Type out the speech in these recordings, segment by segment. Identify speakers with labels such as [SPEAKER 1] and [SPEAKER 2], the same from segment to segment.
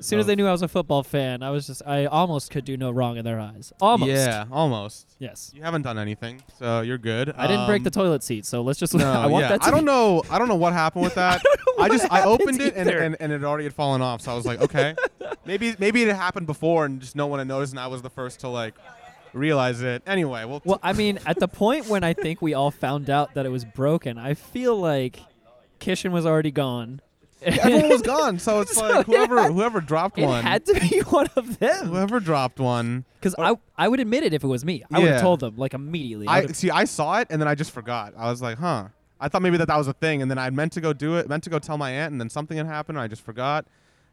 [SPEAKER 1] As soon as
[SPEAKER 2] Oh.
[SPEAKER 1] they knew I was a football fan, I was just I almost could do no wrong in their eyes. Almost.
[SPEAKER 2] Yeah, almost.
[SPEAKER 1] Yes.
[SPEAKER 2] You haven't done anything, so you're good.
[SPEAKER 1] I didn't break
[SPEAKER 2] Um,
[SPEAKER 1] the toilet seat, so let's just.
[SPEAKER 2] No,
[SPEAKER 1] I want
[SPEAKER 2] yeah.
[SPEAKER 1] that. To
[SPEAKER 2] I
[SPEAKER 1] be-
[SPEAKER 2] don't know. I don't know what happened with that.
[SPEAKER 1] know
[SPEAKER 2] I just
[SPEAKER 1] what
[SPEAKER 2] I
[SPEAKER 1] happened
[SPEAKER 2] opened it and,
[SPEAKER 1] either.
[SPEAKER 2] and, and it already had fallen off. So I was like, okay, maybe maybe it happened before and just no one had noticed, and I was the first to like realize it. Anyway, well,
[SPEAKER 1] Well, I mean, at the point when I think we all found out that it was broken, I feel like Kishin was already gone.
[SPEAKER 2] everyone was gone, so it's
[SPEAKER 1] So,
[SPEAKER 2] like whoever
[SPEAKER 1] yeah.
[SPEAKER 2] whoever dropped
[SPEAKER 1] It
[SPEAKER 2] one,
[SPEAKER 1] had to be one of them.
[SPEAKER 2] whoever dropped one.
[SPEAKER 1] Because I, I would admit it if it was me. I would
[SPEAKER 2] Yeah.
[SPEAKER 1] have told them like immediately. I
[SPEAKER 2] I
[SPEAKER 1] would've-
[SPEAKER 2] see. I saw it and then I just forgot. I was like, huh. I thought maybe that that was a thing, and then I meant to go do it, meant to go tell my aunt, and then something had happened, and I just forgot.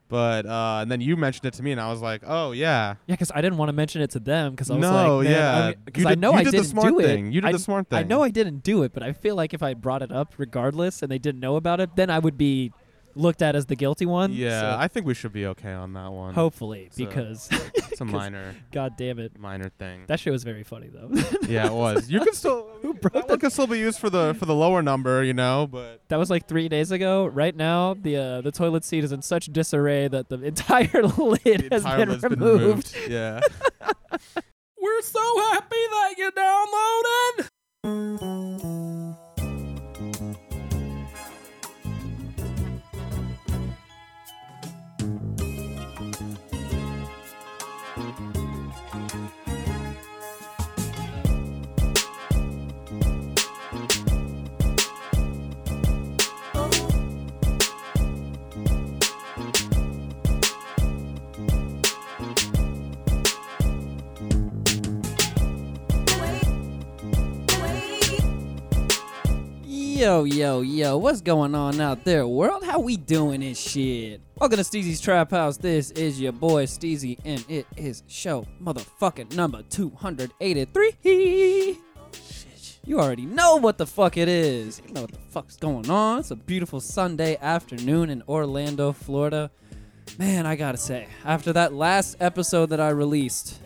[SPEAKER 2] But uh, and then you mentioned it to me, and I was like, oh yeah,
[SPEAKER 1] yeah, because I didn't want to mention it to them because I was
[SPEAKER 2] No,
[SPEAKER 1] like,
[SPEAKER 2] yeah.
[SPEAKER 1] because
[SPEAKER 2] You
[SPEAKER 1] I
[SPEAKER 2] did-
[SPEAKER 1] know
[SPEAKER 2] you
[SPEAKER 1] I
[SPEAKER 2] did the
[SPEAKER 1] didn't
[SPEAKER 2] smart
[SPEAKER 1] do it.
[SPEAKER 2] thing. You did
[SPEAKER 1] I-
[SPEAKER 2] the smart
[SPEAKER 1] I
[SPEAKER 2] thing.
[SPEAKER 1] know I didn't do it, but I feel like if I brought it up regardless and they didn't know about it, then I would be looked at as the guilty one.
[SPEAKER 2] yeah.
[SPEAKER 1] So
[SPEAKER 2] I think we should be okay on that one.
[SPEAKER 1] hopefully,
[SPEAKER 2] So-
[SPEAKER 1] because
[SPEAKER 2] It's a minor
[SPEAKER 1] god damn it,
[SPEAKER 2] minor thing.
[SPEAKER 1] that shit was very funny though.
[SPEAKER 2] yeah, it was. You could still that one could still be used for the for the lower number, you know, but
[SPEAKER 1] That was like three days ago. Right now, the uh, the toilet seat is in such disarray that the entire lid
[SPEAKER 2] the
[SPEAKER 1] has
[SPEAKER 2] entire
[SPEAKER 1] been
[SPEAKER 2] list
[SPEAKER 1] removed.
[SPEAKER 2] been removed. Yeah.
[SPEAKER 1] We're so happy that you downloaded. Yo, yo, yo, what's going on out there, world? How we doing this shit? Welcome to Steezy's Trap House. This is your boy Steezy, and it is show motherfucking number 283. You already know what the fuck it is. You know what the fuck's going on. It's a beautiful Sunday afternoon in Orlando, Florida. Man, I gotta say, after that last episode that I released,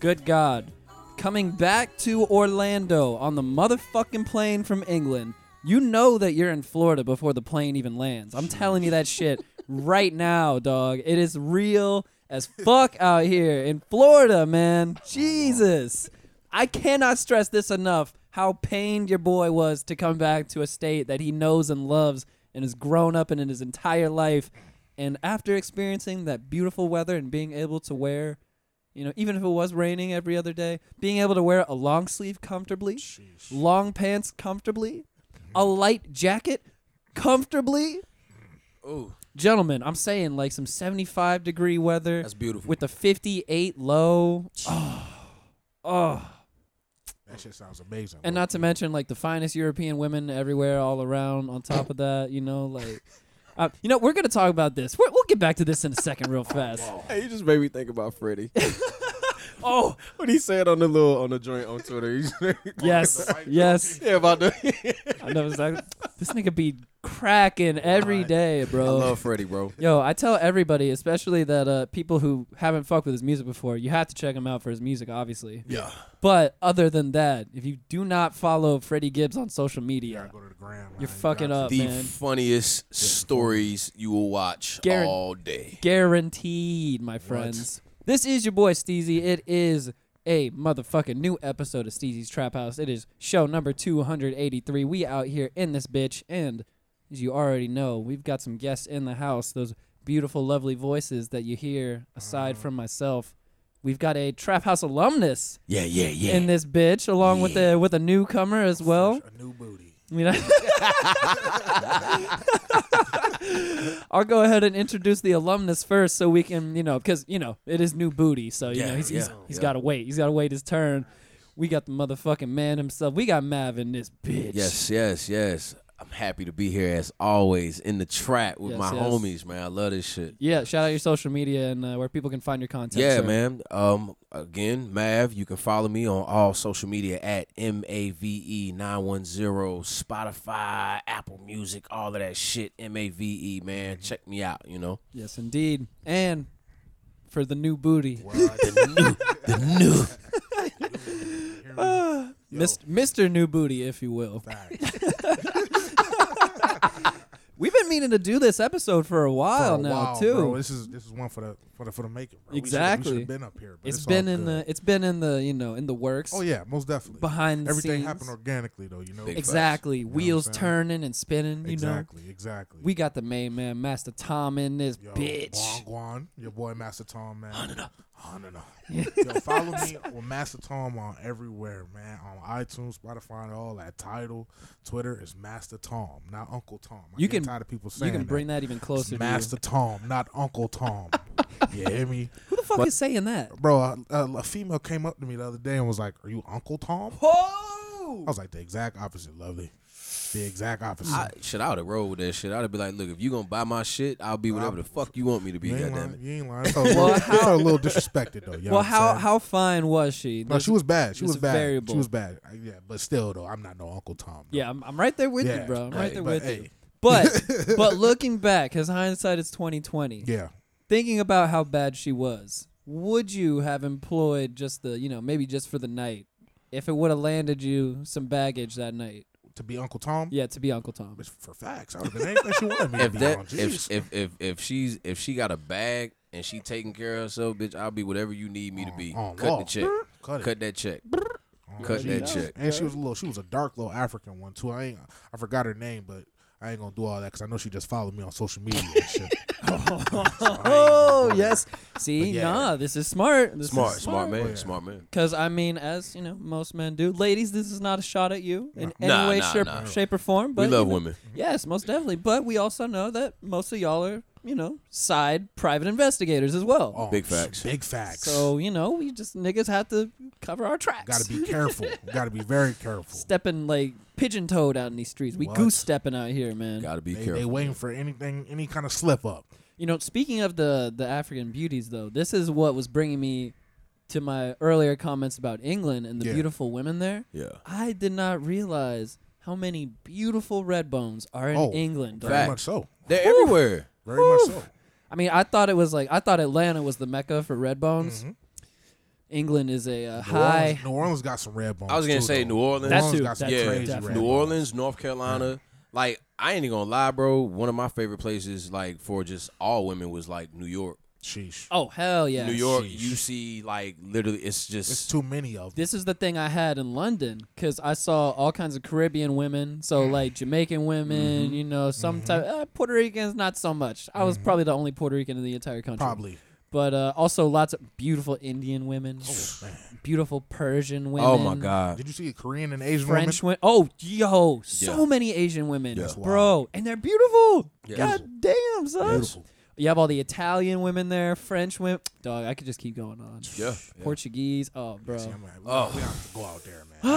[SPEAKER 1] good God, coming back to Orlando on the motherfucking plane from England, you know that you're in Florida before the plane even lands. I'm telling you that shit right now, dog. It is real as fuck out here in Florida, man. Jesus. I cannot stress this enough how pained your boy was to come back to a state that he knows and loves and has grown up in in his entire life. And after experiencing that beautiful weather and being able to wear, you know, even if it was raining every other day, being able to wear a long sleeve comfortably, long pants comfortably, a light jacket comfortably.
[SPEAKER 3] Ooh,
[SPEAKER 1] Gentlemen, I'm saying like some 75 degree weather
[SPEAKER 3] that's beautiful.
[SPEAKER 1] with a 58 low. Oh, oh.
[SPEAKER 4] That shit sounds amazing.
[SPEAKER 1] And not to mention like the finest European women everywhere, all around. On top of that, you know, like, uh, you know, we're gonna talk about this. We're, we'll get back to this in a second, real
[SPEAKER 3] Oh,
[SPEAKER 1] fast.
[SPEAKER 3] hey, you just made me think about Freddie.
[SPEAKER 1] Oh,
[SPEAKER 3] what he said on the little on the joint on Twitter. he just made me think
[SPEAKER 1] yes, yes.
[SPEAKER 3] Yeah, about the.
[SPEAKER 1] I know exactly. This nigga be cracking every day, bro.
[SPEAKER 3] I love Freddie, bro.
[SPEAKER 1] Yo, I tell everybody, especially that uh, people who haven't fucked with his music before, you have to check him out for his music, obviously.
[SPEAKER 3] Yeah.
[SPEAKER 1] But other than that, if you do not follow Freddie Gibbs on social media,
[SPEAKER 4] go to the gram.
[SPEAKER 1] You're fucking up.
[SPEAKER 3] The
[SPEAKER 1] man.
[SPEAKER 3] funniest stories you will watch
[SPEAKER 1] Guaran-
[SPEAKER 3] all day.
[SPEAKER 1] Guaranteed, my friends. This is your boy Steezy. It is a motherfucking new episode of Steezy's Trap House. It is show number 283. We out here in this bitch. And as you already know, we've got some guests in the house. Those beautiful, lovely voices that you hear aside from myself. We've got a Trap House alumnus
[SPEAKER 3] Yeah, yeah, yeah.
[SPEAKER 1] in this bitch, along with a with a newcomer as well.
[SPEAKER 4] A new booty.
[SPEAKER 1] You know? I'll go ahead and introduce the alumnus first so we can, you know, because, you know, it is new booty. So, you
[SPEAKER 3] Yeah,
[SPEAKER 1] know, he's, he's,
[SPEAKER 3] yeah,
[SPEAKER 1] he's
[SPEAKER 3] yeah.
[SPEAKER 1] got to wait. He's got to wait his turn. We got the motherfucking man himself. We got Mav in this bitch.
[SPEAKER 3] yes, yes, yes. I'm happy to be here as always in the trap with
[SPEAKER 1] Yes,
[SPEAKER 3] my
[SPEAKER 1] yes.
[SPEAKER 3] homies, man. I love this shit.
[SPEAKER 1] Yeah. Shout out your social media and uh, where people can find your content.
[SPEAKER 3] Yeah,
[SPEAKER 1] sir.
[SPEAKER 3] man. Um, again, Mav, you can follow me on all social media at M A V E nine one zero, Spotify, Apple Music, all of that shit. M A V E, man. Check me out. You know,
[SPEAKER 1] Yes, indeed. And for the new booty,
[SPEAKER 3] the new.
[SPEAKER 1] Mist- Mr. New Booty, if you will. We've been meaning to do this episode for a
[SPEAKER 4] for a
[SPEAKER 1] while now
[SPEAKER 4] while,
[SPEAKER 1] too.
[SPEAKER 4] bro. This is this is one for the for the for the making. Bro. We shoulda-
[SPEAKER 1] Exactly.
[SPEAKER 4] we shoulda been up here. But
[SPEAKER 1] it's
[SPEAKER 4] all
[SPEAKER 1] been in
[SPEAKER 4] good.
[SPEAKER 1] the it's been in the you know in the works.
[SPEAKER 4] Oh yeah, most definitely.
[SPEAKER 1] behind the
[SPEAKER 4] Everything
[SPEAKER 1] scenes.
[SPEAKER 4] happened organically though, you know.
[SPEAKER 3] Big
[SPEAKER 1] Exactly.
[SPEAKER 4] what I'm
[SPEAKER 1] Wheels
[SPEAKER 4] saying?
[SPEAKER 1] turning and spinning. You know.
[SPEAKER 4] exactly, exactly.
[SPEAKER 1] We got the main man, Master Tom, in this
[SPEAKER 4] Yo,
[SPEAKER 1] bitch.
[SPEAKER 4] Guan Guan, your boy Master Tom, man. On and up. On and up. Yo, follow me with Master Tom on everywhere, man. On iTunes, Spotify, and all that. Title, Twitter is Master Tom, not Uncle Tom. I
[SPEAKER 1] You
[SPEAKER 4] get
[SPEAKER 1] can-
[SPEAKER 4] tired of people saying
[SPEAKER 1] You can bring that even
[SPEAKER 4] It's
[SPEAKER 1] closer.
[SPEAKER 4] Master
[SPEAKER 1] To
[SPEAKER 4] Tom, not Uncle Tom. you hear me,
[SPEAKER 1] you. Who the fuck is saying that?
[SPEAKER 4] bro? A, a, a female came up to me the other day and was like, "Are you Uncle Tom?" I
[SPEAKER 1] Oh,
[SPEAKER 4] was like, "The exact opposite, lovely. The exact opposite."
[SPEAKER 3] I, shit, I would have rolled with that shit. I would have been like, look, if you gonna buy my shit, I'll be whatever the fuck you want me to be.
[SPEAKER 4] you ain't
[SPEAKER 3] Goddamn
[SPEAKER 4] lying.
[SPEAKER 3] it.
[SPEAKER 4] You ain't lying. I felt a little,
[SPEAKER 1] Well,
[SPEAKER 4] I felt a little disrespected though. You know
[SPEAKER 1] well,
[SPEAKER 4] what I'm
[SPEAKER 1] how
[SPEAKER 4] saying?
[SPEAKER 1] how fine was she?
[SPEAKER 4] No, she was bad. She
[SPEAKER 1] there's
[SPEAKER 4] was
[SPEAKER 1] a
[SPEAKER 4] bad.
[SPEAKER 1] variable.
[SPEAKER 4] She was bad. I- Yeah, but still though, I'm not no Uncle Tom. though.
[SPEAKER 1] yeah, I'm, I'm right there with
[SPEAKER 4] Yeah,
[SPEAKER 1] you, bro. I'm right,
[SPEAKER 3] hey,
[SPEAKER 1] there
[SPEAKER 4] but
[SPEAKER 1] with
[SPEAKER 4] hey.
[SPEAKER 1] you. But but looking back, because hindsight is twenty twenty.
[SPEAKER 4] Yeah.
[SPEAKER 1] Thinking about how bad she was, would you have employed just the you know maybe just for the night if it would have landed you some baggage that night?
[SPEAKER 4] To be Uncle Tom.
[SPEAKER 1] Yeah, to be Uncle Tom.
[SPEAKER 4] It's for facts. I would have been anything she wanted me to
[SPEAKER 3] If
[SPEAKER 4] be on.
[SPEAKER 3] that
[SPEAKER 4] Jeez.
[SPEAKER 3] if, if if if she's if she got a bag and she taking care of herself, bitch, I'll be whatever you need me to be.
[SPEAKER 4] On- on
[SPEAKER 3] Cut
[SPEAKER 4] law.
[SPEAKER 3] the check.
[SPEAKER 4] Cut it.
[SPEAKER 3] Cut that check.
[SPEAKER 4] Oh,
[SPEAKER 3] cut that
[SPEAKER 4] jeez.
[SPEAKER 3] check.
[SPEAKER 4] And she was a little. She was a dark little African one too. I ain't. I forgot her name, but I ain't gonna do all that because I know she just followed me on social media and shit.
[SPEAKER 1] Oh yes. See,
[SPEAKER 4] yeah.
[SPEAKER 1] nah, this is smart. This
[SPEAKER 3] Smart,
[SPEAKER 1] is
[SPEAKER 3] smart man,
[SPEAKER 4] Oh, yeah.
[SPEAKER 3] smart man.
[SPEAKER 1] Because I mean, as you know, most men do. Ladies, this is not a shot at you in any
[SPEAKER 3] Nah,
[SPEAKER 1] way,
[SPEAKER 3] nah,
[SPEAKER 1] shape,
[SPEAKER 3] nah.
[SPEAKER 1] shape, or form. But
[SPEAKER 3] we love
[SPEAKER 1] you know-
[SPEAKER 3] women.
[SPEAKER 1] Yes, most definitely. But we also know that most of y'all are, you know, side private investigators as well.
[SPEAKER 4] Oh,
[SPEAKER 3] Big
[SPEAKER 4] sh-
[SPEAKER 3] facts.
[SPEAKER 4] Big facts.
[SPEAKER 1] So you know, we just niggas have to cover our tracks.
[SPEAKER 4] gotta be careful. gotta be very careful.
[SPEAKER 1] stepping like pigeon toed out in these streets. We
[SPEAKER 4] What?
[SPEAKER 1] goose stepping out here, man.
[SPEAKER 3] Gotta be
[SPEAKER 4] They, they
[SPEAKER 3] careful.
[SPEAKER 4] waiting for anything, any kind of slip up.
[SPEAKER 1] You know, speaking of the the African beauties, though, this is what was bringing me to my earlier comments about England and the
[SPEAKER 4] Yeah.
[SPEAKER 1] beautiful women there.
[SPEAKER 3] yeah.
[SPEAKER 1] I did not realize how many beautiful red bones are in
[SPEAKER 4] Oh,
[SPEAKER 1] England. dog.
[SPEAKER 4] Very
[SPEAKER 3] Fact.
[SPEAKER 4] much so.
[SPEAKER 3] They're everywhere.
[SPEAKER 4] Very much so.
[SPEAKER 1] I mean, I thought it was like I thought Atlanta was the mecca for red bones. England is a uh,
[SPEAKER 4] New
[SPEAKER 1] high.
[SPEAKER 4] Orleans, New Orleans got some red bones.
[SPEAKER 3] I was gonna
[SPEAKER 4] too,
[SPEAKER 3] say
[SPEAKER 4] though.
[SPEAKER 3] New Orleans.
[SPEAKER 1] That's
[SPEAKER 4] Orleans
[SPEAKER 1] who-
[SPEAKER 4] got some
[SPEAKER 1] that's
[SPEAKER 3] yeah,
[SPEAKER 1] right,
[SPEAKER 4] crazy
[SPEAKER 1] definitely.
[SPEAKER 4] red
[SPEAKER 3] New
[SPEAKER 4] bones.
[SPEAKER 3] Orleans, North Carolina. Like I ain't even gonna lie, bro. One of my favorite places, like for just all women, was like New York.
[SPEAKER 4] Sheesh.
[SPEAKER 1] Oh hell yeah!
[SPEAKER 3] New York,
[SPEAKER 4] sheesh.
[SPEAKER 3] you see, like literally, it's just
[SPEAKER 4] It's too many of them.
[SPEAKER 1] This is the thing I had in London because I saw all kinds of Caribbean women, so like Jamaican women, you know, some type uh, Puerto Ricans, not so much. I was probably the only Puerto Rican in the entire country,
[SPEAKER 4] Probably.
[SPEAKER 1] But uh, also lots of beautiful Indian women,
[SPEAKER 4] Man.
[SPEAKER 1] beautiful Persian women.
[SPEAKER 3] oh my god,
[SPEAKER 4] Did you see a Korean and Asian woman?
[SPEAKER 1] French women. Oh, yo, so
[SPEAKER 3] Yeah.
[SPEAKER 1] many Asian women,
[SPEAKER 4] That's
[SPEAKER 1] bro, and they're beautiful.
[SPEAKER 3] Yeah.
[SPEAKER 1] God damn, son.
[SPEAKER 4] Beautiful.
[SPEAKER 1] You have all the Italian women there, French women. Dog, I could just keep going on.
[SPEAKER 3] yeah.
[SPEAKER 1] Portuguese. Oh, bro.
[SPEAKER 4] See, I'm like, we-
[SPEAKER 3] Oh.
[SPEAKER 4] we have to go out there, man.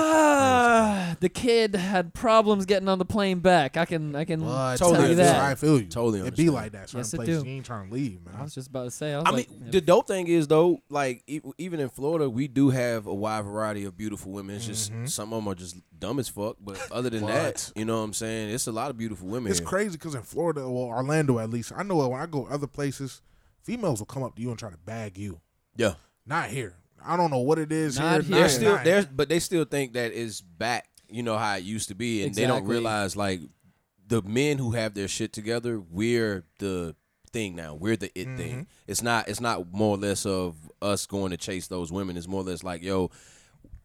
[SPEAKER 1] Ah, the kid had problems getting on the plane back. I can, I can
[SPEAKER 4] But
[SPEAKER 1] tell
[SPEAKER 3] Totally
[SPEAKER 1] you
[SPEAKER 4] understand.
[SPEAKER 1] that.
[SPEAKER 4] I feel you.
[SPEAKER 3] Totally
[SPEAKER 4] It be
[SPEAKER 3] understand.
[SPEAKER 4] like that. Certain
[SPEAKER 1] Yes, it
[SPEAKER 4] places
[SPEAKER 1] do.
[SPEAKER 4] you ain't trying to leave, man.
[SPEAKER 1] I was just about to say. I was
[SPEAKER 3] I mean,
[SPEAKER 1] like,
[SPEAKER 3] the dope thing is though, like e- even in Florida, we do have a wide variety of beautiful women. It's just some of them are just dumb as fuck, but other than that,
[SPEAKER 4] Mm-hmm. What?
[SPEAKER 3] you know what I'm saying? It's a lot of beautiful women.
[SPEAKER 4] It's
[SPEAKER 3] here.
[SPEAKER 4] crazy because in Florida, well, Orlando at least, I know when I go other places, females will come up to you and try to bag you.
[SPEAKER 3] Yeah,
[SPEAKER 4] Not here. I don't know what it is
[SPEAKER 1] Not
[SPEAKER 4] here.
[SPEAKER 1] here.
[SPEAKER 3] they're
[SPEAKER 1] Yeah.
[SPEAKER 4] Not,
[SPEAKER 3] still
[SPEAKER 4] not
[SPEAKER 3] there, but they still think that it's back. You know how it used to be, and they don't
[SPEAKER 1] Exactly.
[SPEAKER 3] realize like the men who have their shit together. We're the thing now. We're the it
[SPEAKER 4] Mm-hmm.
[SPEAKER 3] thing. It's not. It's not more or less of us going to chase those women. It's more or less like yo.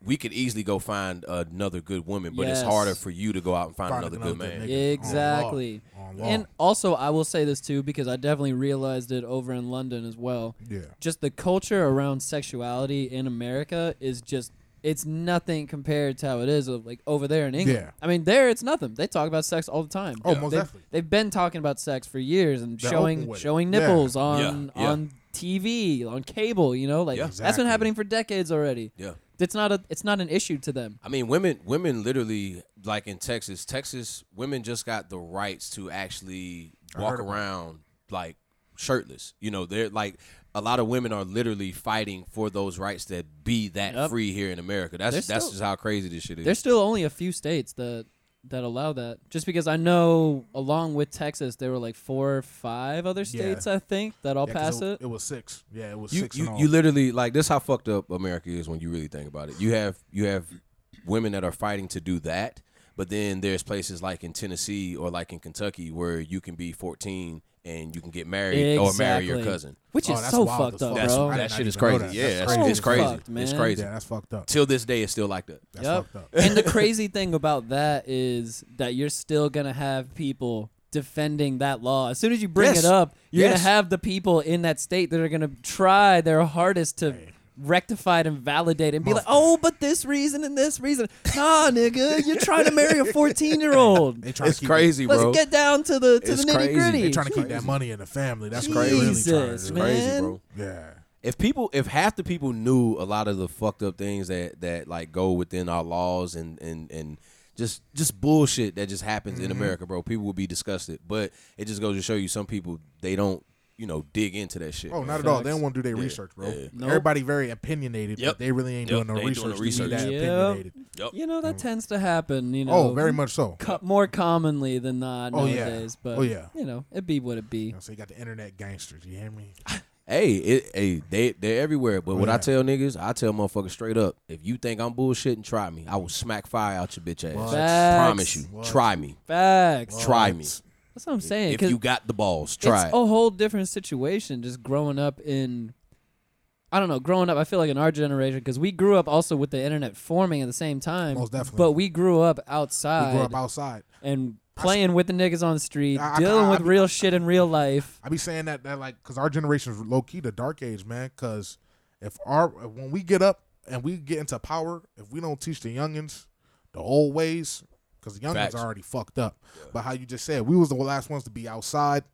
[SPEAKER 3] We could easily go find another good woman, but it's
[SPEAKER 1] Yes.
[SPEAKER 3] harder for you to go out and find,
[SPEAKER 4] Find
[SPEAKER 3] another,
[SPEAKER 4] another
[SPEAKER 3] good
[SPEAKER 4] good
[SPEAKER 3] man.
[SPEAKER 4] nigga.
[SPEAKER 1] exactly.
[SPEAKER 4] On law.
[SPEAKER 1] And also, I will say this too because I definitely realized it over in London as well.
[SPEAKER 4] Yeah.
[SPEAKER 1] Just the culture around sexuality in America is just. It's nothing compared to how it is of like over there in England.
[SPEAKER 4] Yeah.
[SPEAKER 1] I mean, there it's nothing. They talk about sex all the time.
[SPEAKER 4] Oh, most
[SPEAKER 1] they've,
[SPEAKER 4] definitely.
[SPEAKER 1] they've been talking about sex for years and
[SPEAKER 4] They're open
[SPEAKER 1] showing
[SPEAKER 4] with it.
[SPEAKER 1] showing
[SPEAKER 4] Yeah.
[SPEAKER 1] nipples on
[SPEAKER 3] Yeah, yeah.
[SPEAKER 1] on TV on cable. You know, like
[SPEAKER 3] Yeah.
[SPEAKER 1] that's been
[SPEAKER 4] Exactly.
[SPEAKER 1] happening for decades already.
[SPEAKER 3] Yeah.
[SPEAKER 1] It's not a it's not an issue to them.
[SPEAKER 3] I mean, women, women literally like in Texas, Texas women just got the rights to actually walk
[SPEAKER 4] heard about
[SPEAKER 3] around like shirtless. You know, they're like a lot of women are literally fighting for those rights that be that
[SPEAKER 1] Yep.
[SPEAKER 3] free here in America. That's
[SPEAKER 1] They're
[SPEAKER 3] that's
[SPEAKER 1] still-
[SPEAKER 3] just how crazy this shit is.
[SPEAKER 1] There's still only a few states that that allow that. Just because I know, along with Texas, there were like four or five other states I think that all
[SPEAKER 4] Yeah, 'cause
[SPEAKER 1] pass
[SPEAKER 4] it, wa-
[SPEAKER 1] it.
[SPEAKER 4] It was six. Yeah, it was
[SPEAKER 3] you,
[SPEAKER 4] six and
[SPEAKER 3] you,
[SPEAKER 4] all.
[SPEAKER 3] you literally like this how fucked up America is when you really think about it. You have you have women that are fighting to do that, But then there's places like in Tennessee or like in Kentucky where you can be 14 and you can get married or marry your
[SPEAKER 1] Exactly.
[SPEAKER 3] cousin.
[SPEAKER 1] Which
[SPEAKER 4] Oh,
[SPEAKER 1] is
[SPEAKER 4] that's
[SPEAKER 1] so
[SPEAKER 4] wild as
[SPEAKER 1] fucked up,
[SPEAKER 4] fuck.
[SPEAKER 3] That's,
[SPEAKER 1] bro.
[SPEAKER 4] I did
[SPEAKER 3] that
[SPEAKER 4] not
[SPEAKER 3] shit is
[SPEAKER 4] even know
[SPEAKER 3] crazy.
[SPEAKER 4] that.
[SPEAKER 3] Yeah,
[SPEAKER 4] That's
[SPEAKER 3] that's,
[SPEAKER 4] crazy.
[SPEAKER 3] it's crazy.
[SPEAKER 1] Fucked,
[SPEAKER 3] it's
[SPEAKER 1] man.
[SPEAKER 3] crazy.
[SPEAKER 4] Yeah, that's fucked up.
[SPEAKER 3] Till this day, it's still like that.
[SPEAKER 4] That's
[SPEAKER 1] Yup.
[SPEAKER 4] fucked up.
[SPEAKER 1] and the crazy thing about that is that you're still gonna have people defending that law. As soon as you bring
[SPEAKER 3] Yes.
[SPEAKER 1] it up, you're
[SPEAKER 3] Yes.
[SPEAKER 1] gonna have the people in that state that are gonna try their hardest to rectify it and validate it and be like, "Oh, but this reason and this reason." Nah, nigga, you're trying to marry a 14 year old.
[SPEAKER 4] They trying to
[SPEAKER 3] It's
[SPEAKER 4] keep
[SPEAKER 3] crazy,
[SPEAKER 1] Let's
[SPEAKER 3] bro.
[SPEAKER 1] get down to the to
[SPEAKER 3] It's
[SPEAKER 1] the
[SPEAKER 3] crazy.
[SPEAKER 1] nitty gritty.
[SPEAKER 4] They trying to keep that money in the family. That's what they really
[SPEAKER 1] Jesus,
[SPEAKER 4] trying to do.
[SPEAKER 1] man.
[SPEAKER 3] crazy, bro.
[SPEAKER 4] Yeah.
[SPEAKER 3] if people if half the people knew a lot of the fucked up things that that like go within our laws and and and just just bullshit that just happens
[SPEAKER 4] Mm-hmm.
[SPEAKER 3] in America, bro, people would be disgusted. But it just goes to show you some people they don't you know dig into that shit.
[SPEAKER 4] Oh,
[SPEAKER 3] man.
[SPEAKER 4] not at all. They
[SPEAKER 1] Facts.
[SPEAKER 4] don't want to do their
[SPEAKER 3] Yeah,
[SPEAKER 4] research, bro.
[SPEAKER 3] yeah.
[SPEAKER 1] Nope.
[SPEAKER 4] Everybody very opinionated,
[SPEAKER 3] Yep.
[SPEAKER 4] but they really ain't
[SPEAKER 3] Yep,
[SPEAKER 4] doing no
[SPEAKER 3] they ain't doing
[SPEAKER 4] research. To be
[SPEAKER 3] no research.
[SPEAKER 4] that
[SPEAKER 1] Yep.
[SPEAKER 4] opinionated.
[SPEAKER 3] Yup.
[SPEAKER 1] You know that tends to happen. You know,
[SPEAKER 4] Mm. Oh, very much so.
[SPEAKER 1] co- more commonly than not
[SPEAKER 4] Oh, yeah.
[SPEAKER 1] nowadays. But
[SPEAKER 4] Oh, yeah.
[SPEAKER 1] you know, it be what it be.
[SPEAKER 4] You know, so you got the internet gangsters. You hear me?
[SPEAKER 3] Hey, it, hey, they they're everywhere. But what I
[SPEAKER 4] yeah.
[SPEAKER 3] tell niggas, I tell motherfuckers straight up: if you think I'm bullshitting, try me. I will smack fire out your bitch ass.
[SPEAKER 1] Facts.
[SPEAKER 3] Promise you.
[SPEAKER 4] What?
[SPEAKER 3] Try me.
[SPEAKER 1] Facts.
[SPEAKER 3] Try me.
[SPEAKER 4] What?
[SPEAKER 1] That's what I'm saying.
[SPEAKER 3] If
[SPEAKER 1] 'cause
[SPEAKER 3] you got the balls,
[SPEAKER 1] it's
[SPEAKER 3] try. it.
[SPEAKER 1] a whole different situation just growing up in. I don't know. Growing up, I feel like in our generation because we grew up also with the internet forming at the same time.
[SPEAKER 4] Most definitely.
[SPEAKER 1] But we grew up
[SPEAKER 4] We
[SPEAKER 1] outside
[SPEAKER 4] grew up outside.
[SPEAKER 1] and playing with the niggas on the street,
[SPEAKER 4] I- I-
[SPEAKER 1] dealing
[SPEAKER 4] I-
[SPEAKER 1] with real shit in real life.
[SPEAKER 4] I be saying that that like because our generation's low key the dark age, man. Because if our when we get up and we get into power, if we don't teach the youngins the old ways, because the youngins
[SPEAKER 3] Facts.
[SPEAKER 4] are already fucked up. But how you just said, we was the last ones to be outside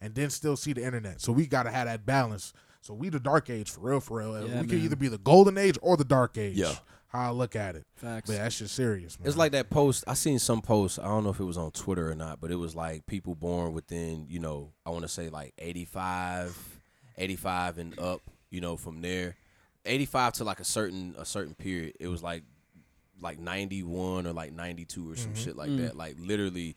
[SPEAKER 4] and then still see the internet, so we gotta have that balance. So we the dark age for real, for real. And we
[SPEAKER 1] Yeah,
[SPEAKER 4] can
[SPEAKER 1] man.
[SPEAKER 4] either be the golden age or the dark age.
[SPEAKER 3] Yeah.
[SPEAKER 4] How I look at it.
[SPEAKER 1] Facts.
[SPEAKER 4] But that's just serious, man.
[SPEAKER 3] It's like that post I seen some posts. I don't know if it was on Twitter or not, but it was like people born within, you know, I want to say like 85, 85 and up, you know, from there. 85 to like a certain a certain period. It was like like 91 or like 92 or some
[SPEAKER 1] Mm-hmm.
[SPEAKER 3] shit like
[SPEAKER 1] Mm.
[SPEAKER 3] that. Like literally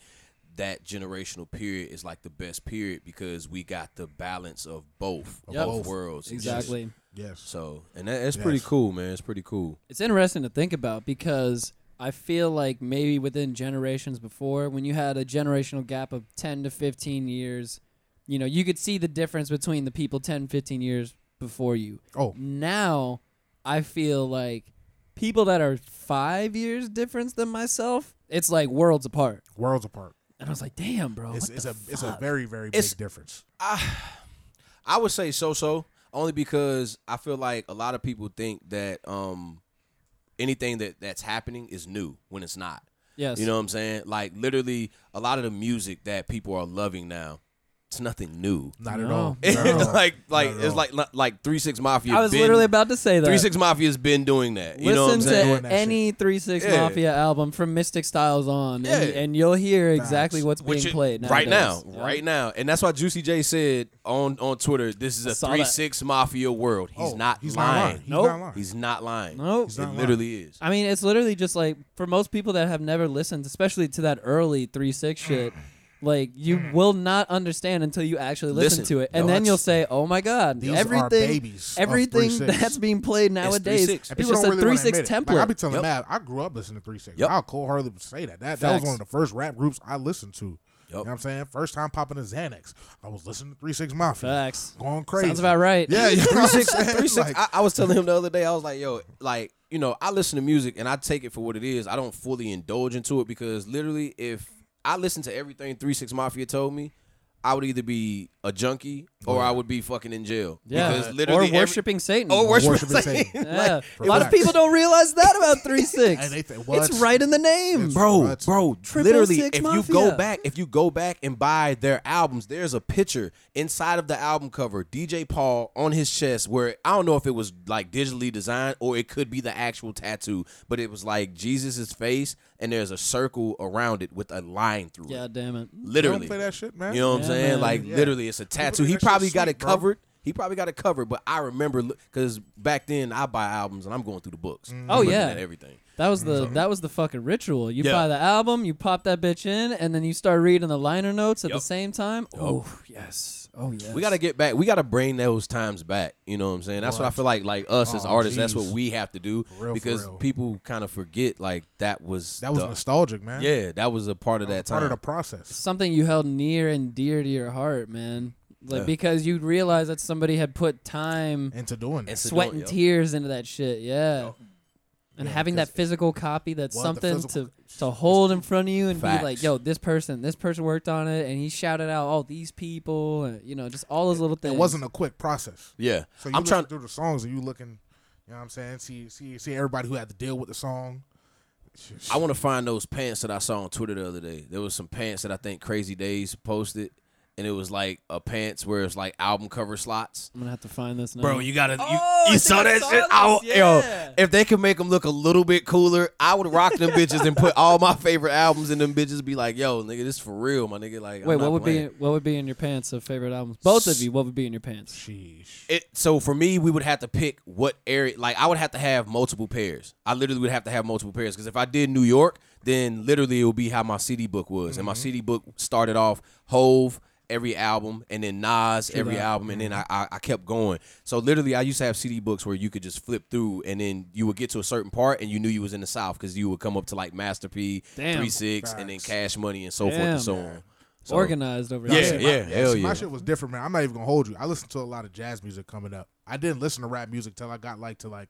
[SPEAKER 3] that generational period is like the best period because we got the balance of both of
[SPEAKER 1] Yep.
[SPEAKER 3] both worlds. It's just-
[SPEAKER 1] Exactly.
[SPEAKER 4] yes.
[SPEAKER 3] So, and that, that's pretty
[SPEAKER 4] Yes.
[SPEAKER 3] cool, man. It's pretty cool.
[SPEAKER 1] It's interesting to think about because I feel like maybe within generations before, when you had a generational gap of 10 to 15 years, you know, you could see the difference between the people 10, 15 years before you.
[SPEAKER 4] Oh,
[SPEAKER 1] Now, I feel like people that are five years difference than myself, it's like worlds apart.
[SPEAKER 4] worlds apart.
[SPEAKER 1] And I was like, damn, bro.
[SPEAKER 4] It's,
[SPEAKER 1] what
[SPEAKER 4] it's
[SPEAKER 1] the
[SPEAKER 4] a it's a
[SPEAKER 1] fuck?
[SPEAKER 4] very very
[SPEAKER 3] It's-
[SPEAKER 4] big difference.
[SPEAKER 3] I would say so so, only because I feel like a lot of people think that um anything that that's happening is new when it's not.
[SPEAKER 1] yes.
[SPEAKER 3] You know what I'm saying? Like literally a lot of the music that people are loving now, it's nothing new.
[SPEAKER 4] Not at
[SPEAKER 1] No.
[SPEAKER 4] all.
[SPEAKER 1] It's
[SPEAKER 4] Not at all.
[SPEAKER 3] like like
[SPEAKER 4] Not at
[SPEAKER 3] it's
[SPEAKER 4] all.
[SPEAKER 3] like like 36 Mafia
[SPEAKER 1] I was
[SPEAKER 3] been-
[SPEAKER 1] literally about to say that.
[SPEAKER 3] 36 Mafia's been doing that. you know what I'm
[SPEAKER 1] Listen
[SPEAKER 3] saying?
[SPEAKER 4] Doing
[SPEAKER 1] to
[SPEAKER 4] that
[SPEAKER 1] any Three Six
[SPEAKER 3] Yeah.
[SPEAKER 1] Mafia album from Mystic Styles on, and,
[SPEAKER 3] Yeah.
[SPEAKER 1] and you'll hear exactly
[SPEAKER 4] Facts.
[SPEAKER 1] what's being
[SPEAKER 3] Which it-
[SPEAKER 1] played
[SPEAKER 3] right now,
[SPEAKER 1] nowadays.
[SPEAKER 3] right now, and that's why Juicy J said on on Twitter, "This is a
[SPEAKER 1] saw that.
[SPEAKER 3] three six mafia world." He's
[SPEAKER 4] Oh,
[SPEAKER 3] not
[SPEAKER 4] he's Not
[SPEAKER 3] lying.
[SPEAKER 4] lying. He's
[SPEAKER 1] Nope.
[SPEAKER 4] not lying.
[SPEAKER 3] He's not lying.
[SPEAKER 1] Nope.
[SPEAKER 4] He's
[SPEAKER 3] it
[SPEAKER 4] not lying.
[SPEAKER 3] literally is.
[SPEAKER 1] I mean, it's literally just like for most people that have never listened, especially to that early Three Six shit. Like you will not understand until you actually listen,
[SPEAKER 3] Listen.
[SPEAKER 1] to it, and then
[SPEAKER 3] No, that's-
[SPEAKER 1] you'll say, "Oh my God!"
[SPEAKER 4] These are
[SPEAKER 1] everything,
[SPEAKER 4] babies of
[SPEAKER 1] everything
[SPEAKER 4] 3-6.
[SPEAKER 1] that's being played nowadays,
[SPEAKER 3] 3-6.
[SPEAKER 1] it's just a Three
[SPEAKER 4] wanna
[SPEAKER 1] Six
[SPEAKER 4] admit it.
[SPEAKER 1] template.
[SPEAKER 4] Like, I be telling
[SPEAKER 3] Yep.
[SPEAKER 4] Matt, I grew up listening to Three Six.
[SPEAKER 3] Yep.
[SPEAKER 4] I'll cold hardly say that. That, that was
[SPEAKER 1] Facts.
[SPEAKER 4] one of the first rap groups I listened to. You know
[SPEAKER 3] Yep.
[SPEAKER 4] what I'm saying? First time popping a Xanax. I was listening to Three Six Mafia.
[SPEAKER 1] Facts.
[SPEAKER 4] Going crazy.
[SPEAKER 1] Sounds about right.
[SPEAKER 4] Yeah, you know what I'm
[SPEAKER 3] Three six,
[SPEAKER 4] saying?
[SPEAKER 3] three six.
[SPEAKER 4] Like,
[SPEAKER 3] I, I was telling him the other day. I was like, "Yo, like, you know, I listen to music and I take it for what it is. I don't fully indulge into it because literally, if I listened to everything Three Six Mafia told me, I would either be a junkie or I would be fucking in jail.
[SPEAKER 1] Yeah,
[SPEAKER 3] because literally,
[SPEAKER 1] or
[SPEAKER 3] every- Oh,
[SPEAKER 1] worshiping Satan.
[SPEAKER 3] or worshiping,
[SPEAKER 4] Worshiping
[SPEAKER 3] Satan.
[SPEAKER 4] Satan.
[SPEAKER 1] Yeah. a
[SPEAKER 4] for
[SPEAKER 1] lot of
[SPEAKER 4] facts.
[SPEAKER 1] people don't realize that about Three Six.
[SPEAKER 4] And they think, what?
[SPEAKER 1] it's right in the name,
[SPEAKER 4] It's-
[SPEAKER 3] bro,
[SPEAKER 4] What?
[SPEAKER 3] bro,
[SPEAKER 1] Triple
[SPEAKER 3] literally,
[SPEAKER 1] Six
[SPEAKER 3] if
[SPEAKER 1] Mafia.
[SPEAKER 3] you go back, if you go back and buy their albums, there's a picture inside of the album cover, DJ Paul on his chest, where I don't know if it was like digitally designed or it could be the actual tattoo, but it was like Jesus's face, and there's a circle around it with a line through
[SPEAKER 1] Yeah,
[SPEAKER 3] it.
[SPEAKER 1] damn it.
[SPEAKER 3] Literally,
[SPEAKER 4] Don't play that shit, man.
[SPEAKER 3] You know what I'm
[SPEAKER 1] Yeah,
[SPEAKER 3] saying?
[SPEAKER 1] man.
[SPEAKER 3] Like
[SPEAKER 4] Yeah.
[SPEAKER 3] literally, it's a tattoo.
[SPEAKER 4] think
[SPEAKER 3] He
[SPEAKER 4] that shit
[SPEAKER 3] probably got
[SPEAKER 4] sweet,
[SPEAKER 3] it
[SPEAKER 4] bro.
[SPEAKER 3] covered. He probably got it covered, but I remember because back then I buy albums and I'm going through the books.
[SPEAKER 4] Mm.
[SPEAKER 1] Oh,
[SPEAKER 3] I'm looking
[SPEAKER 1] yeah.
[SPEAKER 3] at everything.
[SPEAKER 1] That was the that was the fucking ritual. You
[SPEAKER 3] Yeah.
[SPEAKER 1] buy the album, you pop that bitch in, and then you start reading the liner notes at the
[SPEAKER 3] Yup.
[SPEAKER 1] same time. Oh yes, Oh yeah.
[SPEAKER 3] We gotta get back. We gotta bring those times back. You know what I'm saying? That's what I feel like. Like us as
[SPEAKER 4] Oh,
[SPEAKER 3] artists, that's what
[SPEAKER 4] jeez.
[SPEAKER 3] we have to do
[SPEAKER 4] For real, for
[SPEAKER 3] because
[SPEAKER 4] real.
[SPEAKER 3] people kind of forget. Like that was
[SPEAKER 4] That was
[SPEAKER 3] the-
[SPEAKER 4] nostalgic, man.
[SPEAKER 3] yeah, that was a part of that time.
[SPEAKER 4] part of the process.
[SPEAKER 1] something you held near and dear to your heart, man. Like
[SPEAKER 3] Yeah.
[SPEAKER 1] because you'd realize that somebody had put time,
[SPEAKER 4] into doing
[SPEAKER 3] And
[SPEAKER 4] it.
[SPEAKER 3] so
[SPEAKER 1] sweat,
[SPEAKER 3] dope,
[SPEAKER 1] and
[SPEAKER 3] yo.
[SPEAKER 1] tears into that shit. Yeah. And
[SPEAKER 4] Yeah,
[SPEAKER 1] having that
[SPEAKER 4] 'cause-
[SPEAKER 1] physical copy that's
[SPEAKER 4] Well, the
[SPEAKER 1] something
[SPEAKER 4] physical
[SPEAKER 1] to to hold in front of you and
[SPEAKER 3] Facts.
[SPEAKER 1] be like, yo, this person, this person worked on it and he shouted out all these people and you know, just all those little things.
[SPEAKER 4] It wasn't a quick process.
[SPEAKER 3] Yeah,
[SPEAKER 4] So you
[SPEAKER 3] I'm trying.
[SPEAKER 4] through the songs and you looking, you know what I'm saying? See see see everybody who had to deal with the song.
[SPEAKER 3] I want to find those pants that I saw on Twitter the other day. There was some pants that I think Crazy Days posted, and it was like a pants where it's like album cover slots.
[SPEAKER 1] I'm gonna have to find this now.
[SPEAKER 3] Bro, you gotta. You,
[SPEAKER 1] Oh,
[SPEAKER 3] you
[SPEAKER 1] I
[SPEAKER 3] saw
[SPEAKER 1] think I
[SPEAKER 3] that
[SPEAKER 1] saw
[SPEAKER 3] shit?
[SPEAKER 1] this,
[SPEAKER 3] I,
[SPEAKER 1] yeah.
[SPEAKER 3] Yo, if they could make them look a little bit cooler, I would rock them bitches and put all my favorite albums in them bitches. Be like, yo, nigga, this for real, my nigga. Like,
[SPEAKER 1] Wait,
[SPEAKER 3] I'm not
[SPEAKER 1] what would
[SPEAKER 3] playing.
[SPEAKER 1] be what would be in your pants of favorite albums? Both of you, what would be in your pants?
[SPEAKER 4] Sheesh.
[SPEAKER 3] it? So for me, we would have to pick what area. Like, I would have to have multiple pairs. I literally would have to have multiple pairs because if I did New York, then literally it would be how my CD book was, and
[SPEAKER 4] Mm-hmm.
[SPEAKER 3] my CD book started off Hove. Every album, and then Nas, every album, and then I,
[SPEAKER 4] Mm-hmm.
[SPEAKER 3] I, I kept going. So literally, I used to have CD books where you could just flip through, and then you would get to a certain part, and you knew you was in the South because you would come up to like Master P,
[SPEAKER 1] Damn.
[SPEAKER 3] Three Six, and then
[SPEAKER 4] Facts.
[SPEAKER 3] Cash Money, and so forth
[SPEAKER 1] Damn.
[SPEAKER 3] and so on. So,
[SPEAKER 1] Organized over
[SPEAKER 3] Yeah,
[SPEAKER 1] here.
[SPEAKER 4] See, my-
[SPEAKER 3] yeah, hell
[SPEAKER 4] see,
[SPEAKER 3] yeah.
[SPEAKER 4] My shit was different, man. I'm not even gonna hold you. I listened to a lot of jazz music coming up. I didn't listen to rap music till I got like to like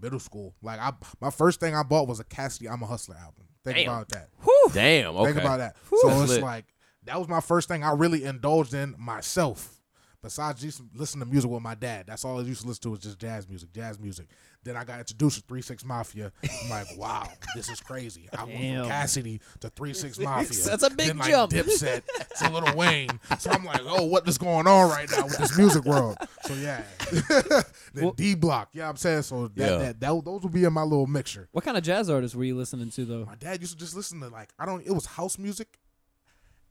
[SPEAKER 4] middle school. Like I, my first thing I bought was a Cassidy "I'm a Hustler" album. Think about that.
[SPEAKER 3] Damn. Okay.
[SPEAKER 4] Think about that.
[SPEAKER 3] That's
[SPEAKER 4] So it's
[SPEAKER 3] lit.
[SPEAKER 4] like that was my first thing I really indulged in myself. Besides just listening to music with my dad, that's all I used to listen to was just jazz music, jazz music. Then I got introduced to Three Six Mafia. I'm like, wow, this is crazy. I went
[SPEAKER 1] Damn.
[SPEAKER 4] from Cassidy to Three Six Mafia.
[SPEAKER 1] That's a big
[SPEAKER 4] then, like,
[SPEAKER 1] jump.
[SPEAKER 4] Dipset to Little Wayne. So I'm like, oh, what is going on right now with this music world? So yeah, then D Block. Yeah, I'm saying so. That,
[SPEAKER 3] Yeah.
[SPEAKER 4] that, that those would be in my little mixture.
[SPEAKER 1] What kind of jazz artists were you listening to though?
[SPEAKER 4] My dad used to just listen to like I don't. It was house music.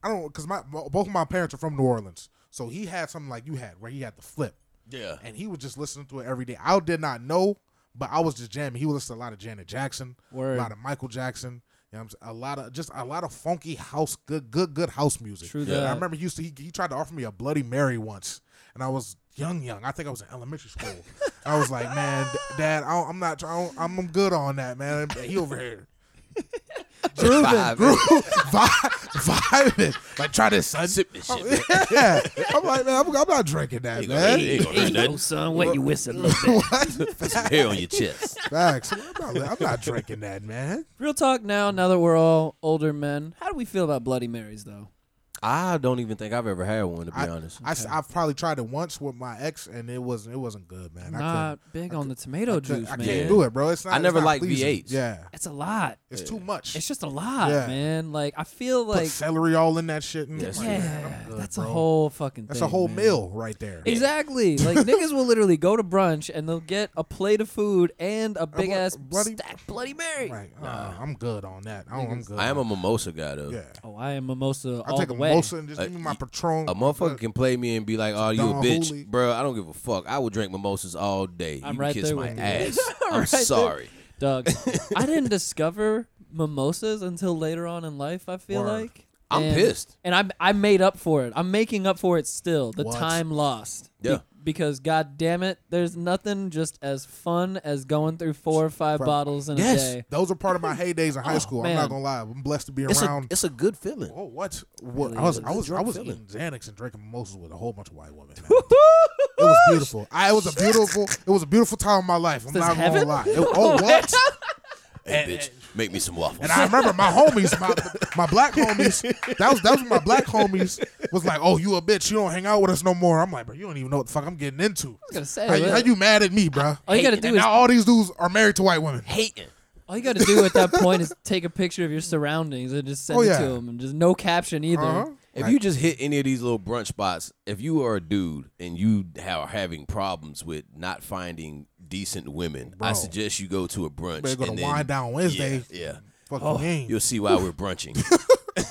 [SPEAKER 4] I don't because my bo- both of my parents are from New Orleans, so he had something like you had where he had the flip,
[SPEAKER 3] Yeah.
[SPEAKER 4] and he was just listening to it every day. I did not know, but I was just jamming. He would listen to a lot of Janet Jackson,
[SPEAKER 1] Word.
[SPEAKER 4] a lot of Michael Jackson. You know what I'm saying? A lot of just a lot of funky house, good, good, good house music.
[SPEAKER 1] True
[SPEAKER 4] And
[SPEAKER 1] that.
[SPEAKER 4] I remember he used to he, he tried to offer me a Bloody Mary once, and I was young, young. I think I was in elementary school. I was like, man, d- Dad, I don't, I'm not, I don't, I'm I'm good on that, man. He over here
[SPEAKER 3] Grooving.
[SPEAKER 4] vibing, vibing. Like try this, son.
[SPEAKER 3] Sip this shit. man.
[SPEAKER 4] yeah, I'm like, man, I'm, I'm not drinking that,
[SPEAKER 3] Ain't gonna-
[SPEAKER 4] man.
[SPEAKER 3] ain't gonna hurt nothing.
[SPEAKER 1] son, wet you whistle a little bit.
[SPEAKER 3] Put some hair on your chest.
[SPEAKER 4] Facts. I'm not, I'm not drinking that, man.
[SPEAKER 1] Real talk now, now that we're all older men, how do we feel about Bloody Marys though?
[SPEAKER 3] I don't even think I've ever had one to be
[SPEAKER 4] I,
[SPEAKER 3] honest.
[SPEAKER 4] I, have probably tried it once with my ex, and it wasn't, it wasn't good, man. I
[SPEAKER 1] Not big on the tomato
[SPEAKER 4] couldn't-
[SPEAKER 1] juice,
[SPEAKER 4] I
[SPEAKER 1] man.
[SPEAKER 4] can't do it, bro. It's not.
[SPEAKER 3] I
[SPEAKER 4] it's
[SPEAKER 3] never
[SPEAKER 4] not
[SPEAKER 3] liked
[SPEAKER 4] pleasing.
[SPEAKER 3] V8s.
[SPEAKER 4] Yeah,
[SPEAKER 1] It's a lot.
[SPEAKER 4] it's too much.
[SPEAKER 1] It's just a lot,
[SPEAKER 4] Yeah.
[SPEAKER 1] man. Like I feel
[SPEAKER 4] Put
[SPEAKER 1] like
[SPEAKER 4] celery all in that shit. And,
[SPEAKER 3] Yes,
[SPEAKER 4] I'm like, man,
[SPEAKER 1] yeah,
[SPEAKER 4] I'm good,
[SPEAKER 1] that's a
[SPEAKER 4] bro.
[SPEAKER 1] whole fucking
[SPEAKER 4] That's
[SPEAKER 1] thing,
[SPEAKER 4] a whole
[SPEAKER 1] man.
[SPEAKER 4] meal right there.
[SPEAKER 1] Exactly. Like niggas will literally go to brunch and theyll get a plate of food and a big
[SPEAKER 4] blo-
[SPEAKER 1] ass
[SPEAKER 4] Bloody-
[SPEAKER 1] stacked Bloody Mary.
[SPEAKER 4] Right. Uh, I'm good on that. I, am good.
[SPEAKER 3] I am a
[SPEAKER 4] on-
[SPEAKER 3] mimosa guy though.
[SPEAKER 4] Yeah.
[SPEAKER 1] Oh, I am mimosa
[SPEAKER 4] I
[SPEAKER 1] all
[SPEAKER 4] take
[SPEAKER 1] the
[SPEAKER 4] a
[SPEAKER 1] way.
[SPEAKER 4] mimosa and just
[SPEAKER 3] Uh,
[SPEAKER 4] give me my
[SPEAKER 3] y-
[SPEAKER 4] Patron.
[SPEAKER 3] A motherfucker can play me and be like, "Oh, you a
[SPEAKER 4] Don
[SPEAKER 3] bitch,
[SPEAKER 4] Juley.
[SPEAKER 3] bro? I don't give a fuck. I will drink mimosas all day.
[SPEAKER 1] I'm
[SPEAKER 3] you
[SPEAKER 1] right
[SPEAKER 3] kiss
[SPEAKER 1] there
[SPEAKER 3] my
[SPEAKER 1] with you.
[SPEAKER 3] ass. I'm
[SPEAKER 1] Right there.
[SPEAKER 3] sorry.
[SPEAKER 1] Doug, I didn't discover mimosas until later on in life. I feel
[SPEAKER 4] Word.
[SPEAKER 1] like
[SPEAKER 3] I'm
[SPEAKER 1] And-
[SPEAKER 3] pissed.
[SPEAKER 1] and I'm I made up for it. I'm making up for it still. The
[SPEAKER 4] What?
[SPEAKER 1] time lost.
[SPEAKER 3] Yeah.
[SPEAKER 1] because god damn it, there's nothing just as fun as going through four or five
[SPEAKER 4] Right.
[SPEAKER 1] bottles in
[SPEAKER 3] Yes.
[SPEAKER 1] a day.
[SPEAKER 4] Those are part of my heydays in high school. I'm
[SPEAKER 1] Oh, man.
[SPEAKER 4] not gonna lie. I'm blessed to be
[SPEAKER 3] It's a
[SPEAKER 4] around.
[SPEAKER 3] it's a good feeling.
[SPEAKER 4] oh what? What?
[SPEAKER 1] Really
[SPEAKER 4] I was
[SPEAKER 1] is.
[SPEAKER 4] I was I
[SPEAKER 3] Drunk
[SPEAKER 4] was
[SPEAKER 3] feeling.
[SPEAKER 4] eating Xanax and drinking mimosas with a whole bunch of white women. man. it was beautiful. I it was a beautiful it was a beautiful time of my life. I'm
[SPEAKER 1] this
[SPEAKER 4] not gonna
[SPEAKER 1] heaven?
[SPEAKER 4] lie. It- oh what?
[SPEAKER 3] Hey, bitch, make me some waffles.
[SPEAKER 4] And I remember my homies, my, my black homies. That was that was my black homies was like, "Oh, you a bitch. You don't hang out with us no more." I'm like, "Bro, you don't even know what the fuck I'm getting into."
[SPEAKER 1] gonna say,
[SPEAKER 4] how, you-
[SPEAKER 1] look.
[SPEAKER 4] how you mad at me, bro?
[SPEAKER 1] All you gotta do
[SPEAKER 4] And
[SPEAKER 1] is
[SPEAKER 4] now all these dudes are married to white women.
[SPEAKER 3] hating.
[SPEAKER 1] all you gotta do at that point is take a picture of your surroundings and just send
[SPEAKER 4] Oh,
[SPEAKER 1] it
[SPEAKER 4] yeah.
[SPEAKER 1] to them, and just no caption either.
[SPEAKER 4] Uh-huh.
[SPEAKER 3] If you just hit any of these little brunch spots, if you are a dude and you ha- are having problems with not finding decent women, I
[SPEAKER 4] Bro.
[SPEAKER 3] suggest you go to a brunch.
[SPEAKER 4] Better go to
[SPEAKER 3] and then-
[SPEAKER 4] Wind Down Wednesday.
[SPEAKER 3] Yeah,
[SPEAKER 4] Fuck
[SPEAKER 1] Oh,
[SPEAKER 4] you
[SPEAKER 3] yeah.
[SPEAKER 4] mean?
[SPEAKER 3] you'll see why we're brunching.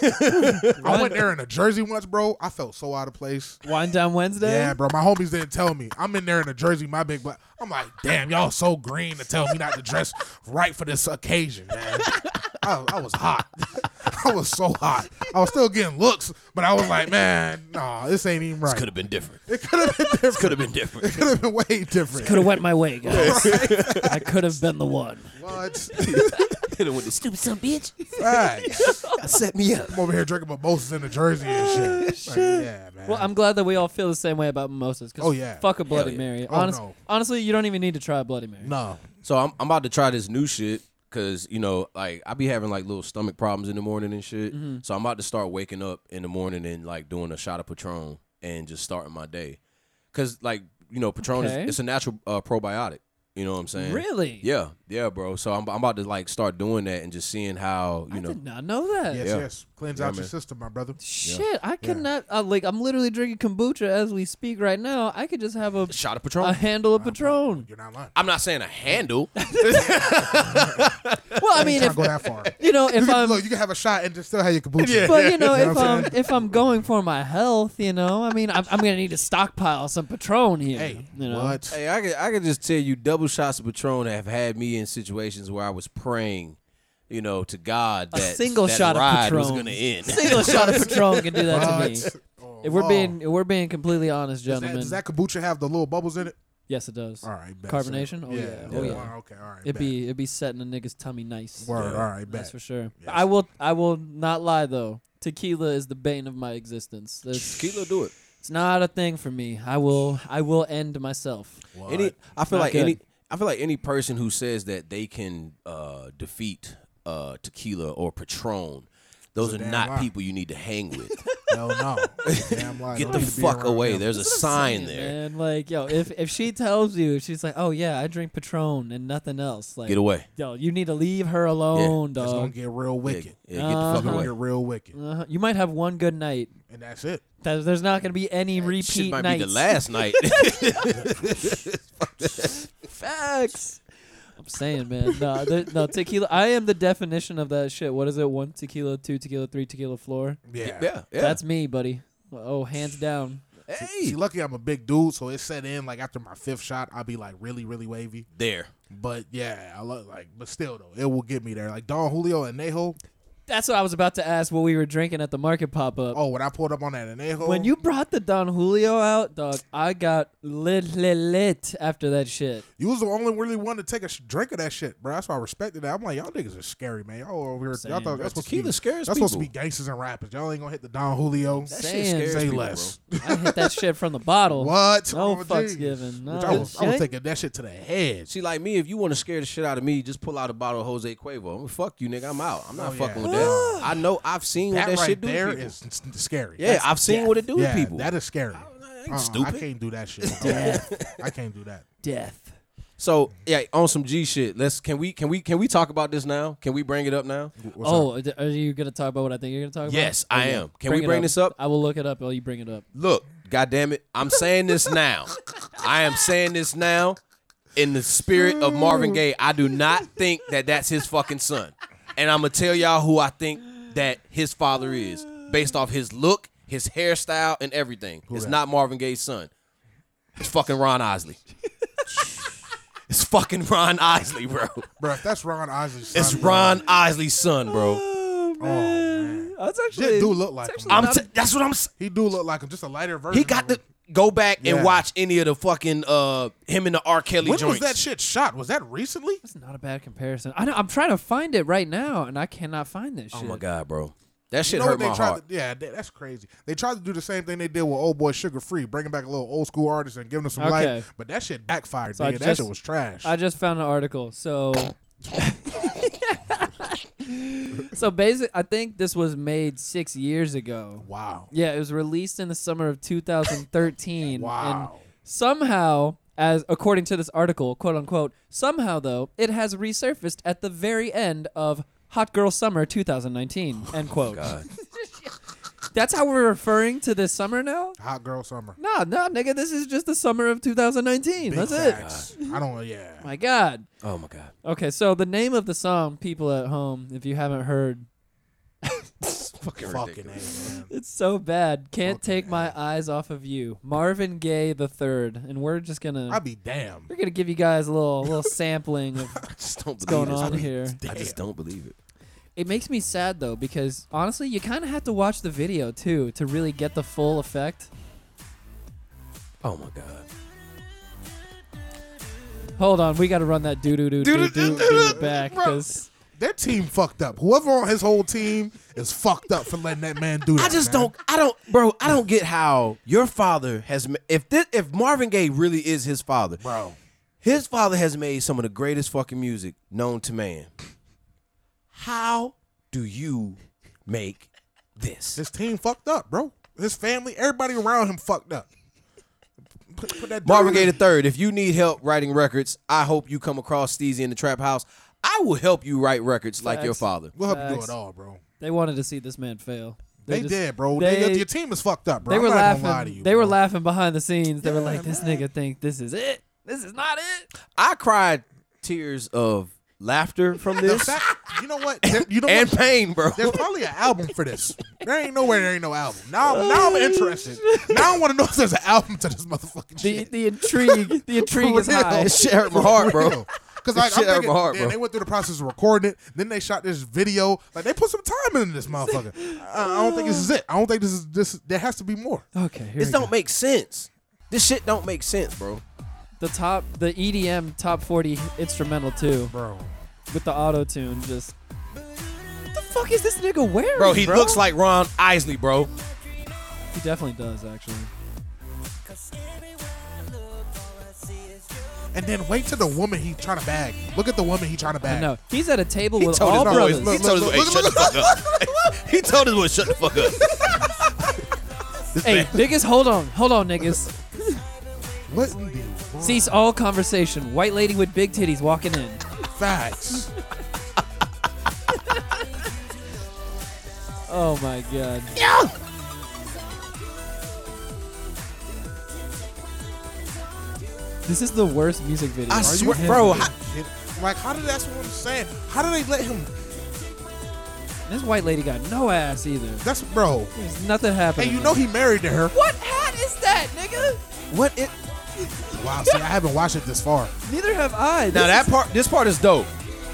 [SPEAKER 4] I went there in a jersey once, bro. I felt so out of place.
[SPEAKER 1] Wine down Wednesday.
[SPEAKER 4] Yeah, bro. My homies didn't tell me. I'm in there in a jersey, my big black. I'm like, damn, y'all so green to tell me not to dress right for this occasion, man. I, I was hot. I was so hot. I was still getting looks, but I was like, man, nah, this ain't even right.
[SPEAKER 3] Could have been different.
[SPEAKER 4] It could have been different.
[SPEAKER 3] Could have been different.
[SPEAKER 4] Could have been way different.
[SPEAKER 1] Could have went my way, guys. I could have been the one.
[SPEAKER 4] What?
[SPEAKER 3] Hit him with the stupid son of a bitch.
[SPEAKER 4] Facts.
[SPEAKER 3] Set me up.
[SPEAKER 4] I'm over here drinking mimosas in the Jersey and shit. Like, yeah, man.
[SPEAKER 1] Well, I'm glad that we all feel the same way about mimosas. 'cause
[SPEAKER 4] Oh, yeah.
[SPEAKER 1] Fuck a Bloody
[SPEAKER 3] yeah.
[SPEAKER 1] Mary.
[SPEAKER 4] Oh,
[SPEAKER 1] Honest-
[SPEAKER 4] no.
[SPEAKER 1] Honestly, you don't even need to try a Bloody Mary.
[SPEAKER 4] no.
[SPEAKER 3] So I'm I'm about to try this new shit because you know like I be having like little stomach problems in the morning and shit. So I'm about to start waking up in the morning and like doing a shot of Patron and just starting my day. Cause like you know Patron
[SPEAKER 1] Okay.
[SPEAKER 3] is it's a natural uh, probiotic. You know what I'm saying?
[SPEAKER 1] Really?
[SPEAKER 3] Yeah, yeah, bro. So I'm I'm about to like start doing that and just seeing how you
[SPEAKER 1] I
[SPEAKER 3] know.
[SPEAKER 1] did not know that.
[SPEAKER 4] Yes,
[SPEAKER 3] Yeah.
[SPEAKER 4] yes. Cleanse
[SPEAKER 3] Yeah,
[SPEAKER 4] out your
[SPEAKER 3] man.
[SPEAKER 4] system, my brother.
[SPEAKER 1] Shit, I could not. Uh, like, I'm literally drinking kombucha as we speak right now. I could just have a,
[SPEAKER 3] Shot of
[SPEAKER 1] a
[SPEAKER 3] Patron.
[SPEAKER 1] handle of Patron.
[SPEAKER 4] You're not lying.
[SPEAKER 3] I'm not saying a handle.
[SPEAKER 1] Well, I mean,
[SPEAKER 4] Trying
[SPEAKER 1] if
[SPEAKER 4] to go that far.
[SPEAKER 1] you know,
[SPEAKER 4] You
[SPEAKER 1] if
[SPEAKER 4] can,
[SPEAKER 1] I'm,
[SPEAKER 4] look, you can have a shot and just still have your kombucha.
[SPEAKER 1] but you know,
[SPEAKER 4] You know
[SPEAKER 1] if um,
[SPEAKER 4] what I'm
[SPEAKER 1] I'm, if I'm going for my health, you know, I mean, I'm, I'm gonna need to stockpile some Patron here.
[SPEAKER 4] Hey,
[SPEAKER 1] you know,
[SPEAKER 4] what?
[SPEAKER 3] Hey, I can I can just tell you, double shots of Patron have had me in situations where I was praying, you know, to God
[SPEAKER 1] a
[SPEAKER 3] that
[SPEAKER 1] single
[SPEAKER 3] that
[SPEAKER 1] shot
[SPEAKER 3] ride
[SPEAKER 1] of Patron
[SPEAKER 3] was gonna end.
[SPEAKER 1] Single shot of Patron can do that to me.
[SPEAKER 4] What? Oh,
[SPEAKER 1] If we're
[SPEAKER 4] wow.
[SPEAKER 1] being if we're being completely honest,
[SPEAKER 4] Does that,
[SPEAKER 1] gentlemen.
[SPEAKER 4] does that kombucha have the little bubbles in it?
[SPEAKER 1] yes, it does.
[SPEAKER 4] All right, bet,
[SPEAKER 1] Carbonation?
[SPEAKER 4] so-
[SPEAKER 1] Oh, yeah. Oh, yeah.
[SPEAKER 4] Wow, okay, all right.
[SPEAKER 1] It'd
[SPEAKER 4] bet.
[SPEAKER 1] be it'd be setting a nigga's tummy nice.
[SPEAKER 4] word. All right,
[SPEAKER 1] That's
[SPEAKER 4] bet.
[SPEAKER 1] for sure.
[SPEAKER 4] Yes.
[SPEAKER 1] I will I will not lie though. Tequila is the bane of my existence. It's,
[SPEAKER 3] Kilo do it.
[SPEAKER 1] it's not a thing for me. I will I will end myself.
[SPEAKER 3] Any, I feel
[SPEAKER 1] Not
[SPEAKER 3] like
[SPEAKER 1] good.
[SPEAKER 3] any, I feel like any person who says that they can uh, defeat uh, tequila or Patron, those
[SPEAKER 4] a
[SPEAKER 3] are
[SPEAKER 4] damn
[SPEAKER 3] not
[SPEAKER 4] lie.
[SPEAKER 3] people you need to hang with.
[SPEAKER 4] Hell no. Damn lie.
[SPEAKER 3] Get
[SPEAKER 4] Don't
[SPEAKER 3] the
[SPEAKER 4] need to be
[SPEAKER 3] fuck
[SPEAKER 4] around
[SPEAKER 3] away.
[SPEAKER 4] them.
[SPEAKER 3] There's a
[SPEAKER 1] That's what I'm saying,
[SPEAKER 3] sign there.
[SPEAKER 1] Man. Like, yo, if if she tells you, if she's like, "Oh yeah, I drink Patron and nothing else." Like,
[SPEAKER 3] Get away.
[SPEAKER 1] yo, you need to leave her alone,
[SPEAKER 4] It's gonna
[SPEAKER 1] dog.
[SPEAKER 4] get real
[SPEAKER 3] Yeah,
[SPEAKER 4] wicked.
[SPEAKER 3] yeah, get the
[SPEAKER 4] It's
[SPEAKER 3] fuck
[SPEAKER 4] gonna
[SPEAKER 3] away.
[SPEAKER 4] get real wicked,
[SPEAKER 1] Uh-huh. You might have one good night.
[SPEAKER 4] and that's it.
[SPEAKER 1] There's there's not going to be any repeat
[SPEAKER 3] Shit might
[SPEAKER 1] nights.
[SPEAKER 3] be the last night.
[SPEAKER 1] Facts. I'm saying, man. No, there, no tequila. I am the definition of that shit. What is it? One tequila, two tequila, three tequila floor.
[SPEAKER 4] Yeah.
[SPEAKER 3] yeah, yeah.
[SPEAKER 1] That's me, buddy. Oh, hands down.
[SPEAKER 3] hey,
[SPEAKER 4] See, lucky I'm a big dude, so it set in like after my fifth shot, I'll be like really, really wavy.
[SPEAKER 3] there.
[SPEAKER 4] But yeah, I love like, but still though, it will get me there. Like Don Julio and Neho.
[SPEAKER 1] That's what I was about to ask. What we were drinking at the market pop up.
[SPEAKER 4] Oh, when I pulled up on that Anejo,
[SPEAKER 1] When you brought the Don Julio out, dog, I got lit, lit, lit after that shit.
[SPEAKER 4] you was the only really one to take a sh- drink of that shit, bro. That's why I respected that. I'm like, y'all niggas are scary, man. Y'all over here, y'all
[SPEAKER 1] Saying,
[SPEAKER 4] thought
[SPEAKER 1] bro,
[SPEAKER 4] that's supposed to
[SPEAKER 3] tequila
[SPEAKER 4] be
[SPEAKER 3] scares
[SPEAKER 4] That's supposed to be
[SPEAKER 3] people.
[SPEAKER 4] gangsters and rappers. Y'all ain't gonna hit the Don Julio.
[SPEAKER 3] That
[SPEAKER 1] Saying,
[SPEAKER 3] shit scares
[SPEAKER 4] Say
[SPEAKER 3] people,
[SPEAKER 4] less.
[SPEAKER 1] I hit that shit from the bottle.
[SPEAKER 4] What?
[SPEAKER 1] No
[SPEAKER 4] Oh,
[SPEAKER 1] fucks
[SPEAKER 4] geez.
[SPEAKER 1] given. No,
[SPEAKER 4] Which I was, I was
[SPEAKER 1] shit.
[SPEAKER 4] taking that shit to the head.
[SPEAKER 3] See, like me, if you want to scare the shit out of me, just pull out a bottle of Jose Cuervo. I'm fuck you, nigga. I'm out. I'm not
[SPEAKER 4] Oh, yeah.
[SPEAKER 3] fucking with that. I know. I've seen
[SPEAKER 4] That,
[SPEAKER 3] what that
[SPEAKER 4] right
[SPEAKER 3] shit do. to
[SPEAKER 4] there
[SPEAKER 3] people.
[SPEAKER 4] is s- scary.
[SPEAKER 3] yeah, I've seen what it do
[SPEAKER 4] yeah,
[SPEAKER 3] to people.
[SPEAKER 4] That is scary.
[SPEAKER 3] ain't
[SPEAKER 4] Uh-uh, I
[SPEAKER 3] stupid.
[SPEAKER 4] can't do that shit. I- I can't do that.
[SPEAKER 1] Death.
[SPEAKER 3] So yeah, on some G shit. Let's can we can we can we talk about this now? Can we bring it up now?
[SPEAKER 4] What's up?
[SPEAKER 1] oh, are you gonna talk about what I think you're gonna talk about? Oh,
[SPEAKER 3] Yes, I am. Can we
[SPEAKER 1] it
[SPEAKER 3] bring this up?
[SPEAKER 1] I will look it up while you bring it up.
[SPEAKER 3] Look, goddamn it, I'm saying this now. I am saying this now. In the spirit of Marvin Gaye, I do not think that that's his fucking son, and I'm gonna tell y'all who I think that his father is based off his look, his hairstyle, and everything. it's
[SPEAKER 4] that?
[SPEAKER 3] not Marvin Gaye's son. It's fucking Ron Isley. it's fucking Ron Isley, bro.
[SPEAKER 4] Bro, if that's Ron Isley's son,
[SPEAKER 3] It's
[SPEAKER 4] bro,
[SPEAKER 3] Ron Isley's son, bro.
[SPEAKER 4] Uh,
[SPEAKER 1] Oh
[SPEAKER 4] man.
[SPEAKER 1] that's actually
[SPEAKER 4] Shit do look like him.
[SPEAKER 3] I'm t- that's what I'm. s-
[SPEAKER 4] he do look like him, just a lighter version.
[SPEAKER 3] He got
[SPEAKER 4] of
[SPEAKER 3] to
[SPEAKER 4] him.
[SPEAKER 3] go back and
[SPEAKER 4] Yeah.
[SPEAKER 3] watch any of the fucking uh him and the R. Kelly
[SPEAKER 4] When was
[SPEAKER 3] joints.
[SPEAKER 4] that shit shot? Was that recently?
[SPEAKER 1] That's not a bad comparison. I know, I'm trying to find it right now, and I cannot find this shit.
[SPEAKER 3] oh my god, bro, that shit
[SPEAKER 4] You know
[SPEAKER 3] hurt
[SPEAKER 4] what they
[SPEAKER 3] my
[SPEAKER 4] tried
[SPEAKER 3] heart.
[SPEAKER 4] To, yeah, that- that's crazy. They tried to do the same thing they did with old boy Sugar Free, bringing back a little old school artist and giving them some
[SPEAKER 1] Okay.
[SPEAKER 4] life. But that shit backfired.
[SPEAKER 1] So I
[SPEAKER 4] nigga. that
[SPEAKER 1] just-
[SPEAKER 4] shit was trash.
[SPEAKER 1] I just found an article. So, so basic. I think this was made six years ago.
[SPEAKER 4] wow.
[SPEAKER 1] Yeah, it was released in the summer of 2013.
[SPEAKER 4] Wow.
[SPEAKER 1] And somehow, as according to this article, quote unquote, somehow though, it has resurfaced at the very end of Hot Girl Summer 2019. End
[SPEAKER 3] Oh
[SPEAKER 1] quote. That's how we're referring to this summer now.
[SPEAKER 4] Hot girl summer.
[SPEAKER 1] Nah, nah, nigga, this is just the summer of 2019.
[SPEAKER 4] Big
[SPEAKER 1] That's it.
[SPEAKER 4] facts. I don't. Yeah.
[SPEAKER 1] My God.
[SPEAKER 3] Oh my god,
[SPEAKER 1] Okay, so the name of the song, people at home, if you haven't heard,
[SPEAKER 4] Fucking
[SPEAKER 3] fucking, ridiculous.
[SPEAKER 4] A, man.
[SPEAKER 1] it's so bad. Can't take my eyes off of you, Marvin Gaye the third, and we're just gonna
[SPEAKER 4] I'd be damned.
[SPEAKER 1] we're gonna give you guys a little little sampling of
[SPEAKER 3] I just don't believe
[SPEAKER 1] going
[SPEAKER 3] this,
[SPEAKER 1] on
[SPEAKER 3] bro.
[SPEAKER 1] here.
[SPEAKER 3] I just don't believe it.
[SPEAKER 1] It makes me sad though because honestly, you kind of have to watch the video too to really get the full effect.
[SPEAKER 3] Oh my god.
[SPEAKER 1] Hold on, we got to run that doo doo doo doo doo doo back
[SPEAKER 4] Bro.
[SPEAKER 1] because
[SPEAKER 4] Their team fucked up. Whoever on his whole team is fucked up for letting that man do that.
[SPEAKER 3] I just
[SPEAKER 4] man.
[SPEAKER 3] don't. I don't, bro. I don't get how your father has. ma- If this, if Marvin Gaye really is his father,
[SPEAKER 4] Bro.
[SPEAKER 3] his father has made some of the greatest fucking music known to man. How do you make this?
[SPEAKER 4] His team fucked up, bro. His family, everybody around him fucked up. Put, put that
[SPEAKER 3] Marvin
[SPEAKER 4] dude
[SPEAKER 3] Gaye
[SPEAKER 4] in-
[SPEAKER 3] III. If you need help writing records, I hope you come across Steezy in the Trap House. I will help you write records like your
[SPEAKER 1] Facts.
[SPEAKER 3] father.
[SPEAKER 4] We'll help you do
[SPEAKER 1] Facts.
[SPEAKER 4] it all, bro.
[SPEAKER 1] they wanted to see this man fail.
[SPEAKER 4] They,
[SPEAKER 1] just-
[SPEAKER 4] did, bro. They,
[SPEAKER 1] they-
[SPEAKER 4] your team is fucked up, bro.
[SPEAKER 1] They
[SPEAKER 4] I'm
[SPEAKER 1] were
[SPEAKER 4] not
[SPEAKER 1] laughing.
[SPEAKER 4] Gonna lie to you,
[SPEAKER 1] they were
[SPEAKER 4] bro.
[SPEAKER 1] laughing behind the scenes. They were like, "This nigga think this is it. This is not it."
[SPEAKER 3] I cried tears of laughter from
[SPEAKER 4] The
[SPEAKER 3] this
[SPEAKER 4] fact, you know what? There- You know
[SPEAKER 3] and
[SPEAKER 4] what?
[SPEAKER 3] pain, bro.
[SPEAKER 4] There's probably an album for this. There ain't nowhere. There ain't no album. Now, now I'm interested. Now I want to know if there's an album to this motherfucking
[SPEAKER 1] The
[SPEAKER 4] shit.
[SPEAKER 1] the intrigue, the intrigue is
[SPEAKER 4] real.
[SPEAKER 1] high.
[SPEAKER 3] It shattered my heart, bro.
[SPEAKER 4] Because like,
[SPEAKER 3] Shit
[SPEAKER 4] I'm
[SPEAKER 3] out of
[SPEAKER 4] thinking,
[SPEAKER 3] my heart,
[SPEAKER 4] damn,
[SPEAKER 3] bro.
[SPEAKER 4] they went through the process of recording it. Then they shot this video. Like they put some time into this motherfucker. I, I don't think this is it. I don't think this is this. There has to be more.
[SPEAKER 1] Okay, here
[SPEAKER 3] This
[SPEAKER 1] we go.
[SPEAKER 3] don't make sense. This shit don't make sense, bro.
[SPEAKER 1] the top, the EDM top forty instrumental too
[SPEAKER 4] Bro,
[SPEAKER 1] with the auto tune. Just what the fuck is this nigga wearing?
[SPEAKER 3] Bro, he looks like Ron Isley, bro.
[SPEAKER 1] he definitely does actually.
[SPEAKER 4] and then wait till the woman he trying to bag. Look at the woman he trying to bag.
[SPEAKER 1] No, he's at a table
[SPEAKER 3] He
[SPEAKER 1] with
[SPEAKER 3] told his
[SPEAKER 1] all
[SPEAKER 3] boys,
[SPEAKER 1] brothers.
[SPEAKER 3] he told his boys, "Hey, shut the fuck up. He told his boys, shut the fuck up.
[SPEAKER 1] hey, niggas, hold on, hold on, niggas.
[SPEAKER 4] What in the
[SPEAKER 1] Cease all conversation. White lady with big titties walking in.
[SPEAKER 4] facts?
[SPEAKER 1] Oh my god. This is the worst music video.
[SPEAKER 3] I
[SPEAKER 1] Are you
[SPEAKER 3] swear,
[SPEAKER 1] kidding
[SPEAKER 3] bro.
[SPEAKER 1] me?
[SPEAKER 3] how-
[SPEAKER 4] Like how did that's what I'm saying? How did they let him?
[SPEAKER 1] This white lady got no ass either.
[SPEAKER 4] That's bro.
[SPEAKER 1] There's nothing happening.
[SPEAKER 4] And you know he married to her.
[SPEAKER 1] What hat is that, nigga?
[SPEAKER 3] What? It,
[SPEAKER 4] Wow. See, I haven't watched it this far.
[SPEAKER 1] Neither have I. This
[SPEAKER 3] now that
[SPEAKER 1] is-
[SPEAKER 3] part, this part is dope,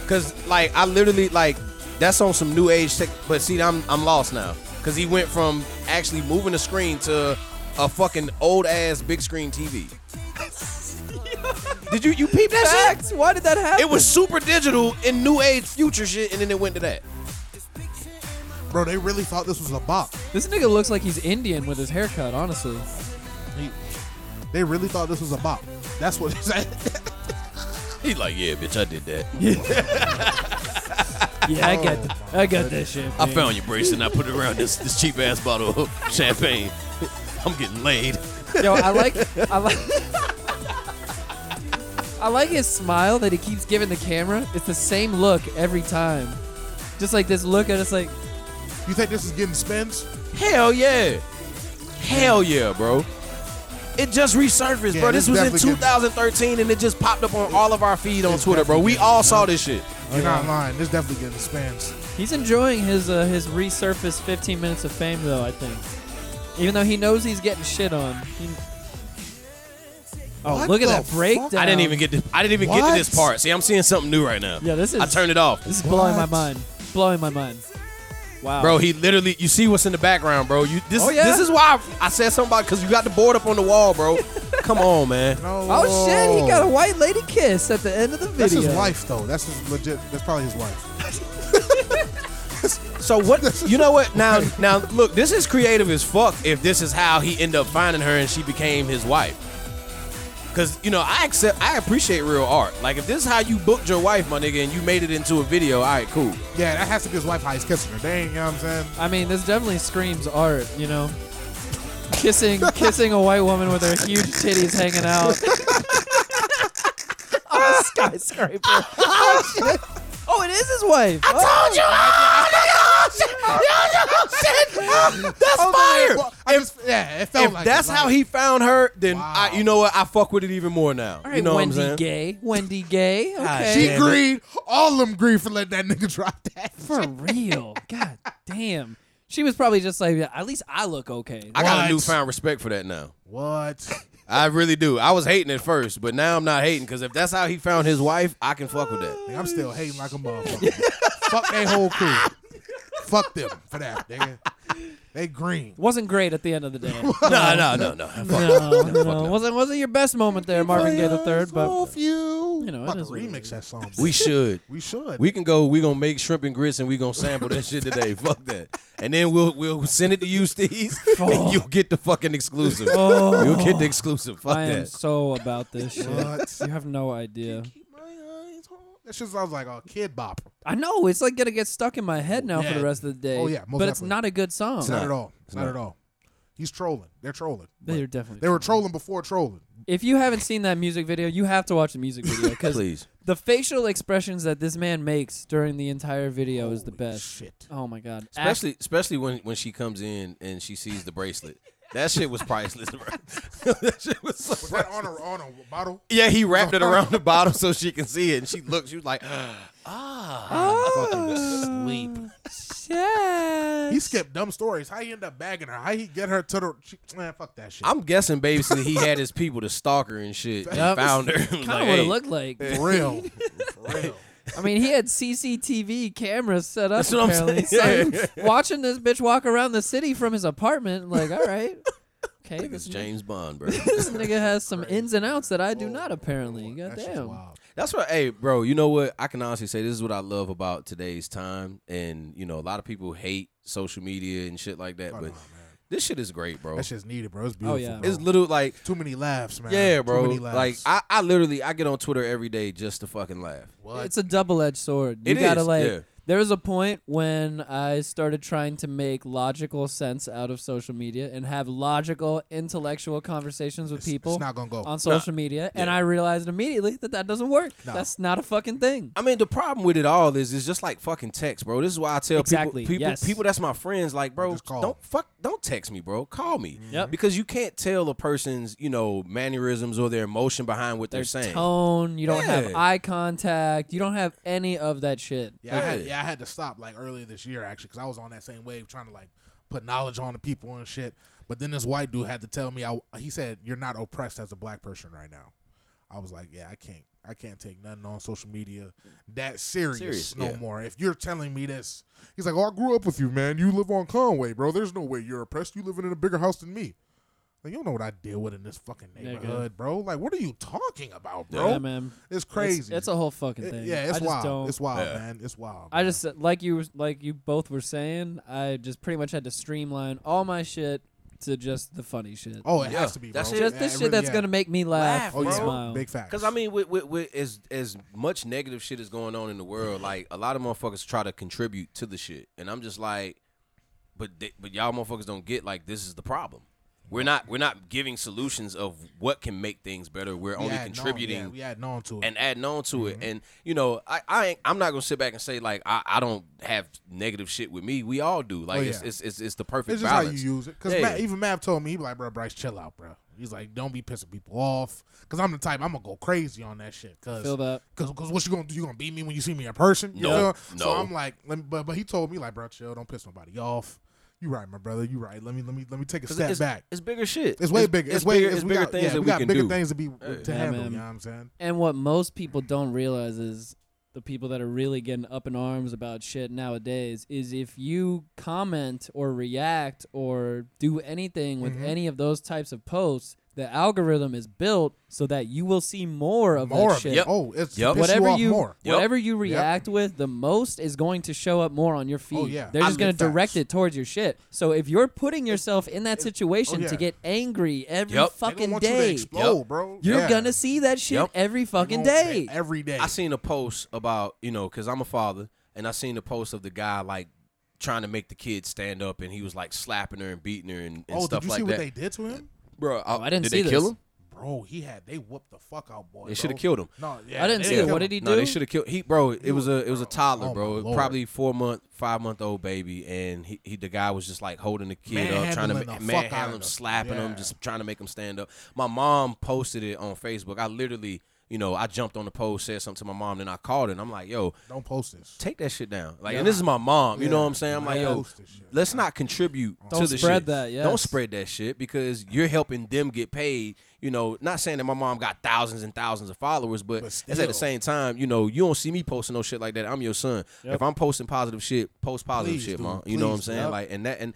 [SPEAKER 3] cause like I literally like that's on some new age tech. But see, I'm I'm lost now, cause he went from actually moving the screen to a fucking old ass big screen TV. Did you you peep that shit?
[SPEAKER 1] Facts. Why did that happen?
[SPEAKER 3] It was super digital and new age future shit, and then it went to that.
[SPEAKER 4] Bro, they really thought this was a bop.
[SPEAKER 1] This nigga looks like he's Indian with his haircut. Honestly,
[SPEAKER 4] They really thought this was a bop. That's what they said.
[SPEAKER 3] He's like, yeah, bitch, I did that.
[SPEAKER 1] yeah, I got, th- I got that shit.
[SPEAKER 3] I found your bracelet and I put it around this, this cheap ass bottle of champagne. I'm getting laid.
[SPEAKER 1] Yo, I like, I like, I like his smile that he keeps giving the camera. It's the same look every time, just like this look at us like,
[SPEAKER 4] You think this is getting spins?
[SPEAKER 3] Hell yeah. Hell yeah, bro. It just resurfaced,
[SPEAKER 4] Yeah,
[SPEAKER 3] bro.
[SPEAKER 4] this
[SPEAKER 3] This was in
[SPEAKER 4] definitely getting-
[SPEAKER 3] 2013 and it just popped up on all of our feed on
[SPEAKER 4] It's
[SPEAKER 3] Twitter, bro.
[SPEAKER 4] definitely
[SPEAKER 3] We all saw this shit.
[SPEAKER 4] You're not lying. This definitely getting spins.
[SPEAKER 1] he's enjoying his uh, his resurfaced 15 minutes of fame though. I think, even though he knows he's getting shit on. He... Oh,
[SPEAKER 4] What
[SPEAKER 1] look at
[SPEAKER 4] the
[SPEAKER 1] that
[SPEAKER 4] fuck?
[SPEAKER 1] breakdown!
[SPEAKER 3] I didn't even get this. I didn't even get
[SPEAKER 4] What?
[SPEAKER 3] to this part. See, I'm seeing something new right now.
[SPEAKER 1] Yeah, this is.
[SPEAKER 3] I turned it off.
[SPEAKER 1] This is blowing my
[SPEAKER 4] What?
[SPEAKER 1] mind. Blowing my mind. Wow.
[SPEAKER 3] Bro, he literally you see what's in the background, bro. You this
[SPEAKER 1] Oh, yeah?
[SPEAKER 3] this is why I said something about cuz you got the board up on the wall, bro. Come on, man.
[SPEAKER 4] No.
[SPEAKER 1] Oh shit, he got a white lady kiss at the end of the video.
[SPEAKER 4] That's his wife, though. That's his legit. That's probably his wife.
[SPEAKER 3] So what? You know what? Now, now, look. This is creative as fuck. If this is how he ended up finding her and she became his wife, because you know I accept, I appreciate real art. Like if this is how you booked your wife, my nigga, and you made it into a video, all right, cool.
[SPEAKER 4] Yeah, that has to be his wife. How he's kissing her. Dang, you know what I'm saying?
[SPEAKER 1] I mean, this definitely screams art, you know? Kissing kissing a white woman with her huge titties hanging out. on a skyscraper. oh, shit. oh, it is his wife. Oh,
[SPEAKER 3] That's fire.
[SPEAKER 4] Well, I just, yeah, it felt
[SPEAKER 3] if
[SPEAKER 4] like
[SPEAKER 3] that's
[SPEAKER 4] it,
[SPEAKER 3] how
[SPEAKER 4] like
[SPEAKER 3] he found her, then
[SPEAKER 4] Oh Wow.
[SPEAKER 3] I, you know what? I fuck with it even more now.
[SPEAKER 1] All right,
[SPEAKER 3] you know
[SPEAKER 1] Wendy
[SPEAKER 3] what I'm saying?
[SPEAKER 1] Gay. Wendy Gay. Okay.
[SPEAKER 4] She
[SPEAKER 3] Damn it.
[SPEAKER 4] agreed. All them grief for letting that nigga drop that.
[SPEAKER 1] For real. God damn. She was probably just like, at least I look okay.
[SPEAKER 3] I got
[SPEAKER 4] What?
[SPEAKER 3] a newfound respect for that now.
[SPEAKER 4] What?
[SPEAKER 3] I really do. I was hating at first, but now I'm not hating because if that's how he found his wife, I can fuck with that.
[SPEAKER 4] I'm still hating like a motherfucker. Fuck they whole crew. Fuck them for that, nigga. They green.
[SPEAKER 1] Wasn't great at the end of the day.
[SPEAKER 3] no, no, no, no.
[SPEAKER 1] no,
[SPEAKER 3] Fuck no, fuck
[SPEAKER 1] no,
[SPEAKER 3] no.
[SPEAKER 1] Um, wasn't wasn't your best moment there, Marvin Gaye the third, but
[SPEAKER 4] Off you.
[SPEAKER 1] you know, it
[SPEAKER 4] Fuck,
[SPEAKER 1] is what it
[SPEAKER 4] remix
[SPEAKER 1] is.
[SPEAKER 4] that song.
[SPEAKER 3] We should.
[SPEAKER 4] we should.
[SPEAKER 3] We can go. We gonna make shrimp and grits, and we gonna sample that shit today. Fuck that. And then we'll we'll send it to you, Steve, and you'll get the fucking exclusive.
[SPEAKER 1] Oh.
[SPEAKER 3] You'll get the exclusive. Fuck
[SPEAKER 1] I am
[SPEAKER 3] that.
[SPEAKER 1] so about this shit.
[SPEAKER 4] What?
[SPEAKER 1] You have no idea.
[SPEAKER 4] Keep my eyes on- That shit sounds like a kid bop.
[SPEAKER 1] I know it's like gonna get stuck in my head now for
[SPEAKER 4] Yeah.
[SPEAKER 1] the rest of the day.
[SPEAKER 4] Oh, yeah, most
[SPEAKER 1] but it's
[SPEAKER 4] definitely.
[SPEAKER 1] not a good song.
[SPEAKER 4] It's not at all. It's
[SPEAKER 3] It's
[SPEAKER 4] not
[SPEAKER 3] not.
[SPEAKER 4] at all. He's trolling. They're trolling.
[SPEAKER 1] They're
[SPEAKER 4] But
[SPEAKER 1] definitely.
[SPEAKER 4] They were trolling before trolling.
[SPEAKER 1] if you haven't seen that music video, you have to watch the music video because
[SPEAKER 3] Please.
[SPEAKER 1] the facial expressions that this man makes during the entire video is the best.
[SPEAKER 4] Shit.
[SPEAKER 1] Oh my god! Act-
[SPEAKER 3] Especially especially when when she comes in and she sees the bracelet. That shit was priceless. bro. that shit was so
[SPEAKER 4] Was that on a, on a bottle?
[SPEAKER 3] Yeah, he wrapped it around the bottom so she can see it. And she looked, she was like, ah.
[SPEAKER 1] Oh,
[SPEAKER 4] Sleep.
[SPEAKER 1] shit.
[SPEAKER 4] He skipped dumb stories. How he end up bagging her? How he get her to the? She, man, fuck that shit.
[SPEAKER 3] I'm guessing basically he had his people to stalk her and shit. And
[SPEAKER 1] Yep.
[SPEAKER 3] found her. Kind
[SPEAKER 1] Kind of what it looked like.
[SPEAKER 4] For real. For real.
[SPEAKER 1] I mean, he had CCTV cameras set up.
[SPEAKER 3] That's what I'm
[SPEAKER 1] apparently.
[SPEAKER 3] saying.
[SPEAKER 1] So I'm watching this bitch walk around the city from his apartment, like, all right, okay,
[SPEAKER 3] It's
[SPEAKER 1] this, nigga-
[SPEAKER 3] James Bond, bro.
[SPEAKER 1] this nigga has some ins and outs that I do not. Apparently,
[SPEAKER 4] That shit's
[SPEAKER 1] goddamn.
[SPEAKER 4] wild.
[SPEAKER 3] That's what, hey, bro, you know what? I can honestly say this is what I love about today's time. And, you know, a lot of people hate social media and shit like that.
[SPEAKER 4] Oh, no,
[SPEAKER 3] But
[SPEAKER 4] man.
[SPEAKER 3] this shit is great, bro.
[SPEAKER 4] That shit's needed, bro. It's beautiful.
[SPEAKER 1] Oh, yeah.
[SPEAKER 4] bro.
[SPEAKER 3] Oh. It's little like,
[SPEAKER 4] too many laughs, man.
[SPEAKER 3] yeah, bro.
[SPEAKER 4] Too many laughs.
[SPEAKER 3] Like, I, I literally, I get on Twitter every day just to fucking laugh.
[SPEAKER 4] what?
[SPEAKER 1] It's a double-edged sword. You
[SPEAKER 3] It
[SPEAKER 1] gotta
[SPEAKER 3] is,
[SPEAKER 1] like.
[SPEAKER 3] yeah.
[SPEAKER 1] There was a point when I started trying to make logical sense out of social media and have logical, intellectual conversations with people
[SPEAKER 4] it's not gonna go.
[SPEAKER 1] on social media, and I realized immediately that that doesn't work. That's not a fucking thing.
[SPEAKER 3] I mean, the problem with it all is it's just like fucking text, bro. This is why I tell
[SPEAKER 1] Exactly,
[SPEAKER 3] people, people,
[SPEAKER 1] yes.
[SPEAKER 3] people that's my friends, like, bro,
[SPEAKER 4] Just call.
[SPEAKER 3] don't fuck, don't text me, bro. Call me,
[SPEAKER 1] Mm-hmm. Yep.
[SPEAKER 3] because you can't tell a person's, you know, mannerisms or their emotion behind what they're
[SPEAKER 1] their
[SPEAKER 3] saying.
[SPEAKER 1] tone. You don't have
[SPEAKER 3] Yeah.
[SPEAKER 1] eye contact. You don't have any of that shit.
[SPEAKER 4] Yeah, I had,
[SPEAKER 3] Yeah.
[SPEAKER 4] yeah, I had to stop like earlier this year actually because I was on that same wave trying to like put knowledge on the people and shit. But then this white dude had to tell me, I, he said, "You're not oppressed as a black person right now." I was like, "Yeah, I can't, I can't take nothing on social media that serious,
[SPEAKER 3] Serious,
[SPEAKER 4] no
[SPEAKER 3] yeah.
[SPEAKER 4] more." If you're telling me this, he's like, "Oh, I grew up with you, man. You live on Conway, bro. There's no way you're oppressed. You living in a bigger house than me." Like, you don't know what I deal with in this fucking neighborhood, bro. Like, what are you talking about, bro?
[SPEAKER 1] Yeah, man.
[SPEAKER 4] It's
[SPEAKER 1] It's-
[SPEAKER 4] crazy.
[SPEAKER 1] It's, a whole fucking
[SPEAKER 4] It-
[SPEAKER 1] thing.
[SPEAKER 4] yeah,
[SPEAKER 1] I
[SPEAKER 4] it's
[SPEAKER 1] just
[SPEAKER 4] wild.
[SPEAKER 1] Don't,
[SPEAKER 4] It's wild,
[SPEAKER 3] Yeah.
[SPEAKER 4] man. It's wild.
[SPEAKER 1] I
[SPEAKER 4] man.
[SPEAKER 1] just like you like you both were saying. I just pretty much had to streamline all my shit to just the funny shit.
[SPEAKER 4] Oh, it
[SPEAKER 3] Yeah,
[SPEAKER 4] has to be.
[SPEAKER 3] that's
[SPEAKER 4] bro.
[SPEAKER 3] it.
[SPEAKER 1] just
[SPEAKER 4] Yeah,
[SPEAKER 1] this
[SPEAKER 4] it
[SPEAKER 1] shit
[SPEAKER 4] really-
[SPEAKER 1] that's
[SPEAKER 4] yeah.
[SPEAKER 1] gonna make me laugh,
[SPEAKER 3] Laugh,
[SPEAKER 4] Oh
[SPEAKER 1] and
[SPEAKER 4] yeah,
[SPEAKER 3] bro.
[SPEAKER 1] smile.
[SPEAKER 4] big facts.
[SPEAKER 3] Because I mean, with, with, with as as much negative shit is going on in the world, like a lot of motherfuckers try to contribute to the shit, and I'm just like, but they, but y'all motherfuckers don't get like this is the problem. We're not we're not giving solutions of what can make things better. We're
[SPEAKER 4] We
[SPEAKER 3] only
[SPEAKER 4] add known,
[SPEAKER 3] contributing
[SPEAKER 4] yeah, we add known to it.
[SPEAKER 3] and adding on to
[SPEAKER 4] Mm-hmm.
[SPEAKER 3] it. And you know, I, I ain't, I'm not gonna sit back and say like I, I don't have negative shit with me. We all do. Like
[SPEAKER 4] Oh, yeah.
[SPEAKER 3] it's, it's it's it's the perfect
[SPEAKER 4] it's just
[SPEAKER 3] balance.
[SPEAKER 4] how you use it. Because
[SPEAKER 3] Yeah.
[SPEAKER 4] even Mav told me, he be like, bro, Bryce, chill out, bro. He's like, don't be pissing people off. Because I'm the type, I'm going to go crazy on that shit. Because
[SPEAKER 1] Feel that.
[SPEAKER 4] Because what you going to do? You going to beat me when you see me in person? You
[SPEAKER 3] No,
[SPEAKER 4] know?
[SPEAKER 3] no.
[SPEAKER 4] So I'm like, let me, but, but he told me, like, bro, chill. Don't piss nobody off. You right, my brother. You right. Let me let me let me take a
[SPEAKER 3] 'Cause
[SPEAKER 4] step
[SPEAKER 3] it's,
[SPEAKER 4] back.
[SPEAKER 3] It's bigger shit.
[SPEAKER 4] It's way bigger. It's, way
[SPEAKER 3] bigger.
[SPEAKER 4] it's-
[SPEAKER 3] It's
[SPEAKER 4] we
[SPEAKER 3] bigger
[SPEAKER 4] got-
[SPEAKER 3] things
[SPEAKER 4] yeah,
[SPEAKER 3] that
[SPEAKER 4] we
[SPEAKER 3] we
[SPEAKER 4] got
[SPEAKER 3] can
[SPEAKER 4] bigger
[SPEAKER 3] do.
[SPEAKER 4] things to be to
[SPEAKER 1] Yeah,
[SPEAKER 4] handle.
[SPEAKER 1] man.
[SPEAKER 4] You know what I'm saying?
[SPEAKER 1] And what most people don't realize is the people that are really getting up in arms about shit nowadays is if you comment or react or do anything with
[SPEAKER 4] Mm-hmm.
[SPEAKER 1] any of those types of posts, the algorithm is built so that you will see more of
[SPEAKER 4] More.
[SPEAKER 1] that
[SPEAKER 4] of it.
[SPEAKER 1] shit.
[SPEAKER 3] Yep.
[SPEAKER 4] Oh, it's
[SPEAKER 3] Yep.
[SPEAKER 4] piss
[SPEAKER 1] Whatever
[SPEAKER 4] off
[SPEAKER 1] you
[SPEAKER 4] more.
[SPEAKER 3] Yep.
[SPEAKER 1] whatever you react with the most is going to show up more on your feed.
[SPEAKER 4] Oh, yeah.
[SPEAKER 1] They're
[SPEAKER 4] I
[SPEAKER 1] just going
[SPEAKER 4] mean,
[SPEAKER 1] to direct
[SPEAKER 4] facts.
[SPEAKER 1] it towards your shit. So if you're putting yourself in that situation
[SPEAKER 4] oh, yeah.
[SPEAKER 1] to get angry every
[SPEAKER 3] Yep. They
[SPEAKER 4] They don't
[SPEAKER 1] fucking
[SPEAKER 4] want you to
[SPEAKER 1] day,
[SPEAKER 4] explode,
[SPEAKER 3] Yep.
[SPEAKER 4] bro.
[SPEAKER 1] you're
[SPEAKER 4] Yeah.
[SPEAKER 1] going to see that shit
[SPEAKER 3] Yep.
[SPEAKER 1] every fucking
[SPEAKER 4] They don't-
[SPEAKER 1] day.
[SPEAKER 4] they- Every day.
[SPEAKER 3] I seen a post about you know because I'm a father, and I seen the post of the guy like trying to make the kid stand up, and he was like slapping her and beating her and, and
[SPEAKER 4] oh,
[SPEAKER 3] stuff
[SPEAKER 4] did you
[SPEAKER 3] like
[SPEAKER 4] see
[SPEAKER 3] that.
[SPEAKER 4] what they did to him?
[SPEAKER 3] Bro, I,
[SPEAKER 1] Oh, I didn't
[SPEAKER 3] did
[SPEAKER 1] see
[SPEAKER 3] they kill
[SPEAKER 1] this.
[SPEAKER 3] him?
[SPEAKER 4] Bro, he had they whooped the fuck out boy.
[SPEAKER 3] They
[SPEAKER 4] should
[SPEAKER 3] shoulda killed him.
[SPEAKER 4] No, yeah,
[SPEAKER 1] I didn't
[SPEAKER 4] they
[SPEAKER 1] see it.
[SPEAKER 4] killed
[SPEAKER 1] What
[SPEAKER 4] him.
[SPEAKER 1] did he do?
[SPEAKER 3] No, they should have killed. He bro, it was a it was a toddler,
[SPEAKER 4] oh my
[SPEAKER 3] bro,
[SPEAKER 4] Lord.
[SPEAKER 3] probably four month, five month old baby, and he, he the guy was just like holding the kid up, trying to
[SPEAKER 4] Manhandling
[SPEAKER 3] ma-
[SPEAKER 4] the fuck out
[SPEAKER 3] manhandle
[SPEAKER 4] of
[SPEAKER 3] him,
[SPEAKER 4] him.
[SPEAKER 3] slapping him,
[SPEAKER 4] Yeah.
[SPEAKER 3] just trying to make him stand up. My mom posted it on Facebook. I literally. you know, I jumped on the post, said something to my mom, then I called her, and I'm like, yo,
[SPEAKER 4] Don't post this.
[SPEAKER 3] take that shit down. Like, and this is my mom. You know what I'm saying? I'm like,
[SPEAKER 4] Yeah.
[SPEAKER 3] yo,
[SPEAKER 4] Post this shit.
[SPEAKER 3] let's not contribute
[SPEAKER 1] Don't
[SPEAKER 3] to the
[SPEAKER 1] spread
[SPEAKER 3] shit.
[SPEAKER 1] that,
[SPEAKER 3] Don't
[SPEAKER 1] yes.
[SPEAKER 3] spread that shit because you're helping them get paid. You know, not saying that my mom got thousands and thousands of followers, but,
[SPEAKER 4] But
[SPEAKER 3] it's at
[SPEAKER 4] still.
[SPEAKER 3] the same time, you know, you don't see me posting no shit like that. I'm your son. If I'm posting positive shit, post positive
[SPEAKER 4] Please
[SPEAKER 3] shit,
[SPEAKER 4] do.
[SPEAKER 3] mom. You know what I'm
[SPEAKER 4] Please,
[SPEAKER 3] saying?
[SPEAKER 4] yep.
[SPEAKER 3] Like, and that and.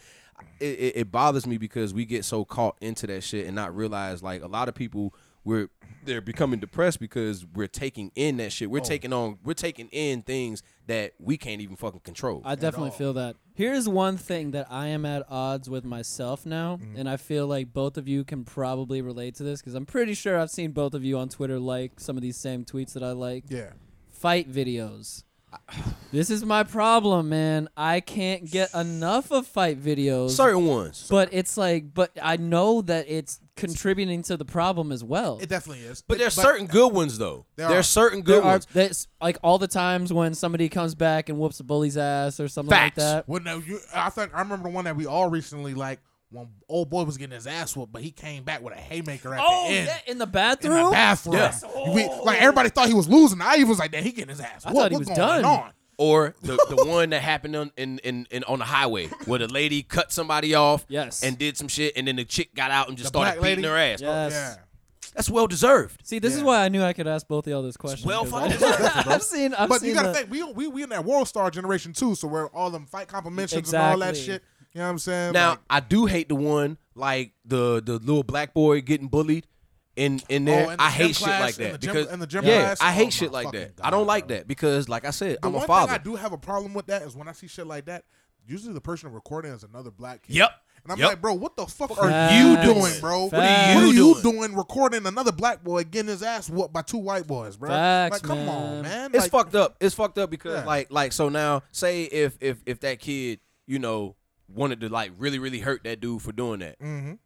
[SPEAKER 3] It, it, it bothers me because we get so caught into that shit and not realize like a lot of people we're they're becoming depressed because we're taking in that shit we're taking on we're taking in things that we can't even fucking control
[SPEAKER 1] I definitely feel that. Here's one thing that I am at odds with myself now, and I feel like both of you can probably relate to this because I'm pretty sure I've seen both of you on Twitter like some of these same tweets that I like.
[SPEAKER 4] Yeah.
[SPEAKER 1] Fight videos. this is my problem, man. I can't get enough of fight videos.
[SPEAKER 3] certain ones
[SPEAKER 1] But it's like, but I know that it's contributing to the problem as well.
[SPEAKER 4] It definitely is.
[SPEAKER 3] But
[SPEAKER 4] It-
[SPEAKER 3] there's certain good ones though.
[SPEAKER 4] There
[SPEAKER 3] There,
[SPEAKER 4] are.
[SPEAKER 3] are certain
[SPEAKER 1] there
[SPEAKER 3] good
[SPEAKER 1] are
[SPEAKER 3] ones.
[SPEAKER 1] that's like all the times when somebody comes back and whoops a bully's ass or something
[SPEAKER 3] Facts.
[SPEAKER 1] like that.
[SPEAKER 4] Well, no, you. I think I remember the one that we all recently like when old boy was getting his ass whooped, but he came back with a haymaker at
[SPEAKER 1] Oh,
[SPEAKER 4] the end.
[SPEAKER 1] yeah, in the
[SPEAKER 4] In
[SPEAKER 1] bathroom.
[SPEAKER 4] the bathroom,
[SPEAKER 3] Yes.
[SPEAKER 4] We- like oh, everybody thought he was losing. I even was like, "Damn, he getting his ass."
[SPEAKER 1] I
[SPEAKER 4] whooped.
[SPEAKER 1] thought he
[SPEAKER 4] What's
[SPEAKER 1] was
[SPEAKER 4] going
[SPEAKER 1] done.
[SPEAKER 4] On?
[SPEAKER 3] Or the, the one that happened on in, in, in on the highway where the lady cut somebody off
[SPEAKER 1] Yes.
[SPEAKER 3] and did some shit and then the chick got out and just
[SPEAKER 4] The
[SPEAKER 3] started
[SPEAKER 4] black
[SPEAKER 3] beating
[SPEAKER 4] lady?
[SPEAKER 3] her ass.
[SPEAKER 1] Yes.
[SPEAKER 4] Yeah,
[SPEAKER 3] That's well deserved.
[SPEAKER 1] See, this is
[SPEAKER 4] Yeah.
[SPEAKER 1] why I knew I could ask both of y'all this question.
[SPEAKER 3] well
[SPEAKER 1] 'cause
[SPEAKER 3] fucking
[SPEAKER 1] I-
[SPEAKER 3] deserved,
[SPEAKER 1] I've seen. I've
[SPEAKER 4] but
[SPEAKER 1] seen
[SPEAKER 4] you gotta
[SPEAKER 1] the-
[SPEAKER 4] think we we we in that world star generation too, so where all them fight competitions and all that
[SPEAKER 1] Exactly.
[SPEAKER 4] shit. You know what I'm saying?
[SPEAKER 3] Now
[SPEAKER 4] Like,
[SPEAKER 3] I do hate the one like the the little black boy getting bullied in in there.
[SPEAKER 4] Oh, in the
[SPEAKER 3] I
[SPEAKER 4] gym
[SPEAKER 3] hate shit
[SPEAKER 4] class,
[SPEAKER 3] like
[SPEAKER 4] in
[SPEAKER 3] that
[SPEAKER 4] the gym-
[SPEAKER 3] because
[SPEAKER 4] in the gym
[SPEAKER 3] yeah,
[SPEAKER 4] class?
[SPEAKER 3] I
[SPEAKER 4] Oh,
[SPEAKER 3] hate shit
[SPEAKER 4] my
[SPEAKER 3] like
[SPEAKER 4] fucking
[SPEAKER 3] that. I don't
[SPEAKER 4] God,
[SPEAKER 3] like
[SPEAKER 4] bro.
[SPEAKER 3] that because like I said,
[SPEAKER 4] the
[SPEAKER 3] I'm a
[SPEAKER 4] one
[SPEAKER 3] father.
[SPEAKER 4] thing I do have a problem with that is when I see shit like that. Usually the person recording is another black kid.
[SPEAKER 3] Yep.
[SPEAKER 4] And I'm
[SPEAKER 3] Yep.
[SPEAKER 4] like, bro, what the fuck are
[SPEAKER 1] Facts.
[SPEAKER 4] you doing, bro? What are you,
[SPEAKER 1] Facts.
[SPEAKER 4] doing? recording another black boy getting his ass whooped by two white boys, bro?
[SPEAKER 1] Facts,
[SPEAKER 4] like, come
[SPEAKER 1] man.
[SPEAKER 4] on, man.
[SPEAKER 3] It's
[SPEAKER 4] Like,
[SPEAKER 3] fucked up. It's fucked up because
[SPEAKER 4] Yeah.
[SPEAKER 3] like like so now say if if if that kid you know wanted to like really really hurt that dude for doing that.
[SPEAKER 1] Mm-hmm.
[SPEAKER 4] Mhm.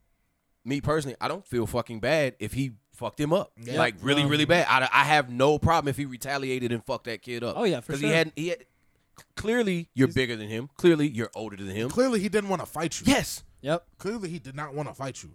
[SPEAKER 3] Me personally, I don't feel fucking bad if he fucked him up
[SPEAKER 4] Yeah.
[SPEAKER 3] like really really bad. I, I have no problem if he retaliated and fucked that kid up.
[SPEAKER 1] Oh, yeah, for
[SPEAKER 3] he
[SPEAKER 1] sure.
[SPEAKER 3] had he had clearly you're bigger than him. Clearly you're older than him.
[SPEAKER 4] Clearly he didn't want to fight you.
[SPEAKER 3] Yes.
[SPEAKER 1] Yep.
[SPEAKER 4] Clearly he did not want to fight you.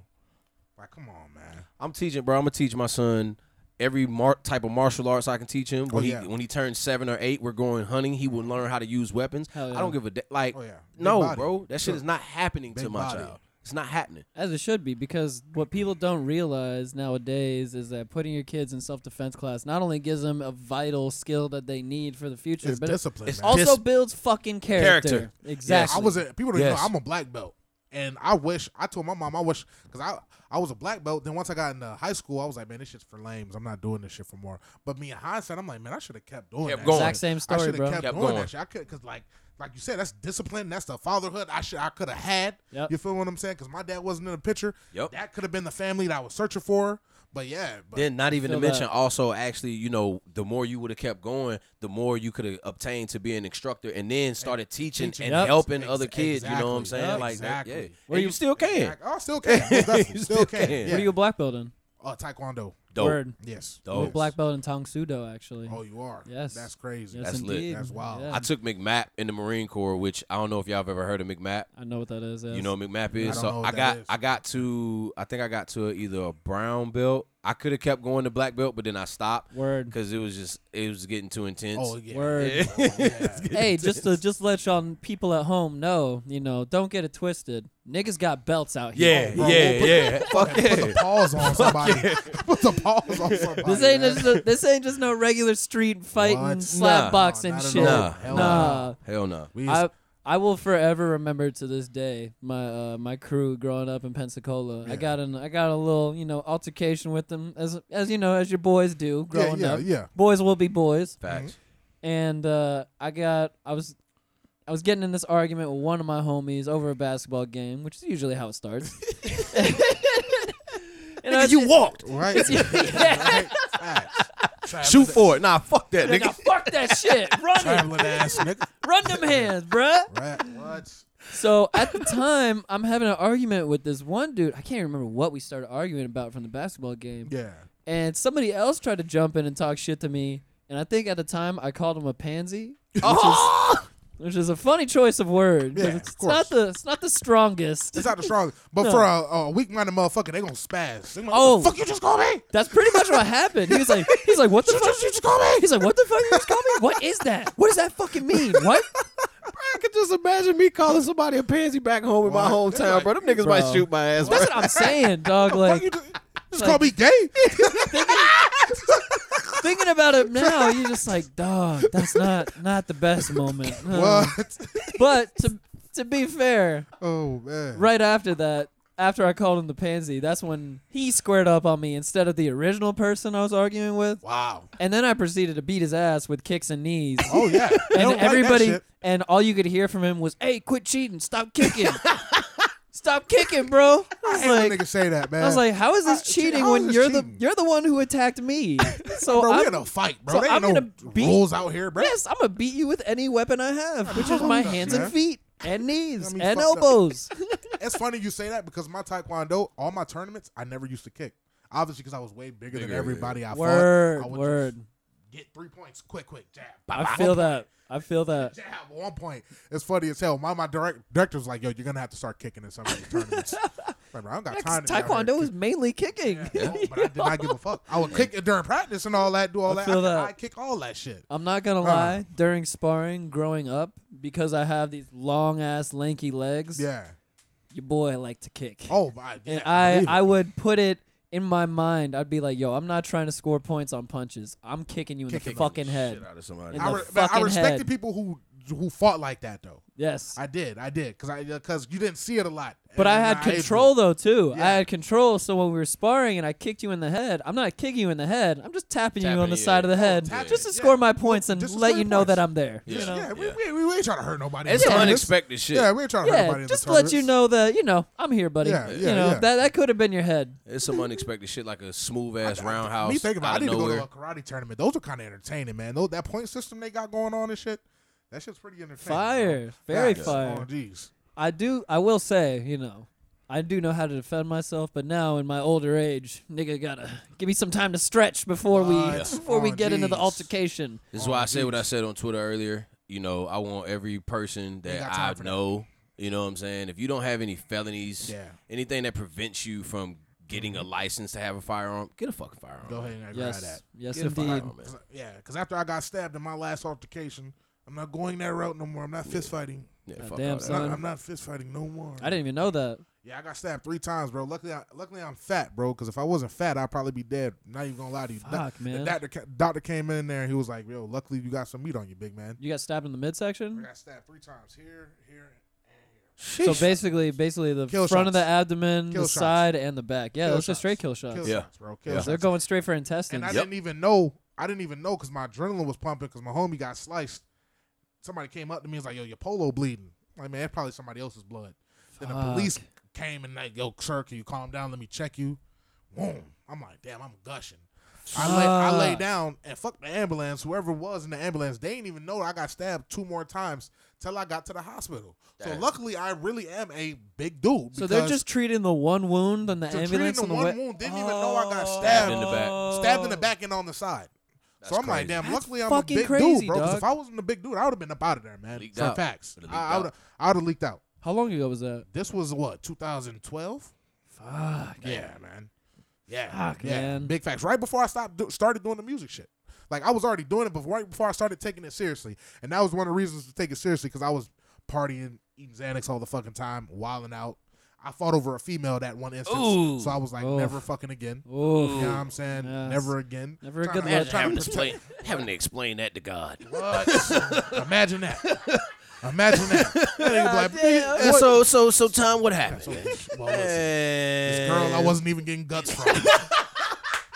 [SPEAKER 4] Like, come on, man.
[SPEAKER 3] I'm teaching, bro. I'm gonna teach my son every mar- type of martial arts I can teach him. When
[SPEAKER 4] Oh, yeah.
[SPEAKER 3] he when he turns seven or eight, we're going hunting. He will learn how to use weapons.
[SPEAKER 1] Hell yeah.
[SPEAKER 3] I don't give a da- like.
[SPEAKER 4] Oh, yeah. Big
[SPEAKER 3] No,
[SPEAKER 4] body.
[SPEAKER 3] bro, that shit is not happening to
[SPEAKER 4] Big
[SPEAKER 3] my
[SPEAKER 4] body.
[SPEAKER 3] child. It's not happening.
[SPEAKER 1] As it should be, because what people don't realize nowadays is that putting your kids in self-defense class not only gives them a vital skill that they need for the future,
[SPEAKER 4] It's
[SPEAKER 1] but it
[SPEAKER 4] discipline,
[SPEAKER 3] it's
[SPEAKER 4] man.
[SPEAKER 1] also
[SPEAKER 3] Dis-
[SPEAKER 1] builds fucking character.
[SPEAKER 3] Character.
[SPEAKER 1] Exactly.
[SPEAKER 4] I was a people don't
[SPEAKER 3] Yes.
[SPEAKER 4] know I'm a black belt, and I wish I told my mom I wish because I I was a black belt. Then once I got into high school, I was like, man, this shit's for lames. I'm not doing this shit for more. But me in hindsight, I'm like, man, I should have kept doing
[SPEAKER 3] Kept
[SPEAKER 4] that.
[SPEAKER 3] going.
[SPEAKER 1] Exact same
[SPEAKER 4] I
[SPEAKER 1] story,
[SPEAKER 4] should
[SPEAKER 1] bro.
[SPEAKER 4] have kept,
[SPEAKER 3] Kept
[SPEAKER 4] doing
[SPEAKER 3] going.
[SPEAKER 4] that shit. I could because like. Like you said, that's discipline. That's the fatherhood I should I could have had.
[SPEAKER 1] Yep.
[SPEAKER 4] You feel what I'm saying? Because my dad wasn't in the picture.
[SPEAKER 3] Yep.
[SPEAKER 4] That could have been the family that I was searching for. But yeah, but
[SPEAKER 3] Then not even to
[SPEAKER 1] feel that.
[SPEAKER 3] mention also actually, you know, the more you would have kept going, the more you could have obtained to be an instructor and then started teaching,
[SPEAKER 4] teaching.
[SPEAKER 3] and
[SPEAKER 1] Yep.
[SPEAKER 3] helping
[SPEAKER 4] Ex-
[SPEAKER 3] other kids. You know what I'm
[SPEAKER 4] exactly.
[SPEAKER 3] saying?
[SPEAKER 4] Yep.
[SPEAKER 3] Like that, yeah.
[SPEAKER 4] Exactly.
[SPEAKER 1] Where
[SPEAKER 3] and you,
[SPEAKER 1] you-
[SPEAKER 3] still can.
[SPEAKER 4] oh, I still can. Most definitely.
[SPEAKER 3] You
[SPEAKER 4] still,
[SPEAKER 3] still
[SPEAKER 4] can.
[SPEAKER 3] can.
[SPEAKER 4] Yeah.
[SPEAKER 1] What are you a black belt in?
[SPEAKER 4] Oh, Taekwondo.
[SPEAKER 3] Dope.
[SPEAKER 1] Word.
[SPEAKER 4] Yes.
[SPEAKER 1] I'm a
[SPEAKER 3] Dope.
[SPEAKER 1] black belt in Tang Sudo, actually.
[SPEAKER 4] Oh, you are.
[SPEAKER 1] Yes.
[SPEAKER 4] That's crazy.
[SPEAKER 1] yes,
[SPEAKER 3] That's lit.
[SPEAKER 1] indeed.
[SPEAKER 4] That's wild.
[SPEAKER 1] Yeah.
[SPEAKER 3] I took McMap in the Marine Corps, which I don't know if y'all have ever heard of McMap.
[SPEAKER 1] I know what that is. Yes.
[SPEAKER 3] You know what McMap
[SPEAKER 4] I don't
[SPEAKER 3] is.
[SPEAKER 4] know
[SPEAKER 3] so
[SPEAKER 4] what
[SPEAKER 3] I
[SPEAKER 4] that
[SPEAKER 3] got
[SPEAKER 4] is.
[SPEAKER 3] I got to I think I got to either a brown belt. I could have kept going to black belt, but then I stopped
[SPEAKER 1] Word.
[SPEAKER 3] because it was just it was getting too intense.
[SPEAKER 4] Oh yeah.
[SPEAKER 1] Word.
[SPEAKER 4] Oh, yeah.
[SPEAKER 1] hey, just to just let y'all people at home know, you know, don't get it twisted. Niggas got belts out here.
[SPEAKER 3] yeah,
[SPEAKER 4] bro,
[SPEAKER 3] yeah,
[SPEAKER 4] put-
[SPEAKER 3] yeah. Fuck
[SPEAKER 4] Put
[SPEAKER 3] yeah.
[SPEAKER 4] the paws on somebody. Put the paws on somebody.
[SPEAKER 1] This ain't
[SPEAKER 4] man.
[SPEAKER 1] just a, this ain't just no regular street fighting,
[SPEAKER 4] What?
[SPEAKER 1] slap
[SPEAKER 3] Nah.
[SPEAKER 1] boxing
[SPEAKER 4] Nah, not at
[SPEAKER 1] shit.
[SPEAKER 3] all.
[SPEAKER 4] Hell
[SPEAKER 1] Nah.
[SPEAKER 3] Hell no.
[SPEAKER 4] We
[SPEAKER 1] I
[SPEAKER 4] just,
[SPEAKER 1] I will forever remember to this day my uh, my crew growing up in Pensacola. I got an I got a little you know altercation with them as as you know as your boys do growing
[SPEAKER 4] yeah,
[SPEAKER 1] up.
[SPEAKER 4] yeah.
[SPEAKER 1] Boys will be boys,
[SPEAKER 3] Facts.
[SPEAKER 1] and uh, I got I was. I was getting in this argument with one of my homies over a basketball game, which is usually how it starts. and
[SPEAKER 4] Mm-hmm.
[SPEAKER 1] I was
[SPEAKER 3] you walked.
[SPEAKER 4] right. right. Facts. Traveling-
[SPEAKER 3] Shoot for it. Nah, fuck that,
[SPEAKER 1] like, "Nah,
[SPEAKER 3] nigga.
[SPEAKER 1] fuck that shit. Run it.
[SPEAKER 4] Traveling ass nigga.
[SPEAKER 1] Run them hands, bruh.
[SPEAKER 4] Right. What?
[SPEAKER 1] So at the time, I'm having an argument with this one dude. I can't remember what we started arguing about from the basketball game.
[SPEAKER 4] Yeah.
[SPEAKER 1] And somebody else tried to jump in and talk shit to me. And I think at the time I called him a pansy.
[SPEAKER 3] Oh,
[SPEAKER 1] which is a funny choice of word. 'cause
[SPEAKER 4] Yeah,
[SPEAKER 1] it's
[SPEAKER 4] of course.
[SPEAKER 1] not the it's not the strongest.
[SPEAKER 4] It's not the strongest, but
[SPEAKER 1] No.
[SPEAKER 4] for a, a weak-minded motherfucker, they gonna spaz. They gonna,
[SPEAKER 1] Oh.
[SPEAKER 4] oh, fuck! You just call me.
[SPEAKER 1] That's pretty much what happened. He was like, he's like, what the
[SPEAKER 4] You
[SPEAKER 1] fuck?
[SPEAKER 4] just, you just call me.
[SPEAKER 1] He's like, what the fuck you just call me? What is that? What does that fucking mean? What?
[SPEAKER 3] I could just imagine me calling somebody a pansy back home in my
[SPEAKER 4] What?
[SPEAKER 3] hometown, bro. Them niggas
[SPEAKER 1] Bro.
[SPEAKER 3] might shoot my ass.
[SPEAKER 1] That's what I'm saying, dog.
[SPEAKER 4] Fuck,
[SPEAKER 1] Like
[SPEAKER 4] you just, just call me gay.
[SPEAKER 1] thinking about it now, you're just like, dog. That's not not the best moment. Um,
[SPEAKER 4] what?
[SPEAKER 1] But to to be fair,
[SPEAKER 4] Oh man.
[SPEAKER 1] right after that, after I called him the pansy, that's when he squared up on me instead of the original person I was arguing with.
[SPEAKER 4] Wow.
[SPEAKER 1] And then I proceeded to beat his ass with kicks and knees.
[SPEAKER 4] Oh yeah. They
[SPEAKER 1] and
[SPEAKER 4] don't like that
[SPEAKER 1] everybody
[SPEAKER 4] shit.
[SPEAKER 1] and all you could hear from him was, "Hey, quit cheating! Stop kicking! Stop kicking, bro!" I
[SPEAKER 4] I
[SPEAKER 1] was
[SPEAKER 4] hate when
[SPEAKER 1] like,
[SPEAKER 4] niggas say that, man.
[SPEAKER 1] I was like, "How is this
[SPEAKER 4] Uh, shit,
[SPEAKER 1] cheating
[SPEAKER 4] how
[SPEAKER 1] when
[SPEAKER 4] is this
[SPEAKER 1] you're the
[SPEAKER 4] cheating?
[SPEAKER 1] you're the one who attacked me?" So
[SPEAKER 4] bro, we
[SPEAKER 1] I'm
[SPEAKER 4] in a fight, bro.
[SPEAKER 1] so
[SPEAKER 4] they
[SPEAKER 1] I'm
[SPEAKER 4] ain't no
[SPEAKER 1] gonna beat-
[SPEAKER 4] rules out here, bro.
[SPEAKER 1] yes, I'm gonna beat you with any weapon I have, which is my hands and
[SPEAKER 4] man.
[SPEAKER 1] feet and knees
[SPEAKER 4] mean,
[SPEAKER 1] and
[SPEAKER 4] fucked up.
[SPEAKER 1] elbows.
[SPEAKER 4] It's funny you say that because my taekwondo, all my tournaments, I never used to kick. Obviously, because I was way bigger than
[SPEAKER 3] Bigger,
[SPEAKER 4] everybody I
[SPEAKER 1] word,
[SPEAKER 4] fought. I would
[SPEAKER 1] word.
[SPEAKER 4] Just get three points, quick, quick, jab. bop,
[SPEAKER 1] I
[SPEAKER 4] bop,
[SPEAKER 1] feel
[SPEAKER 4] one
[SPEAKER 1] that. I feel that.
[SPEAKER 4] Jab at one point. It's funny as hell. My my direct, director was like, "Yo, you're gonna have to start kicking in some of these tournaments." Like, bro, I don't got
[SPEAKER 1] 'Cause
[SPEAKER 4] time. to be out here
[SPEAKER 1] Taekwondo is
[SPEAKER 4] kicking.
[SPEAKER 1] mainly kicking.
[SPEAKER 4] Oh, but I did not give a fuck. I would kick it during practice and all that, do all
[SPEAKER 1] I
[SPEAKER 4] that.
[SPEAKER 1] feel
[SPEAKER 4] I,
[SPEAKER 1] that.
[SPEAKER 4] I kick all that shit.
[SPEAKER 1] I'm not gonna lie. During sparring, growing up, because I have these long ass lanky legs,
[SPEAKER 4] Yeah.
[SPEAKER 1] your boy like to kick.
[SPEAKER 4] Oh my.
[SPEAKER 1] And
[SPEAKER 4] Yeah,
[SPEAKER 1] I,
[SPEAKER 4] believe it.
[SPEAKER 1] I would put it in my mind. I'd be like, yo, I'm not trying to score points on punches. I'm kicking you in
[SPEAKER 4] Kicking
[SPEAKER 1] the
[SPEAKER 4] the
[SPEAKER 1] fucking head.
[SPEAKER 3] Shit out of somebody.
[SPEAKER 1] in
[SPEAKER 4] I,
[SPEAKER 1] the
[SPEAKER 4] re- but I
[SPEAKER 1] fucking
[SPEAKER 4] respected
[SPEAKER 1] head.
[SPEAKER 4] people who who fought like that though.
[SPEAKER 1] Yes.
[SPEAKER 4] I did, I did, cause I because you didn't see it a lot.
[SPEAKER 1] but I
[SPEAKER 4] And
[SPEAKER 1] had
[SPEAKER 4] able to-
[SPEAKER 1] control though too. I
[SPEAKER 4] Yeah.
[SPEAKER 1] had control. So when we were sparring and I kicked you in the head, I'm not kicking you in the head. I'm just tapping, you on
[SPEAKER 3] Tapping
[SPEAKER 1] the
[SPEAKER 3] you,
[SPEAKER 1] side of the
[SPEAKER 3] yeah.
[SPEAKER 1] head
[SPEAKER 4] tapping,
[SPEAKER 1] just to
[SPEAKER 4] Oh, yeah.
[SPEAKER 1] score my
[SPEAKER 4] Well,
[SPEAKER 1] points and
[SPEAKER 4] just to
[SPEAKER 1] let
[SPEAKER 4] score
[SPEAKER 1] you
[SPEAKER 4] your
[SPEAKER 1] know that
[SPEAKER 4] points.
[SPEAKER 1] I'm there.
[SPEAKER 3] Yeah.
[SPEAKER 1] You know?
[SPEAKER 4] Yeah, we,
[SPEAKER 3] Yeah.
[SPEAKER 4] we, we, we ain't trying to hurt nobody.
[SPEAKER 3] It's
[SPEAKER 4] in the tournaments.
[SPEAKER 3] unexpected shit.
[SPEAKER 4] Yeah, we ain't trying to hurt
[SPEAKER 1] Yeah,
[SPEAKER 4] nobody. in the
[SPEAKER 1] just to let you
[SPEAKER 4] tournaments.
[SPEAKER 1] know that you know I'm here, buddy.
[SPEAKER 4] Yeah,
[SPEAKER 1] you
[SPEAKER 4] yeah,
[SPEAKER 1] know
[SPEAKER 4] yeah.
[SPEAKER 1] that that could have been your head.
[SPEAKER 3] It's some unexpected shit like a smooth ass roundhouse.
[SPEAKER 4] Me thinking about, it,
[SPEAKER 3] out
[SPEAKER 4] I
[SPEAKER 3] of
[SPEAKER 4] need to go
[SPEAKER 3] nowhere.
[SPEAKER 4] to a karate tournament. Those are kind of entertaining, man. Those, that point system they got going on and shit. That shit's pretty entertaining. bro.
[SPEAKER 1] Fire, very
[SPEAKER 4] Facts.
[SPEAKER 1] fire.
[SPEAKER 4] Oh, jeez.
[SPEAKER 1] I do. I will say, you know, I do know how to defend myself, but now in my older age, nigga, gotta give me some time to stretch before we
[SPEAKER 4] What?
[SPEAKER 1] before we
[SPEAKER 4] Oh,
[SPEAKER 1] get into the
[SPEAKER 4] jeez.
[SPEAKER 1] altercation.
[SPEAKER 3] This is why I said what I said on Twitter earlier. You know, I want every person that
[SPEAKER 4] got time
[SPEAKER 3] I
[SPEAKER 4] for that.
[SPEAKER 3] know. You know what I'm saying? If you don't have any felonies,
[SPEAKER 4] Yeah.
[SPEAKER 3] anything that prevents you from getting a license to have a firearm, get a fucking firearm.
[SPEAKER 4] Go ahead and grab
[SPEAKER 1] Yes,
[SPEAKER 4] that.
[SPEAKER 1] yes,
[SPEAKER 3] Get a
[SPEAKER 1] indeed.
[SPEAKER 3] firearm, man.
[SPEAKER 4] Cause, I- yeah, because after I got stabbed in my last altercation, I'm not going that route no more. I'm not fist fighting.
[SPEAKER 3] Yeah,
[SPEAKER 1] God
[SPEAKER 3] fuck
[SPEAKER 1] damn,
[SPEAKER 3] all
[SPEAKER 1] son.
[SPEAKER 3] that.
[SPEAKER 4] I'm not fist fighting no more.
[SPEAKER 1] I didn't even know that.
[SPEAKER 4] Yeah, I got stabbed three times, bro. Luckily, I, luckily I'm fat, bro. Because if I wasn't fat, I'd probably be dead. Not even gonna lie to you. Doc-
[SPEAKER 1] Fuck,
[SPEAKER 4] the
[SPEAKER 1] man.
[SPEAKER 4] doctor, ca- doctor came in there and he was like, "Yo, luckily you got some meat on you, big man."
[SPEAKER 1] You got stabbed in the
[SPEAKER 4] I
[SPEAKER 1] midsection.
[SPEAKER 4] got stabbed three times here, here.
[SPEAKER 1] So basically, basically the
[SPEAKER 4] Kill
[SPEAKER 1] front of the
[SPEAKER 4] shots.
[SPEAKER 1] abdomen,
[SPEAKER 4] Kill
[SPEAKER 1] the
[SPEAKER 4] shots.
[SPEAKER 1] side, and the back. Yeah,
[SPEAKER 4] Kill
[SPEAKER 1] those are
[SPEAKER 4] shots.
[SPEAKER 1] straight kill shots.
[SPEAKER 4] Kill
[SPEAKER 3] Yeah.
[SPEAKER 4] shots, bro. Kill
[SPEAKER 3] Yeah.
[SPEAKER 1] They're
[SPEAKER 4] shots.
[SPEAKER 1] going straight for intestines.
[SPEAKER 4] and I
[SPEAKER 3] Yep.
[SPEAKER 4] didn't even know. I didn't even know because my adrenaline was pumping because my homie got sliced. Somebody came up to me and was like, "Yo, your polo bleeding." Like, man, that's probably somebody else's blood. Then the police
[SPEAKER 1] Fuck.
[SPEAKER 4] came and like, "Yo, sir, can you calm down? Let me check you." Boom. I'm like, damn, I'm gushing. I lay, I lay
[SPEAKER 1] Fuck.
[SPEAKER 4] down and fuck the ambulance. Whoever was in the ambulance, they didn't even know I got stabbed two more times till I got to the hospital. So
[SPEAKER 3] Damn.
[SPEAKER 4] luckily, I really am a big dude.
[SPEAKER 1] So they're
[SPEAKER 4] because
[SPEAKER 1] just treating the one wound and the
[SPEAKER 4] So treating
[SPEAKER 1] ambulance
[SPEAKER 4] the
[SPEAKER 1] on the
[SPEAKER 4] one
[SPEAKER 1] way-
[SPEAKER 4] wound, didn't even know I got
[SPEAKER 1] Oh.
[SPEAKER 4] stabbed.
[SPEAKER 3] in the back.
[SPEAKER 4] stabbed in the back and on the side. so I'm like,
[SPEAKER 3] Oh. crazy.
[SPEAKER 4] damn.
[SPEAKER 1] That's
[SPEAKER 4] luckily, I'm a
[SPEAKER 1] fucking
[SPEAKER 4] big
[SPEAKER 1] crazy,
[SPEAKER 4] dude, bro. 'cause
[SPEAKER 1] dog.
[SPEAKER 4] if I wasn't a big dude, I would have been up out of there, man.
[SPEAKER 3] Leaked
[SPEAKER 4] For
[SPEAKER 3] out.
[SPEAKER 4] facts,
[SPEAKER 3] Would've leaked
[SPEAKER 4] I would
[SPEAKER 3] out.
[SPEAKER 4] I would have leaked out.
[SPEAKER 1] How long ago was that?
[SPEAKER 4] This was what 2012.
[SPEAKER 1] Fuck.
[SPEAKER 4] Yeah, man. Yeah,
[SPEAKER 1] Fuck,
[SPEAKER 4] yeah.
[SPEAKER 1] man.
[SPEAKER 4] Big facts. Right before I stopped, do- started doing the music shit. Like I was already doing it, but right before I started taking it seriously, and that was one of the reasons to take it seriously because I was partying, eating Xanax all the fucking time, wilding out. I fought over a female that one instance,
[SPEAKER 3] Ooh.
[SPEAKER 4] so I was like,
[SPEAKER 1] Oof.
[SPEAKER 4] never fucking again.
[SPEAKER 1] Oof.
[SPEAKER 4] You know what I'm saying?
[SPEAKER 1] Yes.
[SPEAKER 4] Never again.
[SPEAKER 1] Never a
[SPEAKER 4] Tryna-
[SPEAKER 1] good look.
[SPEAKER 4] tryna
[SPEAKER 3] having, to
[SPEAKER 4] protect-
[SPEAKER 3] explain, having to explain that to God.
[SPEAKER 4] What? Imagine that. Imagine that. That nigga be like,
[SPEAKER 1] damn.
[SPEAKER 4] "Nigga,
[SPEAKER 3] So, so, so, Tom, what happened?
[SPEAKER 4] what- well, listen,
[SPEAKER 3] This
[SPEAKER 4] this girl I wasn't even getting guts from.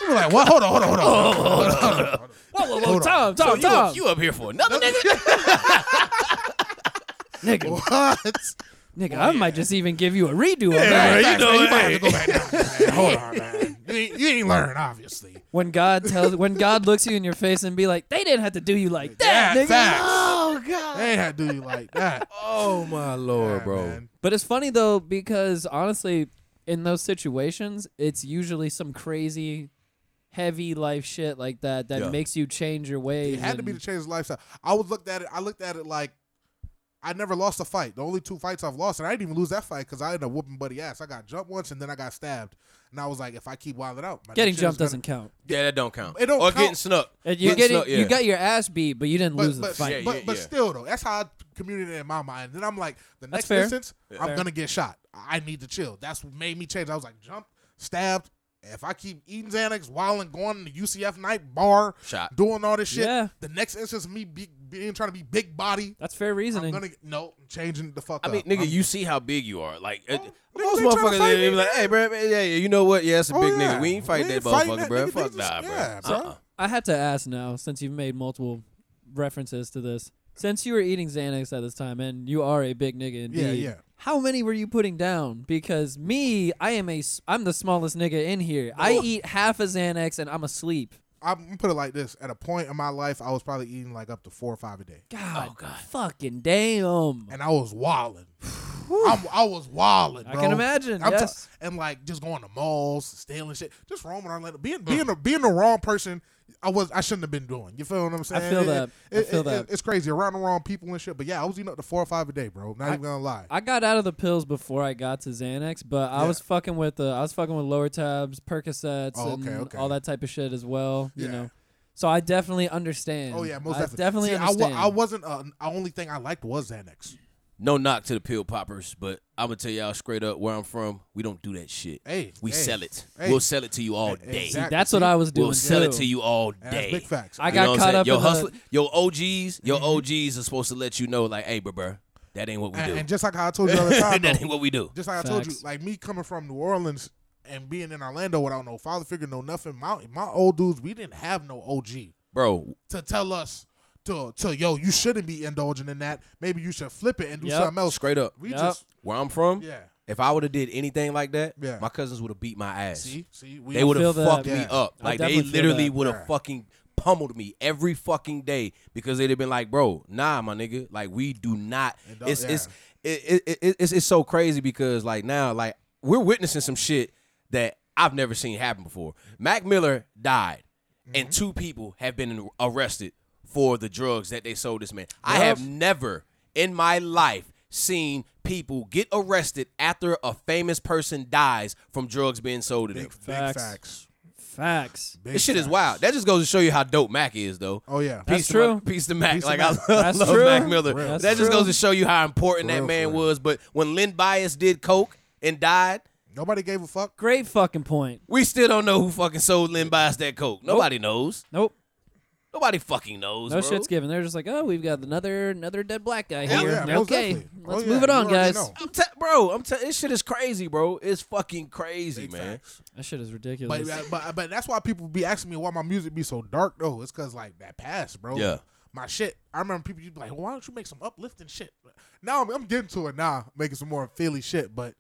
[SPEAKER 4] you were like, what? Hold on, hold on, hold on. Hold on, hold on, hold on.
[SPEAKER 3] Whoa, whoa,
[SPEAKER 1] Oh,
[SPEAKER 3] whoa,
[SPEAKER 1] Tom, Tom,
[SPEAKER 3] you,
[SPEAKER 1] Tom.
[SPEAKER 3] Up, you up here for another nigga?
[SPEAKER 1] Nigga,
[SPEAKER 4] What?
[SPEAKER 1] nigga, I might just even give you a redo of that.
[SPEAKER 3] right. you
[SPEAKER 4] Facts,
[SPEAKER 3] know
[SPEAKER 4] man,
[SPEAKER 3] it.
[SPEAKER 4] you might have to go back down, man. Hold on, man. You ain't, you ain't learned, obviously.
[SPEAKER 1] When God tells, when God looks you in your face and be like, they didn't have to do you like that,
[SPEAKER 4] Yeah,
[SPEAKER 1] nigga.
[SPEAKER 4] facts.
[SPEAKER 3] oh God.
[SPEAKER 4] They ain't had to do you like that.
[SPEAKER 3] Oh my Lord,
[SPEAKER 4] Yeah,
[SPEAKER 3] bro.
[SPEAKER 4] man.
[SPEAKER 1] But it's funny though because honestly, in those situations, it's usually some crazy, heavy life shit like that that
[SPEAKER 3] Yeah.
[SPEAKER 1] makes you change your ways.
[SPEAKER 4] It had to
[SPEAKER 1] and-
[SPEAKER 4] be to change his lifestyle. I was looked at it. I looked at it like I never lost a fight. The only two fights I've lost, and I didn't even lose that fight because I ended up whooping buddy ass. I got jumped once and then I got stabbed, and I was like, if I keep wilding out, my
[SPEAKER 1] Getting
[SPEAKER 4] next shit is
[SPEAKER 1] jumped doesn't count.
[SPEAKER 3] Yeah, that don't count.
[SPEAKER 4] It don't
[SPEAKER 3] or
[SPEAKER 4] count.
[SPEAKER 3] getting snuck.
[SPEAKER 1] And you
[SPEAKER 3] Getting
[SPEAKER 1] getting
[SPEAKER 3] snuck, yeah.
[SPEAKER 1] you got your ass beat, but you didn't
[SPEAKER 4] But,
[SPEAKER 1] lose the
[SPEAKER 4] but,
[SPEAKER 1] fight.
[SPEAKER 3] Yeah,
[SPEAKER 4] but,
[SPEAKER 3] yeah,
[SPEAKER 4] but
[SPEAKER 3] yeah.
[SPEAKER 4] still though, that's how I commuted it in my mind. Then I'm like, the next
[SPEAKER 1] fair.
[SPEAKER 4] instance, I'm
[SPEAKER 1] Fair.
[SPEAKER 4] gonna get shot. I need to chill. That's what made me change. I was like, jump, stabbed. If I keep eating Xanax while and going to UCF night bar,
[SPEAKER 3] Shot.
[SPEAKER 4] doing all this shit,
[SPEAKER 1] Yeah.
[SPEAKER 4] the next instance, me be, being trying to be big body,
[SPEAKER 1] That's fair
[SPEAKER 4] I'm
[SPEAKER 1] reasoning.
[SPEAKER 4] gonna get- no I'm changing the fuck
[SPEAKER 3] I
[SPEAKER 4] up.
[SPEAKER 3] mean, nigga,
[SPEAKER 4] I'm- Oh.
[SPEAKER 3] you see how big you are. Like it-
[SPEAKER 4] niggas
[SPEAKER 3] most
[SPEAKER 4] ain't tryna
[SPEAKER 3] motherfuckers,
[SPEAKER 4] fight
[SPEAKER 3] they, they be
[SPEAKER 4] me,
[SPEAKER 3] like,
[SPEAKER 4] nigga.
[SPEAKER 3] "Hey, bro, yeah, yeah, you know what? Yeah, it's a
[SPEAKER 4] Oh,
[SPEAKER 3] big
[SPEAKER 4] yeah.
[SPEAKER 3] nigga. We ain't fighting
[SPEAKER 4] We
[SPEAKER 3] that
[SPEAKER 4] ain't fighting
[SPEAKER 3] motherfucker,
[SPEAKER 4] that
[SPEAKER 3] bro.
[SPEAKER 4] nigga.
[SPEAKER 3] Fuck
[SPEAKER 4] They
[SPEAKER 3] nah,
[SPEAKER 4] just- yeah,
[SPEAKER 3] bro.
[SPEAKER 4] bro.
[SPEAKER 3] Uh-uh.
[SPEAKER 1] I had to ask now, since you've made multiple references to this, since you were eating Xanax at this time, and you are a big nigga indeed.
[SPEAKER 4] Yeah, yeah.
[SPEAKER 1] How many were you putting down? Because me, I am a, s- I'm the smallest nigga in here. I
[SPEAKER 4] Oh.
[SPEAKER 1] eat half a Xanax and I'm asleep.
[SPEAKER 4] I'm gonna put it like this: at a point in my life, I was probably eating like up to four or five a day,
[SPEAKER 1] God, fucking damn.
[SPEAKER 4] Mm. and I was wilding. I'm, I was wilding.
[SPEAKER 1] I can imagine,
[SPEAKER 4] I'm ta-
[SPEAKER 1] yes.
[SPEAKER 4] and like just going to malls, stealing shit, just roaming around, like,
[SPEAKER 1] Mm.
[SPEAKER 4] being being the, being the wrong person. I was I shouldn't have been doing. You feel what I'm saying?
[SPEAKER 1] feel that. I feel that.
[SPEAKER 4] it's crazy around the wrong people and shit. But yeah, I was eating up to four or five a day, bro. Not even gonna lie.
[SPEAKER 1] I got out of the pills before I got to Xanax, but I
[SPEAKER 4] Yeah.
[SPEAKER 1] was fucking with the I was fucking with lower tabs, Percocets,
[SPEAKER 4] Oh, okay,
[SPEAKER 1] and
[SPEAKER 4] okay.
[SPEAKER 1] all that type of shit as well. You
[SPEAKER 4] Yeah.
[SPEAKER 1] know, so I definitely understand.
[SPEAKER 4] oh yeah, most
[SPEAKER 1] I
[SPEAKER 4] See, I,
[SPEAKER 1] understand.
[SPEAKER 4] wa- I wasn't. Uh, the only thing I liked was Xanax.
[SPEAKER 3] No knock to the pill poppers, but I'm gonna tell y'all straight up where I'm from. We don't do that shit.
[SPEAKER 4] Hey,
[SPEAKER 3] we
[SPEAKER 4] hey,
[SPEAKER 3] sell it.
[SPEAKER 4] hey.
[SPEAKER 3] We'll sell it to you all day.
[SPEAKER 1] See,
[SPEAKER 4] Exactly.
[SPEAKER 1] that's what I was doing.
[SPEAKER 3] We'll sell it
[SPEAKER 1] too.
[SPEAKER 3] to you all
[SPEAKER 4] And that's
[SPEAKER 3] day.
[SPEAKER 4] big facts. Mm-hmm.
[SPEAKER 1] I
[SPEAKER 3] You
[SPEAKER 1] got
[SPEAKER 3] know what I'm
[SPEAKER 1] caught
[SPEAKER 3] saying?
[SPEAKER 1] up
[SPEAKER 3] Your
[SPEAKER 1] in the-
[SPEAKER 3] hustler, your OGs, your OGs are supposed to let you know, like, hey, bro, bro, that ain't what we
[SPEAKER 4] and,
[SPEAKER 3] do.
[SPEAKER 4] and just like how I told you the other time,
[SPEAKER 3] that
[SPEAKER 4] though,
[SPEAKER 3] ain't what we do.
[SPEAKER 4] just like I told you,
[SPEAKER 1] Facts.
[SPEAKER 4] like me coming from New Orleans and being in Orlando without no father figure, no nothing. My my old dudes, we didn't have no OG
[SPEAKER 3] Bro,
[SPEAKER 4] to tell us to to yo, you shouldn't be indulging in that. Maybe you should flip it and do
[SPEAKER 1] Yep.
[SPEAKER 4] something else.
[SPEAKER 3] straight up,
[SPEAKER 4] We
[SPEAKER 1] Yep.
[SPEAKER 4] just
[SPEAKER 3] where I'm from,
[SPEAKER 4] yeah.
[SPEAKER 3] if I would have did anything like that,
[SPEAKER 4] Yeah.
[SPEAKER 3] my cousins would have beat my ass.
[SPEAKER 4] See, see, we
[SPEAKER 3] They would
[SPEAKER 1] feel
[SPEAKER 3] have
[SPEAKER 1] that.
[SPEAKER 3] fucked me
[SPEAKER 4] Yeah.
[SPEAKER 3] up.
[SPEAKER 1] I
[SPEAKER 3] Like they
[SPEAKER 1] definitely feel
[SPEAKER 3] literally
[SPEAKER 1] that.
[SPEAKER 3] would have
[SPEAKER 4] Yeah.
[SPEAKER 3] fucking pummeled me every fucking day because they'd have been like, "Bro, nah, my nigga. Like we do not.
[SPEAKER 4] don't-
[SPEAKER 3] It's it's
[SPEAKER 4] yeah.
[SPEAKER 3] it, it, it, it's it's so crazy because like now like we're witnessing some shit that I've never seen happen before. Mac Miller died,
[SPEAKER 4] Mm-hmm.
[SPEAKER 3] and two people have been arrested for the drugs that they sold this man. I have never in my life seen people get arrested after a famous person dies from drugs being sold to them.
[SPEAKER 4] big
[SPEAKER 1] Facts.
[SPEAKER 4] facts. facts.
[SPEAKER 1] Facts.
[SPEAKER 4] Big
[SPEAKER 3] This shit is
[SPEAKER 4] facts.
[SPEAKER 3] wild. That just goes to show you how dope Mac is, though.
[SPEAKER 4] Oh yeah.
[SPEAKER 1] That's
[SPEAKER 3] Peace to my-
[SPEAKER 1] true.
[SPEAKER 3] peace to Mac.
[SPEAKER 4] Peace to
[SPEAKER 3] like
[SPEAKER 4] Mac.
[SPEAKER 3] I love,
[SPEAKER 1] That's
[SPEAKER 3] love
[SPEAKER 1] true.
[SPEAKER 3] Mac Miller.
[SPEAKER 1] That's
[SPEAKER 3] that just
[SPEAKER 1] true.
[SPEAKER 3] goes to show you how important that
[SPEAKER 4] real,
[SPEAKER 3] man
[SPEAKER 4] for real.
[SPEAKER 3] was. But when Lynn Bias did coke and died,
[SPEAKER 4] Nobody gave a fuck.
[SPEAKER 1] Great fucking point.
[SPEAKER 3] we still don't know who fucking sold Lynn Bias that coke. Nobody knows.
[SPEAKER 1] Nope.
[SPEAKER 3] Nobody fucking knows.
[SPEAKER 1] No
[SPEAKER 3] bro.
[SPEAKER 1] shit's given. They're just like, oh, we've got another another dead black guy
[SPEAKER 4] Oh,
[SPEAKER 1] here.
[SPEAKER 4] yeah, most
[SPEAKER 1] okay,
[SPEAKER 4] definitely. Oh,
[SPEAKER 1] let's
[SPEAKER 4] yeah,
[SPEAKER 1] move it
[SPEAKER 4] you
[SPEAKER 1] on,
[SPEAKER 4] already
[SPEAKER 1] guys.
[SPEAKER 4] know.
[SPEAKER 3] I'm te- bro, I'm te- this shit is crazy, bro. It's fucking crazy,
[SPEAKER 4] Big
[SPEAKER 3] man.
[SPEAKER 4] facts.
[SPEAKER 1] That shit is ridiculous.
[SPEAKER 4] But, uh, but but that's why people be asking me why my music be so dark though. It's cause like that past, bro.
[SPEAKER 3] Yeah.
[SPEAKER 4] My shit. I remember people you be like, why don't you make some uplifting shit? Now I'm, I'm getting to it now, making some more Philly shit. But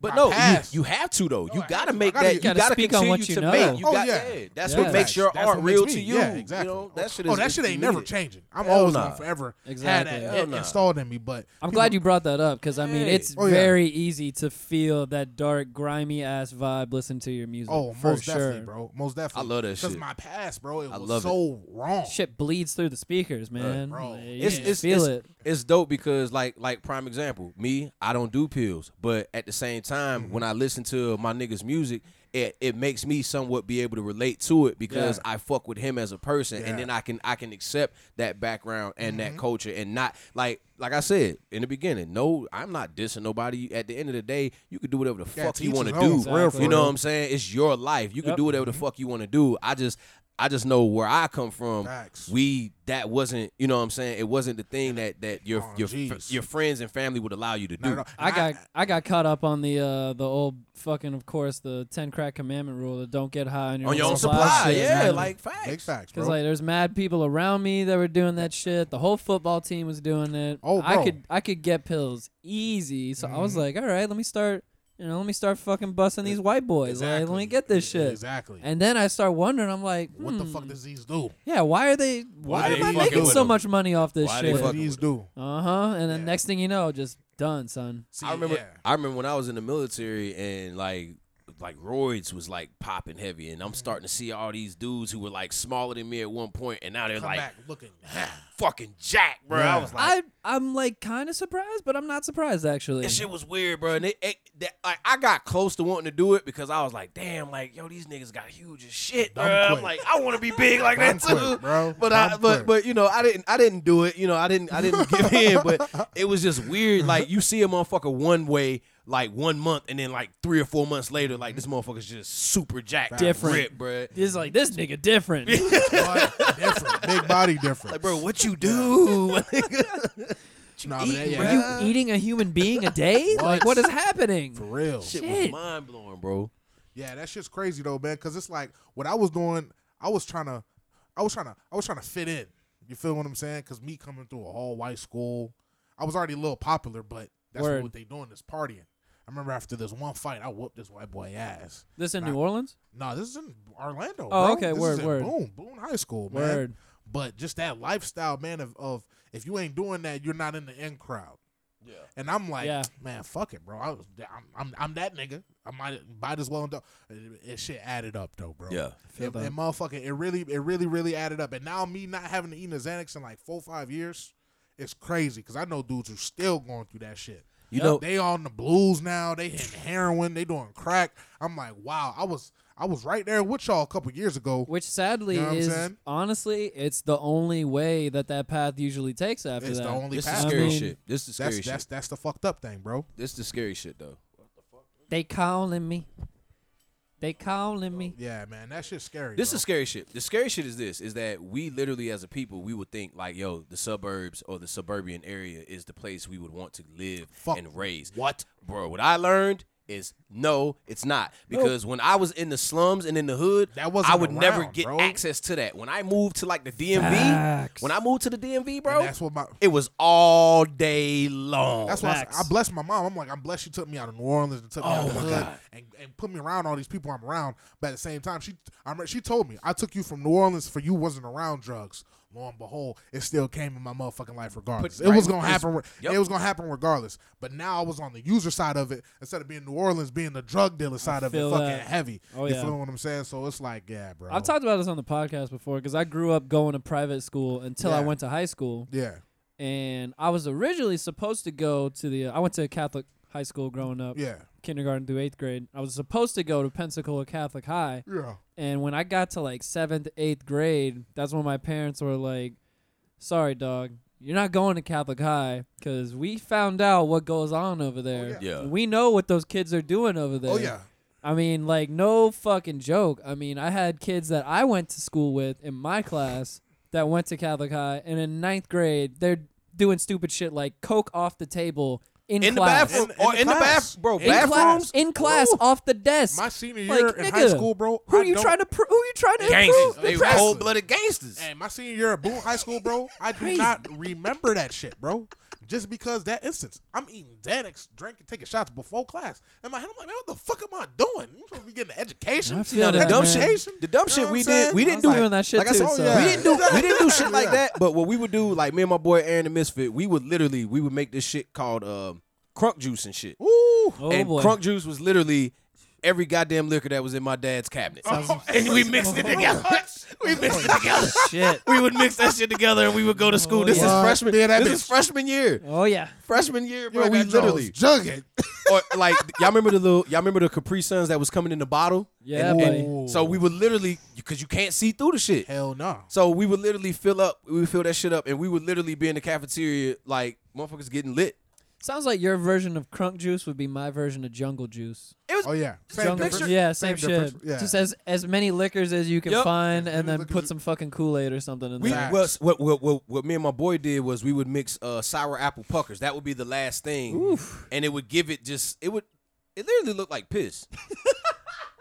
[SPEAKER 3] But
[SPEAKER 4] my
[SPEAKER 3] no, you,
[SPEAKER 4] past-
[SPEAKER 3] you have to though. you
[SPEAKER 4] I
[SPEAKER 3] gotta
[SPEAKER 4] have to.
[SPEAKER 3] make
[SPEAKER 4] I gotta-
[SPEAKER 3] that.
[SPEAKER 4] you
[SPEAKER 3] You
[SPEAKER 1] gotta
[SPEAKER 3] gotta
[SPEAKER 1] speak on
[SPEAKER 3] continue
[SPEAKER 1] what you
[SPEAKER 3] to
[SPEAKER 1] know.
[SPEAKER 3] make. You
[SPEAKER 4] Oh,
[SPEAKER 3] got,
[SPEAKER 4] yeah.
[SPEAKER 3] yeah. That's
[SPEAKER 1] Yeah.
[SPEAKER 3] what makes your
[SPEAKER 4] That's
[SPEAKER 3] art
[SPEAKER 4] what
[SPEAKER 3] real
[SPEAKER 4] makes
[SPEAKER 3] to
[SPEAKER 4] me-
[SPEAKER 3] you.
[SPEAKER 4] Yeah, exactly.
[SPEAKER 3] You know, that shit is.
[SPEAKER 4] oh, that
[SPEAKER 3] it's
[SPEAKER 4] shit ain't
[SPEAKER 3] needed.
[SPEAKER 4] never changing. I'm
[SPEAKER 3] Hell
[SPEAKER 4] always
[SPEAKER 3] nah.
[SPEAKER 4] gonna forever
[SPEAKER 1] Exactly.
[SPEAKER 4] had that
[SPEAKER 3] Hell
[SPEAKER 4] in-
[SPEAKER 3] nah.
[SPEAKER 4] installed in me. But
[SPEAKER 1] I'm glad you brought that up because I mean
[SPEAKER 3] Hey.
[SPEAKER 1] it's
[SPEAKER 4] Oh, yeah.
[SPEAKER 1] very easy to feel that dark, grimy ass vibe. Listen to your music.
[SPEAKER 4] Oh,
[SPEAKER 1] for
[SPEAKER 4] most
[SPEAKER 1] sure.
[SPEAKER 4] definitely, bro. Most definitely.
[SPEAKER 3] I love that
[SPEAKER 4] Because
[SPEAKER 3] shit.
[SPEAKER 4] my past, bro, it
[SPEAKER 3] I
[SPEAKER 4] was
[SPEAKER 3] love it.
[SPEAKER 4] so wrong.
[SPEAKER 1] Shit bleeds through the speakers, man.
[SPEAKER 4] bro.
[SPEAKER 1] Like, you
[SPEAKER 4] It's-
[SPEAKER 1] can just feel it.
[SPEAKER 3] it's, it's dope because like like prime example, me, I don't do pills, but at the same time, when I listen to my niggas music, it, it makes me somewhat be able to relate to it because I fuck with him as a person, and
[SPEAKER 4] Yeah.
[SPEAKER 3] then I can I can accept that background and that culture and not like like I said in the beginning. No, I'm not dissing nobody. At the end of the day, you can do whatever the
[SPEAKER 4] Yeah,
[SPEAKER 3] fuck you
[SPEAKER 4] teach
[SPEAKER 3] want to
[SPEAKER 4] his own,
[SPEAKER 3] do.
[SPEAKER 1] for real, for
[SPEAKER 3] You know
[SPEAKER 1] real.
[SPEAKER 3] what I'm saying? It's your life. You can
[SPEAKER 1] Yep.
[SPEAKER 3] do whatever the fuck you want to do. I just I just know where I come from.
[SPEAKER 4] Facts.
[SPEAKER 3] We that wasn't you know what I'm saying it wasn't the thing that that your
[SPEAKER 4] Oh,
[SPEAKER 3] your
[SPEAKER 4] jeez.
[SPEAKER 3] your friends and family would allow you to
[SPEAKER 4] Not
[SPEAKER 3] do.
[SPEAKER 4] at all.
[SPEAKER 1] I
[SPEAKER 4] And
[SPEAKER 1] got I got caught up on the uh the old fucking of course the ten crack commandment rule that don't get high on your
[SPEAKER 3] On your own
[SPEAKER 1] supply.
[SPEAKER 3] supply,
[SPEAKER 1] shit,
[SPEAKER 3] yeah,
[SPEAKER 1] man.
[SPEAKER 3] like
[SPEAKER 4] big
[SPEAKER 3] facts.
[SPEAKER 4] facts, bro.
[SPEAKER 1] Cause like there's mad people around me that were doing that shit. The whole football team was doing it.
[SPEAKER 4] Oh,
[SPEAKER 1] I
[SPEAKER 4] bro.
[SPEAKER 1] could I could get pills easy. So I was like, all right, let me start. You know, let me start fucking busting these white boys. Like, let me get this shit.
[SPEAKER 4] Exactly.
[SPEAKER 1] And then I start wondering. I'm like,
[SPEAKER 4] what the
[SPEAKER 1] hmm,
[SPEAKER 4] fuck does these do?
[SPEAKER 1] Yeah, why are they? Why,
[SPEAKER 3] they
[SPEAKER 1] am I
[SPEAKER 3] fucking
[SPEAKER 1] making
[SPEAKER 3] with
[SPEAKER 1] so
[SPEAKER 3] them?
[SPEAKER 1] much money off this
[SPEAKER 3] Why they
[SPEAKER 1] shit?
[SPEAKER 4] What
[SPEAKER 3] fucking
[SPEAKER 4] do these
[SPEAKER 3] with
[SPEAKER 4] do?
[SPEAKER 1] Uh huh. And then
[SPEAKER 4] Yeah.
[SPEAKER 1] next thing you know, just done, son.
[SPEAKER 4] See,
[SPEAKER 3] I remember
[SPEAKER 4] yeah.
[SPEAKER 3] I remember when I was in the military and like like roids was like popping
[SPEAKER 4] Mm.
[SPEAKER 3] heavy, and I'm starting to see all these dudes who were like smaller than me at one point, and now they're
[SPEAKER 4] Come
[SPEAKER 3] like
[SPEAKER 4] back looking.
[SPEAKER 3] fucking jacked, bro. I
[SPEAKER 4] Yeah.
[SPEAKER 3] was like,
[SPEAKER 1] I I'm like kind of surprised, but I'm not surprised actually.
[SPEAKER 3] That shit was weird, bro. And it, it, that, like, I got close to wanting to do it because I was like, damn, like, yo, these niggas got huge as shit, bro.
[SPEAKER 4] Dumb
[SPEAKER 3] I'm
[SPEAKER 4] quick.
[SPEAKER 3] like, I want to be big like that
[SPEAKER 4] Dumb
[SPEAKER 3] too,
[SPEAKER 4] quick, bro.
[SPEAKER 3] But I,
[SPEAKER 4] Dumb
[SPEAKER 3] but,
[SPEAKER 4] quick.
[SPEAKER 3] but you know, I didn't, I didn't do it. You know, I didn't, I didn't give in. But it was just weird. Like, you see a motherfucker one way, like one month, and then like three or four months later, like this motherfucker's just super jacked,
[SPEAKER 1] Different.
[SPEAKER 3] ripped, bro.
[SPEAKER 1] It's like this nigga different.
[SPEAKER 4] But different, big body difference.
[SPEAKER 3] Like, bro, what you do?
[SPEAKER 4] nah, but that-
[SPEAKER 3] eating,
[SPEAKER 4] yeah,
[SPEAKER 1] Were
[SPEAKER 4] that-
[SPEAKER 1] you eating a human being a day? like what is happening?
[SPEAKER 4] for real.
[SPEAKER 3] shit
[SPEAKER 1] Shit.
[SPEAKER 3] was mind blowing, bro.
[SPEAKER 4] Yeah, that shit's crazy though, man. Cause it's like what I was doing, I was trying to, I was trying to, I was trying to fit in. You feel what I'm saying? Cause me coming through a all white school, I was already a little popular, but that's
[SPEAKER 1] Word.
[SPEAKER 4] what they doing is partying. I remember after this one fight, I whooped this white boy ass.
[SPEAKER 1] This in New Orleans?
[SPEAKER 4] No, this is in Orlando.
[SPEAKER 1] Oh,
[SPEAKER 4] bro.
[SPEAKER 1] okay,
[SPEAKER 4] This
[SPEAKER 1] word,
[SPEAKER 4] is in
[SPEAKER 1] word.
[SPEAKER 4] Boone, Boone High School, man.
[SPEAKER 1] Word.
[SPEAKER 4] But just that lifestyle, man. Of, of if you ain't doing that, you're not in the in crowd.
[SPEAKER 3] Yeah.
[SPEAKER 4] And I'm like,
[SPEAKER 1] Yeah.
[SPEAKER 4] man, fuck it, bro. I was, I'm, I'm, I'm that nigga. I might, might as well. Do. It, it shit added up though, bro.
[SPEAKER 3] Yeah.
[SPEAKER 1] feel
[SPEAKER 4] It,
[SPEAKER 1] that.
[SPEAKER 4] it motherfucking, it really, it really, really added up. And now me not having to eat a Xanax in like four, five years, it's crazy. Cause I know dudes who still going through that shit.
[SPEAKER 3] You know,
[SPEAKER 4] They on the blues now. They hitting heroin. They doing crack. I'm like, wow. I was I was right there with y'all a couple years ago.
[SPEAKER 1] Which sadly
[SPEAKER 4] You know what I'm
[SPEAKER 1] is
[SPEAKER 4] saying?
[SPEAKER 1] honestly, it's the only way that that path usually takes after
[SPEAKER 4] It's
[SPEAKER 1] that.
[SPEAKER 4] the only
[SPEAKER 3] this is
[SPEAKER 4] path.
[SPEAKER 1] I
[SPEAKER 3] scary
[SPEAKER 1] mean,
[SPEAKER 3] shit. This is scary
[SPEAKER 4] That's
[SPEAKER 3] shit.
[SPEAKER 4] that's that's the fucked up thing, bro.
[SPEAKER 3] This is the scary shit though.
[SPEAKER 1] they calling me. They calling me.
[SPEAKER 4] Yeah, man, that shit's scary.
[SPEAKER 3] This
[SPEAKER 4] bro.
[SPEAKER 3] is scary shit. The scary shit is this: is that we literally, as a people, we would think like, yo, the suburbs or the suburban area is the place we would want to live
[SPEAKER 4] Fuck.
[SPEAKER 3] and raise.
[SPEAKER 4] what?
[SPEAKER 3] Bro, what I learned is no, it's not. Because when I was in the slums and in the hood,
[SPEAKER 4] That wasn't
[SPEAKER 3] I would never
[SPEAKER 4] around,
[SPEAKER 3] get
[SPEAKER 4] bro.
[SPEAKER 3] access to that. When I moved to like the DMV,
[SPEAKER 1] Facts.
[SPEAKER 3] when I moved to the DMV, bro,
[SPEAKER 4] And that's what my.
[SPEAKER 3] it was all day long.
[SPEAKER 4] That's why I,
[SPEAKER 1] facts.
[SPEAKER 4] I bless my mom. I'm like, I'm blessed she took me out of New Orleans and took me
[SPEAKER 3] Oh,
[SPEAKER 4] out of the
[SPEAKER 3] my
[SPEAKER 4] hood
[SPEAKER 3] God.
[SPEAKER 4] and, and put me around all these people I'm around. But at the same time, she I remember, she told me I took you from New Orleans for you wasn't around drugs. Lo and behold, it still came in my motherfucking life regardless. it
[SPEAKER 3] right,
[SPEAKER 4] was gonna
[SPEAKER 3] it's-
[SPEAKER 4] happen. re-
[SPEAKER 3] yep.
[SPEAKER 4] It was gonna happen regardless. But now I was on the user side of it instead of being New Orleans, being the drug dealer side of it.
[SPEAKER 1] feel
[SPEAKER 4] Fucking
[SPEAKER 1] that.
[SPEAKER 4] heavy.
[SPEAKER 1] Oh,
[SPEAKER 4] you
[SPEAKER 1] yeah.
[SPEAKER 4] feel what I'm saying? So it's like, yeah, bro.
[SPEAKER 1] I've talked about this on the podcast before because I grew up going to private school until I
[SPEAKER 4] Yeah.
[SPEAKER 1] went to high school,
[SPEAKER 4] Yeah,
[SPEAKER 1] and I was originally supposed to go to the. uh, I went to a Catholic high school growing up,
[SPEAKER 4] yeah,
[SPEAKER 1] kindergarten through eighth grade. I was supposed to go to Pensacola Catholic High,
[SPEAKER 4] yeah.
[SPEAKER 1] And when I got to like seventh, eighth grade, that's when my parents were like, "Sorry, dog, you're not going to Catholic High because we found out what goes on over there.
[SPEAKER 3] yeah. Yeah.
[SPEAKER 1] we know what those kids are doing over there.
[SPEAKER 4] Oh yeah.
[SPEAKER 1] I mean, like no fucking joke. I mean, I had kids that I went to school with in my class that went to Catholic High, and in ninth grade, they're doing stupid shit like coke off the table in,
[SPEAKER 3] in the
[SPEAKER 1] class.
[SPEAKER 3] bathroom,
[SPEAKER 4] In- in
[SPEAKER 3] or
[SPEAKER 4] the
[SPEAKER 3] in the
[SPEAKER 4] class.
[SPEAKER 3] bathroom, bro.
[SPEAKER 1] In class,
[SPEAKER 3] Bathrooms,
[SPEAKER 1] in class,
[SPEAKER 3] Ooh.
[SPEAKER 1] off the desk.
[SPEAKER 4] My senior
[SPEAKER 1] Like,
[SPEAKER 4] year in high
[SPEAKER 1] nigga,
[SPEAKER 4] school, bro.
[SPEAKER 1] Who
[SPEAKER 4] I
[SPEAKER 1] are you
[SPEAKER 4] don't-
[SPEAKER 1] trying to? Pr- who are you trying to
[SPEAKER 3] gangsters.
[SPEAKER 1] improve?
[SPEAKER 3] They
[SPEAKER 4] Exactly.
[SPEAKER 3] cold blooded gangsters.
[SPEAKER 4] Hey, my senior year at Boone High School, bro, I do not remember that shit, bro. Just because that instance, I'm eating Xanax, drinking, taking shots before class. In my head, I'm like, man, what the fuck am I doing? I'm supposed to be getting an education.
[SPEAKER 1] I feel
[SPEAKER 3] the
[SPEAKER 1] that,
[SPEAKER 3] dumb
[SPEAKER 1] man.
[SPEAKER 3] shit, the dumb
[SPEAKER 4] You know
[SPEAKER 3] shit
[SPEAKER 4] what
[SPEAKER 3] we
[SPEAKER 4] I'm
[SPEAKER 3] did,
[SPEAKER 4] saying?
[SPEAKER 3] we
[SPEAKER 4] I
[SPEAKER 3] didn't
[SPEAKER 1] was
[SPEAKER 3] do
[SPEAKER 1] doing that shit
[SPEAKER 3] like I
[SPEAKER 1] too,
[SPEAKER 3] said,
[SPEAKER 1] so-
[SPEAKER 3] we didn't do, we didn't do shit like
[SPEAKER 4] Yeah.
[SPEAKER 3] that. But what we would do, like me and my boy Aaron the Misfit, we would literally, we would make this shit called uh, crunk juice and shit.
[SPEAKER 4] Ooh.
[SPEAKER 1] Oh
[SPEAKER 3] and
[SPEAKER 1] boy.
[SPEAKER 3] crunk juice was literally every goddamn liquor that was in my dad's cabinet, and we mixed it together. we mixed it together.
[SPEAKER 1] shit.
[SPEAKER 3] We would mix that shit together, and we would go to school. this
[SPEAKER 1] yeah.
[SPEAKER 3] is freshman.
[SPEAKER 4] Yeah, that
[SPEAKER 3] this
[SPEAKER 4] bitch.
[SPEAKER 3] is freshman year.
[SPEAKER 1] Oh yeah.
[SPEAKER 3] Freshman year, bro.
[SPEAKER 4] Yo,
[SPEAKER 3] we
[SPEAKER 4] that jaw was
[SPEAKER 3] literally
[SPEAKER 4] jugging.
[SPEAKER 3] or like y'all remember the little y'all remember the Capri Suns that was coming in the bottle?
[SPEAKER 1] Yeah,
[SPEAKER 3] And-
[SPEAKER 1] buddy.
[SPEAKER 3] and so we would literally because you can't see through the shit.
[SPEAKER 4] Hell no.
[SPEAKER 3] So we would literally fill up, we would fill that shit up, and we would literally be in the cafeteria like motherfuckers getting lit.
[SPEAKER 1] Sounds like your version of crunk juice would be my version of jungle juice.
[SPEAKER 3] It was
[SPEAKER 4] Oh yeah.
[SPEAKER 1] jungle
[SPEAKER 4] difference.
[SPEAKER 1] juice. Yeah, same, shit.
[SPEAKER 4] difference. Yeah.
[SPEAKER 1] Just as as many liquors as you can
[SPEAKER 3] Yup.
[SPEAKER 1] find, and
[SPEAKER 4] many
[SPEAKER 1] then
[SPEAKER 4] liquors
[SPEAKER 1] put
[SPEAKER 4] you-
[SPEAKER 1] some fucking Kool Aid or something in
[SPEAKER 3] we
[SPEAKER 1] there.
[SPEAKER 4] Facts.
[SPEAKER 3] well, s- what, what what what me and my boy did was we would mix uh, sour apple puckers. That would be the last thing, and it would give it just it would it literally looked like piss.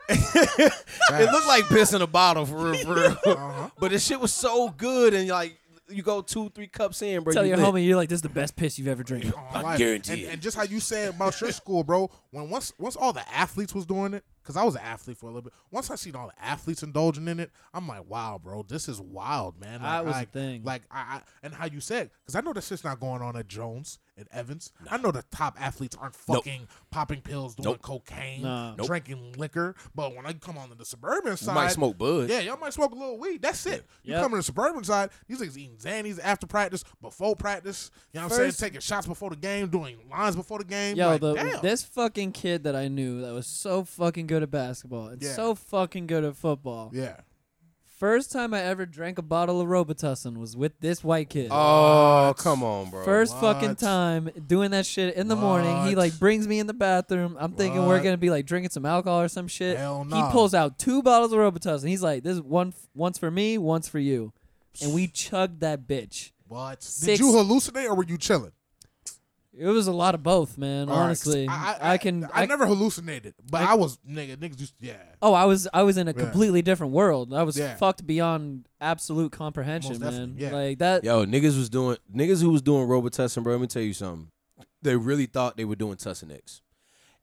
[SPEAKER 3] It looked like piss in a bottle for real, for real.
[SPEAKER 4] Uh-huh.
[SPEAKER 3] But this shit was so good, and like you go two three cups in, bro.
[SPEAKER 1] Tell
[SPEAKER 3] you
[SPEAKER 1] your
[SPEAKER 3] lit.
[SPEAKER 1] homie you're like this is the best piss you've ever drank.
[SPEAKER 4] on life.
[SPEAKER 3] guarantee
[SPEAKER 4] and,
[SPEAKER 3] it.
[SPEAKER 4] and just how you said about your school, bro. When once once all the athletes was doing it, because I was an athlete for a little bit. Once I seen all the athletes indulging in it, I'm like, wow, bro, this is wild, man. Like,
[SPEAKER 1] That was the
[SPEAKER 4] like,
[SPEAKER 1] thing.
[SPEAKER 4] Like I, I and how you said, because I know that shit's not going on at Jones. and Evans. I know the top athletes aren't fucking popping pills, doing
[SPEAKER 3] Nope.
[SPEAKER 4] cocaine,
[SPEAKER 1] Nah.
[SPEAKER 3] Nope.
[SPEAKER 4] drinking liquor. But when I come on to the suburban
[SPEAKER 3] You
[SPEAKER 4] side,
[SPEAKER 3] might smoke bud.
[SPEAKER 4] yeah, y'all might smoke a little weed. That's it. You
[SPEAKER 1] Yep.
[SPEAKER 4] come to the suburban side, these niggas eating Xannies after practice, before practice. You know what I'm
[SPEAKER 1] First-
[SPEAKER 4] saying? Taking shots before the game, doing lines before the game.
[SPEAKER 1] Yo,
[SPEAKER 4] like,
[SPEAKER 1] the,
[SPEAKER 4] damn.
[SPEAKER 1] this fucking kid that I knew that was so fucking good at basketball and
[SPEAKER 4] Yeah.
[SPEAKER 1] so fucking good at football.
[SPEAKER 4] yeah.
[SPEAKER 1] First time I ever drank a bottle of Robitussin was with this white kid.
[SPEAKER 3] Oh, come on, bro.
[SPEAKER 1] First fucking
[SPEAKER 4] What?
[SPEAKER 1] time doing that shit in the morning. He
[SPEAKER 4] What?
[SPEAKER 1] like brings me in the bathroom. I'm thinking we're
[SPEAKER 4] What?
[SPEAKER 1] gonna be like drinking some alcohol or some shit.
[SPEAKER 4] Hell
[SPEAKER 1] He
[SPEAKER 4] nah.
[SPEAKER 1] pulls out two bottles of Robitussin. He's like, "This is one, f- once for me, once for you," and we chugged that bitch.
[SPEAKER 4] What?
[SPEAKER 1] Six-
[SPEAKER 4] Did you hallucinate or were you chilling?
[SPEAKER 1] It was a lot of both, man.
[SPEAKER 4] All right, 'cause
[SPEAKER 1] honestly, I, can.
[SPEAKER 4] I, never hallucinated, but I, was nigga. Niggas used yeah.
[SPEAKER 1] Oh, I was I was in a
[SPEAKER 4] Yeah.
[SPEAKER 1] completely different world. I was
[SPEAKER 4] Yeah.
[SPEAKER 1] fucked beyond absolute comprehension,
[SPEAKER 4] Most
[SPEAKER 1] man.
[SPEAKER 4] definitely, yeah.
[SPEAKER 1] Like that.
[SPEAKER 3] Yo, niggas was doing niggas who was doing Robitussin, bro. Let me tell you something. They really thought they were doing Tussinex.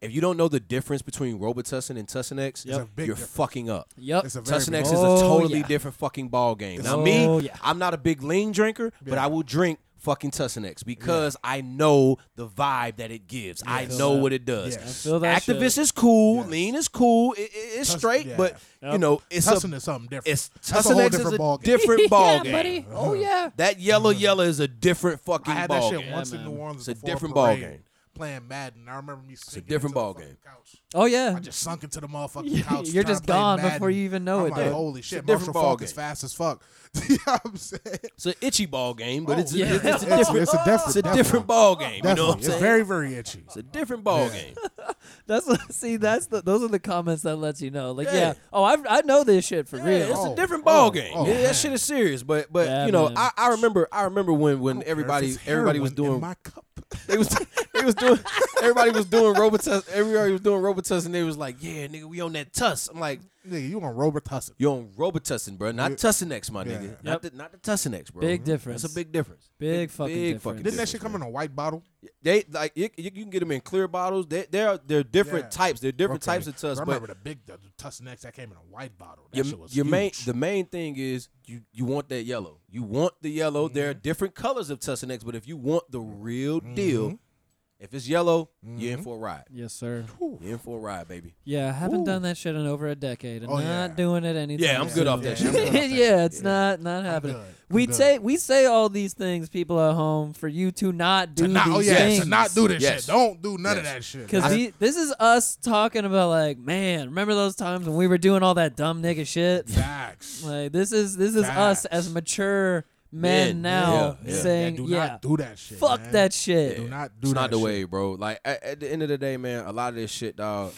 [SPEAKER 3] If you don't know the difference between Robitussin and Tussinex,
[SPEAKER 4] It's a big
[SPEAKER 3] you're
[SPEAKER 4] difference.
[SPEAKER 3] fucking up.
[SPEAKER 1] Yep.
[SPEAKER 4] It's a very
[SPEAKER 3] Tussinex
[SPEAKER 4] big
[SPEAKER 3] is a
[SPEAKER 1] Oh,
[SPEAKER 3] totally
[SPEAKER 1] yeah.
[SPEAKER 3] different fucking ball game. Now
[SPEAKER 1] Oh,
[SPEAKER 3] me,
[SPEAKER 1] yeah.
[SPEAKER 3] I'm not a big lean drinker, but I will drink fucking Tussinex because I know the vibe that it gives. I
[SPEAKER 1] feel
[SPEAKER 3] know
[SPEAKER 1] that.
[SPEAKER 3] what it does.
[SPEAKER 4] Yeah. I
[SPEAKER 1] feel that
[SPEAKER 3] Activist
[SPEAKER 1] shit.
[SPEAKER 3] is cool,
[SPEAKER 4] Yes.
[SPEAKER 3] lean is cool, it, it- it's
[SPEAKER 4] Tuss-
[SPEAKER 3] straight,
[SPEAKER 4] yeah.
[SPEAKER 3] but you
[SPEAKER 1] Yep.
[SPEAKER 3] know it's
[SPEAKER 4] Tussin
[SPEAKER 3] a
[SPEAKER 4] is something different.
[SPEAKER 3] it's
[SPEAKER 4] That's a whole
[SPEAKER 3] Tussinex is
[SPEAKER 4] different
[SPEAKER 3] a
[SPEAKER 4] ball game.
[SPEAKER 3] different ball
[SPEAKER 1] yeah,
[SPEAKER 3] game.
[SPEAKER 1] buddy. Oh yeah.
[SPEAKER 3] That yellow yellow is a different fucking
[SPEAKER 4] Mm. I had that
[SPEAKER 3] ball
[SPEAKER 4] shit
[SPEAKER 3] game.
[SPEAKER 4] once
[SPEAKER 1] Yeah,
[SPEAKER 4] in New
[SPEAKER 1] man.
[SPEAKER 4] Orleans.
[SPEAKER 3] It's a
[SPEAKER 4] before
[SPEAKER 3] different
[SPEAKER 4] parade,
[SPEAKER 3] ball game.
[SPEAKER 4] Playing Madden, I remember me. It's
[SPEAKER 3] different ball game.
[SPEAKER 4] Couch.
[SPEAKER 1] Oh yeah.
[SPEAKER 4] I just sunk into the motherfucking couch.
[SPEAKER 1] You're
[SPEAKER 4] trying to
[SPEAKER 1] just
[SPEAKER 4] play
[SPEAKER 1] gone
[SPEAKER 4] Madden.
[SPEAKER 1] before you even know
[SPEAKER 4] I'm
[SPEAKER 1] it,
[SPEAKER 4] Like,
[SPEAKER 1] dude.
[SPEAKER 4] Holy shit,
[SPEAKER 3] a different
[SPEAKER 4] Marshall
[SPEAKER 3] ball
[SPEAKER 4] Falk is
[SPEAKER 3] game.
[SPEAKER 4] fast as fuck. you know what I'm saying?
[SPEAKER 3] It's an itchy ball game, but it's, a,
[SPEAKER 1] yeah.
[SPEAKER 3] it's, a
[SPEAKER 4] Oh, It's,
[SPEAKER 3] different,
[SPEAKER 4] it's a different.
[SPEAKER 3] it's a different ball game. You know what I'm
[SPEAKER 4] It's
[SPEAKER 3] saying?
[SPEAKER 4] very very itchy.
[SPEAKER 3] it's a different ball game.
[SPEAKER 1] That's see. That's the those are the comments that lets you know. Like yeah.
[SPEAKER 3] Yeah.
[SPEAKER 1] oh I I know this shit for
[SPEAKER 3] Yeah,
[SPEAKER 1] real.
[SPEAKER 3] it's a
[SPEAKER 4] Oh,
[SPEAKER 3] different
[SPEAKER 4] oh,
[SPEAKER 3] ball game.
[SPEAKER 4] oh,
[SPEAKER 3] yeah,
[SPEAKER 4] man.
[SPEAKER 3] that shit is serious. But but
[SPEAKER 1] Yeah,
[SPEAKER 3] you know,
[SPEAKER 1] man.
[SPEAKER 3] I, I remember I remember when when
[SPEAKER 4] It's
[SPEAKER 3] everybody everybody was
[SPEAKER 4] heroin in
[SPEAKER 3] doing
[SPEAKER 4] my cup.
[SPEAKER 3] they was they was doing everybody was doing Robitus everybody was doing Robitus and they was like, yeah, nigga, we on that tuss. I'm like,
[SPEAKER 4] Nigga, you on Robert Tussin?
[SPEAKER 3] you on Robitussin, bro, not Tussinex, my nigga,
[SPEAKER 4] Yep.
[SPEAKER 3] not the not the Tussinex, bro.
[SPEAKER 1] Big
[SPEAKER 3] That's
[SPEAKER 1] difference.
[SPEAKER 3] a big difference.
[SPEAKER 1] Big fucking difference.
[SPEAKER 4] Didn't that shit come in a white bottle?
[SPEAKER 3] They like you, you can get them in clear bottles. They they're they're different
[SPEAKER 4] Yeah.
[SPEAKER 3] types. They're different
[SPEAKER 4] Okay.
[SPEAKER 3] types of tuss.
[SPEAKER 4] I
[SPEAKER 3] But
[SPEAKER 4] remember the big the, the Tussinex that came in a white bottle. That
[SPEAKER 3] your,
[SPEAKER 4] shit was
[SPEAKER 3] your
[SPEAKER 4] huge.
[SPEAKER 3] main the main thing is you you want that yellow. You want the yellow. There
[SPEAKER 4] Mm-hmm.
[SPEAKER 3] are different colors of Tussinex, but if you want the real deal, if it's yellow, you're
[SPEAKER 4] Mm-hmm.
[SPEAKER 3] in for a ride.
[SPEAKER 1] Yes, sir.
[SPEAKER 3] You're in for a ride, baby.
[SPEAKER 1] Yeah, I haven't done that shit in over a decade, and
[SPEAKER 4] Oh,
[SPEAKER 1] not
[SPEAKER 4] yeah.
[SPEAKER 1] doing it anytime.
[SPEAKER 3] Yeah, I'm good off that
[SPEAKER 1] soon.
[SPEAKER 3] shit. I'm good off that
[SPEAKER 1] yeah, it's not not happening.
[SPEAKER 4] good. I'm
[SPEAKER 1] We
[SPEAKER 4] good.
[SPEAKER 1] say we say all these things, people at home, for you to not do
[SPEAKER 4] to not,
[SPEAKER 1] these
[SPEAKER 4] oh yeah,
[SPEAKER 1] things.
[SPEAKER 4] to not do this shit.
[SPEAKER 3] Yes.
[SPEAKER 4] Don't do none of
[SPEAKER 3] Yes.
[SPEAKER 4] that shit.
[SPEAKER 1] Cause
[SPEAKER 4] I-
[SPEAKER 1] the- this is us talking about like, man, remember those times when we were doing all that dumb nigga shit?
[SPEAKER 4] facts.
[SPEAKER 1] Like this is this is us
[SPEAKER 4] Facts.
[SPEAKER 1] as mature men
[SPEAKER 3] Men,
[SPEAKER 1] now
[SPEAKER 3] yeah, yeah.
[SPEAKER 1] saying,
[SPEAKER 4] do
[SPEAKER 1] yeah,
[SPEAKER 4] not do that shit.
[SPEAKER 1] fuck
[SPEAKER 4] man.
[SPEAKER 1] that shit.
[SPEAKER 4] Do not do
[SPEAKER 3] It's
[SPEAKER 4] that
[SPEAKER 3] not the
[SPEAKER 4] shit.
[SPEAKER 3] way, bro. Like at, at the end of the day, man, a lot of this shit, dog.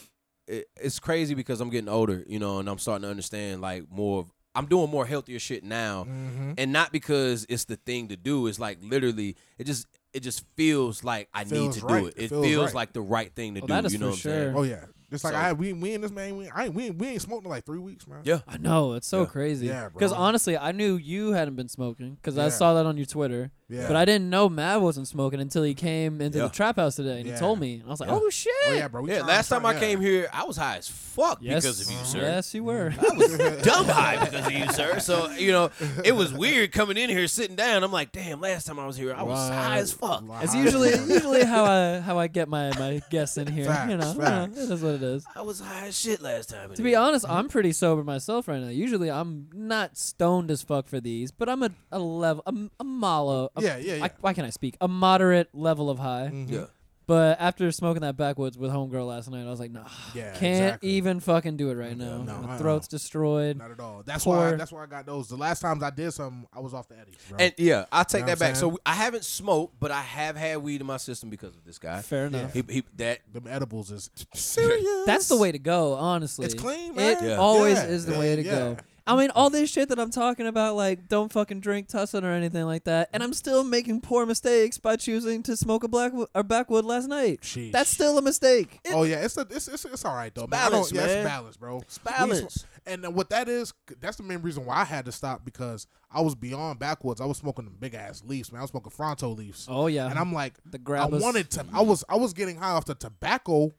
[SPEAKER 3] It, it's crazy because I'm getting older, you know, and I'm starting to understand like more. Of, I'm doing more healthier shit now,
[SPEAKER 4] Mm-hmm.
[SPEAKER 1] Mm-hmm.
[SPEAKER 3] Mm-hmm. and not because it's the thing to do. It's like literally, it just it just feels like I
[SPEAKER 4] Feels
[SPEAKER 3] need to
[SPEAKER 4] right.
[SPEAKER 3] do it.
[SPEAKER 4] It
[SPEAKER 3] It feels,
[SPEAKER 4] feels right.
[SPEAKER 3] like the right thing to
[SPEAKER 1] Oh,
[SPEAKER 3] do.
[SPEAKER 1] that is
[SPEAKER 3] you know
[SPEAKER 1] for
[SPEAKER 3] what I'm saying?
[SPEAKER 1] sure.
[SPEAKER 4] Oh yeah, it's like
[SPEAKER 3] So-
[SPEAKER 4] I we we in this man we I ain't we, we ain't smoked in like three weeks, man.
[SPEAKER 3] Yeah.
[SPEAKER 1] I know it's so
[SPEAKER 3] Yeah.
[SPEAKER 1] crazy.
[SPEAKER 4] Yeah, bro.
[SPEAKER 1] Because honestly, I knew you hadn't been smoking because I
[SPEAKER 4] Yeah.
[SPEAKER 1] saw that on your Twitter.
[SPEAKER 4] Yeah.
[SPEAKER 1] But I didn't know Matt wasn't smoking until he came into
[SPEAKER 3] Yeah.
[SPEAKER 1] the trap house today and he
[SPEAKER 4] Yeah.
[SPEAKER 1] told me. And I was like, oh shit.
[SPEAKER 4] Oh yeah, bro. we
[SPEAKER 3] Yeah,
[SPEAKER 4] trying-
[SPEAKER 3] last
[SPEAKER 4] trying-
[SPEAKER 3] time I
[SPEAKER 4] yeah.
[SPEAKER 3] came here, I was high as fuck
[SPEAKER 1] Yes. Mm-hmm.
[SPEAKER 3] because of you, sir.
[SPEAKER 1] Yes, you were.
[SPEAKER 3] Dumb high because of you, sir. So you know, it was weird coming in here, sitting down. I'm like, damn. Last time I was here, I was high as fuck.
[SPEAKER 1] It's
[SPEAKER 4] High
[SPEAKER 1] usually
[SPEAKER 4] as fuck.
[SPEAKER 1] usually how I how I get my my guests in here. you
[SPEAKER 4] Facts,
[SPEAKER 1] know, you know,
[SPEAKER 4] facts.
[SPEAKER 1] it is what it is.
[SPEAKER 3] I was high as shit last time.
[SPEAKER 1] To be honest, I'm pretty sober myself right now. Usually, I'm not stoned as fuck for these, but I'm a, a level, a, a malo. a-
[SPEAKER 4] Yeah, yeah, Mm-hmm.
[SPEAKER 1] I,
[SPEAKER 4] yeah.
[SPEAKER 1] why can I speak? A moderate level of high.
[SPEAKER 3] yeah.
[SPEAKER 1] But after smoking that backwoods with homegirl last night, I was like, nah,
[SPEAKER 4] Yeah,
[SPEAKER 1] can't
[SPEAKER 4] exactly.
[SPEAKER 1] even fucking do it right now.
[SPEAKER 4] no,
[SPEAKER 1] My
[SPEAKER 4] uh-uh.
[SPEAKER 1] throat's destroyed.
[SPEAKER 4] Not at all. That's why.
[SPEAKER 1] Poor-
[SPEAKER 4] that's why I got those. The last times I did something, I was off the eddies, bro.
[SPEAKER 3] And yeah, I take
[SPEAKER 4] Know what
[SPEAKER 3] that
[SPEAKER 4] I'm
[SPEAKER 3] back. So
[SPEAKER 4] saying?
[SPEAKER 3] we- I haven't smoked, but I have had weed in my system because of this guy.
[SPEAKER 1] Fair enough.
[SPEAKER 3] He, he that
[SPEAKER 4] Them edibles is serious.
[SPEAKER 1] That's the way to go, honestly.
[SPEAKER 4] It's clean,
[SPEAKER 1] It
[SPEAKER 4] man.
[SPEAKER 3] Yeah.
[SPEAKER 1] always
[SPEAKER 4] Yeah.
[SPEAKER 1] is the
[SPEAKER 4] Yeah,
[SPEAKER 1] way to
[SPEAKER 4] yeah.
[SPEAKER 1] go. I mean, all this shit that I'm talking about, like don't fucking drink Tussin or anything like that, and I'm still making poor mistakes by choosing to smoke a black or backwood last night.
[SPEAKER 4] Sheesh.
[SPEAKER 1] That's still a mistake.
[SPEAKER 4] oh yeah, it's a, it's, it's it's all right though. man. I
[SPEAKER 3] balance,
[SPEAKER 4] don't- yeah,
[SPEAKER 3] man.
[SPEAKER 4] it's balance, bro. It's
[SPEAKER 3] balance.
[SPEAKER 4] And then what that is, that's the main reason why I had to stop because I was beyond backwards. I was smoking them big ass leaves, man. I was smoking Fronto leaves.
[SPEAKER 1] Oh yeah,
[SPEAKER 4] and I'm like,
[SPEAKER 1] The
[SPEAKER 4] I
[SPEAKER 1] grabbas.
[SPEAKER 4] wanted to. I was I was getting high off the tobacco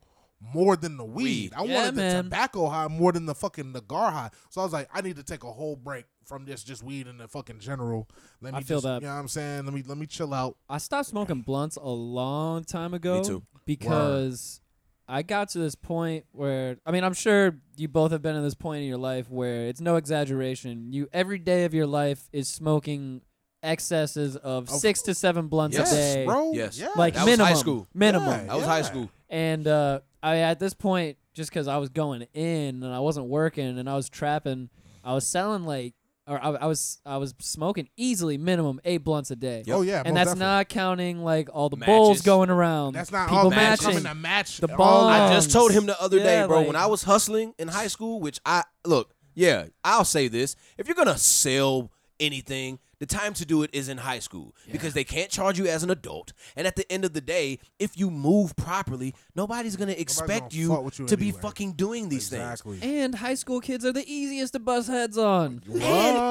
[SPEAKER 4] more than the weed. I
[SPEAKER 1] Yeah,
[SPEAKER 4] wanted the
[SPEAKER 1] man.
[SPEAKER 4] tobacco high more than the fucking cigar high. So I was like, I need to take a whole break from this just weed and the fucking general. Let me
[SPEAKER 1] I feel
[SPEAKER 4] just,
[SPEAKER 1] that.
[SPEAKER 4] You know what I'm saying? Let me let me chill out.
[SPEAKER 1] I stopped smoking blunts a long time ago.
[SPEAKER 3] too.
[SPEAKER 1] Because I got to this point where I mean I'm sure you both have been in this point in your life where it's no exaggeration. You every day of your life is smoking excesses of
[SPEAKER 4] Of-
[SPEAKER 1] six to seven blunts
[SPEAKER 3] Yes,
[SPEAKER 1] a day.
[SPEAKER 4] bro.
[SPEAKER 3] Yes.
[SPEAKER 4] Yeah.
[SPEAKER 1] Like
[SPEAKER 3] That was high
[SPEAKER 1] minimum.
[SPEAKER 3] school.
[SPEAKER 1] Minimum.
[SPEAKER 4] Yeah.
[SPEAKER 3] That was high school.
[SPEAKER 1] And uh, I at this point, just because I was going in and I wasn't working and I was trapping, I was selling like, or I, I was I was smoking easily minimum eight blunts a day.
[SPEAKER 4] Oh yeah,
[SPEAKER 1] and
[SPEAKER 4] most
[SPEAKER 1] that's
[SPEAKER 4] definitely.
[SPEAKER 1] not counting like all the
[SPEAKER 3] Matches.
[SPEAKER 1] bowls going around.
[SPEAKER 4] That's not
[SPEAKER 1] people
[SPEAKER 4] all that's
[SPEAKER 1] matching.
[SPEAKER 4] coming to match
[SPEAKER 1] The
[SPEAKER 4] all
[SPEAKER 1] ball.
[SPEAKER 4] that.
[SPEAKER 3] I just told him the other day,
[SPEAKER 1] Um, Yeah,
[SPEAKER 3] bro.
[SPEAKER 1] like-
[SPEAKER 3] when I was hustling in high school, which I look, yeah, I'll say this: if you're gonna sell anything, the time to do it is in high school because they can't charge you as an adult. And at the end of the day, if you move properly, nobody's gonna expect
[SPEAKER 4] gonna fuck
[SPEAKER 3] you,
[SPEAKER 4] with you
[SPEAKER 3] to be
[SPEAKER 4] anyway.
[SPEAKER 3] fucking doing these things.
[SPEAKER 4] Exactly.
[SPEAKER 1] and high school kids are the easiest to bust heads on.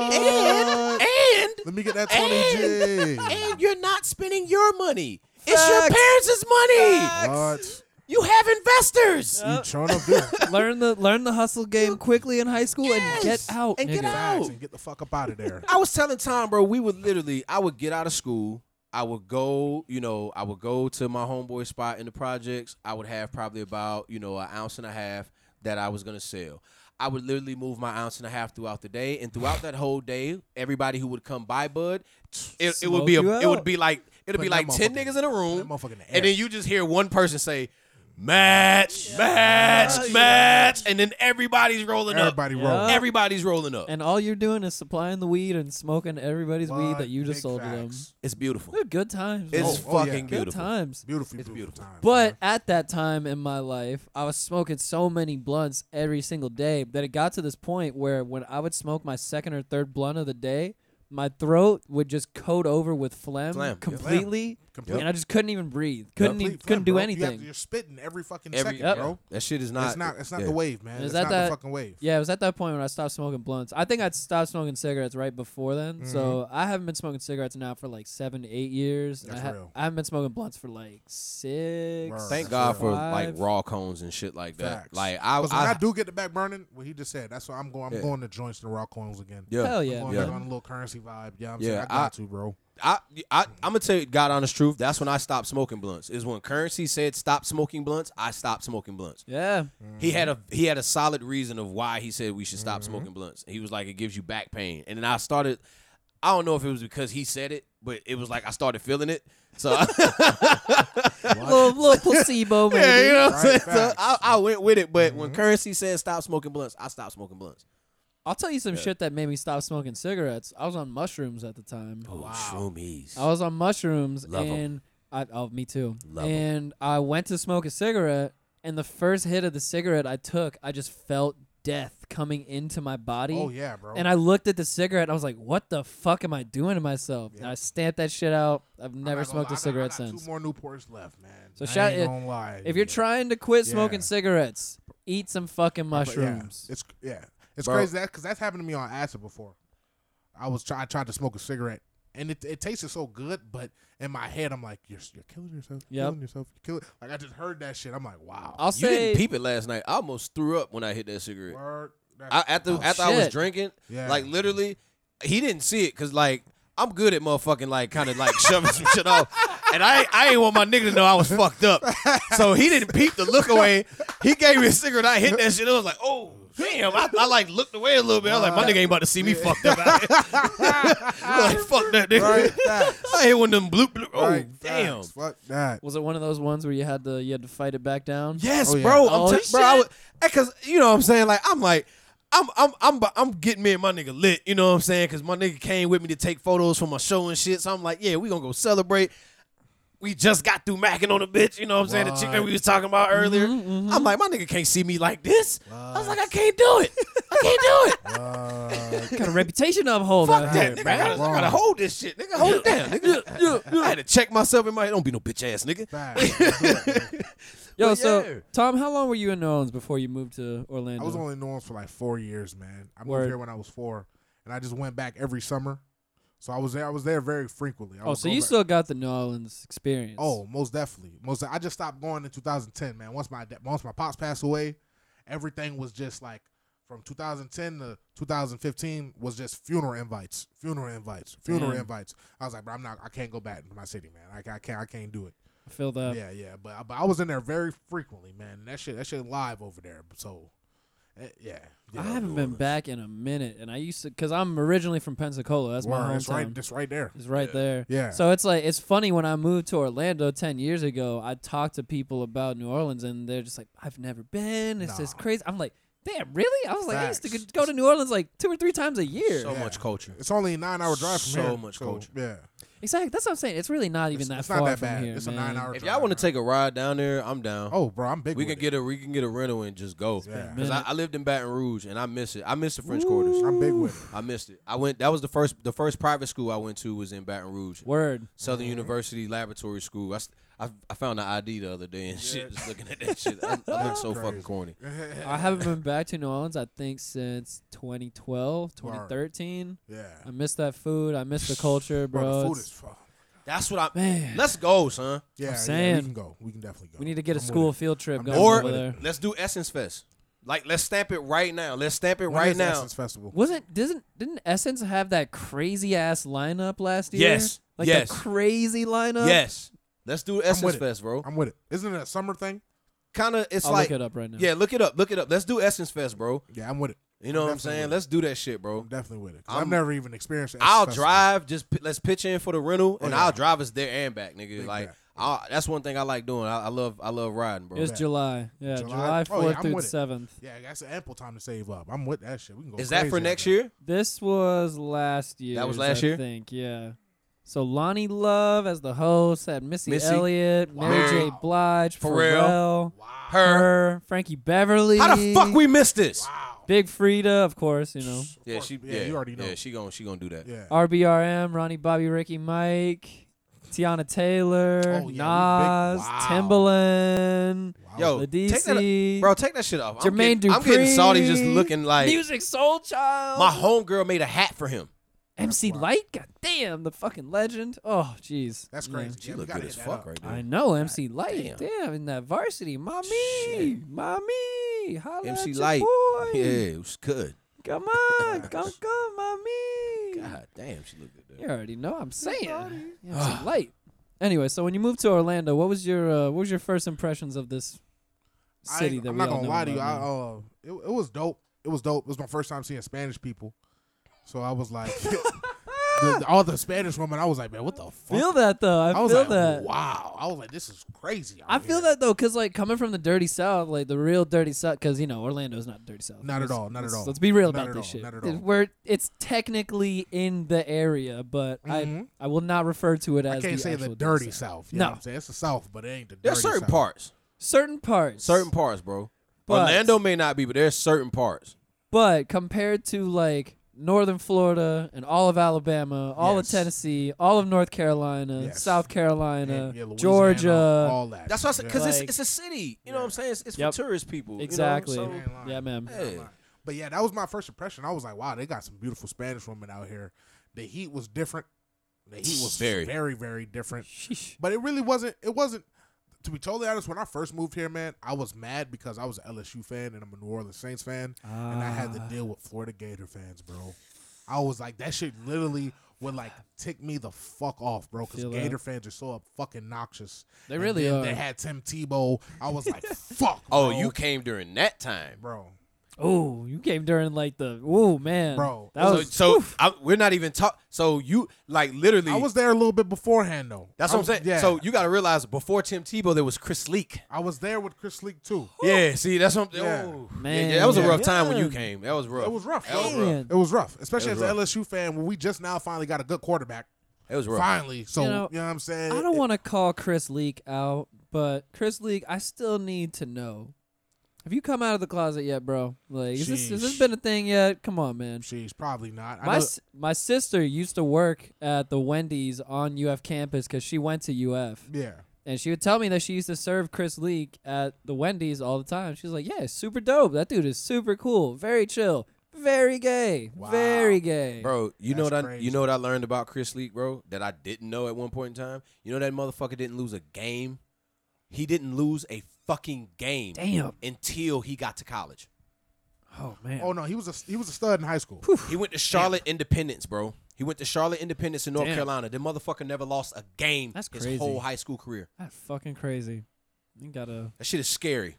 [SPEAKER 3] And and
[SPEAKER 4] Let me get that 20 G.
[SPEAKER 3] and you're not spending your money. It's your
[SPEAKER 1] Facts.
[SPEAKER 3] parents' money.
[SPEAKER 4] What?
[SPEAKER 3] You have investors.
[SPEAKER 1] Uh,
[SPEAKER 4] You trying to do?
[SPEAKER 1] learn the learn the hustle game quickly in high school and get
[SPEAKER 3] Yes.
[SPEAKER 1] out.
[SPEAKER 3] And get
[SPEAKER 1] nigga.
[SPEAKER 3] out.
[SPEAKER 4] Facts and get the fuck up out of there.
[SPEAKER 3] I was telling Tom, bro, we would literally, I would get out of school. I would go, you know, I would go to my homeboy spot in the projects. I would have probably about, you know, an ounce and a half that I was going to sell. I would literally move my ounce and a half throughout the day. And throughout that whole day, everybody who would come by Bud, it, it would be,
[SPEAKER 1] Smoke you
[SPEAKER 3] a, it would
[SPEAKER 1] out.
[SPEAKER 3] be like, it'd be
[SPEAKER 4] Putting that
[SPEAKER 3] like 10
[SPEAKER 4] motherfucker-
[SPEAKER 3] niggas in a room.
[SPEAKER 4] that motherfucker in the air.
[SPEAKER 3] and then you just hear one person say, match, match, match. And then everybody's rolling
[SPEAKER 4] Everybody
[SPEAKER 1] Yeah.
[SPEAKER 4] roll.
[SPEAKER 3] up. Everybody's rolling up.
[SPEAKER 1] And all you're doing is supplying the weed and smoking everybody's weed
[SPEAKER 4] What?
[SPEAKER 1] that you just
[SPEAKER 4] Big
[SPEAKER 1] sold to them.
[SPEAKER 4] facts.
[SPEAKER 3] It's beautiful.
[SPEAKER 1] They're good times. man.
[SPEAKER 3] It's
[SPEAKER 4] Oh, oh, yeah.
[SPEAKER 3] fucking
[SPEAKER 4] Good
[SPEAKER 1] good
[SPEAKER 3] beautiful.
[SPEAKER 1] times.
[SPEAKER 4] Beautiful,
[SPEAKER 3] It's
[SPEAKER 4] beautiful,
[SPEAKER 3] beautiful.
[SPEAKER 4] times.
[SPEAKER 1] But at that time in my life, I was smoking so many blunts every single day that it got to this point where when I would smoke my second or third blunt of the day, my throat would just coat over with phlegm,
[SPEAKER 3] Phlegm, yeah.
[SPEAKER 1] completely,
[SPEAKER 4] Complete-
[SPEAKER 1] and I just couldn't even breathe. Couldn't
[SPEAKER 4] complete
[SPEAKER 1] even, couldn't
[SPEAKER 4] phlegm,
[SPEAKER 1] do
[SPEAKER 4] bro. You have,
[SPEAKER 1] anything.
[SPEAKER 4] you're spitting every fucking
[SPEAKER 3] Every,
[SPEAKER 4] second,
[SPEAKER 3] bro.
[SPEAKER 4] bro.
[SPEAKER 3] That shit is not.
[SPEAKER 4] It's not. It's not
[SPEAKER 3] yeah.
[SPEAKER 4] the wave, man.
[SPEAKER 1] Is
[SPEAKER 4] it's
[SPEAKER 1] that
[SPEAKER 4] not
[SPEAKER 1] that-
[SPEAKER 4] the fucking wave.
[SPEAKER 1] Yeah, it was at that point when I stopped smoking blunts. I think I stopped smoking cigarettes right before then. So I haven't been smoking cigarettes now for like seven to eight years. and I,
[SPEAKER 4] Mm-hmm. That's
[SPEAKER 1] ha-
[SPEAKER 4] real.
[SPEAKER 1] I haven't been smoking blunts for like six.
[SPEAKER 4] Word. That's
[SPEAKER 3] Thank God for like
[SPEAKER 1] five.
[SPEAKER 3] raw cones and shit like that.
[SPEAKER 4] Facts.
[SPEAKER 3] Like I,
[SPEAKER 4] Because
[SPEAKER 3] I,
[SPEAKER 4] when I, do get the back burning, what he just said, that's why I'm going. I'm
[SPEAKER 3] Yeah.
[SPEAKER 4] going to joints and rock coins again.
[SPEAKER 3] yeah,
[SPEAKER 1] Hell
[SPEAKER 4] I'm
[SPEAKER 1] yeah.
[SPEAKER 4] going
[SPEAKER 3] Yeah.
[SPEAKER 4] back on a little currency vibe. Yeah, I'm
[SPEAKER 3] Yeah,
[SPEAKER 4] saying I
[SPEAKER 3] I-
[SPEAKER 4] got to, bro.
[SPEAKER 3] I, I, I'm gonna tell you, God honest truth. That's when I stopped smoking blunts. Is when currency said stop smoking blunts. I stopped smoking blunts.
[SPEAKER 1] Yeah.
[SPEAKER 3] He had a he had a solid reason of why he said we should stop
[SPEAKER 4] Mm-hmm.
[SPEAKER 3] smoking blunts. He was like it gives you back pain, and then I started. I don't know if it was because he said it, but it was like I started feeling it. So
[SPEAKER 1] little, little placebo, maybe.
[SPEAKER 3] Yeah, you know what I'm saying?
[SPEAKER 4] Right,
[SPEAKER 3] So
[SPEAKER 4] facts. Mm-hmm.
[SPEAKER 3] I, I went with it, but when currency said stop smoking blunts, I stopped smoking blunts.
[SPEAKER 1] I'll tell you some shit that made me stop smoking cigarettes. I was on mushrooms at the time.
[SPEAKER 3] Oh, shroomies.
[SPEAKER 1] I was on mushrooms
[SPEAKER 3] Love 'em.
[SPEAKER 1] and I oh me too.
[SPEAKER 3] Love 'em.
[SPEAKER 1] and I went to smoke a cigarette and the first hit of the cigarette I took, I just felt death coming into my body.
[SPEAKER 4] Oh yeah, bro.
[SPEAKER 1] And I looked at the cigarette and I was like, what the fuck am I doing to myself? And I stamped that shit out. I've
[SPEAKER 4] I'm
[SPEAKER 1] never
[SPEAKER 4] not gonna
[SPEAKER 1] smoked a
[SPEAKER 4] lie,
[SPEAKER 1] cigarette
[SPEAKER 4] I got, I got
[SPEAKER 1] since.
[SPEAKER 4] Two more Newports left, man.
[SPEAKER 1] So
[SPEAKER 4] I
[SPEAKER 1] shout-
[SPEAKER 4] ain't
[SPEAKER 1] if-
[SPEAKER 4] gonna lie.
[SPEAKER 1] If you're trying to quit
[SPEAKER 4] Yeah.
[SPEAKER 1] smoking cigarettes, eat some fucking
[SPEAKER 4] But yeah,
[SPEAKER 1] mushrooms.
[SPEAKER 4] it's yeah, it's
[SPEAKER 3] Bro.
[SPEAKER 4] crazy that because that's happened to me on acid before. I was try, I tried to smoke a cigarette and it it tasted so good, but in my head I'm like, you're you're killing yourself, you're
[SPEAKER 1] Yep.
[SPEAKER 4] killing yourself, you're killing. Like I just heard that shit, I'm like, wow.
[SPEAKER 1] I'll
[SPEAKER 3] You
[SPEAKER 1] say
[SPEAKER 3] didn't peep it last night. I almost threw up when I hit that cigarette.
[SPEAKER 4] Word, that's-
[SPEAKER 3] I, after after I was
[SPEAKER 1] Oh, shit.
[SPEAKER 3] drinking,
[SPEAKER 4] Yeah.
[SPEAKER 3] like literally, he didn't see it because like I'm good at motherfucking like kind of like shoving some shit off, and I I ain't want my nigga to know I was fucked up, so he didn't peep the look away. He gave me a cigarette. I hit that shit. I was like, oh. Damn, I, I like looked away a little bit. I was like, my nigga ain't about to see me fucked up. out here. like, fuck that nigga.
[SPEAKER 4] right, facts,
[SPEAKER 3] I hit one of them bloop bloop. Oh,
[SPEAKER 4] right,
[SPEAKER 3] damn.
[SPEAKER 4] facts, fuck that.
[SPEAKER 1] was it one of those ones where you had to you had to fight it back down?
[SPEAKER 3] Yes,
[SPEAKER 4] Oh, yeah.
[SPEAKER 3] bro.
[SPEAKER 1] Oh,
[SPEAKER 3] I'm t- bro, I
[SPEAKER 1] shit.
[SPEAKER 3] was, cause you know what I'm saying. Like I'm like, I'm I'm I'm bu- I'm getting me and my nigga lit. You know what I'm saying? Cause my nigga came with me to take photos for my show and shit. So I'm like, yeah, we gonna go celebrate. We just got through macking on the bitch. You know what I'm saying? The chick that we was talking about earlier.
[SPEAKER 4] Mm-hmm,
[SPEAKER 3] I'm like, my nigga can't see me like this. I was like, I can't do it. I can't do it.
[SPEAKER 1] Got a reputation to uphold.
[SPEAKER 3] Fuck
[SPEAKER 1] out here,
[SPEAKER 3] that, nigga. I
[SPEAKER 1] bro.
[SPEAKER 3] gotta, I gotta hold this shit, nigga. Hold it down, nigga. I had to check myself in my. Don't be no bitch ass, nigga.
[SPEAKER 4] Facts.
[SPEAKER 1] Yo,
[SPEAKER 3] But
[SPEAKER 1] so
[SPEAKER 3] yeah.
[SPEAKER 1] Tom, how long were you in New Orleans before you moved to Orlando?
[SPEAKER 4] I was only in New Orleans for like four years, man. I moved
[SPEAKER 1] Word.
[SPEAKER 4] here when I was four, and I just went back every summer. So I was there. I was there very frequently. I
[SPEAKER 1] Oh,
[SPEAKER 4] would
[SPEAKER 1] so
[SPEAKER 4] go
[SPEAKER 1] you
[SPEAKER 4] back.
[SPEAKER 1] still got the New Orleans experience.
[SPEAKER 4] Oh, most definitely. Most. I just stopped going in 2010, man. Once my da- once my pops passed away, everything was just like from 2010 to 2015 was just funeral invites, funeral invites, funeral
[SPEAKER 1] Damn.
[SPEAKER 4] invites. I was like, but I'm not. I can't go back to my city, man. I, ca- I can't. I can't do it.
[SPEAKER 1] I feel that.
[SPEAKER 4] yeah, yeah. But I- but I was in there very frequently, man. And that shit. That shit live over there. So, eh, yeah. yeah.
[SPEAKER 1] I haven't been back in a minute, and I used to because I'm originally from Pensacola. That's my
[SPEAKER 4] Word,
[SPEAKER 1] hometown.
[SPEAKER 4] it's right. It's right there.
[SPEAKER 1] It's right there.
[SPEAKER 4] Yeah.
[SPEAKER 1] So it's like it's funny when I moved to Orlando ten years ago. I talked to people about New Orleans, and they're just like, "I've never been. It's just
[SPEAKER 4] Nah.
[SPEAKER 1] crazy." I'm like, "Damn, really?" I was like, "I used
[SPEAKER 4] Facts.
[SPEAKER 1] to go to New Orleans like two or three times a year."
[SPEAKER 3] So
[SPEAKER 4] Yeah.
[SPEAKER 3] much culture.
[SPEAKER 4] It's only a nine-hour drive from
[SPEAKER 3] So
[SPEAKER 4] here.
[SPEAKER 3] much
[SPEAKER 4] so,
[SPEAKER 3] culture.
[SPEAKER 4] Yeah.
[SPEAKER 1] exactly. That's what I'm saying. It's really not even
[SPEAKER 4] It's,
[SPEAKER 1] that
[SPEAKER 4] it's
[SPEAKER 1] far
[SPEAKER 4] not that
[SPEAKER 1] from
[SPEAKER 4] bad.
[SPEAKER 1] here.
[SPEAKER 4] it's a
[SPEAKER 1] man.
[SPEAKER 4] nine-hour.
[SPEAKER 3] If y'all want to take a ride down there, I'm down.
[SPEAKER 4] Oh, bro, I'm big.
[SPEAKER 3] we
[SPEAKER 4] with
[SPEAKER 3] can
[SPEAKER 4] it.
[SPEAKER 3] get a we can get a rental and just go.
[SPEAKER 4] Yeah.
[SPEAKER 3] Cause I,
[SPEAKER 1] Minute.
[SPEAKER 3] I lived in Baton Rouge and I miss it. I miss the French Quarters.
[SPEAKER 4] I'm big with
[SPEAKER 3] I missed it. I went. That was the first. The first private school I went to was in Baton Rouge,
[SPEAKER 1] Word.
[SPEAKER 3] Southern University Laboratory School. I, s- I, I found the ID the other day and shit. Just looking at that shit, I, I look so fucking corny.
[SPEAKER 4] it.
[SPEAKER 1] I haven't been back to New Orleans. I think since 2012,
[SPEAKER 4] Word.
[SPEAKER 1] 2013.
[SPEAKER 4] yeah.
[SPEAKER 1] I miss that food. I miss the culture, bro.
[SPEAKER 4] Bro, the food
[SPEAKER 1] It's-
[SPEAKER 4] is fu-
[SPEAKER 3] That's what I.
[SPEAKER 1] Man.
[SPEAKER 3] Let's go, son.
[SPEAKER 4] Yeah, yeah, we
[SPEAKER 1] saying.
[SPEAKER 4] can go. We can definitely go.
[SPEAKER 1] we need to get a
[SPEAKER 4] I'm with
[SPEAKER 1] school
[SPEAKER 4] it.
[SPEAKER 1] field trip
[SPEAKER 4] I'm
[SPEAKER 1] going
[SPEAKER 4] down
[SPEAKER 1] over
[SPEAKER 4] with it.
[SPEAKER 1] there.
[SPEAKER 3] Let's do Essence Fest. Like, let's stamp it right now. Let's stamp it
[SPEAKER 4] When
[SPEAKER 3] right
[SPEAKER 4] is
[SPEAKER 3] now.
[SPEAKER 4] Essence Festival.
[SPEAKER 1] Wasn't didn't didn't Essence have that crazy ass lineup last year?
[SPEAKER 3] Yes.
[SPEAKER 1] Like
[SPEAKER 3] Yes.
[SPEAKER 1] the crazy lineup?
[SPEAKER 3] Yes. Let's do Essence
[SPEAKER 4] with it.
[SPEAKER 3] Fest, bro.
[SPEAKER 4] I'm with it. Isn't it a summer thing?
[SPEAKER 3] Kind of, it's
[SPEAKER 1] I'll
[SPEAKER 3] like,
[SPEAKER 1] look it up right now.
[SPEAKER 3] yeah, look it up, look it up. Let's do Essence Fest, bro.
[SPEAKER 4] Yeah, I'm with it.
[SPEAKER 3] You know what I'm
[SPEAKER 4] definitely
[SPEAKER 3] saying?
[SPEAKER 4] with
[SPEAKER 3] Let's do that shit, bro.
[SPEAKER 4] I'm definitely with it. 'Cause
[SPEAKER 3] I'm-
[SPEAKER 4] I've never even experienced. an Essence
[SPEAKER 3] I'll
[SPEAKER 4] Festival.
[SPEAKER 3] drive. Just p- let's pitch in for the rental, and
[SPEAKER 4] Oh, yeah.
[SPEAKER 3] I'll drive us there and back, nigga. like
[SPEAKER 4] back.
[SPEAKER 3] i that's one thing I like doing. I, I love I love riding, bro.
[SPEAKER 1] It was
[SPEAKER 4] Yeah.
[SPEAKER 1] July. Yeah,
[SPEAKER 4] July?
[SPEAKER 1] July
[SPEAKER 4] Oh,
[SPEAKER 1] fourth
[SPEAKER 4] yeah, I'm
[SPEAKER 1] through
[SPEAKER 4] with it.
[SPEAKER 1] seventh.
[SPEAKER 4] Yeah, that's an ample time to save up. I'm with that shit. We can go.
[SPEAKER 3] Is that for
[SPEAKER 4] crazy
[SPEAKER 3] next
[SPEAKER 4] out there.
[SPEAKER 3] year?
[SPEAKER 1] This was last year.
[SPEAKER 3] was last
[SPEAKER 1] I
[SPEAKER 3] year?
[SPEAKER 1] think yeah. So Lonnie Love as the host had Missy,
[SPEAKER 3] Missy.
[SPEAKER 1] Elliott, Mary J.
[SPEAKER 3] Mary.
[SPEAKER 1] Blige, Pharrell,
[SPEAKER 3] Pharrell.
[SPEAKER 1] her, Frankie Beverly.
[SPEAKER 3] How the fuck we missed this?
[SPEAKER 4] Wow.
[SPEAKER 1] Big Frida, of course, you know.
[SPEAKER 4] Of
[SPEAKER 3] Yeah,
[SPEAKER 4] course.
[SPEAKER 3] she
[SPEAKER 4] Yeah, you already know.
[SPEAKER 3] Yeah, she gonna she gonna do that.
[SPEAKER 4] Yeah.
[SPEAKER 1] RBRM, Ronnie, Bobby, Ricky, Mike, Tiana Taylor,
[SPEAKER 4] Oh, yeah, we
[SPEAKER 1] Nas,
[SPEAKER 4] big- wow.
[SPEAKER 1] Timbaland,
[SPEAKER 4] Wow.
[SPEAKER 3] Yo,
[SPEAKER 1] the
[SPEAKER 3] take that,
[SPEAKER 1] DC,
[SPEAKER 3] bro, take that shit off. I'm
[SPEAKER 1] Jermaine
[SPEAKER 3] getting, I'm getting
[SPEAKER 1] Dupri,
[SPEAKER 3] salty just looking like
[SPEAKER 1] Music Soul Child,
[SPEAKER 3] my homegirl made a hat for him.
[SPEAKER 1] MC
[SPEAKER 4] Wow.
[SPEAKER 1] Light, god damn, the fucking legend. Oh, jeez,
[SPEAKER 4] that's
[SPEAKER 1] Yeah.
[SPEAKER 4] crazy.
[SPEAKER 3] She
[SPEAKER 4] yeah, we
[SPEAKER 3] look
[SPEAKER 4] gotta
[SPEAKER 3] good as
[SPEAKER 4] hit that
[SPEAKER 3] fuck
[SPEAKER 4] up.
[SPEAKER 3] right
[SPEAKER 1] I
[SPEAKER 3] there.
[SPEAKER 1] know MC Light,
[SPEAKER 3] damn.
[SPEAKER 1] damn. in that varsity, mommy,
[SPEAKER 3] Shit.
[SPEAKER 1] mommy, holla at
[SPEAKER 3] MC
[SPEAKER 1] your
[SPEAKER 3] Light,
[SPEAKER 1] boy.
[SPEAKER 3] yeah, it was good.
[SPEAKER 1] come on, come come, mommy.
[SPEAKER 3] God damn, she looked good.
[SPEAKER 1] You
[SPEAKER 3] There.
[SPEAKER 1] already know I'm saying. It's light. Anyway, so when you moved to Orlando, what was your uh, what was your first impressions of this
[SPEAKER 4] I
[SPEAKER 1] city
[SPEAKER 4] ain't-
[SPEAKER 1] that
[SPEAKER 4] I'm
[SPEAKER 1] we
[SPEAKER 4] not
[SPEAKER 1] all
[SPEAKER 4] gonna
[SPEAKER 1] know
[SPEAKER 4] lie to you. I,
[SPEAKER 1] about now?
[SPEAKER 4] uh, it, it was dope. It was dope. It was my first time seeing Spanish people, so I was like, the- the- all the Spanish women. I was like, man, what the fuck?
[SPEAKER 1] feel that though. I,
[SPEAKER 4] I was
[SPEAKER 1] feel
[SPEAKER 4] like,
[SPEAKER 1] that.
[SPEAKER 4] wow. I was like, this is crazy. out
[SPEAKER 1] I feel
[SPEAKER 4] here.
[SPEAKER 1] that though, cause like coming from the dirty south, like the real dirty south, cause you know Orlando's not dirty south.
[SPEAKER 4] Not at
[SPEAKER 1] Let's-
[SPEAKER 4] all, not at
[SPEAKER 1] let's-
[SPEAKER 4] all.
[SPEAKER 1] Let's be real
[SPEAKER 4] Not
[SPEAKER 1] about
[SPEAKER 4] at
[SPEAKER 1] this
[SPEAKER 4] all,
[SPEAKER 1] shit.
[SPEAKER 4] not at
[SPEAKER 1] It-
[SPEAKER 4] all.
[SPEAKER 1] We're it's technically in the area, but
[SPEAKER 4] Mhm.
[SPEAKER 1] I I will not refer to it as
[SPEAKER 4] I can't
[SPEAKER 1] the
[SPEAKER 4] say the
[SPEAKER 1] actual
[SPEAKER 4] dirty
[SPEAKER 1] south.
[SPEAKER 4] South. You no, know
[SPEAKER 1] No.
[SPEAKER 4] what I'm saying it's the South, but it ain't the dirty
[SPEAKER 3] There's certain
[SPEAKER 4] South.
[SPEAKER 3] parts,
[SPEAKER 1] Certain parts,
[SPEAKER 3] certain parts, bro.
[SPEAKER 1] But-
[SPEAKER 3] Orlando may not be, but there's certain parts.
[SPEAKER 1] But compared to like northern Florida and all of Alabama, all
[SPEAKER 4] Yes.
[SPEAKER 1] of Tennessee, all of North Carolina,
[SPEAKER 4] Yes.
[SPEAKER 1] South
[SPEAKER 4] And,
[SPEAKER 1] Carolina,
[SPEAKER 4] yeah, Louisiana,
[SPEAKER 1] Georgia.
[SPEAKER 4] all that.
[SPEAKER 3] That's what I said. Because
[SPEAKER 1] Like-
[SPEAKER 3] it's, it's a city. You know what I'm saying? It's, it's
[SPEAKER 1] Yep.
[SPEAKER 3] for tourist people. you know?
[SPEAKER 1] Exactly.
[SPEAKER 3] So-
[SPEAKER 4] ain't lying.
[SPEAKER 1] yeah, man.
[SPEAKER 3] Hey.
[SPEAKER 4] But yeah, that was my first impression. I was like, wow, they got some beautiful Spanish women out here. The heat was different. The heat was
[SPEAKER 3] Very.
[SPEAKER 4] very, very, very different.
[SPEAKER 1] Sheesh.
[SPEAKER 4] But it really wasn't. It wasn't. To be totally honest, when I first moved here, man, I was mad because I was an LSU fan and I'm a New Orleans Saints fan, and I had to
[SPEAKER 1] Ah.
[SPEAKER 4] deal with Florida Gator fans, bro. I was like, that shit literally would like tick me the fuck off, bro, because
[SPEAKER 1] Feel that.
[SPEAKER 4] Gator fans are so fucking noxious.
[SPEAKER 1] They
[SPEAKER 4] And
[SPEAKER 1] really
[SPEAKER 4] then
[SPEAKER 1] are.
[SPEAKER 4] They had Tim Tebow. I was like, fuck.
[SPEAKER 3] Oh,
[SPEAKER 4] bro.
[SPEAKER 3] you came during that time.
[SPEAKER 4] bro.
[SPEAKER 1] Oh, you came during like the oh man,
[SPEAKER 4] Bro,
[SPEAKER 1] That
[SPEAKER 3] so
[SPEAKER 1] was
[SPEAKER 3] so
[SPEAKER 1] oof.
[SPEAKER 3] I, we're not even talk. So you like literally.
[SPEAKER 4] I was there a little bit beforehand though.
[SPEAKER 3] that's
[SPEAKER 4] I
[SPEAKER 3] what I'm
[SPEAKER 4] was-
[SPEAKER 3] saying.
[SPEAKER 4] Yeah,
[SPEAKER 3] So you got to realize before Tim Tebow there was Chris Leak.
[SPEAKER 4] I was there with Chris Leak too.
[SPEAKER 3] Yeah. See, that's what. I'm,
[SPEAKER 4] Yeah.
[SPEAKER 3] oh. Yeah,
[SPEAKER 1] Man.
[SPEAKER 3] yeah, that was a rough
[SPEAKER 1] Yeah.
[SPEAKER 3] time when you came. That was rough.
[SPEAKER 4] It was rough.
[SPEAKER 3] That was
[SPEAKER 1] Man.
[SPEAKER 3] rough.
[SPEAKER 4] It was rough, especially
[SPEAKER 3] It was
[SPEAKER 4] as an
[SPEAKER 3] rough.
[SPEAKER 4] LSU fan. When we just now finally got a good quarterback,
[SPEAKER 3] It was rough.
[SPEAKER 4] finally. So
[SPEAKER 1] You
[SPEAKER 4] you
[SPEAKER 1] know,
[SPEAKER 4] know, what I'm saying.
[SPEAKER 1] I don't
[SPEAKER 4] It-
[SPEAKER 1] want to call Chris Leak out, but Chris Leak, I still need to know. Have you come out of the closet yet, bro? Like, is this, has this
[SPEAKER 4] Sheesh.
[SPEAKER 1] been a thing yet? Come on, man.
[SPEAKER 4] She's probably not. I
[SPEAKER 1] My
[SPEAKER 4] know-
[SPEAKER 1] s- my sister used to work at the Wendy's on UF campus because she went to UF,
[SPEAKER 4] yeah,
[SPEAKER 1] and she would tell me that she used to serve Chris Leak at the Wendy's all the time. She was like, "Yeah, super dope. That dude is super cool, very chill, Very gay. Very gay.
[SPEAKER 3] Bro, you know
[SPEAKER 4] That's
[SPEAKER 3] what I
[SPEAKER 4] crazy.
[SPEAKER 3] you know what I learned about Chris Leak, bro, that I didn't know at one point in time. You know that motherfucker didn't lose a game. He didn't lose a fucking game
[SPEAKER 1] Damn.
[SPEAKER 3] until he got to college.
[SPEAKER 1] Oh man.
[SPEAKER 4] Oh no, he was a he was a stud in high school.
[SPEAKER 3] He went to Charlotte Independence, bro. He went to Charlotte Independence in North
[SPEAKER 1] Damn.
[SPEAKER 3] Carolina. The motherfucker never lost a game
[SPEAKER 1] That's
[SPEAKER 3] his
[SPEAKER 1] crazy.
[SPEAKER 3] whole high school career.
[SPEAKER 1] That's fucking crazy. You gotta.
[SPEAKER 3] That shit is scary.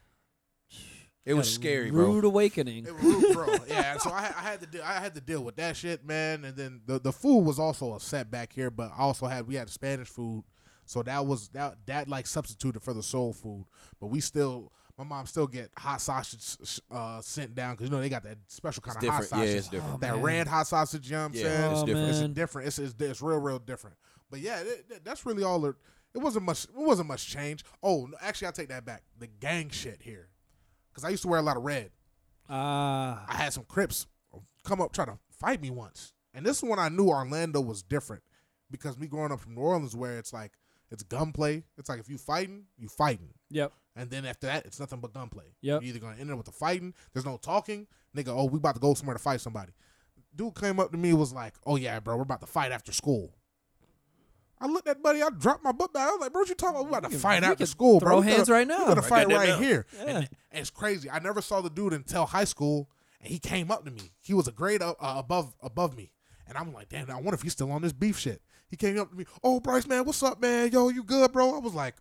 [SPEAKER 3] It
[SPEAKER 1] got
[SPEAKER 3] was
[SPEAKER 1] a
[SPEAKER 3] scary,
[SPEAKER 1] rude
[SPEAKER 3] bro.
[SPEAKER 1] awakening.
[SPEAKER 4] It was rude, bro. Yeah, so I, I had to deal, I had to deal with that shit, man. And then the the food was also a setback here, but I also had we had Spanish food, so that was that that like substituted for the soul food. but we still. My mom still get hot sausage uh, sent down because you know they got that special kind
[SPEAKER 3] It's
[SPEAKER 4] of hot
[SPEAKER 3] different. Yeah,
[SPEAKER 4] sausage,
[SPEAKER 3] it's different.
[SPEAKER 1] Oh,
[SPEAKER 4] that
[SPEAKER 1] man.
[SPEAKER 4] red hot sausage. You know what I'm
[SPEAKER 3] Yeah,
[SPEAKER 4] saying?
[SPEAKER 3] it's
[SPEAKER 1] Oh,
[SPEAKER 3] different.
[SPEAKER 4] It's a
[SPEAKER 1] man.
[SPEAKER 4] different. It's, it's it's real real different. But yeah, it, it- that's really all. It, it wasn't much. It wasn't much change. Oh, no, actually, I take that back. The gang shit here, because I used to wear a lot of red.
[SPEAKER 1] Ah.
[SPEAKER 4] I had some Crips come up try to fight me once, and this is when I knew Orlando was different because me growing up from New Orleans, where it's like it's gunplay. It's like if you fighting, you fighting.
[SPEAKER 1] Yep.
[SPEAKER 4] And then after that, it's nothing but gunplay.
[SPEAKER 1] Yep.
[SPEAKER 4] You're either gonna end up with the fighting. There's no talking, nigga. Oh, we about to go somewhere to fight somebody. Dude came up to me was like, "Oh yeah, bro, we're about to fight after school." I looked at buddy. I dropped my butt back. I was like, "Bro, what you talking about? We about to
[SPEAKER 1] can-
[SPEAKER 4] fight
[SPEAKER 1] we
[SPEAKER 4] after
[SPEAKER 1] can
[SPEAKER 4] school, bro.
[SPEAKER 1] throw
[SPEAKER 4] We
[SPEAKER 1] hands
[SPEAKER 4] gotta-
[SPEAKER 1] right now."
[SPEAKER 4] We gonna
[SPEAKER 1] Right
[SPEAKER 4] fight
[SPEAKER 3] there,
[SPEAKER 4] right
[SPEAKER 3] now.
[SPEAKER 4] here."
[SPEAKER 1] Yeah.
[SPEAKER 4] And, and it's crazy. I never saw the dude until high school, and he came up to me. He was a grade up, uh, above above me, and I'm like, "Damn, I wonder if he's still on this beef shit." He came up to me. Oh, Bryce, man, what's up, man? Yo, you good, bro? I was like,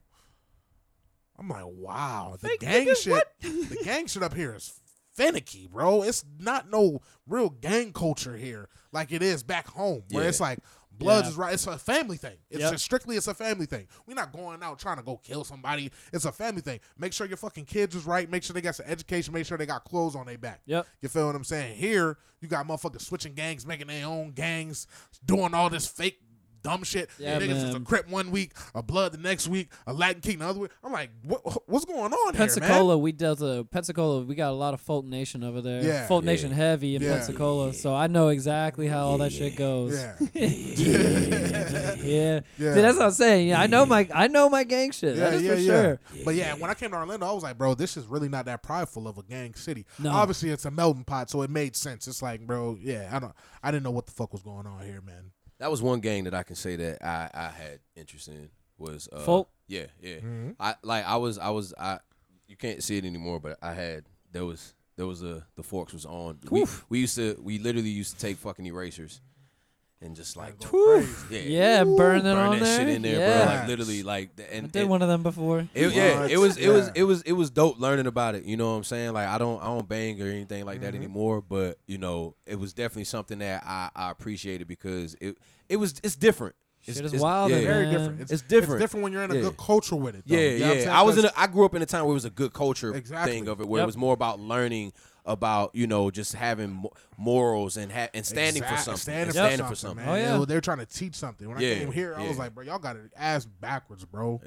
[SPEAKER 4] I'm like, wow, the
[SPEAKER 1] Fake
[SPEAKER 4] gang
[SPEAKER 1] niggas,
[SPEAKER 4] shit, the gang shit up here is finicky, bro. It's not no real gang culture here like it is back home, where
[SPEAKER 3] Yeah.
[SPEAKER 4] it's like bloods
[SPEAKER 1] Yeah.
[SPEAKER 4] is right. It's a family thing. It's
[SPEAKER 1] Yep.
[SPEAKER 4] just strictly it's a family thing. We're not going out trying to go kill somebody. It's a family thing. Make sure your fucking kids is right. Make sure they got some education. Make sure they got clothes on their back.
[SPEAKER 1] Yep.
[SPEAKER 4] You feel what I'm saying? Here, you got motherfuckers switching gangs, making their own gangs, doing all this fake dumb shit.
[SPEAKER 1] Yeah,
[SPEAKER 4] Niggas is a
[SPEAKER 1] man.
[SPEAKER 4] Crip one week, a Blood the next week, a Latin King the other week. I'm like, what, what's going on here, man?
[SPEAKER 1] Pensacola, we dealt a Pensacola. We got a lot of Fulton Nation over there.
[SPEAKER 4] Yeah.
[SPEAKER 1] Fulton
[SPEAKER 3] Yeah.
[SPEAKER 1] Nation heavy in
[SPEAKER 4] Yeah.
[SPEAKER 1] Pensacola, so I know exactly how all that shit goes.
[SPEAKER 4] Yeah.
[SPEAKER 1] yeah.
[SPEAKER 4] Yeah.
[SPEAKER 1] See, that's what I'm saying. Yeah, I know my I know my gang shit. that is for sure.
[SPEAKER 4] But yeah, when I came to Orlando, I was like, bro, this is really not that prideful of a gang city.
[SPEAKER 1] No.
[SPEAKER 4] Obviously, it's a melting pot, so it made sense. It's like, bro, yeah, I don't, I didn't know what the fuck was going on here, man.
[SPEAKER 3] That was one game that I can say that I, I had interest in was uh,
[SPEAKER 1] Folk?
[SPEAKER 3] Yeah, yeah. I like I was I was I you can't see it anymore, but I had there was there was a the forks was on. We,
[SPEAKER 1] Oof.
[SPEAKER 3] we used to we literally used to take fucking erasers and just like
[SPEAKER 4] Whew.
[SPEAKER 3] yeah,
[SPEAKER 1] Yeah, burn it
[SPEAKER 3] burn
[SPEAKER 1] on
[SPEAKER 3] that
[SPEAKER 1] there.
[SPEAKER 3] shit in there,
[SPEAKER 1] yeah.
[SPEAKER 3] bro. Like
[SPEAKER 4] Yes.
[SPEAKER 3] literally like the-
[SPEAKER 1] I
[SPEAKER 3] and,
[SPEAKER 1] did
[SPEAKER 3] and
[SPEAKER 1] one of them before.
[SPEAKER 3] it, yeah,
[SPEAKER 4] What?
[SPEAKER 3] it was it was
[SPEAKER 4] Yeah.
[SPEAKER 3] it was it was dope learning about it. You know what I'm saying? Like I don't I don't bang or anything like
[SPEAKER 4] Mm-hmm.
[SPEAKER 3] that anymore, but you know it was definitely something that I, I appreciated because it it was it's different. It's,
[SPEAKER 1] Shit is
[SPEAKER 3] it's-
[SPEAKER 1] wild in
[SPEAKER 3] yeah.
[SPEAKER 1] there.
[SPEAKER 4] Very
[SPEAKER 1] Man.
[SPEAKER 4] different.
[SPEAKER 3] It's different.
[SPEAKER 4] It's different when you're in a
[SPEAKER 3] Yeah.
[SPEAKER 4] good culture with it. Though.
[SPEAKER 3] Yeah,
[SPEAKER 4] You know what I'm
[SPEAKER 3] yeah.
[SPEAKER 4] saying?
[SPEAKER 3] I was in.
[SPEAKER 4] 'Cause-
[SPEAKER 3] A, I grew up in a time where it was a good culture
[SPEAKER 4] Exactly.
[SPEAKER 3] thing of it, where
[SPEAKER 1] Yep.
[SPEAKER 3] it was more about learning about you know just having mo- morals and ha- and standing for
[SPEAKER 4] Exact-
[SPEAKER 3] something,
[SPEAKER 4] Standing,
[SPEAKER 3] and
[SPEAKER 4] for
[SPEAKER 3] standing
[SPEAKER 4] something,
[SPEAKER 3] for something.
[SPEAKER 4] Man.
[SPEAKER 1] Oh, yeah.
[SPEAKER 4] They were- They were trying to teach something. When I
[SPEAKER 3] Yeah,
[SPEAKER 4] came here, I was
[SPEAKER 3] yeah.
[SPEAKER 4] like, bro, y'all got it ass backwards, bro.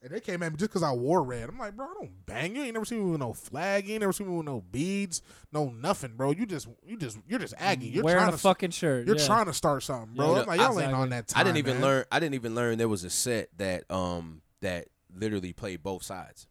[SPEAKER 4] And they came at me just because I wore red. I'm like, bro, I don't bang. You ain't never seen me with no flag. You ain't never seen me with no beads, no nothing, bro. You just, you just, you're just Aggie. You're
[SPEAKER 1] Wearing
[SPEAKER 4] trying
[SPEAKER 1] a
[SPEAKER 4] to,
[SPEAKER 1] fucking shirt.
[SPEAKER 4] you're
[SPEAKER 1] yeah.
[SPEAKER 4] trying to start something, bro.
[SPEAKER 1] Yeah,
[SPEAKER 3] no,
[SPEAKER 4] I'm like,
[SPEAKER 3] I-
[SPEAKER 4] y'all ain't on that time.
[SPEAKER 3] I didn't even
[SPEAKER 4] man.
[SPEAKER 3] learn. I didn't even learn there was a set that um that literally played both sides.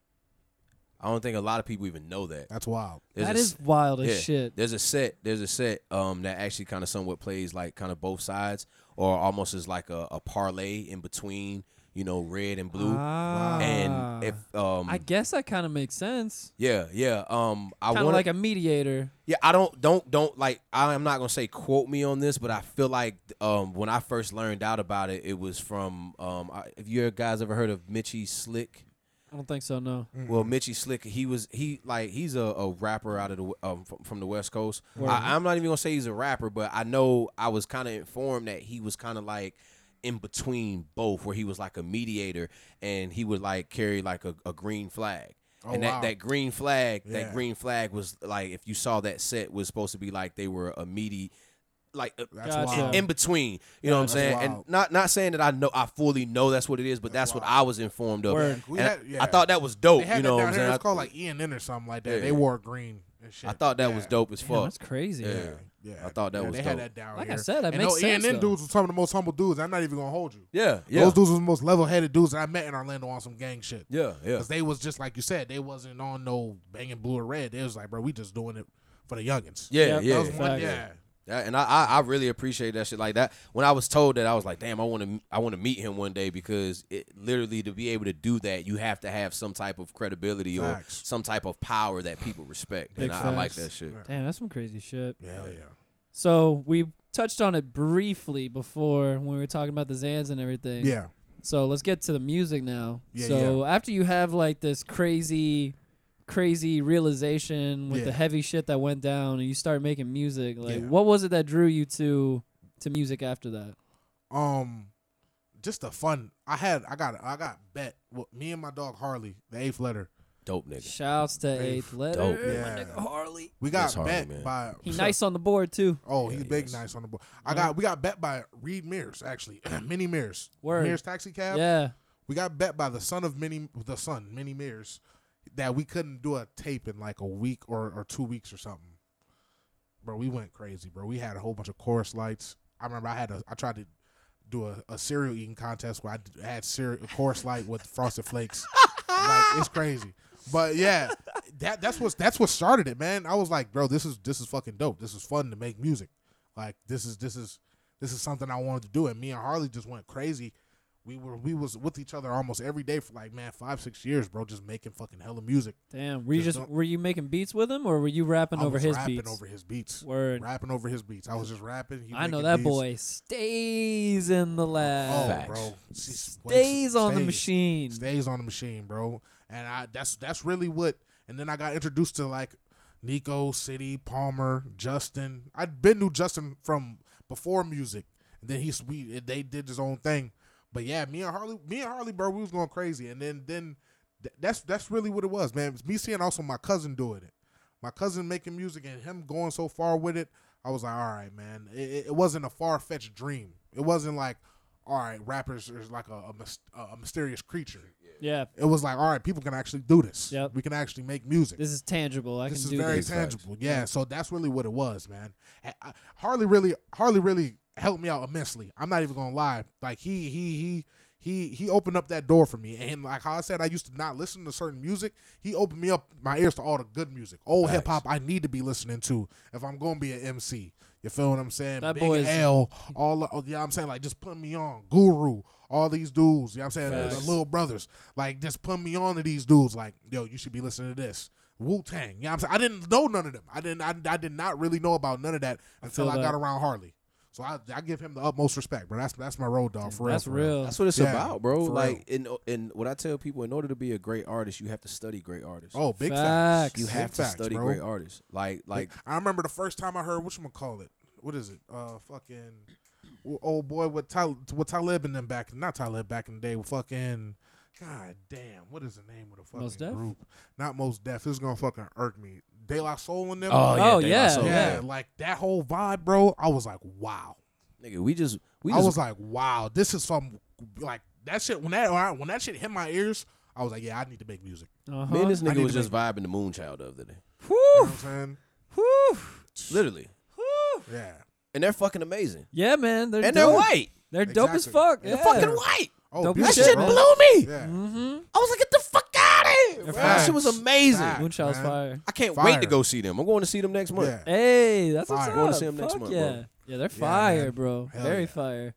[SPEAKER 3] I don't think a lot of people even know that.
[SPEAKER 4] That's wild.
[SPEAKER 3] There's
[SPEAKER 1] That
[SPEAKER 3] a
[SPEAKER 1] is
[SPEAKER 3] s-
[SPEAKER 1] wild as
[SPEAKER 3] yeah,
[SPEAKER 1] shit.
[SPEAKER 3] There's a set. There's a set um that actually kind of somewhat plays like kind of both sides, or almost is like a, a parlay in between. You know, red and blue.
[SPEAKER 1] Ah.
[SPEAKER 3] and if um
[SPEAKER 1] I guess that kind of makes sense.
[SPEAKER 3] Yeah, yeah. Um, I
[SPEAKER 1] Kind of
[SPEAKER 3] want
[SPEAKER 1] like
[SPEAKER 3] like
[SPEAKER 1] a mediator.
[SPEAKER 3] yeah. I don't don't don't like. I am not gonna say quote me on this, but I feel like um when I first learned out about it, it was from um. I, if you guys ever heard of Mitchie Slick?
[SPEAKER 1] I don't think so. No.
[SPEAKER 4] Mm.
[SPEAKER 3] Well, Mitchie Slick, he was he like he's a, a rapper out of the um from, from the West Coast. I, I'm not even gonna say he's a rapper, but I know I was kind of informed that he was kind of like in between both, where he was like a mediator and he would like carry like a, a green flag. and that,
[SPEAKER 4] Oh, wow.
[SPEAKER 3] that green flag, that
[SPEAKER 4] Yeah.
[SPEAKER 3] green flag was like if you saw that set was supposed to be like they were a meaty, like uh,
[SPEAKER 4] That's
[SPEAKER 1] Gotcha.
[SPEAKER 4] wild.
[SPEAKER 3] in between. You know what I'm
[SPEAKER 4] That's
[SPEAKER 3] saying?
[SPEAKER 4] wild.
[SPEAKER 3] And not not saying that I know I fully know that's what it is, but that's, what I was informed of.
[SPEAKER 1] Word.
[SPEAKER 4] We
[SPEAKER 3] And
[SPEAKER 4] had-
[SPEAKER 3] I- I
[SPEAKER 4] yeah.
[SPEAKER 3] thought that was dope.
[SPEAKER 4] They had
[SPEAKER 3] You
[SPEAKER 4] that
[SPEAKER 3] know what
[SPEAKER 4] down
[SPEAKER 3] I'm
[SPEAKER 4] here.
[SPEAKER 3] saying?
[SPEAKER 4] It's called like E and N or something like that.
[SPEAKER 3] Yeah.
[SPEAKER 4] They wore green and shit.
[SPEAKER 3] I thought that was
[SPEAKER 4] Yeah.
[SPEAKER 3] dope as
[SPEAKER 1] Damn,
[SPEAKER 3] fuck.
[SPEAKER 1] that's crazy.
[SPEAKER 3] Yeah.
[SPEAKER 4] Yeah,
[SPEAKER 3] I thought that
[SPEAKER 4] yeah,
[SPEAKER 3] was
[SPEAKER 4] they had
[SPEAKER 3] dope.
[SPEAKER 4] that down
[SPEAKER 1] Like I
[SPEAKER 4] here.
[SPEAKER 1] said, that
[SPEAKER 4] Oh, and
[SPEAKER 1] makes
[SPEAKER 4] those
[SPEAKER 1] sense,
[SPEAKER 4] E&N
[SPEAKER 1] though.
[SPEAKER 4] dudes were some of the most humble dudes. I'm not even gonna hold you.
[SPEAKER 3] Yeah, yeah,
[SPEAKER 4] Those dudes was the most level headed dudes that I met in Orlando on some gang shit.
[SPEAKER 3] yeah, yeah.
[SPEAKER 4] Cause they was just like you said, they wasn't on no banging blue or red. They was like, bro, we just doing it for the youngins.
[SPEAKER 3] Yeah,
[SPEAKER 1] Yep.
[SPEAKER 3] yeah.
[SPEAKER 4] That was one,
[SPEAKER 1] Facts.
[SPEAKER 4] yeah.
[SPEAKER 3] Yeah, and I, I I really appreciate that shit like that. When I was told that, I was like, damn, I want to I want to meet him one day because it literally to be able to do that, you have to have some type of credibility or
[SPEAKER 4] Facts.
[SPEAKER 3] some type of power that people respect,
[SPEAKER 1] Big
[SPEAKER 3] and I, I like
[SPEAKER 1] facts.
[SPEAKER 3] that shit.
[SPEAKER 1] Damn, that's some crazy shit.
[SPEAKER 4] Yeah, yeah.
[SPEAKER 1] So we touched on it briefly before when we were talking about the Zans and everything.
[SPEAKER 4] Yeah.
[SPEAKER 1] So let's get to the music now.
[SPEAKER 4] Yeah,
[SPEAKER 1] so after you have like this crazy, crazy realization with
[SPEAKER 4] Yeah.
[SPEAKER 1] the heavy shit that went down, and you start making music, like
[SPEAKER 4] Yeah.
[SPEAKER 1] what was it that drew you to to music after that?
[SPEAKER 4] um just the fun i had i got i got bet well, me and my dog harley the eighth letter
[SPEAKER 3] Dope nigga.
[SPEAKER 1] Shouts to Eighth Letter,
[SPEAKER 3] Dope,
[SPEAKER 1] my
[SPEAKER 4] yeah.
[SPEAKER 1] nigga Harley.
[SPEAKER 4] we got
[SPEAKER 3] That's Harley,
[SPEAKER 4] bet
[SPEAKER 3] man.
[SPEAKER 4] by
[SPEAKER 1] He nice on the board too.
[SPEAKER 4] oh
[SPEAKER 3] Yeah,
[SPEAKER 4] he's big
[SPEAKER 3] yes.
[SPEAKER 4] nice on the board i got we got bet by reed mears actually minnie mears
[SPEAKER 1] Word.
[SPEAKER 4] mears taxi cab
[SPEAKER 1] Yeah,
[SPEAKER 4] we got bet by the son of minnie the son minnie mears that we couldn't do a tape in like a week or, or two weeks or something bro we went crazy bro we had a whole bunch of chorus lights i remember i had a i tried to do a, a cereal eating contest where I d- had cereal course light with frosted flakes. like it's crazy. But yeah, that that's what that's what started it, man. I was like, bro, this is this is fucking dope. This is fun to make music. Like this is this is this is something I wanted to do, and me and Harley just went crazy. We were we was with each other almost every day for like man five six years, bro, just making fucking hella music.
[SPEAKER 1] damn. Were you
[SPEAKER 4] Just
[SPEAKER 1] just,
[SPEAKER 4] don't-
[SPEAKER 1] were you making beats with him, or were you rapping
[SPEAKER 4] I
[SPEAKER 1] over
[SPEAKER 4] was
[SPEAKER 1] his
[SPEAKER 4] rapping
[SPEAKER 1] beats?
[SPEAKER 4] over his beats,
[SPEAKER 1] Word.
[SPEAKER 4] rapping over his beats. I was just rapping. he
[SPEAKER 1] I know
[SPEAKER 4] making
[SPEAKER 1] that
[SPEAKER 4] beats.
[SPEAKER 1] boy stays in the
[SPEAKER 4] Oh,
[SPEAKER 1] lab.
[SPEAKER 3] Facts.
[SPEAKER 4] bro, She
[SPEAKER 1] Stays on the
[SPEAKER 4] stays.
[SPEAKER 1] machine.
[SPEAKER 4] stays on the machine, bro. And I that's that's really what. And then I got introduced to like Nico, City, Palmer, Justin. I'd been knew Justin from before music. And then he's we they did his own thing. But yeah, me and Harley, me and Harley, bro, we was going crazy. And then then th- that's that's really what it was, man. It's me seeing also my cousin doing it, my cousin making music and him going so far with it. I was like, all right, man. It- It, it wasn't a far fetched dream. It wasn't like, all right, rappers is like a a, mys- a mysterious creature
[SPEAKER 1] Yeah,
[SPEAKER 4] it was like, all right, people can actually do this.
[SPEAKER 1] Yep.
[SPEAKER 4] We can actually make music.
[SPEAKER 1] this is tangible. I can
[SPEAKER 4] This is
[SPEAKER 1] do
[SPEAKER 4] very
[SPEAKER 1] this.
[SPEAKER 4] tangible. Yeah. So that's really what it was, man. I- I- Harley really, Harley really helped me out immensely. I'm not even gonna lie. Like he, he, he. He, he opened up that door for me, and like how I said, I used to not listen to certain music. He opened me up my ears to all the good music, old hip hop. I need to be listening to if I'm gonna be an MC. You feel what I'm saying?
[SPEAKER 1] That
[SPEAKER 4] Big
[SPEAKER 1] boy is-
[SPEAKER 4] L, all oh, yeah, I'm saying like just put me on Guru, all these dudes. You know what I'm saying the- the
[SPEAKER 1] Facts.
[SPEAKER 4] little brothers, like just put me on to these dudes. Like yo, you should be listening to this Wu Tang. You know what I'm saying I didn't know none of them. I didn't. I, I did not really know about none of that until
[SPEAKER 1] feel
[SPEAKER 4] I got
[SPEAKER 1] that.
[SPEAKER 4] around Harley. So I, I give him the utmost respect, bro. That's that's my road dog for real.
[SPEAKER 1] That's
[SPEAKER 4] for real.
[SPEAKER 1] real.
[SPEAKER 3] That's what it's
[SPEAKER 4] Yeah,
[SPEAKER 3] about, bro.
[SPEAKER 4] for
[SPEAKER 3] Like, in in what I tell people, in order to be a great artist, you have to study great artists.
[SPEAKER 4] Oh, big
[SPEAKER 1] Facts.
[SPEAKER 4] facts.
[SPEAKER 3] you
[SPEAKER 4] Big
[SPEAKER 3] have to
[SPEAKER 4] facts,
[SPEAKER 3] study
[SPEAKER 4] bro.
[SPEAKER 3] great artists. Like, like
[SPEAKER 4] I remember the first time I heard what you call it. What is it? Uh, fucking w- old boy with Tal- with Talib and them back, not Talib back in the day. With fucking god damn, what is the name of the fucking
[SPEAKER 1] Mos Def?
[SPEAKER 4] group? Not most deaf. This is gonna fucking irk me. De La Soul and them.
[SPEAKER 1] Oh,
[SPEAKER 3] they
[SPEAKER 1] yeah,
[SPEAKER 3] got so-
[SPEAKER 4] yeah, like that whole vibe, bro. I was like, wow.
[SPEAKER 3] nigga, we just we
[SPEAKER 4] I
[SPEAKER 3] just
[SPEAKER 4] was like, wow, this is some like that shit. When that when I- when that shit hit my ears, I was like, yeah, I need to make music.
[SPEAKER 1] Uh-huh.
[SPEAKER 3] me and this
[SPEAKER 4] I
[SPEAKER 3] nigga
[SPEAKER 4] need
[SPEAKER 3] was
[SPEAKER 4] to
[SPEAKER 3] just vibing the Moonchild the other day,
[SPEAKER 4] You
[SPEAKER 1] Whew,
[SPEAKER 4] know what I'm
[SPEAKER 1] whew,
[SPEAKER 3] literally,
[SPEAKER 1] whew.
[SPEAKER 4] saying? Yeah.
[SPEAKER 3] and they're fucking amazing,
[SPEAKER 1] Yeah, man. They're
[SPEAKER 3] and
[SPEAKER 1] dope.
[SPEAKER 3] they're white,
[SPEAKER 1] They're dope as
[SPEAKER 4] Exactly.
[SPEAKER 1] fuck.
[SPEAKER 4] They're
[SPEAKER 1] yeah.
[SPEAKER 3] fucking white.
[SPEAKER 4] Oh,
[SPEAKER 1] Dope
[SPEAKER 3] That
[SPEAKER 1] as
[SPEAKER 4] beautiful,
[SPEAKER 1] shit,
[SPEAKER 3] shit
[SPEAKER 1] bro.
[SPEAKER 3] blew me.
[SPEAKER 4] Yeah.
[SPEAKER 1] Mm-hmm.
[SPEAKER 3] I was like, get the fuck out of here.
[SPEAKER 1] They're
[SPEAKER 3] bro. That
[SPEAKER 1] fire.
[SPEAKER 3] shit was amazing.
[SPEAKER 4] Facts.
[SPEAKER 1] Moonchild's
[SPEAKER 4] man.
[SPEAKER 1] fire.
[SPEAKER 3] I can't
[SPEAKER 4] Fire.
[SPEAKER 3] wait to go see them. I'm going to see them next month.
[SPEAKER 4] Yeah.
[SPEAKER 1] Hey, that's
[SPEAKER 4] Fire.
[SPEAKER 1] what's
[SPEAKER 3] Going
[SPEAKER 1] up.
[SPEAKER 3] to see 'em next
[SPEAKER 1] Fuck
[SPEAKER 3] month,
[SPEAKER 1] yeah.
[SPEAKER 3] bro.
[SPEAKER 1] Yeah, they're
[SPEAKER 4] Yeah,
[SPEAKER 1] fire,
[SPEAKER 4] man.
[SPEAKER 1] bro.
[SPEAKER 4] Hell
[SPEAKER 1] Very
[SPEAKER 4] yeah.
[SPEAKER 1] fire.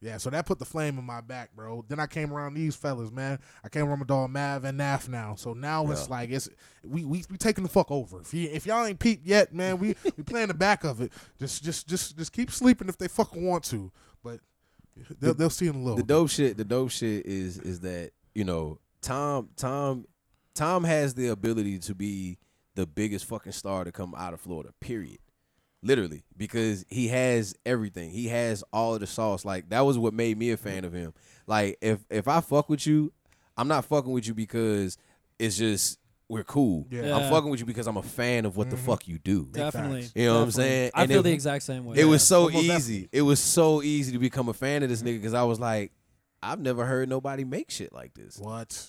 [SPEAKER 4] Yeah, so that put the flame in my back, bro. Then I came around these fellas, man. I came around my dog Mav and Naf now. So now it's like it's we, we we taking the fuck over. If you if y'all ain't peeped yet, man, we we playing the back of it. Just just just just keep sleeping if they fucking want to, but they'll, they'll see in a little.
[SPEAKER 3] The dope shit. The dope shit is is that you know Tom Tom Tom has the ability to be the biggest fucking star to come out of Florida. Period. Literally, because he has everything. He has all of the sauce. Like that was what made me a fan of him. Like if if I fuck with you, I'm not fucking with you because it's just we're cool.
[SPEAKER 4] Yeah.
[SPEAKER 1] Yeah.
[SPEAKER 3] I'm fucking with you because I'm a fan of what the fuck you do.
[SPEAKER 1] Definitely.
[SPEAKER 4] facts.
[SPEAKER 3] You know what I'm
[SPEAKER 1] Definitely.
[SPEAKER 3] saying?
[SPEAKER 1] I
[SPEAKER 3] And
[SPEAKER 1] feel
[SPEAKER 3] it-
[SPEAKER 1] the exact same way.
[SPEAKER 3] It was so
[SPEAKER 4] almost
[SPEAKER 3] easy.
[SPEAKER 4] definitely.
[SPEAKER 3] It was so easy to become a fan of this nigga because I was like, I've never heard nobody make shit like this.
[SPEAKER 4] What?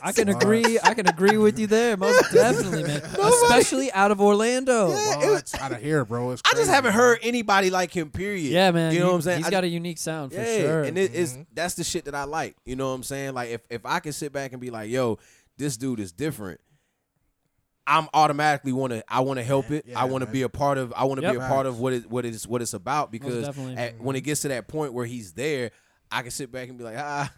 [SPEAKER 1] I can
[SPEAKER 4] Smart.
[SPEAKER 1] agree. I can agree with you there, most definitely, man. Especially out of Orlando. Yeah,
[SPEAKER 3] Yeah, it was-
[SPEAKER 4] What? Out of here, bro. It's
[SPEAKER 3] I just
[SPEAKER 4] crazy,
[SPEAKER 3] haven't
[SPEAKER 4] bro.
[SPEAKER 3] heard anybody like him. Period.
[SPEAKER 1] man.
[SPEAKER 3] You know
[SPEAKER 1] he-
[SPEAKER 3] what I'm saying?
[SPEAKER 1] He's
[SPEAKER 3] I-
[SPEAKER 1] got a unique sound for
[SPEAKER 3] yeah,
[SPEAKER 1] sure. Mm-hmm.
[SPEAKER 3] and it is that's the shit that I like. You know what I'm saying? Like if if I can sit back and be like, yo, this dude is different. I'm automatically want to. I want to help it.
[SPEAKER 4] Yeah,
[SPEAKER 3] I want to
[SPEAKER 4] man.
[SPEAKER 3] be a part of. I want to be
[SPEAKER 1] Yep.
[SPEAKER 3] a part of what it what it's what it's about because
[SPEAKER 1] definitely. Mm-hmm.
[SPEAKER 3] at, when it gets to that point where he's there, I can sit back and be like, ah,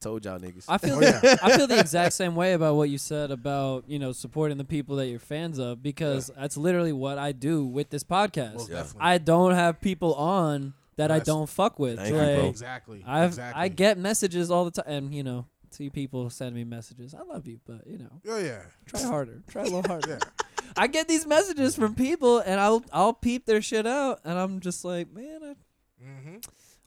[SPEAKER 3] told y'all niggas.
[SPEAKER 1] I feel
[SPEAKER 4] Oh, yeah.
[SPEAKER 1] I feel the exact same way about what you said about you know supporting the people that you're fans of because that's literally what I do with this podcast.
[SPEAKER 4] Most definitely.
[SPEAKER 1] I don't have people on that I
[SPEAKER 4] That's-
[SPEAKER 1] don't fuck with.
[SPEAKER 3] Thank you,
[SPEAKER 1] like,
[SPEAKER 3] bro.
[SPEAKER 4] exactly.
[SPEAKER 1] I've
[SPEAKER 4] exactly.
[SPEAKER 1] I get messages all the time, and you know, two people send me messages. I love you, but you know,
[SPEAKER 4] Oh yeah.
[SPEAKER 1] try harder, try a little harder.
[SPEAKER 4] Yeah.
[SPEAKER 1] I get these messages from people, and I'll I'll peep their shit out, and I'm just like, man, I,
[SPEAKER 4] Mm-hmm.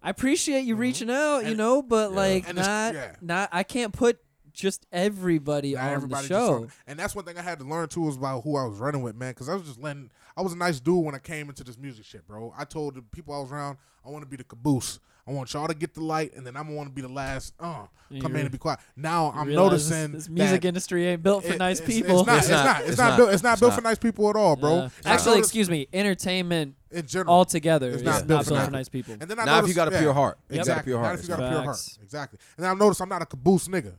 [SPEAKER 1] I appreciate you reaching out, you
[SPEAKER 4] and-
[SPEAKER 1] know, but like
[SPEAKER 4] And it's-
[SPEAKER 1] not
[SPEAKER 4] yeah.
[SPEAKER 1] not I can't put just everybody
[SPEAKER 4] Not
[SPEAKER 1] on
[SPEAKER 4] everybody
[SPEAKER 1] the
[SPEAKER 4] just
[SPEAKER 1] show.
[SPEAKER 4] on- and that's one thing I had to learn too is about who I was running with, man. Because I was just letting. I was a nice dude when I came into this music shit, bro. I told the people I was around, I want to be the caboose. I want y'all to get the light, and then I'm gonna want to be the last. Uh,
[SPEAKER 1] And
[SPEAKER 4] come
[SPEAKER 1] you
[SPEAKER 4] in and be quiet. Now I'm
[SPEAKER 1] Realize
[SPEAKER 4] noticing
[SPEAKER 1] this, this music
[SPEAKER 4] that
[SPEAKER 1] industry ain't built for
[SPEAKER 4] it-
[SPEAKER 1] nice
[SPEAKER 4] it's-
[SPEAKER 1] people.
[SPEAKER 4] It's not.
[SPEAKER 3] It's
[SPEAKER 4] It's
[SPEAKER 3] not.
[SPEAKER 4] not. It's,
[SPEAKER 3] It's
[SPEAKER 4] not,
[SPEAKER 3] not.
[SPEAKER 4] built. It's not
[SPEAKER 3] It's
[SPEAKER 4] built
[SPEAKER 3] not.
[SPEAKER 4] for nice people at all, bro.
[SPEAKER 1] Yeah.
[SPEAKER 4] And I
[SPEAKER 1] Actually,
[SPEAKER 4] noticed-
[SPEAKER 1] excuse me, entertainment
[SPEAKER 4] in general.
[SPEAKER 1] altogether
[SPEAKER 4] Mm. It's
[SPEAKER 1] is
[SPEAKER 4] not
[SPEAKER 1] not
[SPEAKER 4] built
[SPEAKER 1] built
[SPEAKER 4] for
[SPEAKER 1] for
[SPEAKER 4] nice-
[SPEAKER 1] nice people.
[SPEAKER 4] And then I
[SPEAKER 3] now if you
[SPEAKER 4] noticed-
[SPEAKER 3] got a
[SPEAKER 4] yeah.
[SPEAKER 3] pure heart, you got a
[SPEAKER 4] Exactly.
[SPEAKER 3] pure
[SPEAKER 4] Not
[SPEAKER 3] heart.
[SPEAKER 4] if you
[SPEAKER 3] it's
[SPEAKER 4] got a pure heart.
[SPEAKER 1] Facts.
[SPEAKER 4] Exactly. And I noticed I'm not a caboose nigga.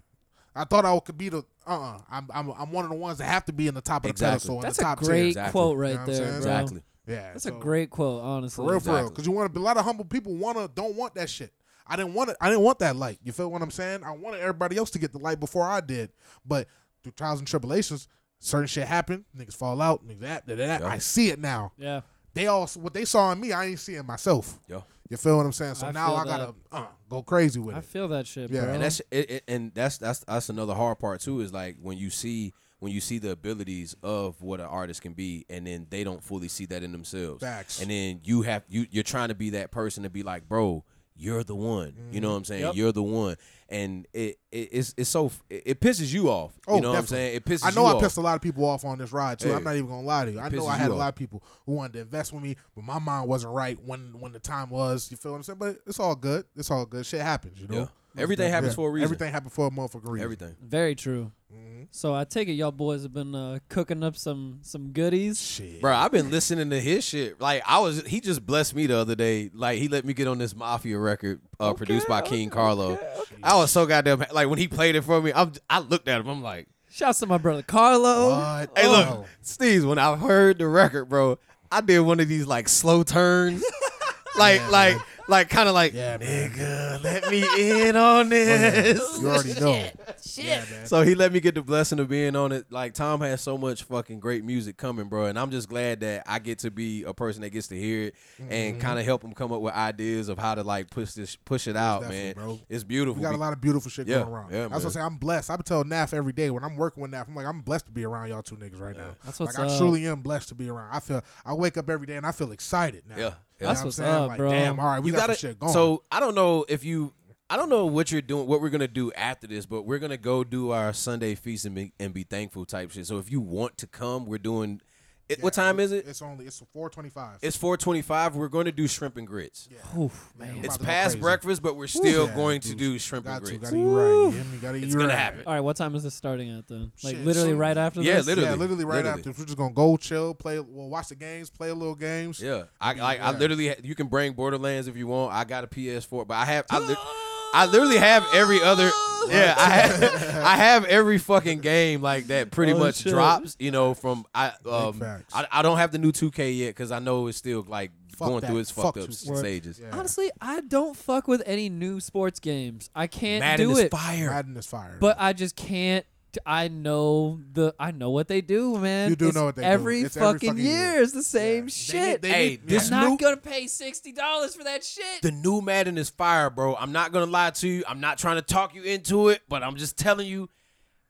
[SPEAKER 4] I thought I could be the uh uh-uh. I'm, I'm I'm one of the ones that have to be in the top of
[SPEAKER 3] Exactly.
[SPEAKER 4] the pedestal in
[SPEAKER 1] That's
[SPEAKER 4] the
[SPEAKER 1] a
[SPEAKER 4] top
[SPEAKER 1] great
[SPEAKER 3] Exactly.
[SPEAKER 1] quote right
[SPEAKER 4] You know what I'm
[SPEAKER 1] there,
[SPEAKER 4] saying?
[SPEAKER 1] bro.
[SPEAKER 4] Exactly.
[SPEAKER 3] Exactly.
[SPEAKER 4] tier. Yeah.
[SPEAKER 1] That's
[SPEAKER 4] so-
[SPEAKER 1] a great quote, honestly.
[SPEAKER 4] for real, for real.
[SPEAKER 3] Exactly.
[SPEAKER 4] Because you want to a lot of humble people wanna don't want that shit. I didn't want it. I didn't want that light. You feel what I'm saying? I wanted everybody else to get the light before I did. But through trials and tribulations, certain shit happened. Niggas fall out. Niggas that, that, that.
[SPEAKER 3] Yeah.
[SPEAKER 4] I see it now.
[SPEAKER 1] Yeah,
[SPEAKER 4] They all what they saw in me, I ain't seeing myself.
[SPEAKER 3] Yeah.
[SPEAKER 4] You feel what I'm saying? So
[SPEAKER 1] I
[SPEAKER 4] now
[SPEAKER 1] feel
[SPEAKER 4] I gotta uh, go crazy with
[SPEAKER 1] I
[SPEAKER 4] it.
[SPEAKER 1] feel that shit,
[SPEAKER 4] Yeah.
[SPEAKER 1] bro.
[SPEAKER 4] And
[SPEAKER 3] and that's it, it, and that's that's that's another hard part too is like when you see when you see the abilities of what an artist can be and then they don't fully see that in themselves
[SPEAKER 4] Facts.
[SPEAKER 3] and then you have you you're trying to be that person to be like bro you're the one you
[SPEAKER 4] Mm-hmm.
[SPEAKER 3] know what i'm saying
[SPEAKER 1] Yep.
[SPEAKER 3] you're the one and it, it it's it's so it, it pisses you off
[SPEAKER 4] Oh,
[SPEAKER 3] you know what i'm
[SPEAKER 4] definitely.
[SPEAKER 3] saying it pisses
[SPEAKER 4] I know
[SPEAKER 3] you
[SPEAKER 4] I
[SPEAKER 3] off
[SPEAKER 4] pissed a lot of people off on this ride too.
[SPEAKER 3] Hey.
[SPEAKER 4] I'm not even gonna lie to you. I know
[SPEAKER 3] pisses
[SPEAKER 4] I had
[SPEAKER 3] you
[SPEAKER 4] a lot
[SPEAKER 3] off.
[SPEAKER 4] of people who wanted to invest with me, but my mind wasn't right when when the time was. You feel what I'm saying? But it's all good. It's all good. Shit happens, you know.
[SPEAKER 3] Yeah. everything happens
[SPEAKER 4] Yeah.
[SPEAKER 3] for a reason everything
[SPEAKER 4] Everything happened for a motherfucker reason.
[SPEAKER 3] everything
[SPEAKER 1] Very true.
[SPEAKER 4] Mm-hmm.
[SPEAKER 1] So I take it y'all boys have been uh, cooking up some some goodies.
[SPEAKER 4] Shit.
[SPEAKER 3] Bro, I've been listening to his shit. Like I was, he just blessed me the other day. Like he let me get on this mafia record uh, produced by King Carlo. I was so goddamn ha- like when he played it for me. I'm, I looked at him. I'm like,
[SPEAKER 1] Shouts to my brother Carlo.
[SPEAKER 4] What?
[SPEAKER 3] hey,
[SPEAKER 4] Oh.
[SPEAKER 3] look, Steve's. When I heard the record, bro, I did one of these like slow turns, like
[SPEAKER 4] Yeah,
[SPEAKER 3] like like kind of like
[SPEAKER 4] Yeah, man. Oh,
[SPEAKER 3] nigga, let me in on this.
[SPEAKER 4] You already know. Shit.
[SPEAKER 3] So he let me get the blessing of being on it. Like Tom has so much fucking great music coming, bro, and I'm just glad that I get to be a person that gets to hear it and
[SPEAKER 4] Mm-hmm.
[SPEAKER 3] kind of help him come up with ideas of how to like push this, push it out,
[SPEAKER 4] definitely,
[SPEAKER 3] man.
[SPEAKER 4] bro.
[SPEAKER 3] It's beautiful.
[SPEAKER 4] We got a lot of beautiful shit
[SPEAKER 3] Yeah,
[SPEAKER 4] going around.
[SPEAKER 3] yeah,
[SPEAKER 4] That's what
[SPEAKER 3] man.
[SPEAKER 4] I'm saying. I'm blessed. I be telling Naf every day when I'm working with Naf, I'm like, I'm blessed to be around y'all two niggas right now.
[SPEAKER 1] That's what's
[SPEAKER 4] like, I
[SPEAKER 1] up.
[SPEAKER 4] truly am blessed to be around. I feel I wake up every day and I feel excited now.
[SPEAKER 3] Yeah,
[SPEAKER 4] You
[SPEAKER 3] yeah.
[SPEAKER 4] know
[SPEAKER 1] That's
[SPEAKER 4] what
[SPEAKER 1] what's
[SPEAKER 4] I'm saying?
[SPEAKER 1] up,
[SPEAKER 4] like,
[SPEAKER 1] bro.
[SPEAKER 4] Damn, all right, we
[SPEAKER 3] you
[SPEAKER 4] got
[SPEAKER 3] gotta-
[SPEAKER 4] some shit going.
[SPEAKER 3] So I don't know if you. I don't know what you're doing, what we're gonna do after this, but we're gonna go do our Sunday feast and be, and be thankful type shit. So if you want to come, we're doing. It, what
[SPEAKER 4] Yeah,
[SPEAKER 3] time is it?
[SPEAKER 4] It's only it's 425.
[SPEAKER 3] It's 4:25. We're going to do shrimp and grits.
[SPEAKER 1] Oof, man.
[SPEAKER 4] Yeah.
[SPEAKER 3] It's
[SPEAKER 4] About to go
[SPEAKER 3] past
[SPEAKER 4] crazy.
[SPEAKER 3] breakfast, but we're still
[SPEAKER 4] Yeah,
[SPEAKER 3] going to
[SPEAKER 4] dude.
[SPEAKER 3] do shrimp and
[SPEAKER 4] got to,
[SPEAKER 3] grits.
[SPEAKER 4] got to eat right. You hear me? Gotta eat
[SPEAKER 3] It's gonna
[SPEAKER 4] right.
[SPEAKER 3] happen.
[SPEAKER 1] All right, what time is this starting at then? Like
[SPEAKER 4] Shit,
[SPEAKER 1] literally
[SPEAKER 4] soon.
[SPEAKER 1] right after
[SPEAKER 3] Yeah,
[SPEAKER 1] this.
[SPEAKER 3] literally.
[SPEAKER 4] yeah, literally right
[SPEAKER 3] literally.
[SPEAKER 4] after. We're just gonna go chill, play, well, watch the games, play a little games.
[SPEAKER 3] Yeah, I like I
[SPEAKER 4] yeah.
[SPEAKER 3] literally ha- you can bring Borderlands if you want. I got a PS4, but I have I, lit I literally have every other yeah I have, I have every fucking game like that pretty
[SPEAKER 1] Oh,
[SPEAKER 3] much
[SPEAKER 1] shit.
[SPEAKER 3] drops you know from I um
[SPEAKER 4] facts.
[SPEAKER 3] I, I don't have the new 2K yet because I know it's still like
[SPEAKER 4] Fuck
[SPEAKER 3] going
[SPEAKER 4] that.
[SPEAKER 3] through its
[SPEAKER 4] Fuck
[SPEAKER 3] fucked up
[SPEAKER 4] 2K.
[SPEAKER 3] stages.
[SPEAKER 4] Yeah.
[SPEAKER 1] Honestly, I don't fuck with any new sports games. I can't
[SPEAKER 3] Madden
[SPEAKER 1] do
[SPEAKER 3] is
[SPEAKER 1] it.
[SPEAKER 3] fire.
[SPEAKER 4] Madden is fire.
[SPEAKER 1] But I just can't. I know the. I know what they do, man.
[SPEAKER 4] You do
[SPEAKER 1] It's
[SPEAKER 4] know what they do.
[SPEAKER 1] every
[SPEAKER 4] It's every
[SPEAKER 1] fucking
[SPEAKER 4] fucking
[SPEAKER 1] year.
[SPEAKER 4] year.
[SPEAKER 1] It's the same shit.
[SPEAKER 4] they
[SPEAKER 3] Hey,
[SPEAKER 4] need-
[SPEAKER 1] I'm
[SPEAKER 3] this
[SPEAKER 1] not
[SPEAKER 3] new
[SPEAKER 1] gonna pay sixty dollars for that shit.
[SPEAKER 3] the new Madden is fire, bro. I'm not gonna lie to you. I'm not trying to talk you into it, but I'm just telling you,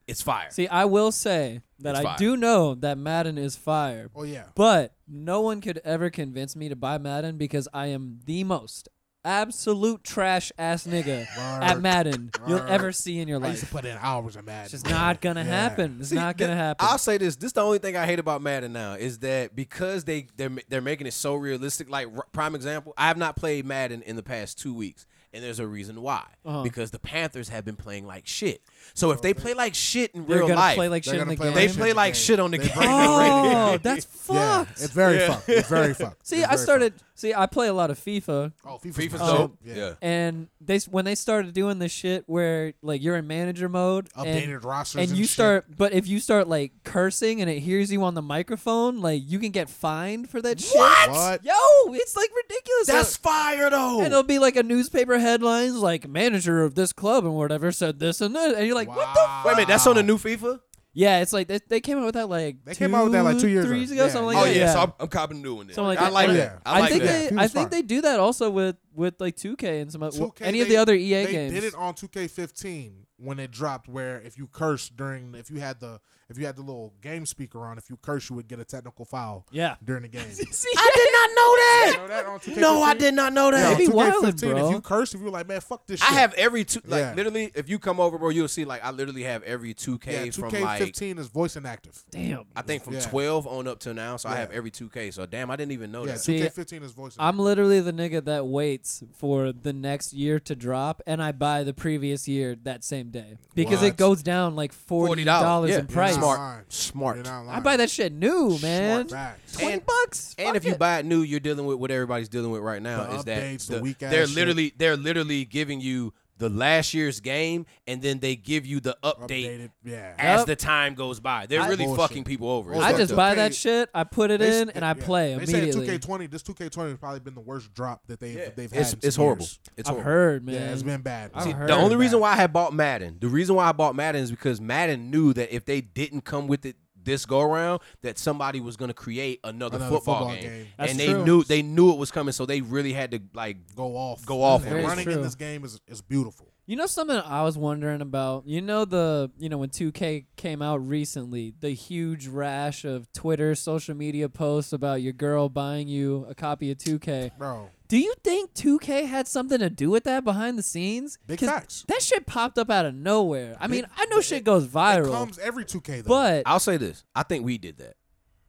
[SPEAKER 3] it's fire.
[SPEAKER 1] See, I will say that
[SPEAKER 3] It's
[SPEAKER 1] I
[SPEAKER 3] fire.
[SPEAKER 1] do know that Madden is fire,
[SPEAKER 4] oh yeah,
[SPEAKER 1] but no one could ever convince me to buy Madden because I am the most absolute trash ass nigga at
[SPEAKER 4] Word.
[SPEAKER 1] Madden you'll
[SPEAKER 4] Word.
[SPEAKER 1] ever see in your
[SPEAKER 4] I used to
[SPEAKER 1] life.
[SPEAKER 4] put in hours of Madden.
[SPEAKER 1] It's just not gonna
[SPEAKER 4] Yeah.
[SPEAKER 1] happen. It's
[SPEAKER 3] See,
[SPEAKER 1] not
[SPEAKER 3] th-
[SPEAKER 1] gonna happen.
[SPEAKER 3] I'll say this: this is the only thing I hate about Madden now is that because they they're ma- they're making it so realistic. Like r- prime example, I have not played Madden in the past two weeks, and there's a reason why
[SPEAKER 1] Uh-huh.
[SPEAKER 3] because the Panthers have been playing like shit. So if they play like shit in
[SPEAKER 1] They're
[SPEAKER 3] real
[SPEAKER 1] gonna
[SPEAKER 3] life,
[SPEAKER 1] play like shit in the
[SPEAKER 4] gonna
[SPEAKER 1] game.
[SPEAKER 4] play
[SPEAKER 3] they
[SPEAKER 4] like shit
[SPEAKER 3] play
[SPEAKER 4] in the
[SPEAKER 3] like
[SPEAKER 4] game.
[SPEAKER 3] shit on the
[SPEAKER 4] They
[SPEAKER 3] game.
[SPEAKER 4] break the
[SPEAKER 1] oh, that's
[SPEAKER 4] Yeah,
[SPEAKER 1] fucked.
[SPEAKER 4] it's very
[SPEAKER 3] Yeah.
[SPEAKER 4] fucked. It's very fucked.
[SPEAKER 1] see,
[SPEAKER 4] It's
[SPEAKER 1] I
[SPEAKER 4] very
[SPEAKER 1] started. See, I play a lot of FIFA,
[SPEAKER 4] fucked. Oh,
[SPEAKER 3] FIFA's
[SPEAKER 4] my
[SPEAKER 1] dope.
[SPEAKER 4] shit.
[SPEAKER 1] and they s- when they started doing this shit where like you're in manager mode, and
[SPEAKER 4] Updated rosters
[SPEAKER 1] and
[SPEAKER 4] and,
[SPEAKER 1] you
[SPEAKER 4] shit.
[SPEAKER 1] start but if you start like cursing and it hears you on the microphone like you can get fined for that shit
[SPEAKER 4] What?
[SPEAKER 1] yo it's like ridiculous
[SPEAKER 3] That's
[SPEAKER 1] So-
[SPEAKER 3] fire though.
[SPEAKER 1] and it'll be like a newspaper headlines like manager of this club and whatever said this and this and you're like what the f-?
[SPEAKER 3] Wait a minute, that's on the new FIFA.
[SPEAKER 1] yeah it's like they, they came out with that like
[SPEAKER 4] They came out with that, like, two years
[SPEAKER 1] three
[SPEAKER 4] ago.
[SPEAKER 1] years ago
[SPEAKER 4] Yeah.
[SPEAKER 1] something like
[SPEAKER 4] Oh,
[SPEAKER 1] that yeah,
[SPEAKER 3] so I'm, I'm copping doing this.
[SPEAKER 1] Something like
[SPEAKER 3] I
[SPEAKER 1] that.
[SPEAKER 3] like
[SPEAKER 4] Oh,
[SPEAKER 3] that.
[SPEAKER 4] yeah.
[SPEAKER 3] I like
[SPEAKER 1] think
[SPEAKER 3] that.
[SPEAKER 1] they
[SPEAKER 4] He
[SPEAKER 1] I
[SPEAKER 4] was
[SPEAKER 1] think
[SPEAKER 4] fine.
[SPEAKER 1] they do that also with with like 2K and some oth-
[SPEAKER 4] 2K,
[SPEAKER 1] any of
[SPEAKER 4] they-
[SPEAKER 1] the other EA
[SPEAKER 4] they
[SPEAKER 1] games.
[SPEAKER 4] did it on 2K15 when it dropped, where if you cursed during, if you had the, if you had the little game speaker on, if you cursed, you would get a technical foul.
[SPEAKER 1] Yeah.
[SPEAKER 4] During the game.
[SPEAKER 1] See,
[SPEAKER 3] I did not know
[SPEAKER 4] You know that on 2K15?
[SPEAKER 3] No, I did not know
[SPEAKER 4] Yeah, on
[SPEAKER 3] that.
[SPEAKER 1] They be
[SPEAKER 4] 2K15,
[SPEAKER 1] wildin', bro.
[SPEAKER 4] If you cursed, if you were like, man, fuck this.
[SPEAKER 3] I
[SPEAKER 4] shit.
[SPEAKER 3] have every two, like
[SPEAKER 4] Yeah.
[SPEAKER 3] literally, if you come over, bro, you'll see, like, I literally have every 2K
[SPEAKER 4] Yeah,
[SPEAKER 3] from like,
[SPEAKER 4] 2K15 is voice inactive.
[SPEAKER 1] damn.
[SPEAKER 3] I think from
[SPEAKER 4] Yeah.
[SPEAKER 3] 12 on up till now. So I
[SPEAKER 4] Yeah.
[SPEAKER 3] have every 2K. So damn, I didn't even know
[SPEAKER 4] Yeah,
[SPEAKER 3] that.
[SPEAKER 1] See,
[SPEAKER 4] 2K15 is voice inactive.
[SPEAKER 1] I'm literally the nigga that waits for the next year to drop, and I buy the previous year that same day because it
[SPEAKER 4] What?
[SPEAKER 1] goes down like forty dollars
[SPEAKER 3] Yeah.
[SPEAKER 1] in price.
[SPEAKER 4] You're not lying.
[SPEAKER 3] Smart, smart.
[SPEAKER 4] You're not
[SPEAKER 1] I
[SPEAKER 4] lying.
[SPEAKER 1] buy that shit new, man.
[SPEAKER 4] Smart facts.
[SPEAKER 1] Twenty
[SPEAKER 3] And-
[SPEAKER 1] bucks.
[SPEAKER 3] And
[SPEAKER 1] fuck
[SPEAKER 3] if you
[SPEAKER 1] it.
[SPEAKER 3] buy it new, you're dealing with what everybody's dealing with right now.
[SPEAKER 4] The
[SPEAKER 3] is that
[SPEAKER 4] updates, the weak-ass
[SPEAKER 3] they're
[SPEAKER 4] shit.
[SPEAKER 3] literally they're literally giving you the last year's game, and then they give you the update
[SPEAKER 4] Updated. Yeah.
[SPEAKER 3] as
[SPEAKER 1] Yep.
[SPEAKER 3] the time goes by. They're
[SPEAKER 1] I-
[SPEAKER 3] really
[SPEAKER 4] Bullshit.
[SPEAKER 3] fucking people over. It's
[SPEAKER 4] I
[SPEAKER 1] I
[SPEAKER 3] fucked
[SPEAKER 1] just
[SPEAKER 3] up.
[SPEAKER 1] buy
[SPEAKER 4] 2K
[SPEAKER 1] that shit. I put it
[SPEAKER 4] They-
[SPEAKER 1] in and I
[SPEAKER 4] yeah.
[SPEAKER 1] play
[SPEAKER 4] they
[SPEAKER 1] immediately.
[SPEAKER 4] Say 2K20. This 2K20 has probably been the worst drop that they've they've had.
[SPEAKER 3] It's,
[SPEAKER 4] in
[SPEAKER 3] it's
[SPEAKER 4] some
[SPEAKER 3] horrible.
[SPEAKER 4] years.
[SPEAKER 3] It's
[SPEAKER 1] I've
[SPEAKER 3] horrible.
[SPEAKER 1] heard, man.
[SPEAKER 4] Yeah, it's been bad.
[SPEAKER 1] I've
[SPEAKER 4] It's
[SPEAKER 1] heard.
[SPEAKER 3] The only
[SPEAKER 4] been
[SPEAKER 3] reason
[SPEAKER 4] bad.
[SPEAKER 3] why I had bought Madden, the reason why I bought Madden is because Madden knew that if they didn't come with it this go around, that somebody was going to create another,
[SPEAKER 4] Another
[SPEAKER 3] football,
[SPEAKER 4] football
[SPEAKER 3] game,
[SPEAKER 4] game.
[SPEAKER 1] That's
[SPEAKER 3] and
[SPEAKER 1] true.
[SPEAKER 3] they knew they knew it was coming, so they really had to like.
[SPEAKER 4] go off.
[SPEAKER 3] Go off
[SPEAKER 1] on
[SPEAKER 4] And
[SPEAKER 1] it.
[SPEAKER 4] running
[SPEAKER 1] True.
[SPEAKER 4] in this game is is beautiful.
[SPEAKER 1] You know something I was wondering about? You know the you know when 2K came out recently, the huge rash of Twitter social media posts about your girl buying you a copy of 2K.
[SPEAKER 4] Bro,
[SPEAKER 1] Do you think 2K had something to do with that behind the scenes?
[SPEAKER 4] Big
[SPEAKER 1] 'Cause
[SPEAKER 4] facts.
[SPEAKER 1] That shit popped up out of nowhere. I mean, I know shit goes viral,
[SPEAKER 4] it comes every 2K though.
[SPEAKER 1] but
[SPEAKER 3] I'll say this: I think we did that.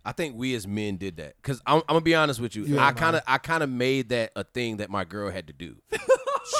[SPEAKER 3] I think we as men did that because I'm, I'm gonna be honest with you.
[SPEAKER 4] Yeah,
[SPEAKER 3] I kind of I kind of made that a thing that my girl had to do.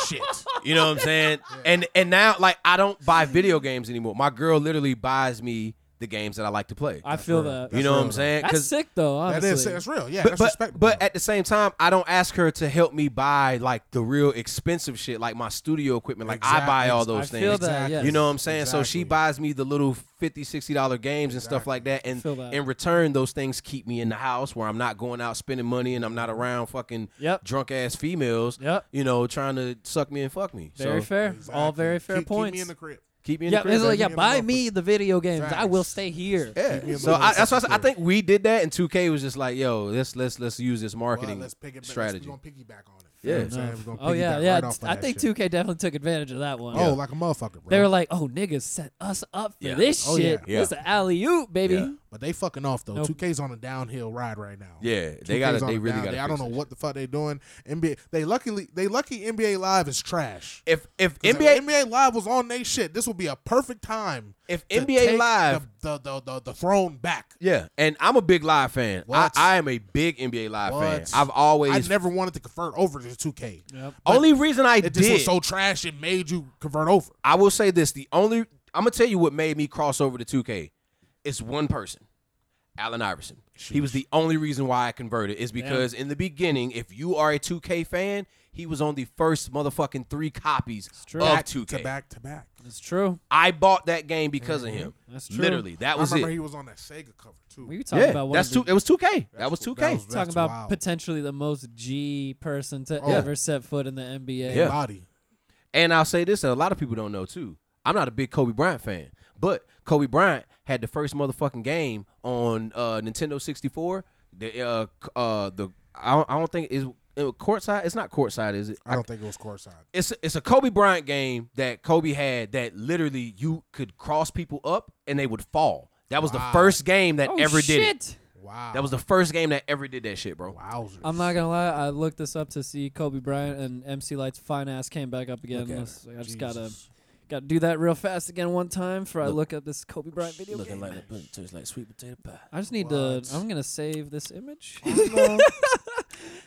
[SPEAKER 4] shit.
[SPEAKER 3] You know what I'm saying? And and now like I don't buy video games anymore. My girl literally buys me the games that I like to play.
[SPEAKER 1] I feel
[SPEAKER 4] real.
[SPEAKER 1] that.
[SPEAKER 3] you
[SPEAKER 4] That's
[SPEAKER 3] know what
[SPEAKER 4] real,
[SPEAKER 3] I'm
[SPEAKER 4] though.
[SPEAKER 3] saying?
[SPEAKER 1] That's sick though,
[SPEAKER 4] That
[SPEAKER 1] honestly.
[SPEAKER 4] is that's real. Yeah,
[SPEAKER 3] but
[SPEAKER 4] that's
[SPEAKER 3] but,
[SPEAKER 4] respectable.
[SPEAKER 3] but at the same time, I don't ask her to help me buy like the real expensive shit, like my studio equipment. Like I buy
[SPEAKER 4] Exactly.
[SPEAKER 3] all those
[SPEAKER 1] I
[SPEAKER 3] things.
[SPEAKER 1] feel that, yes.
[SPEAKER 3] You know what I'm saying? So she
[SPEAKER 4] Exactly.
[SPEAKER 3] buys me the little 50 60 dollar games and stuff like that and
[SPEAKER 1] Feel that.
[SPEAKER 3] in return those things keep me in the house where I'm not going out spending money and I'm not around fucking
[SPEAKER 1] Yep.
[SPEAKER 3] drunk ass females,
[SPEAKER 1] Yep.
[SPEAKER 3] you know, trying to suck me and fuck me.
[SPEAKER 1] very
[SPEAKER 3] so
[SPEAKER 1] fair. All
[SPEAKER 4] Exactly.
[SPEAKER 1] very fair
[SPEAKER 4] Keep-
[SPEAKER 1] points.
[SPEAKER 4] Keep me in the crib.
[SPEAKER 3] keep me in
[SPEAKER 1] yeah,
[SPEAKER 3] the crib.
[SPEAKER 1] it's like,
[SPEAKER 3] baby.
[SPEAKER 1] yeah,
[SPEAKER 4] me in the
[SPEAKER 1] buy
[SPEAKER 4] motherfucker.
[SPEAKER 1] me the video games. I will
[SPEAKER 4] Facts.
[SPEAKER 1] stay here.
[SPEAKER 3] Yeah.
[SPEAKER 4] Keep me in the
[SPEAKER 3] So I, that's why I, said- I
[SPEAKER 4] motherfucking crib.
[SPEAKER 3] think we did that, and 2K was just like, "Yo, let's let's let's use this
[SPEAKER 4] Well,
[SPEAKER 3] marketing
[SPEAKER 4] let's pick it back.
[SPEAKER 3] strategy."
[SPEAKER 4] We're gonna piggyback on it.
[SPEAKER 3] Yeah.
[SPEAKER 4] You know what I'm saying? We're gonna
[SPEAKER 1] Oh yeah,
[SPEAKER 4] piggyback
[SPEAKER 1] yeah.
[SPEAKER 4] right off of
[SPEAKER 1] I
[SPEAKER 4] that
[SPEAKER 1] think
[SPEAKER 4] shit.
[SPEAKER 1] 2K definitely took advantage of that one.
[SPEAKER 4] Oh, like a motherfucker, bro.
[SPEAKER 1] They were like, "Oh, niggas set us up for
[SPEAKER 3] Yeah.
[SPEAKER 1] this
[SPEAKER 4] Oh, yeah.
[SPEAKER 1] shit.
[SPEAKER 3] Yeah.
[SPEAKER 1] It's an alley oop, baby."
[SPEAKER 3] Yeah.
[SPEAKER 4] but they fucking off though.
[SPEAKER 1] Nope.
[SPEAKER 4] 2K's on a downhill ride right now.
[SPEAKER 3] Yeah,
[SPEAKER 4] 2K's
[SPEAKER 3] they got to
[SPEAKER 4] on
[SPEAKER 3] They
[SPEAKER 4] a
[SPEAKER 3] really
[SPEAKER 4] down-
[SPEAKER 3] got to.
[SPEAKER 4] I don't know what the fuck they doing. NBA. They luckily they lucky NBA Live is trash.
[SPEAKER 3] If if
[SPEAKER 4] 'Cause if
[SPEAKER 3] NBA
[SPEAKER 4] NBA Live was on they shit. This would be a perfect time.
[SPEAKER 3] if
[SPEAKER 4] to
[SPEAKER 3] NBA
[SPEAKER 4] take
[SPEAKER 3] Live,
[SPEAKER 4] the the, the, the the throne back.
[SPEAKER 3] yeah, and I'm a big live fan. I,
[SPEAKER 4] What?
[SPEAKER 3] I am a big NBA live fan.
[SPEAKER 4] What?
[SPEAKER 3] I've always
[SPEAKER 4] I never wanted to convert over to 2K.
[SPEAKER 3] only reason I
[SPEAKER 4] It just
[SPEAKER 3] did.
[SPEAKER 4] was so trash. It made you convert over.
[SPEAKER 3] I will say this: the only I'm gonna tell you what made me cross over to 2K. It's one person, Allen Iverson. He was the only reason why I converted. Is because in the beginning, if you are a 2K fan, he was on the first motherfucking three copies
[SPEAKER 1] true.
[SPEAKER 3] of
[SPEAKER 1] Back
[SPEAKER 3] 2K.
[SPEAKER 4] To back to back.
[SPEAKER 1] It's true.
[SPEAKER 3] I bought that game because of him.
[SPEAKER 1] That's true.
[SPEAKER 3] Literally, that
[SPEAKER 4] I
[SPEAKER 3] was
[SPEAKER 4] remember
[SPEAKER 3] it.
[SPEAKER 4] he was on that Sega cover too.
[SPEAKER 1] We were talking
[SPEAKER 3] Yeah,
[SPEAKER 1] about one
[SPEAKER 3] that's two.
[SPEAKER 1] of the,
[SPEAKER 3] It was 2K. That was
[SPEAKER 4] That's what-
[SPEAKER 3] 2K.
[SPEAKER 4] that was-
[SPEAKER 1] talking
[SPEAKER 4] that's
[SPEAKER 1] about
[SPEAKER 4] wild.
[SPEAKER 1] potentially the most G person to
[SPEAKER 4] Oh.
[SPEAKER 1] ever set foot in the NBA.
[SPEAKER 3] Yeah.
[SPEAKER 4] Body.
[SPEAKER 3] And I'll say this that a lot of people don't know too. I'm not a big Kobe Bryant fan, but Kobe Bryant had the first motherfucking game on uh, Nintendo 64. The uh, c- uh, the I don't, I don't think is uh, courtside. It's not courtside, is it?
[SPEAKER 4] I don't think it was courtside.
[SPEAKER 3] It's it's a Kobe Bryant game that Kobe had that literally you could cross people up and they would fall. That was the first game that
[SPEAKER 1] Oh
[SPEAKER 3] ever
[SPEAKER 1] shit!
[SPEAKER 3] did it.
[SPEAKER 4] Wow.
[SPEAKER 3] That was the first game that ever did that shit, bro.
[SPEAKER 4] Wowzers.
[SPEAKER 1] I'm not gonna lie. I looked this up to see Kobe Bryant and MC Light's fine ass came back up again.
[SPEAKER 4] Look at
[SPEAKER 1] I was like, I just gotta
[SPEAKER 4] Jesus.
[SPEAKER 1] gotta do that real fast again one time before I look up this Kobe Bryant video game.
[SPEAKER 3] like tastes like sweet potato pie.
[SPEAKER 1] I just need
[SPEAKER 4] What?
[SPEAKER 1] to. I'm gonna save this image.
[SPEAKER 4] gonna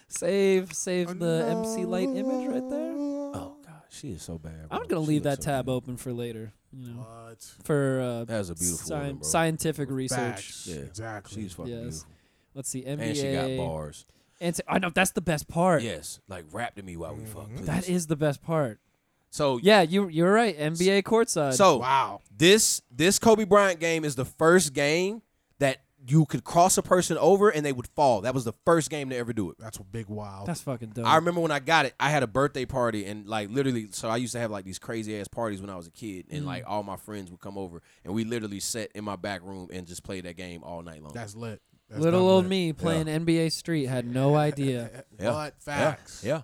[SPEAKER 1] save, save the MC Light image right there.
[SPEAKER 4] Oh
[SPEAKER 3] God. she is so bad.
[SPEAKER 1] I'm
[SPEAKER 3] bro.
[SPEAKER 1] gonna
[SPEAKER 3] She
[SPEAKER 1] leave
[SPEAKER 3] looks
[SPEAKER 1] that
[SPEAKER 3] so
[SPEAKER 1] tab
[SPEAKER 3] good.
[SPEAKER 1] open for later. You know,
[SPEAKER 4] But
[SPEAKER 1] for uh,
[SPEAKER 3] That was a beautiful
[SPEAKER 1] scien-
[SPEAKER 3] woman, bro.
[SPEAKER 1] scientific research.
[SPEAKER 4] facts,
[SPEAKER 3] Yeah.
[SPEAKER 4] exactly.
[SPEAKER 3] She's fucking
[SPEAKER 1] Yes.
[SPEAKER 3] beautiful,
[SPEAKER 1] Let's see, NBA.
[SPEAKER 3] and she got bars.
[SPEAKER 1] And so- I know that's the best part.
[SPEAKER 3] Yes, like rap to me while we fuck. Please.
[SPEAKER 1] That is the best part.
[SPEAKER 3] so.
[SPEAKER 1] Yeah, you you're right. NBA courtside.
[SPEAKER 3] So
[SPEAKER 4] wow.
[SPEAKER 3] this this Kobe Bryant game is the first game that you could cross a person over and they would fall. That was the first game to ever do it.
[SPEAKER 4] That's a big wow.
[SPEAKER 1] that's fucking dope.
[SPEAKER 3] I remember when I got it, I had a birthday party and like literally so I used to have like these crazy ass parties when I was a kid and like all my friends would come over and we literally sat in my back room and just played that game all night long.
[SPEAKER 4] that's lit. That's
[SPEAKER 1] Little
[SPEAKER 4] dumb
[SPEAKER 1] old
[SPEAKER 4] lit.
[SPEAKER 1] me playing NBA Street had no idea.
[SPEAKER 3] Yeah.
[SPEAKER 4] But
[SPEAKER 3] yeah.
[SPEAKER 4] facts.
[SPEAKER 3] yeah.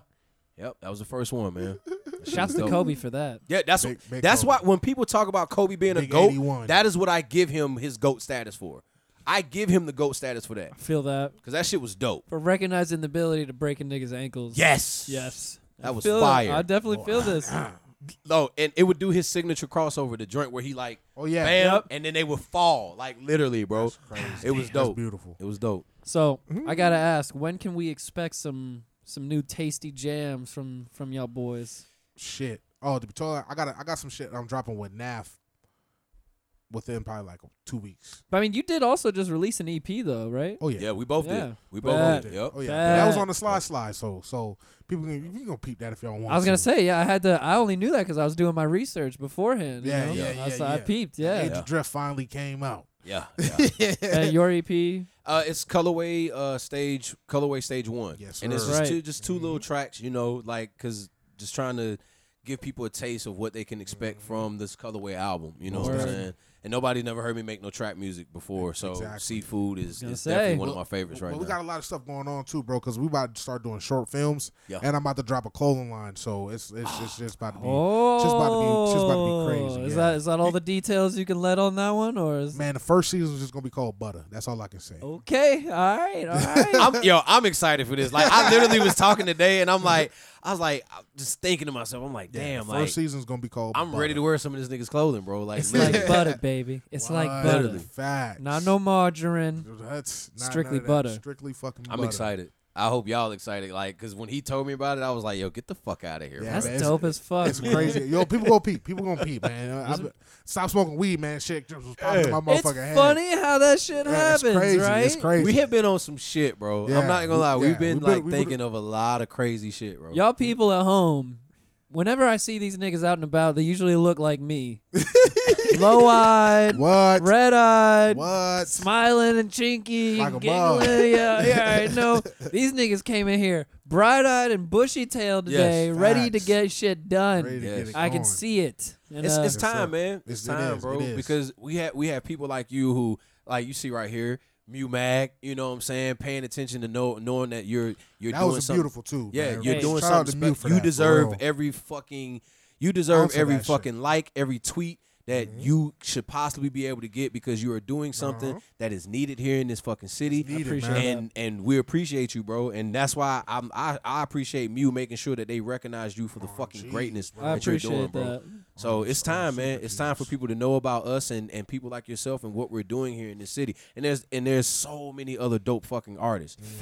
[SPEAKER 3] Yep, that was the first one, man.
[SPEAKER 1] Shouts to
[SPEAKER 3] Dope.
[SPEAKER 1] Kobe for that.
[SPEAKER 3] Yeah, that's
[SPEAKER 4] Big- big
[SPEAKER 3] that's
[SPEAKER 4] Kobe.
[SPEAKER 3] why when people talk about Kobe being a
[SPEAKER 4] Big
[SPEAKER 3] goat,
[SPEAKER 4] 81.
[SPEAKER 3] that is what I give him his goat status for. I give him the goat status for that
[SPEAKER 1] Feel that
[SPEAKER 3] because that shit was dope.
[SPEAKER 1] for recognizing the ability to break a nigga's ankles.
[SPEAKER 3] Yes,
[SPEAKER 1] Yes.
[SPEAKER 3] That
[SPEAKER 1] I
[SPEAKER 3] was
[SPEAKER 1] feel it.
[SPEAKER 3] fire.
[SPEAKER 1] I definitely feel this.
[SPEAKER 3] No, and it would do his signature crossover, the joint where he like,
[SPEAKER 4] Oh, yeah.
[SPEAKER 3] bam,
[SPEAKER 1] Yep.
[SPEAKER 3] and then they would fall, like literally, bro. It was
[SPEAKER 4] That's
[SPEAKER 3] dope.
[SPEAKER 4] beautiful.
[SPEAKER 3] It was dope.
[SPEAKER 1] So I gotta
[SPEAKER 3] Mm.
[SPEAKER 1] ask, when can we expect some some new tasty jams from from y'all boys?
[SPEAKER 4] Shit. Oh, to be told, I got I got some shit I'm dropping with NAF within probably like two weeks.
[SPEAKER 1] But I mean, you did also just release an EP though, right?
[SPEAKER 4] Oh yeah.
[SPEAKER 3] Yeah, we both
[SPEAKER 1] Yeah.
[SPEAKER 3] did. We both
[SPEAKER 1] Bad.
[SPEAKER 3] did.
[SPEAKER 4] Yeah.
[SPEAKER 3] Yep.
[SPEAKER 4] Oh yeah. That was
[SPEAKER 1] Bad.
[SPEAKER 4] on the slide slide. So so people can you can peep that if y'all want.
[SPEAKER 1] I was gonna
[SPEAKER 4] to.
[SPEAKER 1] say, yeah, I had to. I only knew that because I was doing my research beforehand. you
[SPEAKER 4] Yeah,
[SPEAKER 1] know?
[SPEAKER 4] yeah,
[SPEAKER 1] I,
[SPEAKER 4] yeah,
[SPEAKER 1] so I
[SPEAKER 4] yeah.
[SPEAKER 1] peeped. Yeah,
[SPEAKER 4] Age of Drift finally came out.
[SPEAKER 3] Yeah. yeah.
[SPEAKER 1] And your E EP.
[SPEAKER 3] uh, it's colorway uh, stage, colorway stage one.
[SPEAKER 4] Yes,
[SPEAKER 3] and it's
[SPEAKER 4] sir. Mm-hmm.
[SPEAKER 3] just
[SPEAKER 1] Right.
[SPEAKER 3] two, just 2 little tracks, you know, like because just trying to give people a taste of what they can expect
[SPEAKER 4] Mm-hmm.
[SPEAKER 3] from this colorway album. You know what I'm
[SPEAKER 1] Word.
[SPEAKER 3] saying? And nobody never heard me make no trap music before, so
[SPEAKER 4] Exactly.
[SPEAKER 3] seafood is,
[SPEAKER 1] gonna
[SPEAKER 3] is
[SPEAKER 1] say.
[SPEAKER 3] definitely one of
[SPEAKER 4] Well-
[SPEAKER 3] my favorites right
[SPEAKER 4] well, we
[SPEAKER 3] now.
[SPEAKER 4] got a lot of stuff going on too, bro. Because we about to start doing short films,
[SPEAKER 3] Yeah.
[SPEAKER 4] and I'm about to drop a colon line, so it's it's it's just about to be
[SPEAKER 1] Oh,
[SPEAKER 4] just about to be just about to be crazy.
[SPEAKER 1] Is
[SPEAKER 4] yeah.
[SPEAKER 1] that is that all the details you can let on that one, or is
[SPEAKER 4] man? The first season is just gonna be called Butter. That's all I can
[SPEAKER 1] Oh,
[SPEAKER 4] say.
[SPEAKER 1] okay? All right, all right.
[SPEAKER 3] I'm, yo, I'm excited for this. Like, I literally was talking today, and I'm like, I was like, I'm just thinking to myself, I'm like,
[SPEAKER 4] Yeah, the
[SPEAKER 3] damn,
[SPEAKER 4] first
[SPEAKER 3] like,
[SPEAKER 4] season's gonna be called.
[SPEAKER 3] I'm ready to wear some of this nigga's clothing, bro. Like,
[SPEAKER 1] it's like
[SPEAKER 3] literally.
[SPEAKER 1] butter, baby. It's like butter.
[SPEAKER 4] Facts.
[SPEAKER 1] Not no margarine.
[SPEAKER 4] That's not
[SPEAKER 1] Strictly
[SPEAKER 4] none of that.
[SPEAKER 1] butter.
[SPEAKER 4] Strictly fucking.
[SPEAKER 3] I'm
[SPEAKER 4] butter.
[SPEAKER 3] excited. I hope y'all excited. Like, cause when he told me about it, I was like, yo, get the fuck out of
[SPEAKER 4] Yeah,
[SPEAKER 3] here. bro.
[SPEAKER 1] That's
[SPEAKER 4] man, it's-
[SPEAKER 1] dope as fuck.
[SPEAKER 4] It's
[SPEAKER 1] man.
[SPEAKER 4] crazy. Yo, people gonna peep. People gonna peep, man. I- I- stop smoking weed, man. Shit just was popping in my
[SPEAKER 1] It's
[SPEAKER 4] motherfucking head.
[SPEAKER 1] funny how that shit
[SPEAKER 4] Yeah,
[SPEAKER 1] happens,
[SPEAKER 4] it's crazy.
[SPEAKER 1] right?
[SPEAKER 4] It's crazy.
[SPEAKER 3] We have been on some shit, bro.
[SPEAKER 4] Yeah,
[SPEAKER 3] I'm not
[SPEAKER 4] we-
[SPEAKER 3] gonna lie.
[SPEAKER 4] yeah,
[SPEAKER 3] We've been
[SPEAKER 4] we've been-
[SPEAKER 3] like
[SPEAKER 4] we've been-
[SPEAKER 3] thinking of a lot of crazy shit, bro.
[SPEAKER 1] Y'all people at home, whenever I see these niggas out and about, they usually look like me. Low eyed,
[SPEAKER 4] What?
[SPEAKER 1] red eyed,
[SPEAKER 4] What?
[SPEAKER 1] smiling and chinky,
[SPEAKER 4] Like a
[SPEAKER 1] and
[SPEAKER 4] bug.
[SPEAKER 1] giggling. Yeah, yeah, I know. These niggas came in here bright eyed and bushy tailed
[SPEAKER 3] Yes,
[SPEAKER 1] today, ready to
[SPEAKER 4] facts.
[SPEAKER 1] get shit
[SPEAKER 4] Ready
[SPEAKER 1] done.
[SPEAKER 4] to get
[SPEAKER 3] Yes.
[SPEAKER 4] it
[SPEAKER 1] I can
[SPEAKER 4] going.
[SPEAKER 1] see it. And,
[SPEAKER 3] It's,
[SPEAKER 1] uh,
[SPEAKER 3] it's time,
[SPEAKER 4] sir.
[SPEAKER 3] man.
[SPEAKER 4] It's-
[SPEAKER 3] It's,
[SPEAKER 4] it
[SPEAKER 3] time,
[SPEAKER 4] is,
[SPEAKER 3] bro.
[SPEAKER 4] it is.
[SPEAKER 3] Because we have we have people like you who like you see right here, Mew Mag. You know what I'm saying? Paying attention to know knowing that you're you're
[SPEAKER 4] That
[SPEAKER 3] doing
[SPEAKER 4] was a
[SPEAKER 3] something.
[SPEAKER 4] beautiful too.
[SPEAKER 3] Yeah,
[SPEAKER 4] man.
[SPEAKER 3] you're
[SPEAKER 1] Hey,
[SPEAKER 3] doing
[SPEAKER 4] Shout out
[SPEAKER 3] something.
[SPEAKER 4] to Mew
[SPEAKER 3] spe-
[SPEAKER 4] for
[SPEAKER 3] you
[SPEAKER 4] that, for
[SPEAKER 3] deserve
[SPEAKER 4] real.
[SPEAKER 3] every fucking. You deserve
[SPEAKER 4] Answer
[SPEAKER 3] every
[SPEAKER 4] that shit. Mm-hmm.
[SPEAKER 3] fucking like, every tweet that you should possibly be able to get because you are doing something that is needed here in this fucking city.
[SPEAKER 4] Uh-huh. needed,
[SPEAKER 1] Appreciate man.
[SPEAKER 3] and and we appreciate you, bro. And that's why I'm I, I appreciate Mew making sure that they recognize you for the fucking
[SPEAKER 4] geez,
[SPEAKER 3] greatness
[SPEAKER 4] Oh, bro.
[SPEAKER 1] I
[SPEAKER 3] that you're
[SPEAKER 1] appreciate
[SPEAKER 3] doing, bro.
[SPEAKER 1] that.
[SPEAKER 4] Oh,
[SPEAKER 3] So it's time, man.
[SPEAKER 4] super
[SPEAKER 3] It's time for
[SPEAKER 4] genius.
[SPEAKER 3] people to know about us and, and people like yourself and what we're doing here in this city. And there's and there's so many other dope fucking artists. So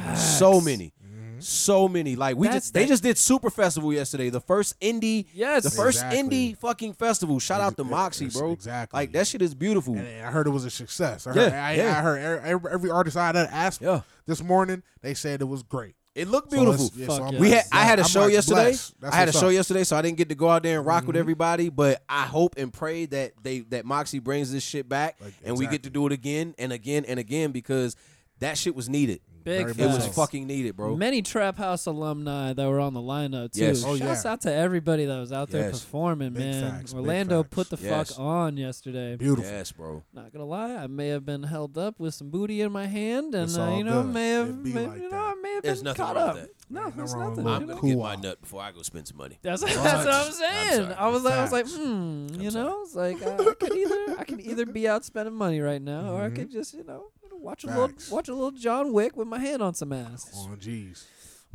[SPEAKER 1] Facts.
[SPEAKER 3] many.
[SPEAKER 4] Mm-hmm.
[SPEAKER 3] So many. Like we
[SPEAKER 1] That's
[SPEAKER 3] just
[SPEAKER 1] that-
[SPEAKER 3] they just did Super Festival yesterday, the first indie
[SPEAKER 1] Yes.
[SPEAKER 3] the first
[SPEAKER 4] Exactly.
[SPEAKER 3] indie fucking festival. Shout out to
[SPEAKER 4] Ex-
[SPEAKER 3] Moxie,
[SPEAKER 4] ex-
[SPEAKER 3] bro.
[SPEAKER 4] exactly.
[SPEAKER 3] Like that shit is beautiful.
[SPEAKER 4] And I heard it was a success. I
[SPEAKER 3] Yeah,
[SPEAKER 4] heard, I,
[SPEAKER 3] yeah.
[SPEAKER 4] I heard every- every, every artist I had asked
[SPEAKER 3] Yeah.
[SPEAKER 4] this morning, they said it was great.
[SPEAKER 3] It looked
[SPEAKER 4] So it's-
[SPEAKER 3] beautiful.
[SPEAKER 4] yeah,
[SPEAKER 1] Fuck
[SPEAKER 4] I'm
[SPEAKER 1] yeah.
[SPEAKER 3] We
[SPEAKER 4] like-
[SPEAKER 3] had I had a
[SPEAKER 4] I'm
[SPEAKER 3] show
[SPEAKER 4] like,
[SPEAKER 3] yesterday.
[SPEAKER 4] blessed. That's
[SPEAKER 3] I had a
[SPEAKER 4] what's
[SPEAKER 3] show
[SPEAKER 4] up. Mm-hmm.
[SPEAKER 3] yesterday, so I didn't get to go out there and rock with everybody. But I hope and pray that they that Moxie brings this shit back,
[SPEAKER 4] Like,
[SPEAKER 3] and we get
[SPEAKER 4] exactly.
[SPEAKER 3] to do it again and again and again because that shit was needed.
[SPEAKER 1] Big
[SPEAKER 4] Very
[SPEAKER 3] It was
[SPEAKER 1] facts.
[SPEAKER 3] fucking needed, bro.
[SPEAKER 1] Many Trap House alumni that were on the lineup too.
[SPEAKER 3] Yes.
[SPEAKER 4] Oh,
[SPEAKER 1] Shouts
[SPEAKER 4] yeah.
[SPEAKER 1] out to everybody that was out there
[SPEAKER 3] Yes.
[SPEAKER 1] performing,
[SPEAKER 4] Big
[SPEAKER 1] man.
[SPEAKER 4] facts, big
[SPEAKER 1] Orlando
[SPEAKER 4] facts.
[SPEAKER 1] put the
[SPEAKER 3] Yes.
[SPEAKER 1] fuck on yesterday.
[SPEAKER 4] Beautiful.
[SPEAKER 3] Yes, bro.
[SPEAKER 1] Not gonna lie, I may have been held up with some booty in my hand, and
[SPEAKER 4] It's
[SPEAKER 1] uh,
[SPEAKER 4] all
[SPEAKER 1] you know,
[SPEAKER 4] good.
[SPEAKER 1] may have,
[SPEAKER 4] It be
[SPEAKER 1] may,
[SPEAKER 4] like
[SPEAKER 1] you know, I
[SPEAKER 4] that.
[SPEAKER 1] may have
[SPEAKER 3] There's
[SPEAKER 1] been
[SPEAKER 3] nothing
[SPEAKER 1] caught
[SPEAKER 3] wrong
[SPEAKER 1] up.
[SPEAKER 3] with that.
[SPEAKER 1] No,
[SPEAKER 4] Ain't
[SPEAKER 1] there's
[SPEAKER 4] nothing
[SPEAKER 1] nothing.
[SPEAKER 4] wrong with
[SPEAKER 1] you
[SPEAKER 3] I'm
[SPEAKER 4] that.
[SPEAKER 1] know?
[SPEAKER 3] gonna
[SPEAKER 4] Cool
[SPEAKER 3] get my
[SPEAKER 4] off.
[SPEAKER 3] nut before I go spend some money.
[SPEAKER 1] That's, that's what I'm
[SPEAKER 3] Facts.
[SPEAKER 1] saying.
[SPEAKER 3] I'm
[SPEAKER 1] I was like, I was like,
[SPEAKER 4] Facts.
[SPEAKER 1] hmm, you
[SPEAKER 3] sorry.
[SPEAKER 1] know, it's like uh, I, I could either I can either be out spending money right now, or I could just you know watch a little
[SPEAKER 4] Mm-hmm. Facts.
[SPEAKER 1] watch a little John Wick with my hand on some ass.
[SPEAKER 4] Oh, jeez.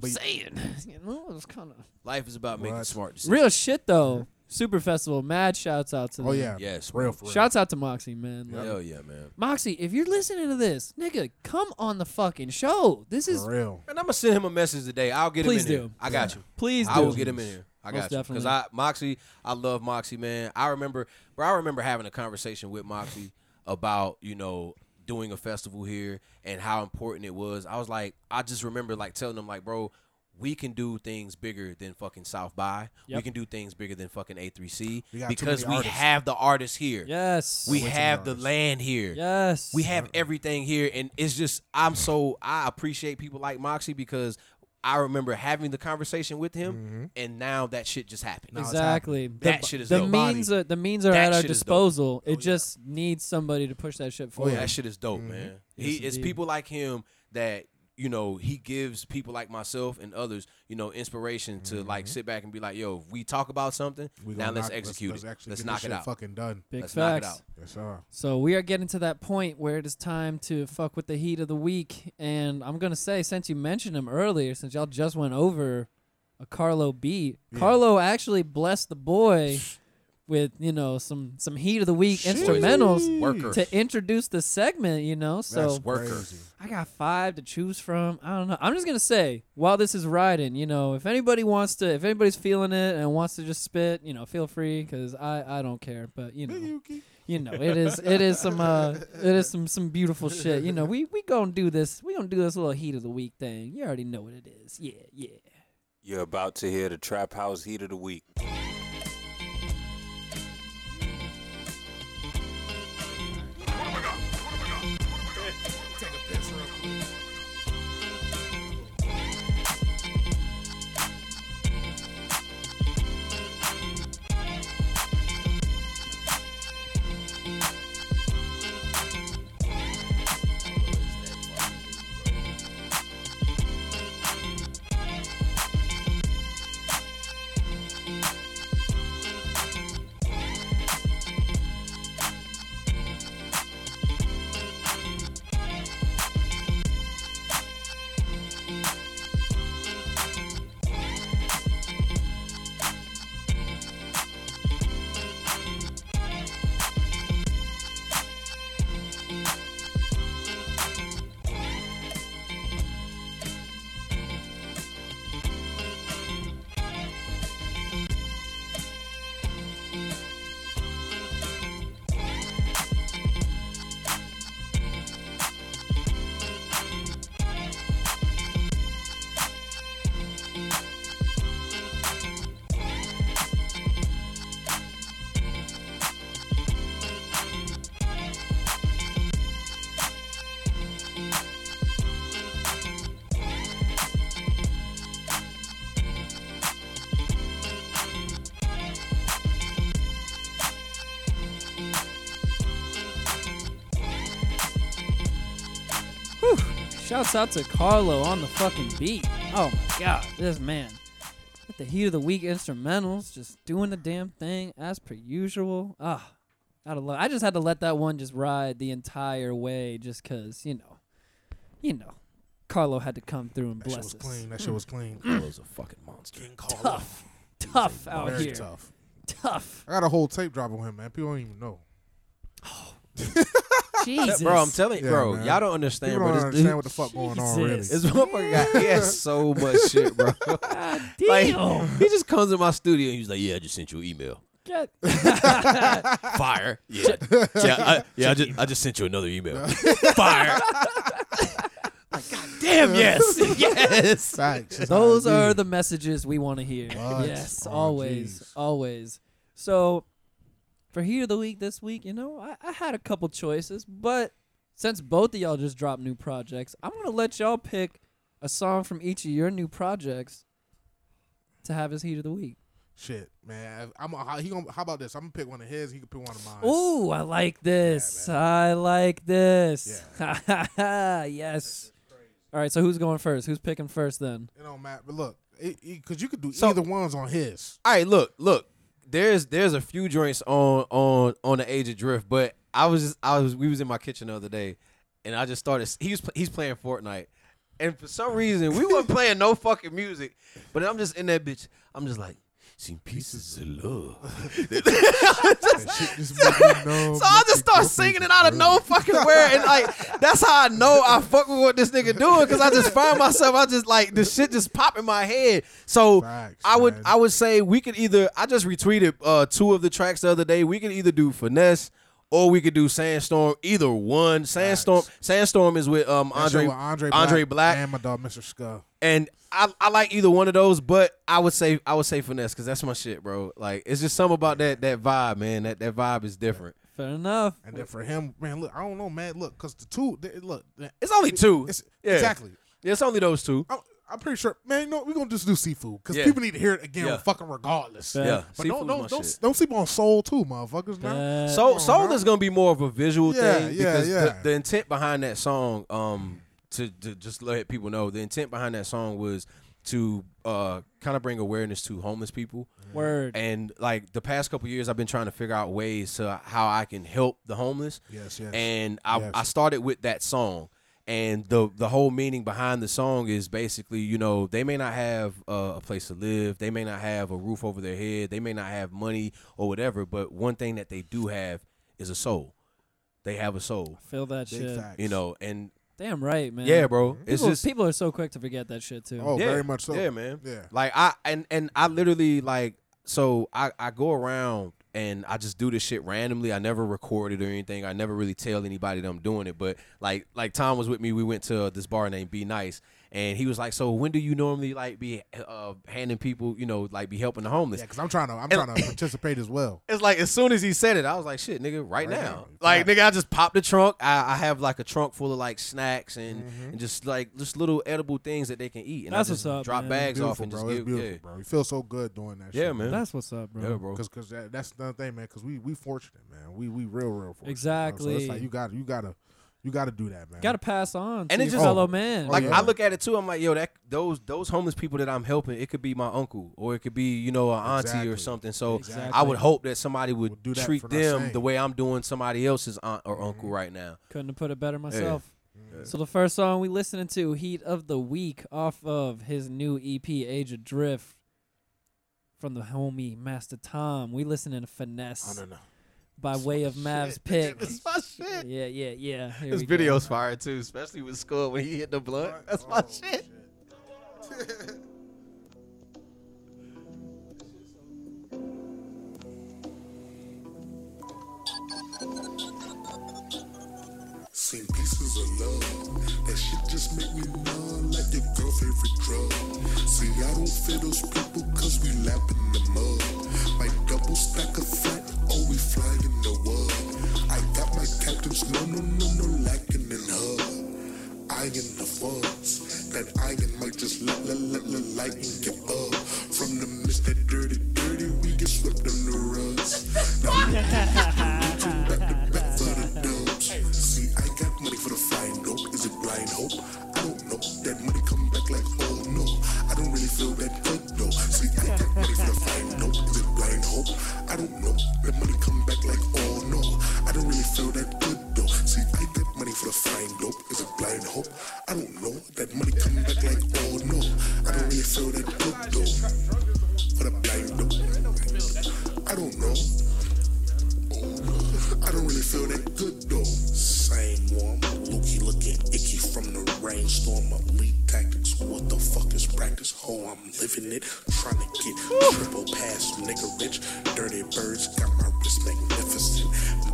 [SPEAKER 4] But
[SPEAKER 1] Saying, you know, it was kind of
[SPEAKER 3] Life is about making
[SPEAKER 4] What?
[SPEAKER 3] smart decisions.
[SPEAKER 1] Real shit though. Super Festival, mad shouts out to them.
[SPEAKER 4] oh yeah,
[SPEAKER 3] Yes,
[SPEAKER 4] real
[SPEAKER 3] bro.
[SPEAKER 4] for real.
[SPEAKER 1] Shouts out to Moxie, man. Like,
[SPEAKER 3] Hell yeah, man.
[SPEAKER 1] Moxie, if you're listening to this, nigga, come on the fucking show. This is
[SPEAKER 4] for real.
[SPEAKER 3] And I'm gonna send him a message today. I'll get
[SPEAKER 1] Please
[SPEAKER 3] him in
[SPEAKER 1] do.
[SPEAKER 3] here. I got you.
[SPEAKER 1] please do.
[SPEAKER 3] I will get him in here. I I
[SPEAKER 1] Most
[SPEAKER 3] got you. Because
[SPEAKER 1] definitely.
[SPEAKER 3] I Moxie, I love Moxie, man. I remember, bro. I remember having a conversation with Moxie about you know doing a festival here and how important it was. I was like, I just remember like telling them like, bro. We can do things bigger than fucking South by. We
[SPEAKER 1] Yep.
[SPEAKER 3] can do things bigger than fucking A3C
[SPEAKER 4] We got too
[SPEAKER 3] because
[SPEAKER 4] many
[SPEAKER 3] we
[SPEAKER 4] artists.
[SPEAKER 3] have the artists here.
[SPEAKER 1] Yes.
[SPEAKER 4] Way
[SPEAKER 3] We
[SPEAKER 4] too
[SPEAKER 3] have
[SPEAKER 4] many
[SPEAKER 3] the
[SPEAKER 4] artists.
[SPEAKER 3] land here.
[SPEAKER 1] yes.
[SPEAKER 3] We have everything here, and it's just I'm so I appreciate people like Moxie because I remember having the conversation with him,
[SPEAKER 4] Mm-hmm.
[SPEAKER 3] and now that shit just happened.
[SPEAKER 4] Nah, it's
[SPEAKER 1] Exactly.
[SPEAKER 4] happening.
[SPEAKER 1] The-
[SPEAKER 3] That shit is
[SPEAKER 1] the
[SPEAKER 3] dope.
[SPEAKER 1] means are the means are
[SPEAKER 3] That
[SPEAKER 1] at our
[SPEAKER 3] shit is dope. Oh,
[SPEAKER 1] disposal. It just needs somebody to push that shit forward.
[SPEAKER 3] That shit is dope,
[SPEAKER 4] Mm-hmm.
[SPEAKER 3] man. He,
[SPEAKER 1] Yes,
[SPEAKER 3] it's
[SPEAKER 1] indeed.
[SPEAKER 3] people like him that you know he gives people like myself and others, you know, inspiration to like sit back and be like, "Yo, if we talk about something.
[SPEAKER 4] Mm-hmm. We
[SPEAKER 3] now
[SPEAKER 4] gonna
[SPEAKER 3] let's
[SPEAKER 4] knock-
[SPEAKER 3] execute
[SPEAKER 4] let's,
[SPEAKER 3] it.
[SPEAKER 4] actually
[SPEAKER 3] Let's
[SPEAKER 4] get
[SPEAKER 3] knock
[SPEAKER 4] this
[SPEAKER 3] it
[SPEAKER 4] shit
[SPEAKER 3] out.
[SPEAKER 4] Fucking done.
[SPEAKER 1] Big
[SPEAKER 3] Let's knock it
[SPEAKER 1] facts.
[SPEAKER 3] out."
[SPEAKER 4] Yes, sir.
[SPEAKER 1] So we are getting to that point where it is time to fuck with the heat of the week, and I'm gonna say since you mentioned him earlier, since y'all just went over a Carlo beat, Carlo actually blessed the boy with you know some some heat of the week instrumentals
[SPEAKER 3] Worker.
[SPEAKER 1] to introduce the segment. You know, so
[SPEAKER 4] That's
[SPEAKER 3] worker.
[SPEAKER 4] crazy.
[SPEAKER 1] I got five to choose from. I don't know. I'm just gonna say while this is riding, you know, if anybody wants to, if anybody's feeling it and wants to just spit, you know, feel free because I I don't care. But you know, you know, it is it is some uh it is some some beautiful shit. You know, we we gonna do this. We gonna do this little heat of the week thing. You already know what it is. Yeah, yeah.
[SPEAKER 5] You're about to hear the Trap House Heat of the Week.
[SPEAKER 1] Shouts out to Carlo on the fucking beat. Oh my god, this man. With the heat of the week instrumentals, just doing the damn thing as per usual. Ah, I don't I just had to let that one just ride the entire way, just cause you know, you know, Carlo had to come through and
[SPEAKER 4] That shit
[SPEAKER 1] bless
[SPEAKER 4] was
[SPEAKER 1] us.
[SPEAKER 4] clean. That shit was clean.
[SPEAKER 3] Carlo's a fucking monster.
[SPEAKER 4] King Carlo.
[SPEAKER 1] Tough, tough out
[SPEAKER 4] Very
[SPEAKER 1] here.
[SPEAKER 4] tough.
[SPEAKER 1] Tough.
[SPEAKER 4] I got a whole tape drop on him, man. People don't even know.
[SPEAKER 1] Jesus,
[SPEAKER 3] Bro, I'm telling you,
[SPEAKER 4] Yeah,
[SPEAKER 3] bro,
[SPEAKER 4] man.
[SPEAKER 3] y'all don't understand,
[SPEAKER 4] People
[SPEAKER 3] bro.
[SPEAKER 4] don't
[SPEAKER 3] This dude-
[SPEAKER 4] understand what the fuck going on, really.
[SPEAKER 1] Jesus.
[SPEAKER 3] This motherfucker got he has so much shit, bro. Like,
[SPEAKER 1] Damn.
[SPEAKER 3] he just comes in my studio and he's like, "Yeah, I just sent you an email.
[SPEAKER 1] Get-
[SPEAKER 3] Fire. Yeah, yeah, I, yeah. I just, I just sent you another email. Fire. Like, God damn, yes, yes.
[SPEAKER 4] Facts. It's
[SPEAKER 1] Those
[SPEAKER 4] not easy.
[SPEAKER 1] are the messages we want to hear.
[SPEAKER 4] What?
[SPEAKER 1] Yes,
[SPEAKER 4] Oh,
[SPEAKER 1] always,
[SPEAKER 4] jeez.
[SPEAKER 1] always. So, for here of the week this week, you know, I, I had a couple choices, but since both of y'all just dropped new projects, I'm gonna let y'all pick a song from each of your new projects to have as heat of the week.
[SPEAKER 4] Shit, man. I'm a, how- he gonna, how about this? I'm gonna pick one of his. He can pick one of mine.
[SPEAKER 1] Ooh, I like this. I like this. yes. All right, so who's going first? Who's picking first then?
[SPEAKER 4] It don't matter. But look, because you could do
[SPEAKER 3] So-
[SPEAKER 4] either ones on his.
[SPEAKER 3] All right, look, look. There's there's a few joints on on on the Age of Drift, but I was just, I was we was in my kitchen the other day, and I just started. He was pl- he's playing Fortnite, and for some reason we weren't playing no fucking music, but I'm just in that bitch. I'm just like. Seen pieces of love.
[SPEAKER 4] chick just make me know.
[SPEAKER 3] So I just start singing it out of no fucking where, and like that's how I know I fuck with what this nigga doing because I just find myself, I just like this shit just pop in my head. So
[SPEAKER 4] Facts,
[SPEAKER 3] I would,
[SPEAKER 4] man.
[SPEAKER 3] I would say we could either I just retweeted uh, two of the tracks the other day. We could either do finesse or we could do sandstorm. Either one, sandstorm, sandstorm is with um Andre
[SPEAKER 4] Andre, Andre, Black,
[SPEAKER 3] Andre Black,
[SPEAKER 4] and my dog Mr. Skull.
[SPEAKER 3] and I, I like either one of those, but I would say I would say finesse because that's my shit, bro. Like it's just something about that that vibe, man. That that vibe is different.
[SPEAKER 1] Fair enough.
[SPEAKER 4] And then for him, man, look, I don't know, man, look, cause the two, they, look,
[SPEAKER 3] It's only two.
[SPEAKER 4] it's,
[SPEAKER 3] Yeah.
[SPEAKER 4] exactly.
[SPEAKER 3] Yeah, it's only those two.
[SPEAKER 4] I'm, I'm pretty sure, man. You know, we're gonna just do seafood because
[SPEAKER 3] Yeah.
[SPEAKER 4] people need to hear it again,
[SPEAKER 3] Yeah.
[SPEAKER 4] fucking regardless.
[SPEAKER 1] Yeah.
[SPEAKER 3] Yeah,
[SPEAKER 4] But
[SPEAKER 3] seafood's
[SPEAKER 4] don't don't
[SPEAKER 3] my
[SPEAKER 4] don't,
[SPEAKER 3] shit.
[SPEAKER 4] don't sleep on soul too, motherfuckers. Man.
[SPEAKER 1] Uh,
[SPEAKER 3] Soul,
[SPEAKER 4] on,
[SPEAKER 3] soul
[SPEAKER 4] bro.
[SPEAKER 3] is gonna be more of a visual
[SPEAKER 4] Yeah,
[SPEAKER 3] thing
[SPEAKER 4] yeah,
[SPEAKER 3] because
[SPEAKER 4] yeah.
[SPEAKER 3] The, the intent behind that song, um, to, to just let people know, the intent behind that song was to uh kind of bring awareness to homeless people.
[SPEAKER 1] word.
[SPEAKER 3] And like the past couple years, I've been trying to figure out ways to how I can help the homeless.
[SPEAKER 4] Yes, yes.
[SPEAKER 3] And I,
[SPEAKER 4] Yes.
[SPEAKER 3] I started with that song, and the the whole meaning behind the song is basically, you know, they may not have uh, a place to live, they may not have a roof over their head, they may not have money or whatever, but one thing that they do have is a soul. They have a soul,
[SPEAKER 1] Feel that
[SPEAKER 4] Big
[SPEAKER 1] shit.
[SPEAKER 4] facts.
[SPEAKER 3] you know, and
[SPEAKER 1] Damn right, man.
[SPEAKER 3] yeah, bro, it's
[SPEAKER 1] People,
[SPEAKER 3] just
[SPEAKER 1] people are so quick to forget that shit too.
[SPEAKER 4] Oh,
[SPEAKER 3] yeah,
[SPEAKER 4] very much so.
[SPEAKER 3] Yeah, man.
[SPEAKER 4] Yeah.
[SPEAKER 3] Like I and and I literally like so I I go around and I just do this shit randomly. I never record it or anything. I never really tell anybody that I'm doing it. But like like Tom was with me. We went to this bar named Be Nice, and he was like, "So when do you normally like be uh, handing people, you know, like be helping the homeless?"
[SPEAKER 4] Yeah, because I'm trying to, I'm trying to participate as well.
[SPEAKER 3] It's like as soon as he said it, I was like, "Shit, nigga, right, now.
[SPEAKER 4] now.
[SPEAKER 3] Like, nigga, I just popped the trunk. I, I have like a trunk full of like snacks and,
[SPEAKER 4] Mm-hmm.
[SPEAKER 3] and just like just little edible things that they can eat. And
[SPEAKER 1] That's
[SPEAKER 3] I just
[SPEAKER 1] what's up,
[SPEAKER 3] drop
[SPEAKER 1] man.
[SPEAKER 3] bags off
[SPEAKER 4] Beautiful,
[SPEAKER 3] and just
[SPEAKER 4] bro. It's
[SPEAKER 3] give.
[SPEAKER 4] beautiful,
[SPEAKER 3] yeah.
[SPEAKER 4] bro. You feel so good doing that.
[SPEAKER 3] Yeah,
[SPEAKER 4] shit,
[SPEAKER 3] man.
[SPEAKER 1] That's what's up, bro.
[SPEAKER 3] Yeah, bro.
[SPEAKER 4] Cause, cause that, that's another thing, man. Cause we we fortunate, man. We we real real fortunate. Man. So
[SPEAKER 1] Exactly.
[SPEAKER 4] it's like you got to you got to you got to do that, man.
[SPEAKER 1] Got to pass on to
[SPEAKER 3] And
[SPEAKER 1] your
[SPEAKER 3] it just-
[SPEAKER 1] fellow man.
[SPEAKER 3] Like
[SPEAKER 4] yeah.
[SPEAKER 3] I look at it too, I'm like, yo, that those those homeless people that I'm helping, it could be my uncle or it could be you know an auntie
[SPEAKER 4] Exactly.
[SPEAKER 3] or something. So
[SPEAKER 1] Oh, Exactly.
[SPEAKER 3] I would hope that somebody would
[SPEAKER 4] Would do that
[SPEAKER 3] treat
[SPEAKER 4] for the
[SPEAKER 3] them
[SPEAKER 4] same.
[SPEAKER 3] the way I'm doing somebody else's aunt or uncle right now.
[SPEAKER 1] Couldn't have put it better myself. So the first song we listening to, "Heat of the Week," off of his new EP, "Age of Drift," from the homie Master Tom. We listening to
[SPEAKER 4] I
[SPEAKER 1] "Finesse"
[SPEAKER 4] don't know.
[SPEAKER 1] by way of Mav's pick.
[SPEAKER 3] my shit.
[SPEAKER 1] Yeah, yeah, yeah. Here
[SPEAKER 3] This
[SPEAKER 1] we go.
[SPEAKER 3] video's fire too, especially with Skull when he hit the blunt. That's my shit.
[SPEAKER 6] Seen pieces of love. That shit just make me numb like your girl favorite drug. See, I don't fear those people cause we lap in the mud. My double stack of fat, oh, we fly in the world. I got my captains, no, no, no, no, lacking in her. I in the funds, that I in might just let, let, let, let lightning get up. From the mist that dirty, dirty, we get swept under rugs. Now look Bet for the dubs. See, I got money for the fine dope. Is it blind hope? I don't know. That money come back like, oh no. I don't really feel that good though. See, I got money for the fine dope. Is it blind hope? I don't know. That money come back like, oh no. I don't really feel that good though. See, I got money for the fine dope. Is it blind hope? I don't know. That money come back like, oh no. I don't really feel that good though. For the blind dope. I don't know. I don't really feel that good though. Same one, Lukey looking icky from the rainstorm. Elite tactics, what the fuck is practice? Oh, I'm living it, trying to get triple pass, nigga rich. Dirty birds got my wrist magnificent.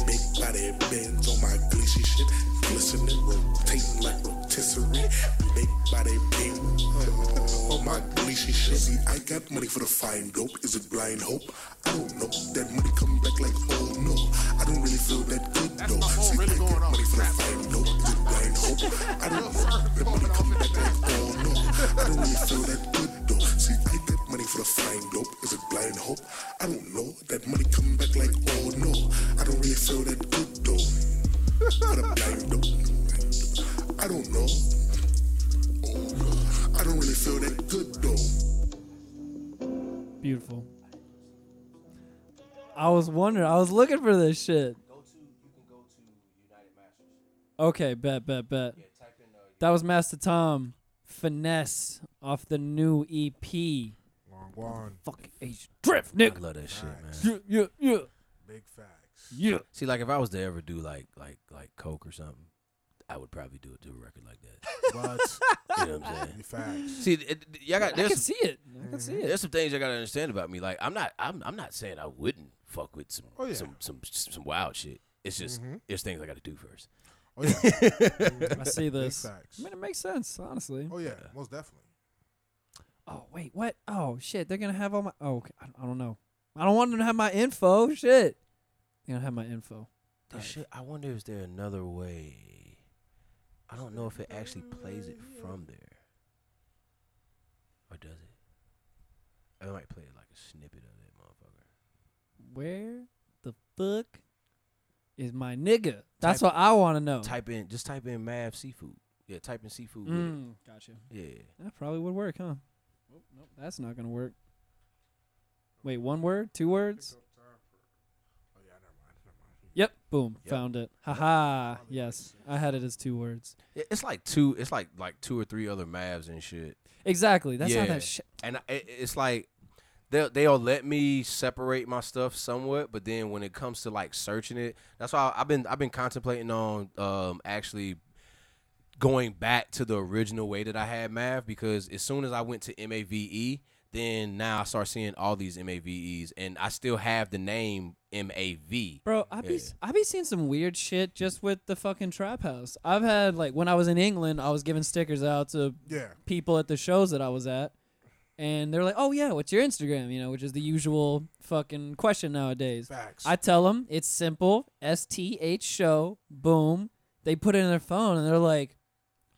[SPEAKER 6] Big body bends on my gleesy shit, glistening, rotating like rotisserie. Big body bend on my gleesy shit. See, I got money for the fine dope. Is it blind hope? I don't know. That money come back like oh no. I don't really feel that good though. See, I got money for the fine dope. Is it blind hope? I don't know. That money come back like oh no. I don't really feel that good though. See, I got money for the fine dope. Is it blind hope? I don't know. That money come back like oh no. I don't really feel that good though. For the blind dope. I don't know. I don't really feel that good though.
[SPEAKER 1] Beautiful. I was wondering. I was looking for this shit. Okay, bet, bet, bet. That was Master Tom, finesse off the new E EP.
[SPEAKER 4] Long gone.
[SPEAKER 1] Fuck H Drift,
[SPEAKER 3] I
[SPEAKER 1] nigga.
[SPEAKER 3] love that shit, man.
[SPEAKER 1] Yeah, yeah, yeah.
[SPEAKER 4] Big facts. Facts.
[SPEAKER 1] Yeah.
[SPEAKER 3] See, like if I was to ever do like like like coke or something, I would probably do it to a record like that.
[SPEAKER 4] But
[SPEAKER 3] You know what I'm saying?
[SPEAKER 4] facts.
[SPEAKER 3] See, it, it- y'all got
[SPEAKER 1] I
[SPEAKER 3] there's
[SPEAKER 1] can
[SPEAKER 3] some,
[SPEAKER 1] see it. I can see it.
[SPEAKER 3] there's some things y'all gotta understand about me. Like I'm not I'm I'm not saying I wouldn't fuck with some
[SPEAKER 4] Oh, yeah.
[SPEAKER 3] some some some wild shit. It's just there's things I gotta do first.
[SPEAKER 4] Oh yeah.
[SPEAKER 1] I see this.
[SPEAKER 4] facts.
[SPEAKER 1] I mean, it makes sense, honestly.
[SPEAKER 4] Oh yeah. Most definitely.
[SPEAKER 1] Oh wait, what? Oh shit, they're gonna have all my. Oh, okay. I, I don't know. I don't want them to have my info. Shit, they're gonna have my info.
[SPEAKER 3] The shit, I wonder is there another way? I don't know if it actually plays it from there, or does it? I might play like a snippet of that motherfucker.
[SPEAKER 1] Where the fuck is my nigga? That's what I want to know.
[SPEAKER 3] Type in, just type in Mav Seafood. Yeah, type in seafood. with it.
[SPEAKER 1] Mm, gotcha.
[SPEAKER 3] Yeah.
[SPEAKER 1] That probably would work, huh? Oh, nope, that's not gonna work. Wait, one word, two words.
[SPEAKER 4] Oh yeah. Never mind. Never mind.
[SPEAKER 1] Yep, boom,
[SPEAKER 3] Yep.
[SPEAKER 1] found it. Haha, yes, I had it as two words.
[SPEAKER 3] It- It's like two. It's like like two or three other Mavs and shit.
[SPEAKER 1] Exactly. That's how
[SPEAKER 3] Yeah.
[SPEAKER 1] that shit.
[SPEAKER 3] And I, it- it's like they they'll let me separate my stuff somewhat, but then when it comes to like searching it, that's why I've been I've been contemplating on um actually going back to the original way that I had math because as soon as I went to MAVE, E, then now I start seeing all these MAVEs and I still have the name MAV.
[SPEAKER 1] Bro, I be
[SPEAKER 3] Yeah.
[SPEAKER 1] I be seeing some weird shit just with the fucking trap house. I've had like when I was in England, I was giving stickers out to
[SPEAKER 4] Yeah.
[SPEAKER 1] people at the shows that I was at, and they're like, "Oh yeah, what's your Instagram?" You know, which is the usual fucking question nowadays.
[SPEAKER 4] Facts.
[SPEAKER 1] I tell them it's simple, S T H show, boom. They put it in their phone and they're like,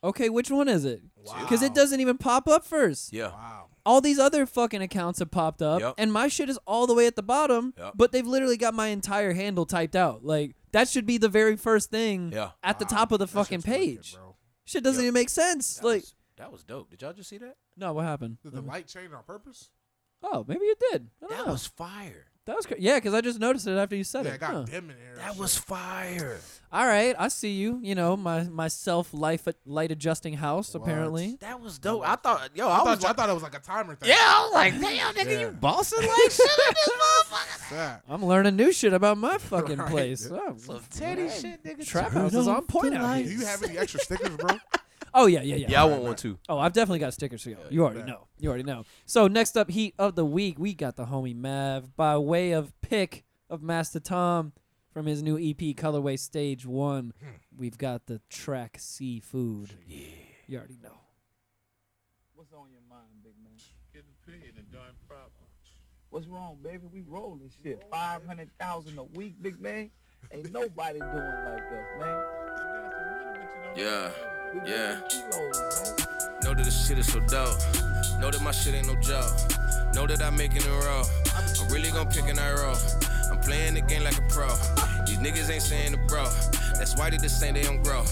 [SPEAKER 1] "Okay, which one is it?" Because it
[SPEAKER 4] Wow.
[SPEAKER 1] doesn't even pop up first.
[SPEAKER 3] Yeah.
[SPEAKER 4] wow.
[SPEAKER 1] All these other fucking accounts have popped up,
[SPEAKER 3] Yep.
[SPEAKER 1] and my shit is all the way at the bottom.
[SPEAKER 3] Yep.
[SPEAKER 1] But they've literally got my entire handle typed out. Like that should be the very first thing
[SPEAKER 3] Yeah.
[SPEAKER 1] at the top of the
[SPEAKER 4] That
[SPEAKER 1] fucking
[SPEAKER 4] shit's wicked,
[SPEAKER 1] page.
[SPEAKER 4] bro.
[SPEAKER 1] Shit doesn't even make sense.
[SPEAKER 3] That
[SPEAKER 1] like,
[SPEAKER 3] was, that was dope. Did y'all just see that?
[SPEAKER 1] no, what happened?
[SPEAKER 4] Did the light change on purpose?
[SPEAKER 1] Oh, maybe it did. I don't
[SPEAKER 3] That
[SPEAKER 1] know.
[SPEAKER 3] was fire.
[SPEAKER 1] that was cra- yeah, because I just noticed it after you said
[SPEAKER 4] Yeah,
[SPEAKER 1] it.
[SPEAKER 4] it got
[SPEAKER 1] Huh.
[SPEAKER 4] dim in there. and
[SPEAKER 3] That
[SPEAKER 4] shit.
[SPEAKER 3] was fire.
[SPEAKER 1] All right, I see you. You know my my self life light adjusting house apparently.
[SPEAKER 3] That was dope. I thought, yo, I,
[SPEAKER 4] I
[SPEAKER 3] was
[SPEAKER 4] thought, I
[SPEAKER 3] like,
[SPEAKER 4] thought it was like a timer thing.
[SPEAKER 3] yeah, I was like, damn, nigga,
[SPEAKER 4] Yeah.
[SPEAKER 3] you bossing like shit in this motherfucker.
[SPEAKER 4] Fact.
[SPEAKER 1] I'm learning new shit about my fucking place. Oh,
[SPEAKER 3] Some Teddy shit, nigga.
[SPEAKER 1] trap house is on point out
[SPEAKER 4] Do
[SPEAKER 1] here.
[SPEAKER 4] you have any extra stickers, bro?
[SPEAKER 1] Oh yeah, yeah, yeah.
[SPEAKER 3] Yeah, I want one too.
[SPEAKER 1] Oh, I've definitely got stickers for y'all. You already know. You already know. So next up, heat of the week, we got the homie Mav by way of pick of Master Tom from his new EP Colorway Stage One. We've got the track Seafood. Yeah, you already know.
[SPEAKER 7] What's on your mind, big man? Getting paid and done proper. What's wrong, baby? We rolling shit. Five hundred thousand a week, big man. Ain't nobody doing like us, man.
[SPEAKER 8] Yeah,
[SPEAKER 7] We
[SPEAKER 8] yeah.
[SPEAKER 7] rolling, man.
[SPEAKER 8] Know that this shit is so dope. Know that my shit ain't no joke. Know that I'm making it raw. I'm really gon' pick and I roll. I'm playing the game like a pro. These niggas ain't saying the bro. That's why they just saying they don't grow.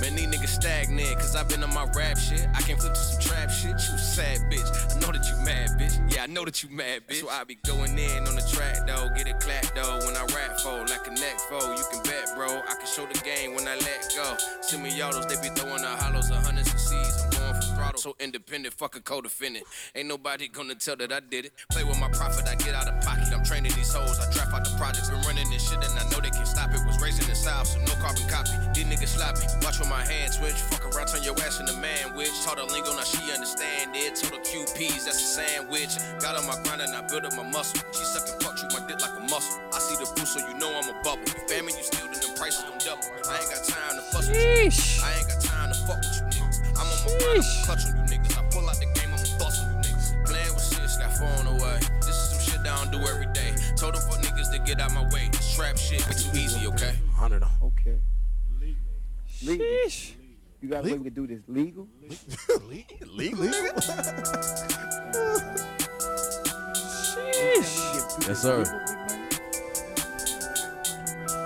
[SPEAKER 8] Man, these niggas stagnant, cause I've been on my rap shit. I can flip to some trap shit. You sad bitch. I know that you mad, bitch. Yeah, I know that you mad, bitch. So I be going in on the track though. Get it clapped though. When I rap fold, like a neck fold. You can bet, bro. I can show the game when I let go. Send me autos, they be throwing the hollows, a hundreds and C's. I'm going for throttle. So independent, fuck a co-defendant. Ain't nobody gonna tell that I did it. Play with my profit, I get out of pocket. I'm training these hoes, I trap out the projects. Been running this shit and I know they can stop it. Was raising in South, so no carbon copy. These niggas sloppy. Watch with my hands switch. Fuck around, turn your ass into man witch. Taught her lingo, now she understand it. Told her QPs, that's a sandwich. Got on my grind and I built up my muscle. She sucking fuck you, my dick like a muscle. I see the boost, so you know I'm a bubble. You famine, you still, then the prices gon' double. I ain't got time to fuss with you.
[SPEAKER 1] Sheesh.
[SPEAKER 8] I ain't got time to fuck with you niggas. I'm on my grind, I'm clutch on you niggas. I pull out the game, I'm a bust on you niggas. Playing with shit, got phone away. This is some shit that I don't do every day. Told them fuck niggas to get out my way. This trap shit way too easy, okay?
[SPEAKER 4] Hundred.
[SPEAKER 7] Okay. Legal.
[SPEAKER 1] Sheesh.
[SPEAKER 7] You got a way we can do this legal?
[SPEAKER 4] Legal.
[SPEAKER 1] Sheesh.
[SPEAKER 3] Yes, sir.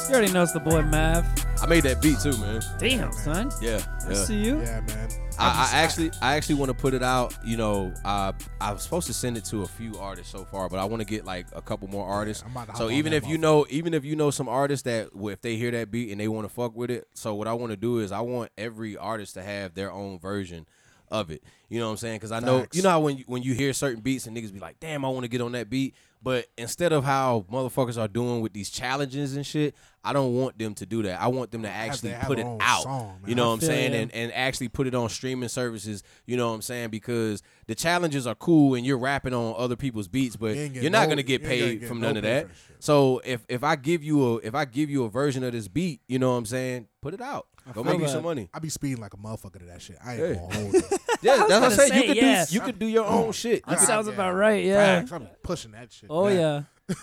[SPEAKER 1] You already know it's the boy Mav.
[SPEAKER 3] I made that beat too, man.
[SPEAKER 1] Damn, son.
[SPEAKER 3] Yeah,
[SPEAKER 1] I
[SPEAKER 3] yeah.
[SPEAKER 1] see you.
[SPEAKER 4] Yeah, man.
[SPEAKER 3] I, I actually, I actually want to put it out. You know, I I was supposed to send it to a few artists so far, but I want to get like a couple more artists.
[SPEAKER 4] I'm about to
[SPEAKER 3] so
[SPEAKER 4] hop
[SPEAKER 3] even
[SPEAKER 4] on
[SPEAKER 3] if
[SPEAKER 4] that
[SPEAKER 3] you know, even if you know some artists that w- if they hear that beat and they want to fuck with it, so what I want to do is I want every artist to have their own version of it. You know what I'm saying? Because I know
[SPEAKER 4] Facts.
[SPEAKER 3] you know how when you, when you hear certain beats and niggas be like, "Damn, I want to get on that beat," but instead of how motherfuckers are doing with these challenges and shit, I don't want them to do that. I want them to
[SPEAKER 4] Have to
[SPEAKER 3] actually
[SPEAKER 4] have
[SPEAKER 3] put it
[SPEAKER 4] their own
[SPEAKER 3] out.
[SPEAKER 4] song, man.
[SPEAKER 3] you know what I'm
[SPEAKER 1] feel
[SPEAKER 3] saying?
[SPEAKER 1] ya.
[SPEAKER 3] And and actually put it on streaming services. You know what I'm saying? Because the challenges are cool and you're rapping on other people's beats, but
[SPEAKER 4] You ain't getting
[SPEAKER 3] you're not
[SPEAKER 4] no-
[SPEAKER 3] gonna get
[SPEAKER 4] you ain't gonna
[SPEAKER 3] paid
[SPEAKER 4] get
[SPEAKER 3] from
[SPEAKER 4] no
[SPEAKER 3] none of
[SPEAKER 4] pay
[SPEAKER 3] that.
[SPEAKER 4] for that shit.
[SPEAKER 3] So if if I give you a if I give you a version of this beat, you know what I'm saying? Put it out. Go make you
[SPEAKER 1] that.
[SPEAKER 3] some money.
[SPEAKER 4] I be speeding like a motherfucker to that shit. I ain't
[SPEAKER 3] Yeah.
[SPEAKER 4] gonna hold it.
[SPEAKER 3] Yeah, that's what I'm
[SPEAKER 1] gonna
[SPEAKER 3] saying.
[SPEAKER 1] say,
[SPEAKER 3] you could
[SPEAKER 1] yeah.
[SPEAKER 3] do you could do your own shit.
[SPEAKER 1] That
[SPEAKER 4] I-
[SPEAKER 1] sounds
[SPEAKER 4] yeah.
[SPEAKER 1] about right. Yeah.
[SPEAKER 4] Facts. I be pushing that shit.
[SPEAKER 1] Oh
[SPEAKER 4] back.
[SPEAKER 1] yeah.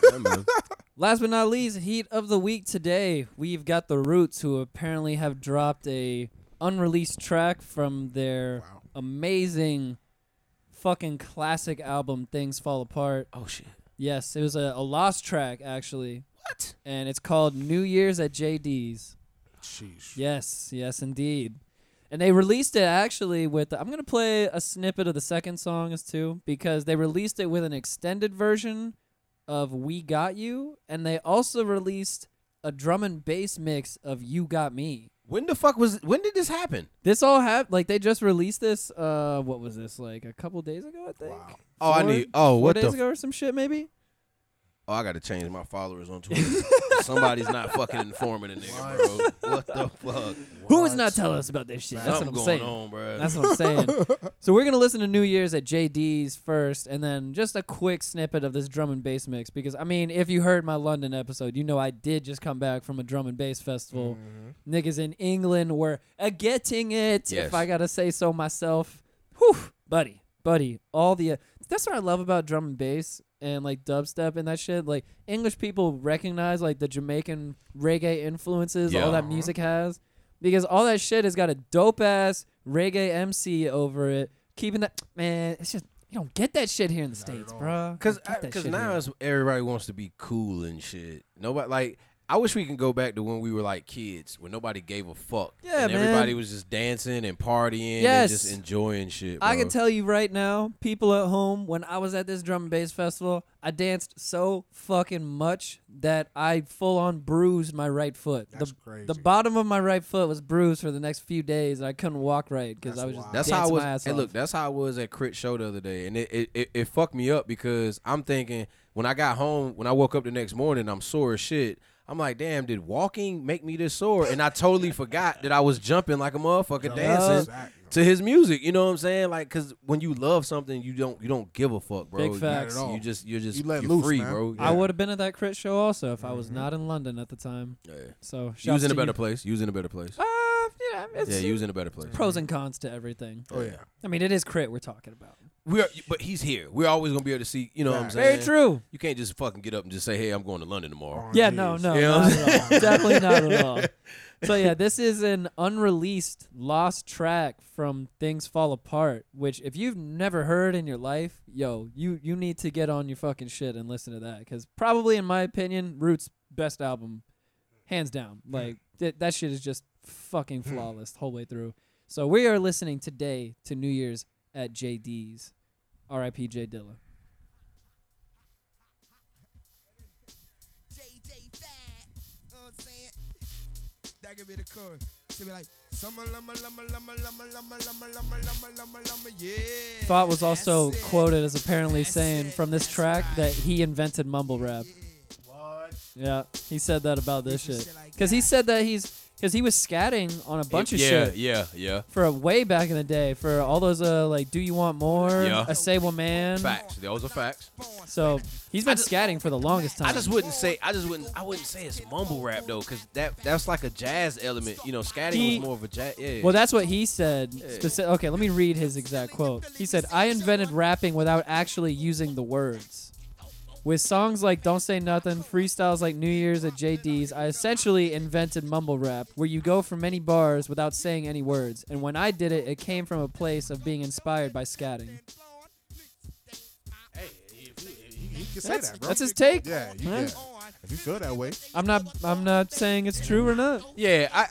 [SPEAKER 3] Yeah, man.
[SPEAKER 1] Last but not least, heat of the week today, we've got the Roots, who apparently have dropped a unreleased track from their
[SPEAKER 4] Wow.
[SPEAKER 1] amazing, fucking classic album, "Things Fall Apart."
[SPEAKER 3] Oh shit.
[SPEAKER 1] Yes, it was a, a lost track actually,
[SPEAKER 3] What?
[SPEAKER 1] and it's called "New Year's at JD's."
[SPEAKER 4] Sheesh.
[SPEAKER 1] Yes, yes, indeed. And they released it actually with. I'm gonna play a snippet of the second song as too because they released it with an extended version of "We Got You," and they also released a drum and bass mix of "You Got Me."
[SPEAKER 3] When the fuck was when did this happen?
[SPEAKER 1] This all happened like they just released this. Uh, what was this like a couple days ago? I think.
[SPEAKER 4] Wow.
[SPEAKER 3] Oh, I
[SPEAKER 1] Four-
[SPEAKER 3] need. Oh,
[SPEAKER 1] four
[SPEAKER 3] what
[SPEAKER 1] days
[SPEAKER 3] the?
[SPEAKER 1] ago or some shit maybe.
[SPEAKER 3] oh, I gotta change my followers on Twitter. Somebody's not fucking informing a nigga, bro. What the fuck?
[SPEAKER 1] Who is not telling us about this shit? That's what
[SPEAKER 3] Something
[SPEAKER 1] I'm
[SPEAKER 3] going
[SPEAKER 1] saying.
[SPEAKER 3] on, bro.
[SPEAKER 1] That's what I'm saying. so we're gonna listen to New Year's at JD's first, and then just a quick snippet of this drum and bass mix because I mean, if you heard my London episode, you know I did just come back from a drum and bass festival. Niggas in England were a getting it,
[SPEAKER 3] Yes.
[SPEAKER 1] if I gotta say so myself. Whew, buddy, buddy, all the. that's what I love about drum and bass and like dubstep and that shit. Like English people recognize like the Jamaican reggae influences,
[SPEAKER 3] Yeah.
[SPEAKER 1] all that music has because all that shit has got a dope ass reggae MC over it, keeping that man. It's just you don't get that shit here in the states, bruh.
[SPEAKER 3] Cause,
[SPEAKER 1] You don't get that
[SPEAKER 3] cause
[SPEAKER 1] shit
[SPEAKER 3] now
[SPEAKER 1] here.
[SPEAKER 3] it's, everybody wants to be cool and shit. Nobody like. I wish we can go back to when we were like kids, when nobody gave a fuck.
[SPEAKER 1] Yeah,
[SPEAKER 3] and
[SPEAKER 1] man.
[SPEAKER 3] everybody was just dancing and partying
[SPEAKER 1] Yes.
[SPEAKER 3] and just enjoying shit.
[SPEAKER 1] I can
[SPEAKER 3] bro.
[SPEAKER 1] tell you right now, people at home, when I was at this drum and bass festival, I danced so fucking much that I full on bruised my right foot.
[SPEAKER 4] That's
[SPEAKER 1] the,
[SPEAKER 4] crazy.
[SPEAKER 1] the bottom of my right foot was bruised for the next few days, and I couldn't walk right because I was just
[SPEAKER 3] That's
[SPEAKER 1] dancing
[SPEAKER 3] how I
[SPEAKER 1] my ass
[SPEAKER 3] was. Hey,
[SPEAKER 1] off.
[SPEAKER 3] look, that's how I was at Crit Show the other day, and it, it, it, it fucked me up because I'm thinking when I got home, when I woke up the next morning, I'm sore as shit. I'm like, damn, did walking make me this sore? And I totally forgot that I was jumping like a motherfucker dancing
[SPEAKER 4] Exactly.
[SPEAKER 3] to his music. You know what I'm saying? Like, cause when you love something, you don't you don't give a fuck, bro.
[SPEAKER 1] Big
[SPEAKER 3] You-
[SPEAKER 1] facts.
[SPEAKER 3] You, just you're just
[SPEAKER 4] You let
[SPEAKER 3] are
[SPEAKER 4] loose,
[SPEAKER 3] free,
[SPEAKER 4] man.
[SPEAKER 3] bro.
[SPEAKER 1] I would have been at that crit show also if I was
[SPEAKER 4] Mm-hmm.
[SPEAKER 1] not in London at the time.
[SPEAKER 3] Yeah.
[SPEAKER 1] So
[SPEAKER 3] You was
[SPEAKER 1] shouts
[SPEAKER 3] in a
[SPEAKER 1] to
[SPEAKER 3] better
[SPEAKER 1] you.
[SPEAKER 3] place. You was in a better place.
[SPEAKER 1] Uh, yeah, it's,
[SPEAKER 3] Yeah, you was in a better place.
[SPEAKER 1] pros and cons to everything.
[SPEAKER 4] Oh yeah.
[SPEAKER 1] I mean, it is crit we're talking about.
[SPEAKER 3] We are, but he's here. We're always gonna be able to see. You know what I'm
[SPEAKER 4] Facts.
[SPEAKER 3] saying?
[SPEAKER 1] Very true.
[SPEAKER 3] You can't just fucking get up and just say, "Hey, I'm going to London tomorrow."
[SPEAKER 1] Yeah, no, no,
[SPEAKER 3] Yeah.
[SPEAKER 1] not at all. definitely not at all. So yeah, this is an unreleased lost track from Things Fall Apart, which if you've never heard in your life, yo, you you need to get on your fucking shit and listen to that cuz probably in my opinion, Roots best album hands down. Like th- that shit is just fucking flawless the whole way through. So we are listening today to New Year's at JD's. R.I.P. J Dilla.
[SPEAKER 9] JJ Fad. You know what I'm saying? That could be the chord. Should be like, summer, lumma, lumma, lumma, lumma, lumma, lumma, lumma, lumma, lumma, lumma, yeah.
[SPEAKER 1] Thought was also
[SPEAKER 9] That's it.
[SPEAKER 1] quoted as apparently saying from this track that he invented mumble rap. Yeah, he said that about this shit. Because he said that he's because he was scatting on a bunch of
[SPEAKER 3] yeah,
[SPEAKER 1] shit
[SPEAKER 3] Yeah, yeah,
[SPEAKER 1] for a way back in the day for all those uh like Do You Want More,
[SPEAKER 3] Yeah.
[SPEAKER 1] A Sable Man.
[SPEAKER 3] Facts. Those are facts.
[SPEAKER 1] So he's been scatting for the longest time.
[SPEAKER 3] I just wouldn't say. I just wouldn't. I wouldn't say it's mumble rap though, because that that's like a jazz element. You know, scatting
[SPEAKER 1] He-
[SPEAKER 3] was more of a jazz. Yeah.
[SPEAKER 1] Well, that's what he said. Speci- okay, let me read his exact quote. He said, I invented rapping without actually using the words. With songs like Don't Say Nothing, freestyles like New Year's at JD's, I essentially invented mumble rap, where you go for many bars without saying any words. And when I did it, it came from a place of being inspired by scatting.
[SPEAKER 4] He, he can say
[SPEAKER 1] That's,
[SPEAKER 4] that, bro.
[SPEAKER 1] that's his take.
[SPEAKER 4] yeah, you,
[SPEAKER 1] Huh?
[SPEAKER 4] yeah. If you feel that way,
[SPEAKER 1] I'm not I'm not saying it's true or not.
[SPEAKER 3] yeah. I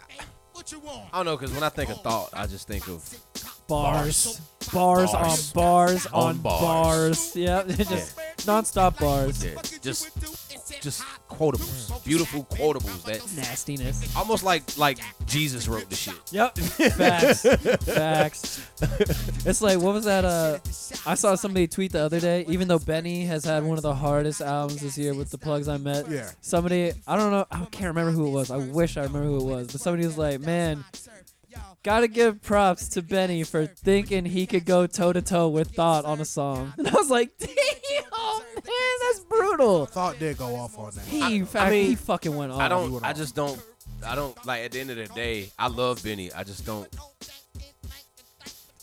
[SPEAKER 9] What you want?
[SPEAKER 3] I don't know, because when I think of thought, I just think of
[SPEAKER 1] Bars. Bars,
[SPEAKER 3] Bars.
[SPEAKER 1] on bars
[SPEAKER 3] On
[SPEAKER 1] on bars.
[SPEAKER 3] bars.
[SPEAKER 1] Yeah, just nonstop bars.
[SPEAKER 3] yeah, just just quotables, beautiful quotables that
[SPEAKER 1] Nastiness.
[SPEAKER 3] almost like like Jesus wrote the shit.
[SPEAKER 1] Yep. Facts. Facts. It's like what was that? Uh, I saw somebody tweet the other day. Even though Benny has had one of the hardest albums this year with the plugs I met.
[SPEAKER 4] Yeah.
[SPEAKER 1] Somebody I don't know. I can't remember who it was. I wish I remember who it was. But somebody was like, man. Gotta give props to Benny for thinking he could go toe to toe with Thought on a song. And I was like, damn, man, that's brutal.
[SPEAKER 4] Thought did go off on that.
[SPEAKER 1] He, in fact,
[SPEAKER 3] mean,
[SPEAKER 1] he fucking went off.
[SPEAKER 3] I
[SPEAKER 4] you would
[SPEAKER 3] don't. I
[SPEAKER 4] all.
[SPEAKER 3] just don't. I don't like. At the end of the day, I love Benny. I just don't.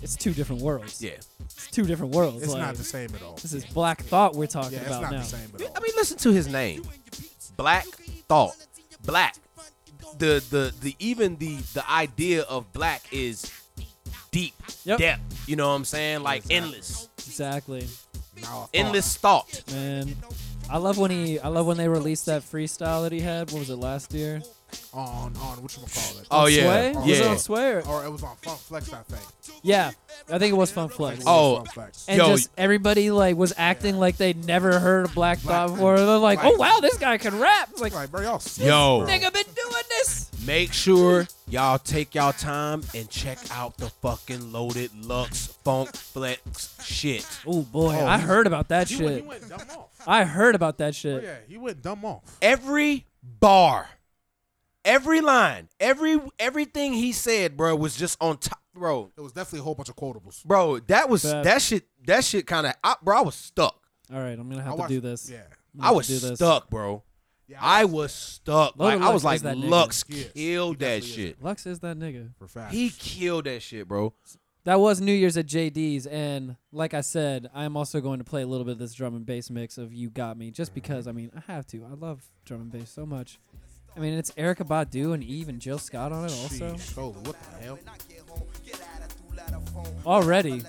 [SPEAKER 1] It's two different worlds.
[SPEAKER 3] Yeah.
[SPEAKER 1] It's two different worlds.
[SPEAKER 4] It's
[SPEAKER 1] like,
[SPEAKER 4] not the same at all.
[SPEAKER 1] This is Black Thought we're talking
[SPEAKER 4] Yeah, it's
[SPEAKER 1] about
[SPEAKER 4] not
[SPEAKER 1] now.
[SPEAKER 4] the same at all.
[SPEAKER 3] I mean, listen to his name, Black Thought. Black. The the the even the the idea of black is deep
[SPEAKER 1] Yep.
[SPEAKER 3] depth. You know what I'm saying? Like endless,
[SPEAKER 1] Exactly,
[SPEAKER 4] Now I thought-
[SPEAKER 3] endless thought.
[SPEAKER 1] man. I love when he. I love when they released that freestyle that he had. What was it last year?
[SPEAKER 4] on on what you call it?
[SPEAKER 3] Oh yeah,
[SPEAKER 1] Sway? Was it
[SPEAKER 3] yeah.
[SPEAKER 1] on Sway? Or,
[SPEAKER 4] Or it was on Funk Flex, I think.
[SPEAKER 1] yeah, I think it was Fun Flex.
[SPEAKER 3] Oh.
[SPEAKER 4] Funk Flex.
[SPEAKER 1] And
[SPEAKER 3] Yo.
[SPEAKER 1] just everybody like was acting like they'd never heard of Black Thought before. They're like,
[SPEAKER 4] Black-
[SPEAKER 1] "Oh wow, this guy can rap!" It's like,
[SPEAKER 4] Like, bro, y'all sick,
[SPEAKER 3] Yo.
[SPEAKER 4] bro.
[SPEAKER 1] "Nigga, been doing this."
[SPEAKER 3] Make sure y'all take y'all time and check out the fucking loaded Lux Funk Flex shit.
[SPEAKER 1] Oh boy, I heard about that
[SPEAKER 4] He went,
[SPEAKER 1] shit.
[SPEAKER 4] he went dumb off.
[SPEAKER 1] I heard about that
[SPEAKER 4] Oh,
[SPEAKER 1] shit.
[SPEAKER 4] yeah, he went dumb off.
[SPEAKER 3] Every bar, every line, every everything he said, bro, was just on top, bro.
[SPEAKER 4] It was definitely a whole bunch of quotables.
[SPEAKER 3] Bro, that was
[SPEAKER 1] Facts.
[SPEAKER 3] that shit. That shit kind of, bro. I was stuck.
[SPEAKER 1] All right, I'm gonna have
[SPEAKER 4] I
[SPEAKER 1] to
[SPEAKER 4] watched-
[SPEAKER 1] do this.
[SPEAKER 4] Yeah.
[SPEAKER 1] I'm gonna
[SPEAKER 3] I
[SPEAKER 1] have to
[SPEAKER 3] was
[SPEAKER 1] do this.
[SPEAKER 3] stuck, bro.
[SPEAKER 4] Yeah,
[SPEAKER 3] I was stuck.
[SPEAKER 1] Loaded
[SPEAKER 3] Like, I was
[SPEAKER 1] Lux is
[SPEAKER 3] like,
[SPEAKER 1] that nigga.
[SPEAKER 3] Lux
[SPEAKER 4] He is.
[SPEAKER 3] killed that
[SPEAKER 4] definitely is.
[SPEAKER 3] shit.
[SPEAKER 1] Lux is that nigga.
[SPEAKER 4] for fact.
[SPEAKER 3] He killed that shit, bro.
[SPEAKER 1] That was New Year's at JD's, and like I said, I am also going to play a little bit of this drum and bass mix of "You Got Me," just because I mean I have to. I love drum and bass so much. I mean, it's Erica Badu and Eve and Jill Scott on it also.
[SPEAKER 4] Sheesh, Shola, what the hell?
[SPEAKER 1] Already,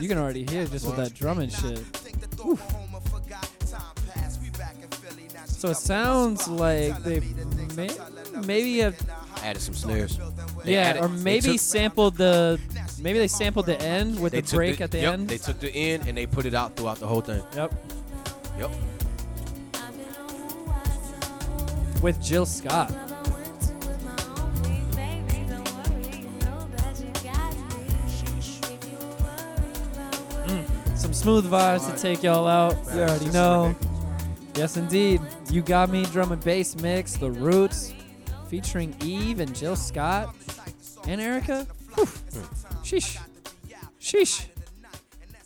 [SPEAKER 1] you can already hear just with that drum and shit. Oof. So it sounds like they may, maybe have
[SPEAKER 3] Added some snares. They
[SPEAKER 1] yeah,
[SPEAKER 3] added-
[SPEAKER 1] or
[SPEAKER 3] they
[SPEAKER 1] maybe
[SPEAKER 3] took-
[SPEAKER 1] sampled the maybe they sampled the end with
[SPEAKER 3] they
[SPEAKER 1] the
[SPEAKER 3] took
[SPEAKER 1] break at the
[SPEAKER 3] yep,
[SPEAKER 1] end.
[SPEAKER 3] They took the end and they put it out throughout the whole thing.
[SPEAKER 1] yep,
[SPEAKER 3] Yep.
[SPEAKER 1] with Jill Scott. Some smooth vibes to take y'all out. You already know. Yes, indeed. You got me drum and bass mix, The Roots, featuring Eve and Jill Scott and Erica. Whew. Sheesh. Sheesh.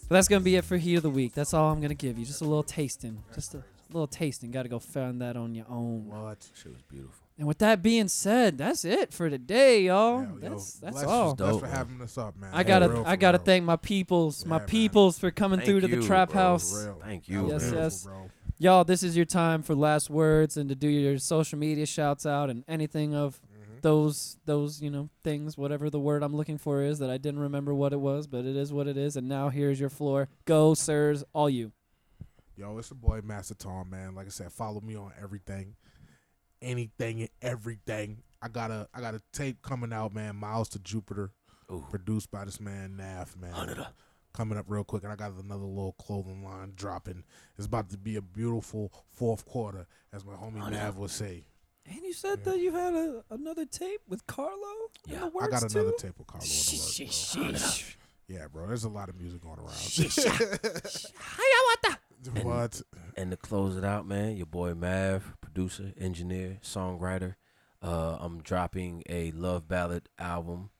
[SPEAKER 1] But that's gonna be it for Heat of the Week. That's all I'm gonna give you. Just a little tasting. Just a little tasting. Gotta go find that on your own.
[SPEAKER 4] What?
[SPEAKER 1] And with that being said, that's it for today, y'all.
[SPEAKER 4] Hell, yo,
[SPEAKER 1] Oh, that's that's
[SPEAKER 4] bless-
[SPEAKER 1] all.
[SPEAKER 4] bless
[SPEAKER 3] Dope,
[SPEAKER 4] for
[SPEAKER 3] man.
[SPEAKER 4] having us up, man.
[SPEAKER 1] I gotta
[SPEAKER 4] For real,
[SPEAKER 1] I
[SPEAKER 4] for
[SPEAKER 1] gotta
[SPEAKER 4] real.
[SPEAKER 1] thank my peoples, my
[SPEAKER 4] Yeah, man.
[SPEAKER 1] peoples for coming
[SPEAKER 3] Thank
[SPEAKER 1] through to
[SPEAKER 3] you,
[SPEAKER 1] the trap
[SPEAKER 3] bro.
[SPEAKER 1] house.
[SPEAKER 4] For real.
[SPEAKER 3] Thank
[SPEAKER 4] That
[SPEAKER 3] you,
[SPEAKER 4] was
[SPEAKER 1] Yes,
[SPEAKER 4] beautiful,
[SPEAKER 1] yes.
[SPEAKER 4] bro.
[SPEAKER 1] Y'all, this is your time for last words and to do your social media shouts out and anything of
[SPEAKER 3] Mm-hmm.
[SPEAKER 1] those those, you know, things, whatever the word I'm looking for is that I didn't remember what it was, but it is what it is, and now here's your floor. Go, sirs, all you.
[SPEAKER 4] Yo, it's your boy Master Tom, man. Like I said, follow me on everything, anything and everything. I got a I got a tape coming out, man. Miles to Jupiter, produced by this man Nav, man. Coming up real quick, and I got another little clothing line dropping. It's about to be a beautiful fourth quarter, as my homie Nav would say.
[SPEAKER 1] And you said that you had a, another tape with Carlo in the works
[SPEAKER 4] I got
[SPEAKER 1] too?
[SPEAKER 4] another tape with Carlo in the works, bro. Yeah, bro. There's a lot of music going around. what?
[SPEAKER 3] And to close it out, man, your boy Mav, producer, engineer, songwriter. Uh, I'm dropping a love ballad album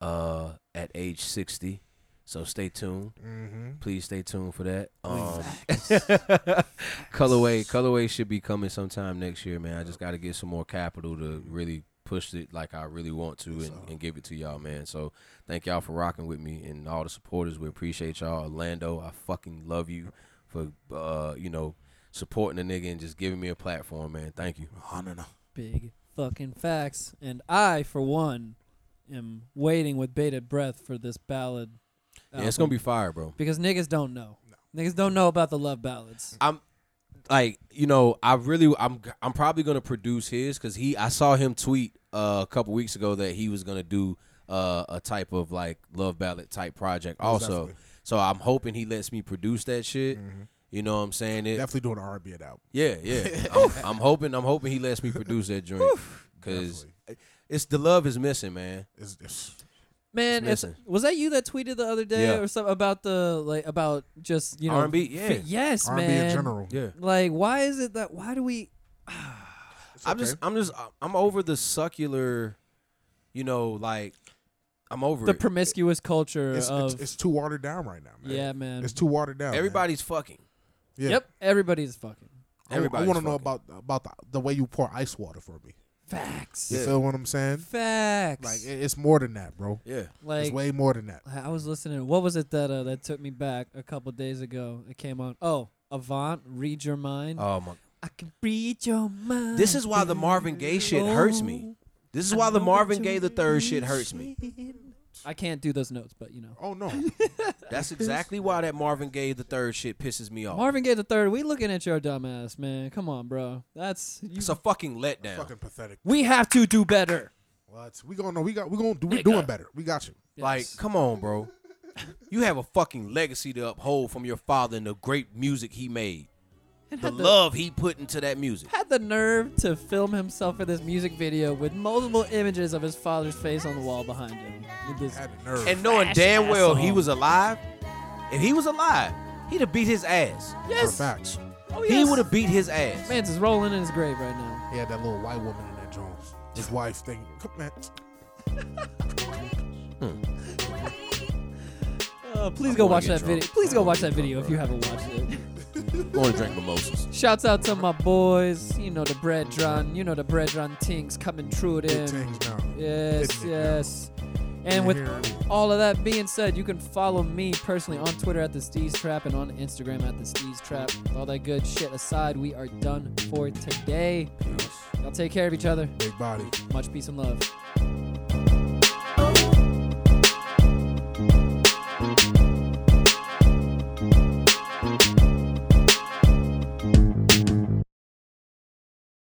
[SPEAKER 3] uh, at age 60. So stay tuned.
[SPEAKER 4] Mm-hmm.
[SPEAKER 3] Please stay tuned for that. Um, colorway, colorway should be coming sometime next year, man. I just got to get some more capital to really push it like I really want to and, and give it to y'all, man. So thank y'all for rocking with me and all the supporters. We appreciate y'all, Orlando. I fucking love you for uh, you know supporting the nigga and just giving me a platform, man. Thank you.
[SPEAKER 1] Big fucking facts. And I, for one, am waiting with bated breath for this ballad.
[SPEAKER 3] Yeah, it's gonna be fire, bro.
[SPEAKER 1] because niggas don't know. Niggas don't know about the love ballads.
[SPEAKER 3] I'm like you know I really I'm I'm probably gonna produce his because he I saw him tweet uh, a couple weeks ago that he was gonna do uh, a type of like love ballad type project also. So I'm hoping he lets me produce that shit. You know what I'm saying? It,
[SPEAKER 4] Definitely doing an R&B album.
[SPEAKER 3] yeah, yeah. I'm, I'm hoping. I'm hoping he lets me produce that joint because it's the love is missing, man.
[SPEAKER 4] It's, it's,
[SPEAKER 1] Man,
[SPEAKER 3] It's
[SPEAKER 1] it's-
[SPEAKER 3] missing.
[SPEAKER 1] was that you that tweeted the other day
[SPEAKER 3] Yeah.
[SPEAKER 1] or something about the like about just you know
[SPEAKER 3] R&B,
[SPEAKER 1] fi-
[SPEAKER 3] yeah.
[SPEAKER 1] yes,
[SPEAKER 4] R&B
[SPEAKER 1] man.
[SPEAKER 4] in general.
[SPEAKER 3] Yeah.
[SPEAKER 1] Like, why is it that? Why do we?
[SPEAKER 3] I'm just, I'm just, I'm over the succular, you know, like, I'm over
[SPEAKER 1] The
[SPEAKER 3] it.
[SPEAKER 1] promiscuous culture
[SPEAKER 4] It's,
[SPEAKER 1] of
[SPEAKER 4] it's, it's too watered down right now, man.
[SPEAKER 1] yeah, man.
[SPEAKER 4] It's too watered down. man.
[SPEAKER 3] Everybody's fucking.
[SPEAKER 4] Yeah.
[SPEAKER 1] Yep, everybody's fucking
[SPEAKER 4] I, I
[SPEAKER 3] Everybody's
[SPEAKER 4] want to know
[SPEAKER 3] fucking.
[SPEAKER 4] about about the, the way you pour ice water for me.
[SPEAKER 1] facts.
[SPEAKER 4] You feel what I'm saying?
[SPEAKER 1] Facts.
[SPEAKER 4] Like it, it's more than that, bro.
[SPEAKER 3] Yeah.
[SPEAKER 1] Like,
[SPEAKER 4] it's way more than that.
[SPEAKER 1] I was listening. What was it that uh, that took me back a couple days ago? It came on. Oh, Avant, read your mind.
[SPEAKER 3] Oh my.
[SPEAKER 1] I can read your mind.
[SPEAKER 3] This is why the Marvin Gaye shit hurts me. This is why the Marvin Gaye the third shit hurts me.
[SPEAKER 1] I can't do those notes, but you know.
[SPEAKER 4] Oh no,
[SPEAKER 3] That's exactly why that Marvin Gaye the third shit pisses me off.
[SPEAKER 1] Marvin Gaye the third. We looking at your dumbass, man. Come on, bro. That's you,
[SPEAKER 3] it's a fucking letdown.
[SPEAKER 4] fucking pathetic.
[SPEAKER 1] we have to do better.
[SPEAKER 4] What? We gonna know? We got? We gonna do? We doing better. We got you.
[SPEAKER 3] Like, come on, bro. You have a fucking legacy to uphold from your father and the great music he made. The
[SPEAKER 1] had the-
[SPEAKER 3] love he put into that music.
[SPEAKER 1] Had the nerve to film himself for this music video with multiple images of his father's face on the wall behind him. With this-
[SPEAKER 4] Had the nerve.
[SPEAKER 3] And knowing
[SPEAKER 1] Trash
[SPEAKER 3] damn well he
[SPEAKER 1] asshole.
[SPEAKER 3] was alive, if he was alive, he'd have beat his ass.
[SPEAKER 4] for
[SPEAKER 1] yes.
[SPEAKER 4] facts.
[SPEAKER 1] Oh,
[SPEAKER 3] He
[SPEAKER 1] yes.
[SPEAKER 3] would have beat his ass.
[SPEAKER 1] Mans is rolling in his grave right now.
[SPEAKER 4] He had that little white woman in that Jones. His wife thing. Come man.
[SPEAKER 1] Uh, please go
[SPEAKER 3] wanna
[SPEAKER 1] watch
[SPEAKER 3] get
[SPEAKER 1] that
[SPEAKER 3] drunk.
[SPEAKER 1] video. Please
[SPEAKER 3] I
[SPEAKER 1] go
[SPEAKER 3] wanna
[SPEAKER 1] watch
[SPEAKER 3] get
[SPEAKER 1] that video
[SPEAKER 3] drunk,
[SPEAKER 1] if you haven't watched it.
[SPEAKER 3] Going to drink mimosas.
[SPEAKER 1] Shouts out to my boys. You know the bread run. You know the bread run things coming through
[SPEAKER 4] Big
[SPEAKER 1] them.
[SPEAKER 4] things now.
[SPEAKER 1] Yes,
[SPEAKER 4] Hitting it now.
[SPEAKER 1] yes. And with all of that being said, you can follow me personally on Twitter at the Steez Trap and on Instagram at the Steez Trap. With all that good shit aside, we are done for today. Y'all take care of each other.
[SPEAKER 4] Big body.
[SPEAKER 1] Much peace and love.